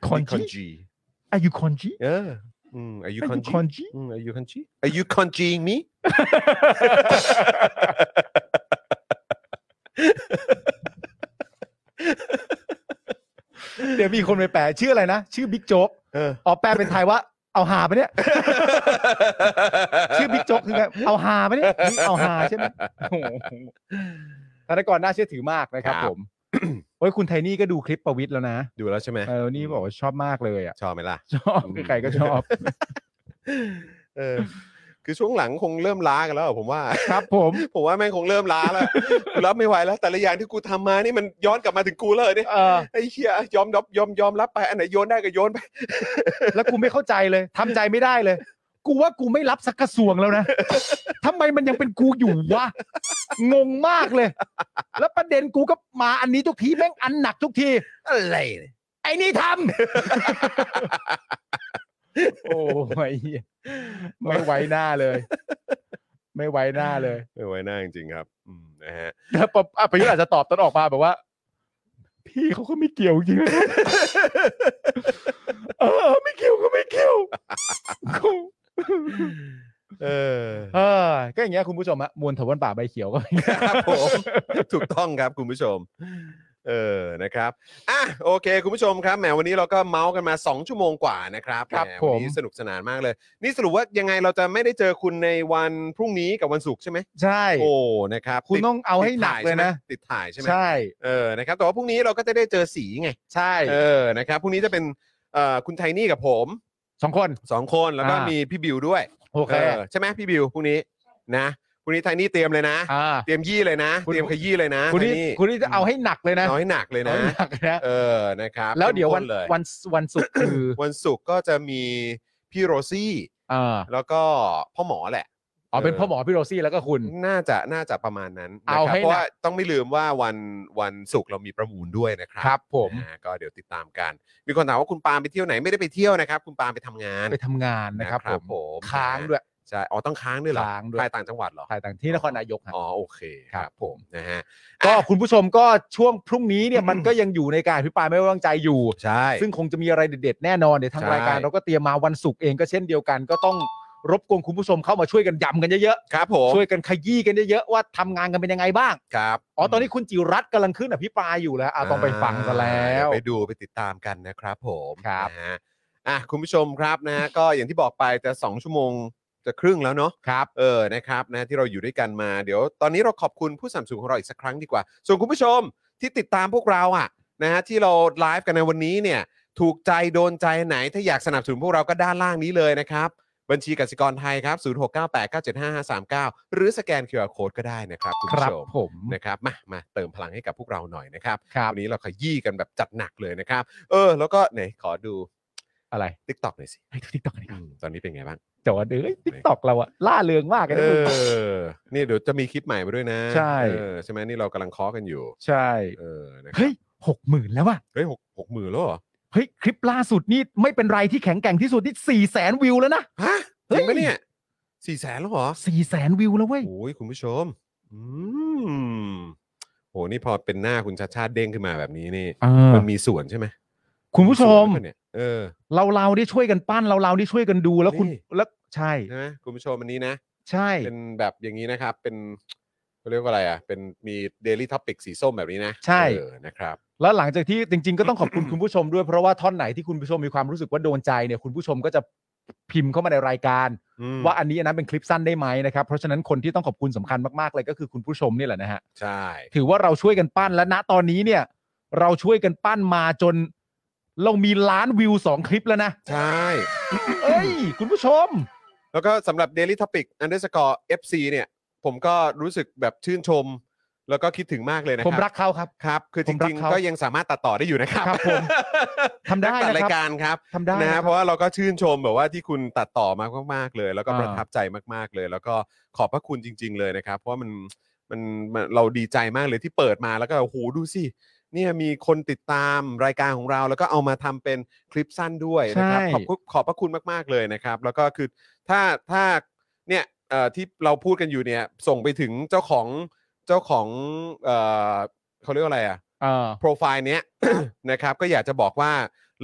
S4: คอนจีอายุคอนจี
S2: เอออืมอายุ
S4: อา
S2: คอน
S4: ยุ
S2: จี
S4: คอนจี
S2: อืมอายุคอนจีอายุคอนจีมี
S4: เดี๋ยวมีคนไปแปลชื่ออะไรนะ ชื่อบิ๊กโจ๊ก
S2: เออ
S4: อ๋อแปลเป็นไทยว่าเอาหาไปะเนี่ย ชื่อบิ๊กโจ๊กคือไงเอาฮาไหมเนี่ยนี่เอาฮาใช่ไหมโอ้โหธนกรน่าเชื่อถือมากนะครับ
S2: ครับ
S4: ผม โอ้ยคุณไทนี่ก็ดูคลิปประวิท ย์แล้วนะ
S2: ดูแล้วใช่ไหม
S4: เออนี่บอกว่าชอบมากเลยอ่ะ
S2: ชอบไหมล่ะ
S4: ชอบ
S2: อืม
S4: ใครก็ช อบ
S2: เออ คือช่วงหลังคงเริ่มล้ากันแล้วอะผมว่า
S4: ครับผม
S2: ผมว่าแม่งคงเริ่มล้าแล้วกูรับไม่ไหวแล้ว แต่ละอย่างที่กูทำมานี่มันย้อนกลับมาถึงกูเลยเนี่ย
S4: เออ
S2: ไอ้เหี้ยยอมรับยอมยอมรับไปอันไหนโยนได้ก็โยนไป
S4: แล้วกูไม่เข้าใจเลยทำใจไม่ได้เลย กูว่ากูไม่รับสักกระทรวงแล้วนะ ทำไมมันยังเป็นกูอยู่วะงงมากเลย แล้วประเด็นกูก็มาอันนี้ทุกทีแม่งอันหนักทุกที
S2: อะไร
S4: ไอ้นี่ทำ โอ้ย ไม่ไว้หน้าเลย ไม่ไว้หน้าเลย
S2: ไม่ไว้หน้าจริงๆครับอืมนะฮะ
S4: แล้วปะอ่ะประยุทธ์อาจจะตอบตอนออกมาแบบว่า พี่เขาก็ไม่เกี่ยวจริงๆ นะครับเออไม่เกี่ยวก็ไม่เกี่ยว
S2: เออ
S4: เออก็อย่างเงี้ยคุณผู้ชมฮะมวลถวันป่าใบเขียวก็
S2: ครับผม ถูกต้องครับคุณผู้ชม เออนะครับอ่ะโอเค คุณผู้ชมครับแหมวันนี้เราก็เมาส์กันมา 2 ชั่วโมงกว่านะครับ
S4: ครับ
S2: แหม
S4: ผม
S2: วันนี้สนุกสนานมากเลย นี่สรุปว่ายังไงเราจะไม่ได้เจอคุณในวันพรุ่งนี้กับวันศุกร์ใช่ไหม
S4: ใช่
S2: โอ้นะครับ
S4: คุณ
S2: ด
S4: ต้องเอาให้หนักเลยนะ
S2: ติดถ่ายใช่ไหมติดถ่ายใช่ไหม
S4: ใช่
S2: เออนะครับแต่ว่าพรุ่งนี้เราก็จะได้เจอสีไง
S4: ใช่
S2: เออนะครับพรุ่งนี้จะเป็นเอ่อคุณไทนี่กับผม
S4: สองคน
S2: สองคนแล้วก็
S4: อ่า
S2: มี
S4: มี
S2: พี่บิวด้วย
S4: โอเค
S2: อใช่ไหมพี่บิวพรุ่งนี้นะพรุ่งนี้ไทนี่เตรียมเลยนะ
S4: อ่า
S2: เตรียมยี่เลยนะ
S4: คุณ
S2: เตรียมขยี้เลยนะ
S4: คุณนี่
S2: ไท
S4: คุณนี่จะเอาให้หนักเลยนะ
S2: เอาให้หนักเลยนะ
S4: เอาให้หนักเลยนะ
S2: เออนะครับ
S4: แล้วเดี๋ยววัน
S2: ข้มข้เลย
S4: วัน วันศุกร์คือ
S2: วันศุกร์ก็จะมีพี่โรซี่
S4: เอ่อ
S2: แล้วก็พ่อหมอแหละ
S4: อ๋อเป็นพ่อหมอพี่โรซี่แล้วก็คุณ
S2: น่าจะน่าจะประมาณนั้นนะ
S4: เอา
S2: ครับ
S4: ให้
S2: เพราะ
S4: หนัก
S2: ว่าต้องไม่ลืมว่าวันวันศุกร์เรามีประมูลด้วยนะค
S4: ค
S2: รั
S4: รั
S2: บบ
S4: ผม
S2: นะฮะก็เดี๋ยวติดตามกัน มีคนถามว่าคุณปาล์มไปเที่ยวไหนไม่ได้ไปเที่ยวนะครับ คุณปาล์มไปทำงาน
S4: ไปทำงานนะครับผม
S2: ผม
S4: ค้างด้วย
S2: ใช่อ๋อต้องค้างด้วยเหรอ
S4: ค้างด้วย
S2: ไปต่างจังหวัดเหรอ
S4: ถ่ายต่างที่นครนายกฮะ
S2: อ๋อโอเค
S4: ครับ
S2: ผมนะฮะ
S4: ก็คุณผู้ชมก็ช่วงพรุ่งนี้เนี่ย มันก็ยังอยู่ในการพิปรายไม่ไว้วางใจอยู่
S2: ใช่
S4: ซึ่งคงจะมีอะไรเด็ดๆแน่นอนเดี๋ยวทาง
S2: ใช่
S4: รายการเราก็เตรียมมาวันศุกร์เองก็เช่นเดียวกัน ก็ต้องรบกวนคุณผู้ชมเข้ามาช่วยกันย้ำกันเยอะ
S2: ครับผม
S4: ๆช่วยกันขยี้กันเยอะๆว่าทำงานกันเป็นยังไงบ้าง
S2: ครับ
S4: อ๋อตอนนี้คุณจิรัตน์กำลังขึ้นอภิปรายอยู่แล้วอ่ะต้องไปฟังซะแล้ว
S2: อ่าเดี๋ยไปดูไปติดตามกันนะครับผม
S4: ครับ
S2: นะฮะอ่ะคุณผู้ชมครับนะฮ ะ ก็อย่างที่บอกไปจะ 2 ชั่วโมงจะครึ่งแล้วเนาะ
S4: ครับ
S2: เออนะครับนะที่เราอยู่ด้วยกันมาเดี๋ยว ตอนนี้เราขอบคุณผู้สนัมสูงของเราอีกสักครั้งดีกว่า ส่วนคุณผู้ชมที่ติดตามพวกเราอ่ะนะฮะที่เราไลฟ์กันในวันนี้เนี่ย ถูกใจโดนใจไหนถ้าอยากสนับสนุนพวกเราก็ด้านล่างนี้เลยนะครับ บัญชีกสิกรไทยครับ 0698975539 หรือสแกน QR Code ก็ได้นะครับคุณ
S4: ครั
S2: ผู้
S4: บ
S2: ชม
S4: ผม
S2: นะครับมามาเติมพลังให้กับพวกเราหน่อยนะครับ
S4: ครับ
S2: วันนี้เราขยี้กันแบบจัดหนักเลยนะครับ เออ แล้วก็ไหนขอดู
S4: อะไร
S2: Tik t o อกหน่อยสิ
S4: ให้ทุกทิกตอกดีกว่า
S2: อืมตอนนี้เป็นไงบ้าง
S4: จอดเอ้ยทิกตอกเราอะล่าเริงมากเลย
S2: เอ
S4: นะคุณ
S2: อ นี่เดี๋ยวจะมีคลิปใหม่มาด้วยนะ
S4: ใช่
S2: เออใช่ไหมนี่เรากำลังเคอกันอยู่
S4: ใช่
S2: เออนะครับ
S4: เฮ้ยหกหมื่นแล้วว่ะ
S2: เฮ้ยหกหกหมื่นแล้วเหรอ
S4: เฮ้ย คลิปล่าสุดนี่ไม่เป็นไรที่แข็งแกร่งที่สุดนี่สี่แสนวิวแล้วนะ
S2: ฮะ
S4: เฮ้
S2: จ
S4: ย
S2: ริงปะเนี่ยสี่แสนแล้วเหรอ
S4: สี่แสนวิวแล้วเว้ย
S2: โอ้ยคุณผู้ชม อืมโหนี่พอเป็นหน้าคุณชาชาติเด้งขึ้นมาแบบนี้นี่
S4: เออ
S2: มันมีส่วนใช่ไหม
S4: คุณผู้ชม
S2: นส่วนด้วยปะเนี่ยเออ
S4: เราเราได้ช่วยกันปั้นเราเราได้ช่วยกันดูแล้วคุณ
S2: นี่
S4: แล้วใช่
S2: ใช่ไหมคุณผู้ชมอันนี้นะ
S4: ใช่
S2: เป็นแบบอย่างนี้นะครับ เป็นเขาเรียกว่าอะไรอ่ะ เป็นมีเดลี่ท็อปิกสีส้มแบบนี้นะ
S4: ใช่
S2: เออนะครับ
S4: แล้วหลังจากที่จริง ๆ ก็ต้องขอบคุณ คุณผู้ชมด้วยเพราะว่าท่อนไหนที่คุณผู้ชมมีความรู้สึกว่าโดนใจเนี่ยคุณผู้ชมก็จะ พิมพ์เข้ามาในรายการ
S2: อืม
S4: ว่าอันนี้อันนั้นเป็นคลิปสั้นได้ไหมนะครับเพราะฉะนั้นคนที่ต้องขอบคุณสำคัญมากๆเลยก็คือคุณผู้ชมนี่แหละนะฮะ
S2: ใช่
S4: ถือว่าเราช่วยกันปั้นและณตอนนี้เนี่ย เราช่วยกันปั้นมาจน เรามีล้านวิวสองคลิปแล้วนะ
S2: ใช่
S4: เอ้ย คุณผู้ชม
S2: แล้วก็สำหรับ Daily Topic underscore FC เนี่ย ผมก็รู้สึกแบบชื่นชม แล้วก็คิดถึงมากเลยนะค
S4: ผ
S2: รับ
S4: มรักเขาครับ
S2: ครับ คือจ
S4: ผมรั
S2: ริ
S4: ก
S2: ง
S4: เขา
S2: ๆ ก็ยังสามารถตัดต่อได้อยู่นะครับ
S4: ครับผมทำได้นะครับ
S2: ตัดรายการครับ
S4: ทำได้
S2: นะ
S4: นะค
S2: ฮะ
S4: รับ
S2: เพราะว่าเราก็ชื่นชมแบบว่าที่คุณตัดต่อมามากๆเลย แล้วก็
S4: อ่า
S2: ประทับใจมากๆเลย แล้วก็ขอบพระคุณจริง ๆ เลยนะครับ เพราะว่ามันมันมันเราดีใจมากเลยที่เปิดมาแล้วก็โอ้โหดูสิเนี่ยมีคนติดตามรายการของเรา แล้วก็เอามาทำเป็นคลิปสั้นด้วยนะครับ
S4: ใช่
S2: ขอบคุณขอบพระคุณมากๆเลยนะครับ แล้วก็คือถ้าถ้าเนี่ยเอ่อที่เราพูดกันอยู่เนี่ยส่งไปถึงเจ้าของเจ้าของเอ่อเขาเรียกว่าอะไรอะ
S4: เออ
S2: โปรไฟล์เนี้ย นะครับก็อยากจะบอกว่า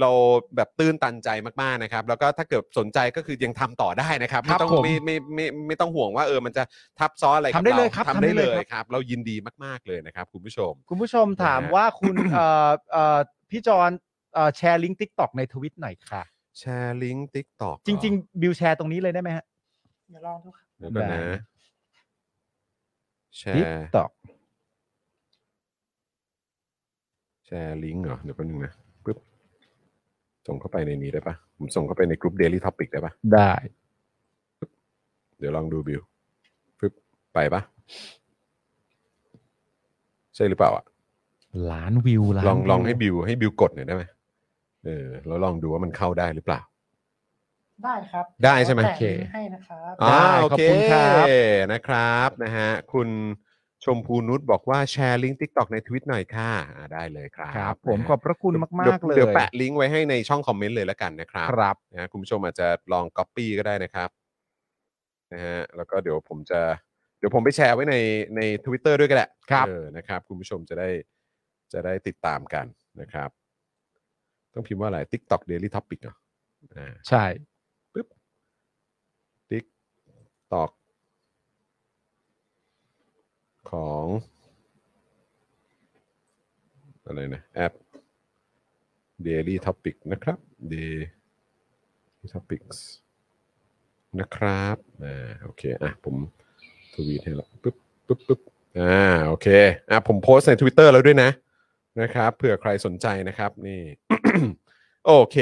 S2: เราแบบตื้นตันใจมากๆนะครับ แล้วก็ถ้าเกิดสนใจก็คือยังทำต่อได้นะครับ
S4: ครั
S2: ไม่
S4: บ
S2: ต้อง
S4: ผม
S2: ไม่ไม่ไม่ไม่ไม่ต้องห่วงว่าเออมันจะทับซ้อนอะไรกับ
S4: ทำได้เลย
S2: า
S4: ครับ
S2: ทำได้
S4: ทำได้
S2: เล
S4: เลย ย
S2: ครับ เรายินดีมากๆเลยนะครับ คุณผู้ชม
S4: คุณผู้ชม
S2: นะฮะ
S4: ถามว่าคุณเอ่อเอ่อพี่จอนเอ่อแชร์ลิงก์ทิกตอกในทวิตหน่อยค่ะ
S2: แชร์ลิงก์ทิกตอก
S4: จริง ๆ บิวแชร์ตรงนี้เลยได้ไหมฮะ
S3: เดี๋ยวลองดูค่ะ
S2: เดี๋ยวก่อนนะ
S4: ได้
S2: แช
S4: ทิก
S2: ร์
S4: ตอก
S2: แชร์ลิงก์เหรอเดี๋ยวแป๊บนึงนะปึ๊บส่งเข้าไปในนี้ได้ปะผมส่งเข้าไปในกลุ่ม Daily Topic ได้ปะ
S4: ได้
S2: เดี๋ยวลองดูบิวปึ๊บไปปะใช่หรือเปล่าอะ
S4: ล้านวิวล้าน
S2: ลองลอง
S4: วิว
S2: ให้บิวให้บิวกดหน่อยได้ไหมเออแล้วลองดูว่ามันเข้าได้หรือเปล่า
S3: ได้ครับ
S2: ได้ใช่ไหม
S3: แต่ลิงก์ให้นะครับ
S2: อ่า
S4: ได้
S2: โอ
S4: ขอบ
S2: เค
S4: คุณครับ
S2: นะครับนะฮะคุณชมพูนุชบอกว่าแชร์ลิงก์ TikTok ในทวิตหน่อยค่ะอ่าได้เลยครับ
S4: ครับ ผม
S2: นะฮะ
S4: ขอบพระคุณมาก ๆ เลย
S2: เดี๋ยวแปะลิงก์ไว้ให้ในช่องคอมเมนต์เลยละกันนะครับ
S4: ครับ
S2: นะฮะคุณผู้ชมอาจจะลอง Copy ก็ได้นะครับนะฮะแล้วก็เดี๋ยวผมจะ เดี๋ยวผมไปแชร์ไว้ในใน Twitter ด้วยก็ได้
S4: ครับ
S2: เออนะครับ คุณผู้ชมจะได้จะได้ติดตามกันนะครับ ต้องพิมพ์ว่าอะไร TikTok Daily Topic เหรออ่า
S4: ใช่
S2: ปึ๊บติ๊กตอกของอะไรนะแอป Daily Topic นะครับ Daily Topics นะครับอ่าโอเคอ่ะผมทวีตให้ละปึ๊บปึ๊บปึ๊บอ่าโอเคอ่ะผมโพสต์ใน Twitter แล้วด้วยนะนะครับเผื่อใครสนใจนะครับนี่ โอเค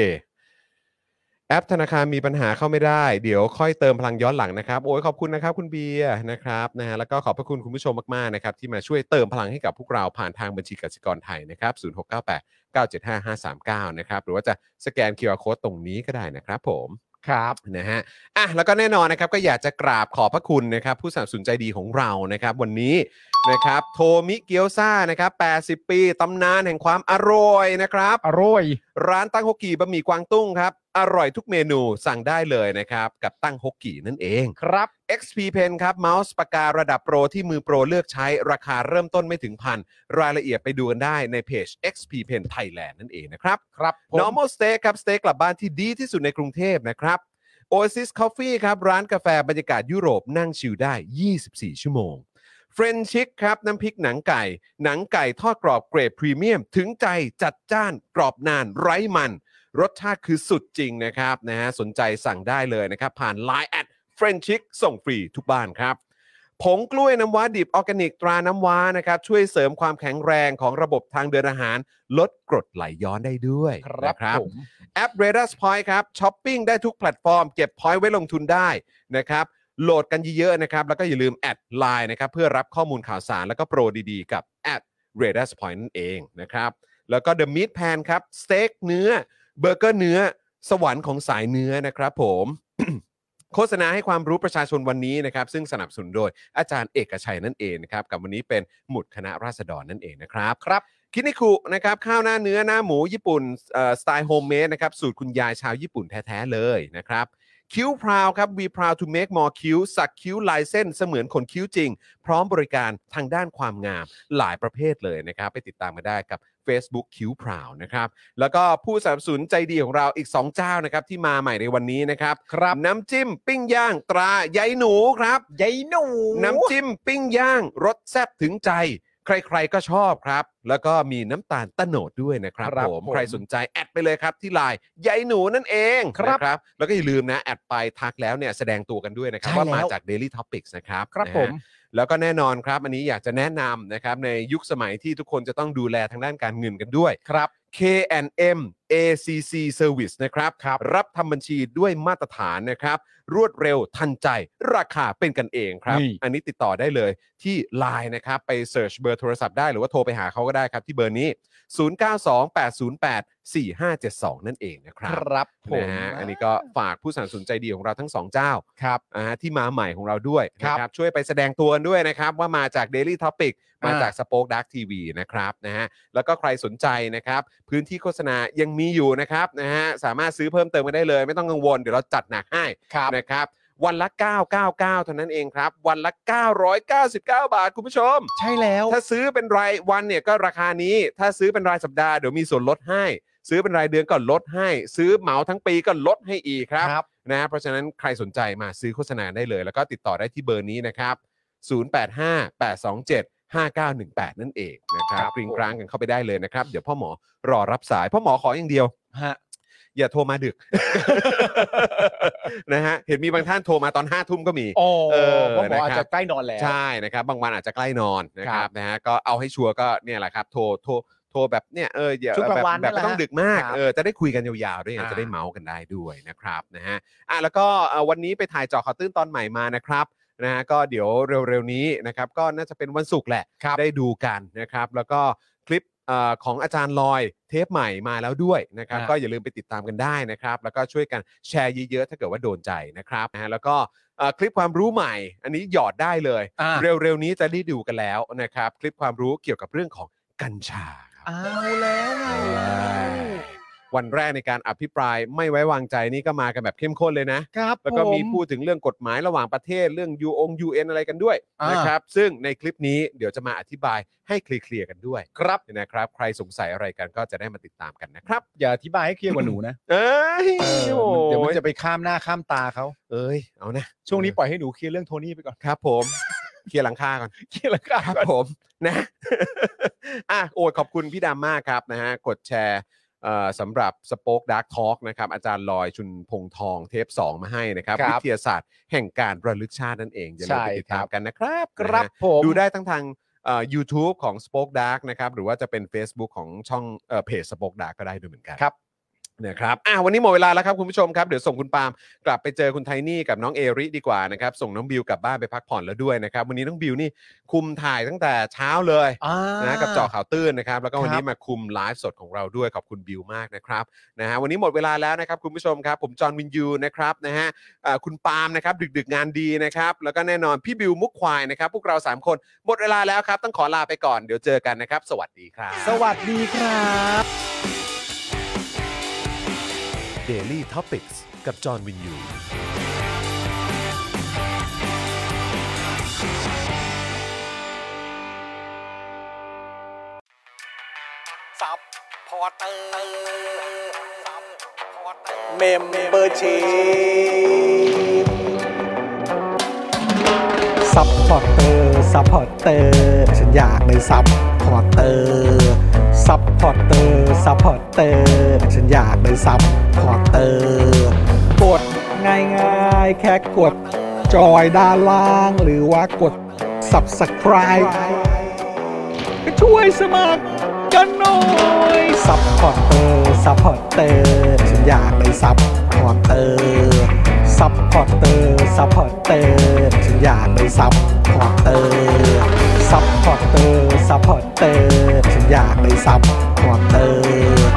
S2: แอปธนาคารมีปัญหาเข้าไม่ได้ เดี๋ยวค่อยเติมพลังย้อนหลังนะครับ โอ้ยขอบคุณนะครับ คุณเบียร์นะครับนะฮะแล้วก็ขอบพระคุณคุณผู้ชมมากๆนะครับ ที่มาช่วยเติมพลังให้กับพวกเราผ่านทางบัญชีกสิกรไทยนะครับ 0698 975 539 นะครับ หรือว่าจะสแกน QR Code ตรงนี้ก็ได้นะครับผม
S4: ครับ
S2: นะฮะ อ่ะ แล้วก็แน่นอนนะครับ ก็อยากจะกราบขอบพระคุณนะครับ ผู้สนับสนุนใจดีของเรานะครับ วันนี้นะครับ โทมิเกียวซ่านะครับ 80 ปี ตำนานแห่งความอร่อยนะครับ
S4: อร่อย
S2: ร้านตั้งฮกกีบะหมี่กวางตุ้งครับ อร่อยทุกเมนูสั่งได้เลยนะครับ กับตั้งฮกกีนั่นเอง
S4: ครับ
S2: XP Pen ครับเมาส์ปากการะดับโปรที่มือโปรเลือกใช้ราคาเริ่มต้นไม่ถึงพัน รายละเอียดไปดูกันได้ในเพจ XP Pen Thailand นั่นเองนะครับ
S4: ครับผม
S2: normal steak ครับสเต็กกลับบ้านที่ดีที่สุดในกรุงเทพนะครับ Oasis Coffee ครับ ร้านกาแฟบรรยากาศยุโรปนั่งชิลได้ 24 ชั่วโมง เฟรนชิกครับ น้ำพริกหนังไก่ หนังไก่ทอดกรอบเกรดพรีเมียม ถึงใจจัดจ้านกรอบนานไร้มัน รสชาติคือสุดจริงนะครับนะฮะสนใจสั่งได้เลยนะครับ ผ่าน Line แอดเฟรนชิกส่งฟรีทุกบ้านครับ ผงกล้วยน้ำว้าดิบออร์แกนิกตราน้ำว้านะครับ ช่วยเสริมความแข็งแรงของระบบทางเดินอาหาร ลดกรดไหลย้อนได้ด้วย
S4: ครับ
S2: นะ
S4: ผม
S2: แอป r a d a r Point ครับช้อปปิ้งได้ทุกแพลตฟอร์ม เก็บ point ไว้ลงทุนได้นะครับ โหลดกันเยอะๆนะครับ แล้วก็อย่าลืมแอดไลน์นะครับ เพื่อรับข้อมูลข่าวสารแล้วก็โปรดีๆ กับแอด r a d a r Point นั่นเองนะครับ แล้วก็ The Meat Pan ครับสเต็กเนื้อเบอร์เกอร์เนื้อ สวรรค์ของสายเนื้อนะครับผม โฆษณาให้ความรู้ประชาชนวันนี้นะครับ ซึ่งสนับสนุนโดยอาจารย์เอกชัยนั่นเองนะครับ กับวันนี้เป็นหมุดคณะราษฎรนั่นเองนะครับ
S4: ครับ
S2: คินิคุนะครับข้าวหน้าเนื้อหน้าหมูญี่ปุ่นเอ่อสไตล์โฮมเมดนะครับสูตรคุณยายชาวญี่ปุ่นแท้ ๆ เลยนะครับ คิ้วพราวครับ we proud to make more คิ้วสักคิ้วลายเส้นเสมือนขนคิ้วจริง พร้อมบริการทางด้านความงามหลายประเภทเลยนะครับ ไปติดตามมาได้กับ Facebook คิ้วพราวนะครับ แล้วก็ผู้สนับสนุนใจดีของเราอีก 2 เจ้านะครับ ที่มาใหม่ในวันนี้นะครับ
S4: ครับ
S2: น้ำจิ้มปิ้งย่างตรายายหนูครับ
S4: ยายหนู
S2: น้ำจิ้มปิ้งย่างรสแซ่บถึงใจ ใครๆก็ชอบครับ แล้วก็มีน้ำตาลตะโหนดด้วยนะครับ
S4: ครับ
S2: ผม
S4: ผม
S2: ใครสนใจแอดไปเลยครับที่ไลน์ยายหนูนั่นเอง
S4: ครับ
S2: นะแล้วก็อย่าลืมนะแอดไปทักแล้วเนี่ยแสดงตัวกันด้วยนะครับ
S4: ใช่
S2: ว่ามา
S4: แล้ว
S2: จาก Daily Topics นะครับ
S4: ครับ
S2: นะ
S4: ผ
S2: ฮะ
S4: ม
S2: แล้วก็แน่นอนครับ อันนี้อยากจะแนะนำนะครับ ในยุคสมัยที่ทุกคนจะต้องดูแลทางด้านการเงินกันด้วย
S4: ครับ
S2: K&M ACC Service นะครับ
S4: ครับ
S2: รับทำบัญชีด้วยมาตรฐานนะครับ รวดเร็วทันใจราคาเป็นกันเองครับ
S4: นี่
S2: อันนี้ติดต่อได้เลยที่ Line นะครับ ไปเ e ิร์ชเบอร์โทรศัพท์ได้หรือว่าโทรไปหาเขาก็ได้ครับ ที่เบอร์นี้ 0928084572 นั่นเองนะค
S4: ค
S2: รั
S4: รับผม
S2: นะฮะอันนี้ก็ฝากผู้สนับสนุนใจดีของเราทั้งสองเจ้า
S4: ครับ
S2: อ่าที่มาใหม่ของเราด้วย
S4: ครับ
S2: นะครับช่วยไปแสดงตัวกันด้วยนะครับ ว่ามาจาก Daily Topic มา
S4: อ่า
S2: จาก Spoke Dark TV นะครับนะฮะแล้วก็ใครสนใจนะครับ พื้นที่โฆษณายังมีอยู่นะครับนะฮะสามารถซื้อเพิ่มเติมกันได้เลย ไม่ต้องกังวลเดี๋ยวเราจัดหนักให้
S4: ครับ
S2: นะครับ วันละ 999 เท่านั้นเองครับ วันละ 999 บาท คุณผู้ชม
S4: ใช่แล้ว
S2: ถ้าซื้อเป็นรายวันเนี่ยก็ราคานี้ ถ้าซื้อเป็นรายสัปดาห์เดี๋ยวมีส่วนลดให้ ซื้อเป็นรายเดือนก็ลดให้ ซื้อเหมาทั้งปีก็ลดให้อีกครับ
S4: ครับ
S2: นะเพราะฉะนั้นใครสนใจมาซื้อโฆษณาได้เลย แล้วก็ติดต่อได้ที่เบอร์นี้นะครับ 085 827 5918 นั่นเอง นะครับ
S4: ครับ
S2: กริง
S4: ผม
S2: กรางกันเข้าไปได้เลยนะครับ เดี๋ยวพ่อหมอรอรับสาย พ่อหมอขออย่างเดียว
S4: ฮะ
S2: อย่าโทรมาดึก นะฮะเห็นมีบางท่านโทรมาตอน5้าทุ่มก็มี
S4: โอ้
S2: เออ
S4: เพราะหมอ
S2: นะครับ
S4: อาจจะใกล้นอนแล้ว
S2: ใช่นะครับ บางวันอาจจะใกล้นอนนะค
S4: ครั
S2: รับบ นะฮะก็เอาให้ชัวร์ก็เนี่ยแหละครับ โทรโทรโทรแบบเนี่ยเอออย่า
S4: ช่วงกลา
S2: แบ
S4: ง
S2: บ
S4: วัน
S2: แบบ
S4: นั่
S2: ไม่
S4: นแหละ
S2: ต้องดึกมาก
S4: ครับ
S2: เออจะได้คุยกันยาวๆด้วยไง
S4: อ่า
S2: จะได้เมาส์กันได้ด้วยนะครับนะฮะอ่ะแล้วก็เอ่อวันนี้ไปถ่ายเจอข่าวตื้นตอนใหม่มานะครับนะฮะก็เดี๋ยวเร็วๆนี้นะครับก็น่าจะเป็นวันศุกร์แหละได้ดูกันนะครับ แล้วก็คลิปเอ่อของอาจารย์ลอยเทปใหม่มาแล้วด้วยนะครับ
S4: อ่า
S2: ก็อย่าลืมไปติดตามกันได้นะครับ แล้วก็ช่วยกันแชร์เยอะๆถ้าเกิดว่าโดนใจนะครับนะฮะแล้วก็เอ่อคลิปความรู้ใหม่ อันนี้หยอดได้เลย
S4: อ่า
S2: เร็วๆนี้จะได้ดูกันแล้วนะครับ คลิปความรู้เกี่ยวกับเรื่องของกัญชาครับ
S4: เอาแล้วไง
S2: วันแรกในการอภิปรายไม่ไว้วางใจนี่ก็มากันแบบเข้มข้นเลยนะ
S4: ครับ
S2: แล้วก็มี
S4: ผ
S2: พูดถึงเรื่องกฎหมายระหว่างประเทศเรื่องยูองยูเอ็นอะไรกันด้วย
S4: อ่าน
S2: นะครับ ซึ่งในคลิปนี้เดี๋ยวจะมาอธิบายให้เคลียร์ๆกันด้วย
S4: ครับ
S2: นะครับ ใครสงสัยอะไรกันก็จะได้มาติดตามกันนะครับ
S4: อย่าอธิบายให้เคลียร์กว่าหนูนะ
S2: เอ้ย
S4: เออ
S2: โอ้
S4: เดี๋ยวมัน
S2: ย
S4: จะไปข้ามหน้าข้ามตาเขา
S2: เอ้ยเอานะ
S4: ช่วงนี้ปล่อยให้หนูเคลียร์เรื่องโทนี่ไปก่อน
S2: ครับผม เคลียร์หลังคาก่อน
S4: เคลียร์แล้วกัน
S2: ครับผม นะ อ่ะโอ้ยขอบคุณพี่ดามมากครับนะฮะกดแชร์เอ่อสำหรับ Spoke Dark Talk นะครับ อาจารย์ลอยชุนพงทองเทป 2 มาให้นะครับ วิทยาศาสตร์แห่งการระลึกชาตินั่นเอง อย่าลืมไปติดตามกันนะครับ
S4: ครับ
S2: นะฮะ
S4: ผม
S2: ดูได้ทั้งทางเอ่อ YouTube ของ Spoke Dark นะครับ หรือว่าจะเป็น Facebook ของช่องเอ่อเพจ Spoke Dark ก็ได้ด้วยเหมือนกัน
S4: ครับ
S2: นะครับอ่ะวันนี้หมดเวลาแล้วครับคุณผู้ชมครับ เดี๋ยวส่งคุณปาล์มกลับไปเจอคุณไทนี่กับน้องเอริดีกว่านะครับส่งน้องบิวกลับบ้านไปพักผ่อนแล้วด้วยนะครับวันนี้น้องบิวนี่ คุมถ่ายตั้งแต่เช้าเลย
S4: อ่า
S2: นะกับเจอข่าวตื้นนะครับ แล้วก็วัน
S4: ครับ
S2: นี้มาคุมไลฟ์สดของเราด้วยขอบคุณบิวมากนะครับนะฮะวันนี้หมดเวลาแล้วนะครับคุณผู้ชมครับ ผมจอห์นวินยูนะครับนะฮะเอ่อคุณปาล์มนะครับ ดึกๆงานดีนะครับ แล้วก็แน่นอนพี่บิวมุกควายนะครับ พวกเรา 3 คนหมดเวลาแล้วครับต้องขอลาไปก่อนเดี๋ยวเจอกันนะครับ สวัสดีครับ
S4: สวัสดีครับ
S1: Daily Topics กับจอห์นวินยู
S3: ซับพอร์เตอร์ซับพอร์เตอร์
S6: เมมเบอร์ชีซัพพอร์เตอร์ซัพพอร์เตอร์ฉันอยากเป็นซัพพอร์เตอร์ซัพพอร์เตอร์ซัพพอร์เตอร์ฉันอยากเป็นซัพพอร์เตอร์กดง่ายง่ายๆ แค่กด จอยด้านล่าง หรือว่ากด subscribe ก็ช่วยสมัคร กันหน่อยซัพพอร์เตอร์ซัพพอร์เตอร์ฉันอยากเป็นซัพพอร์เตอร์ซัพพอร์เตอร์ซัพพอร์เตอร์ฉันอยากเป็นซัพพอร์เตอร์ซัพพอร์เตอร์ซัพพอร์เตอร์ฉันอยากเป็นซัพพอร์เตอร์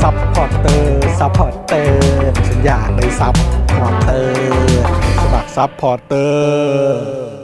S6: ซัพพอร์เตอร์ซัพพอร์เตอร์ฉันอยากเป็นซัพพอร์เตอร์สมัครซัพพอร์เตอร์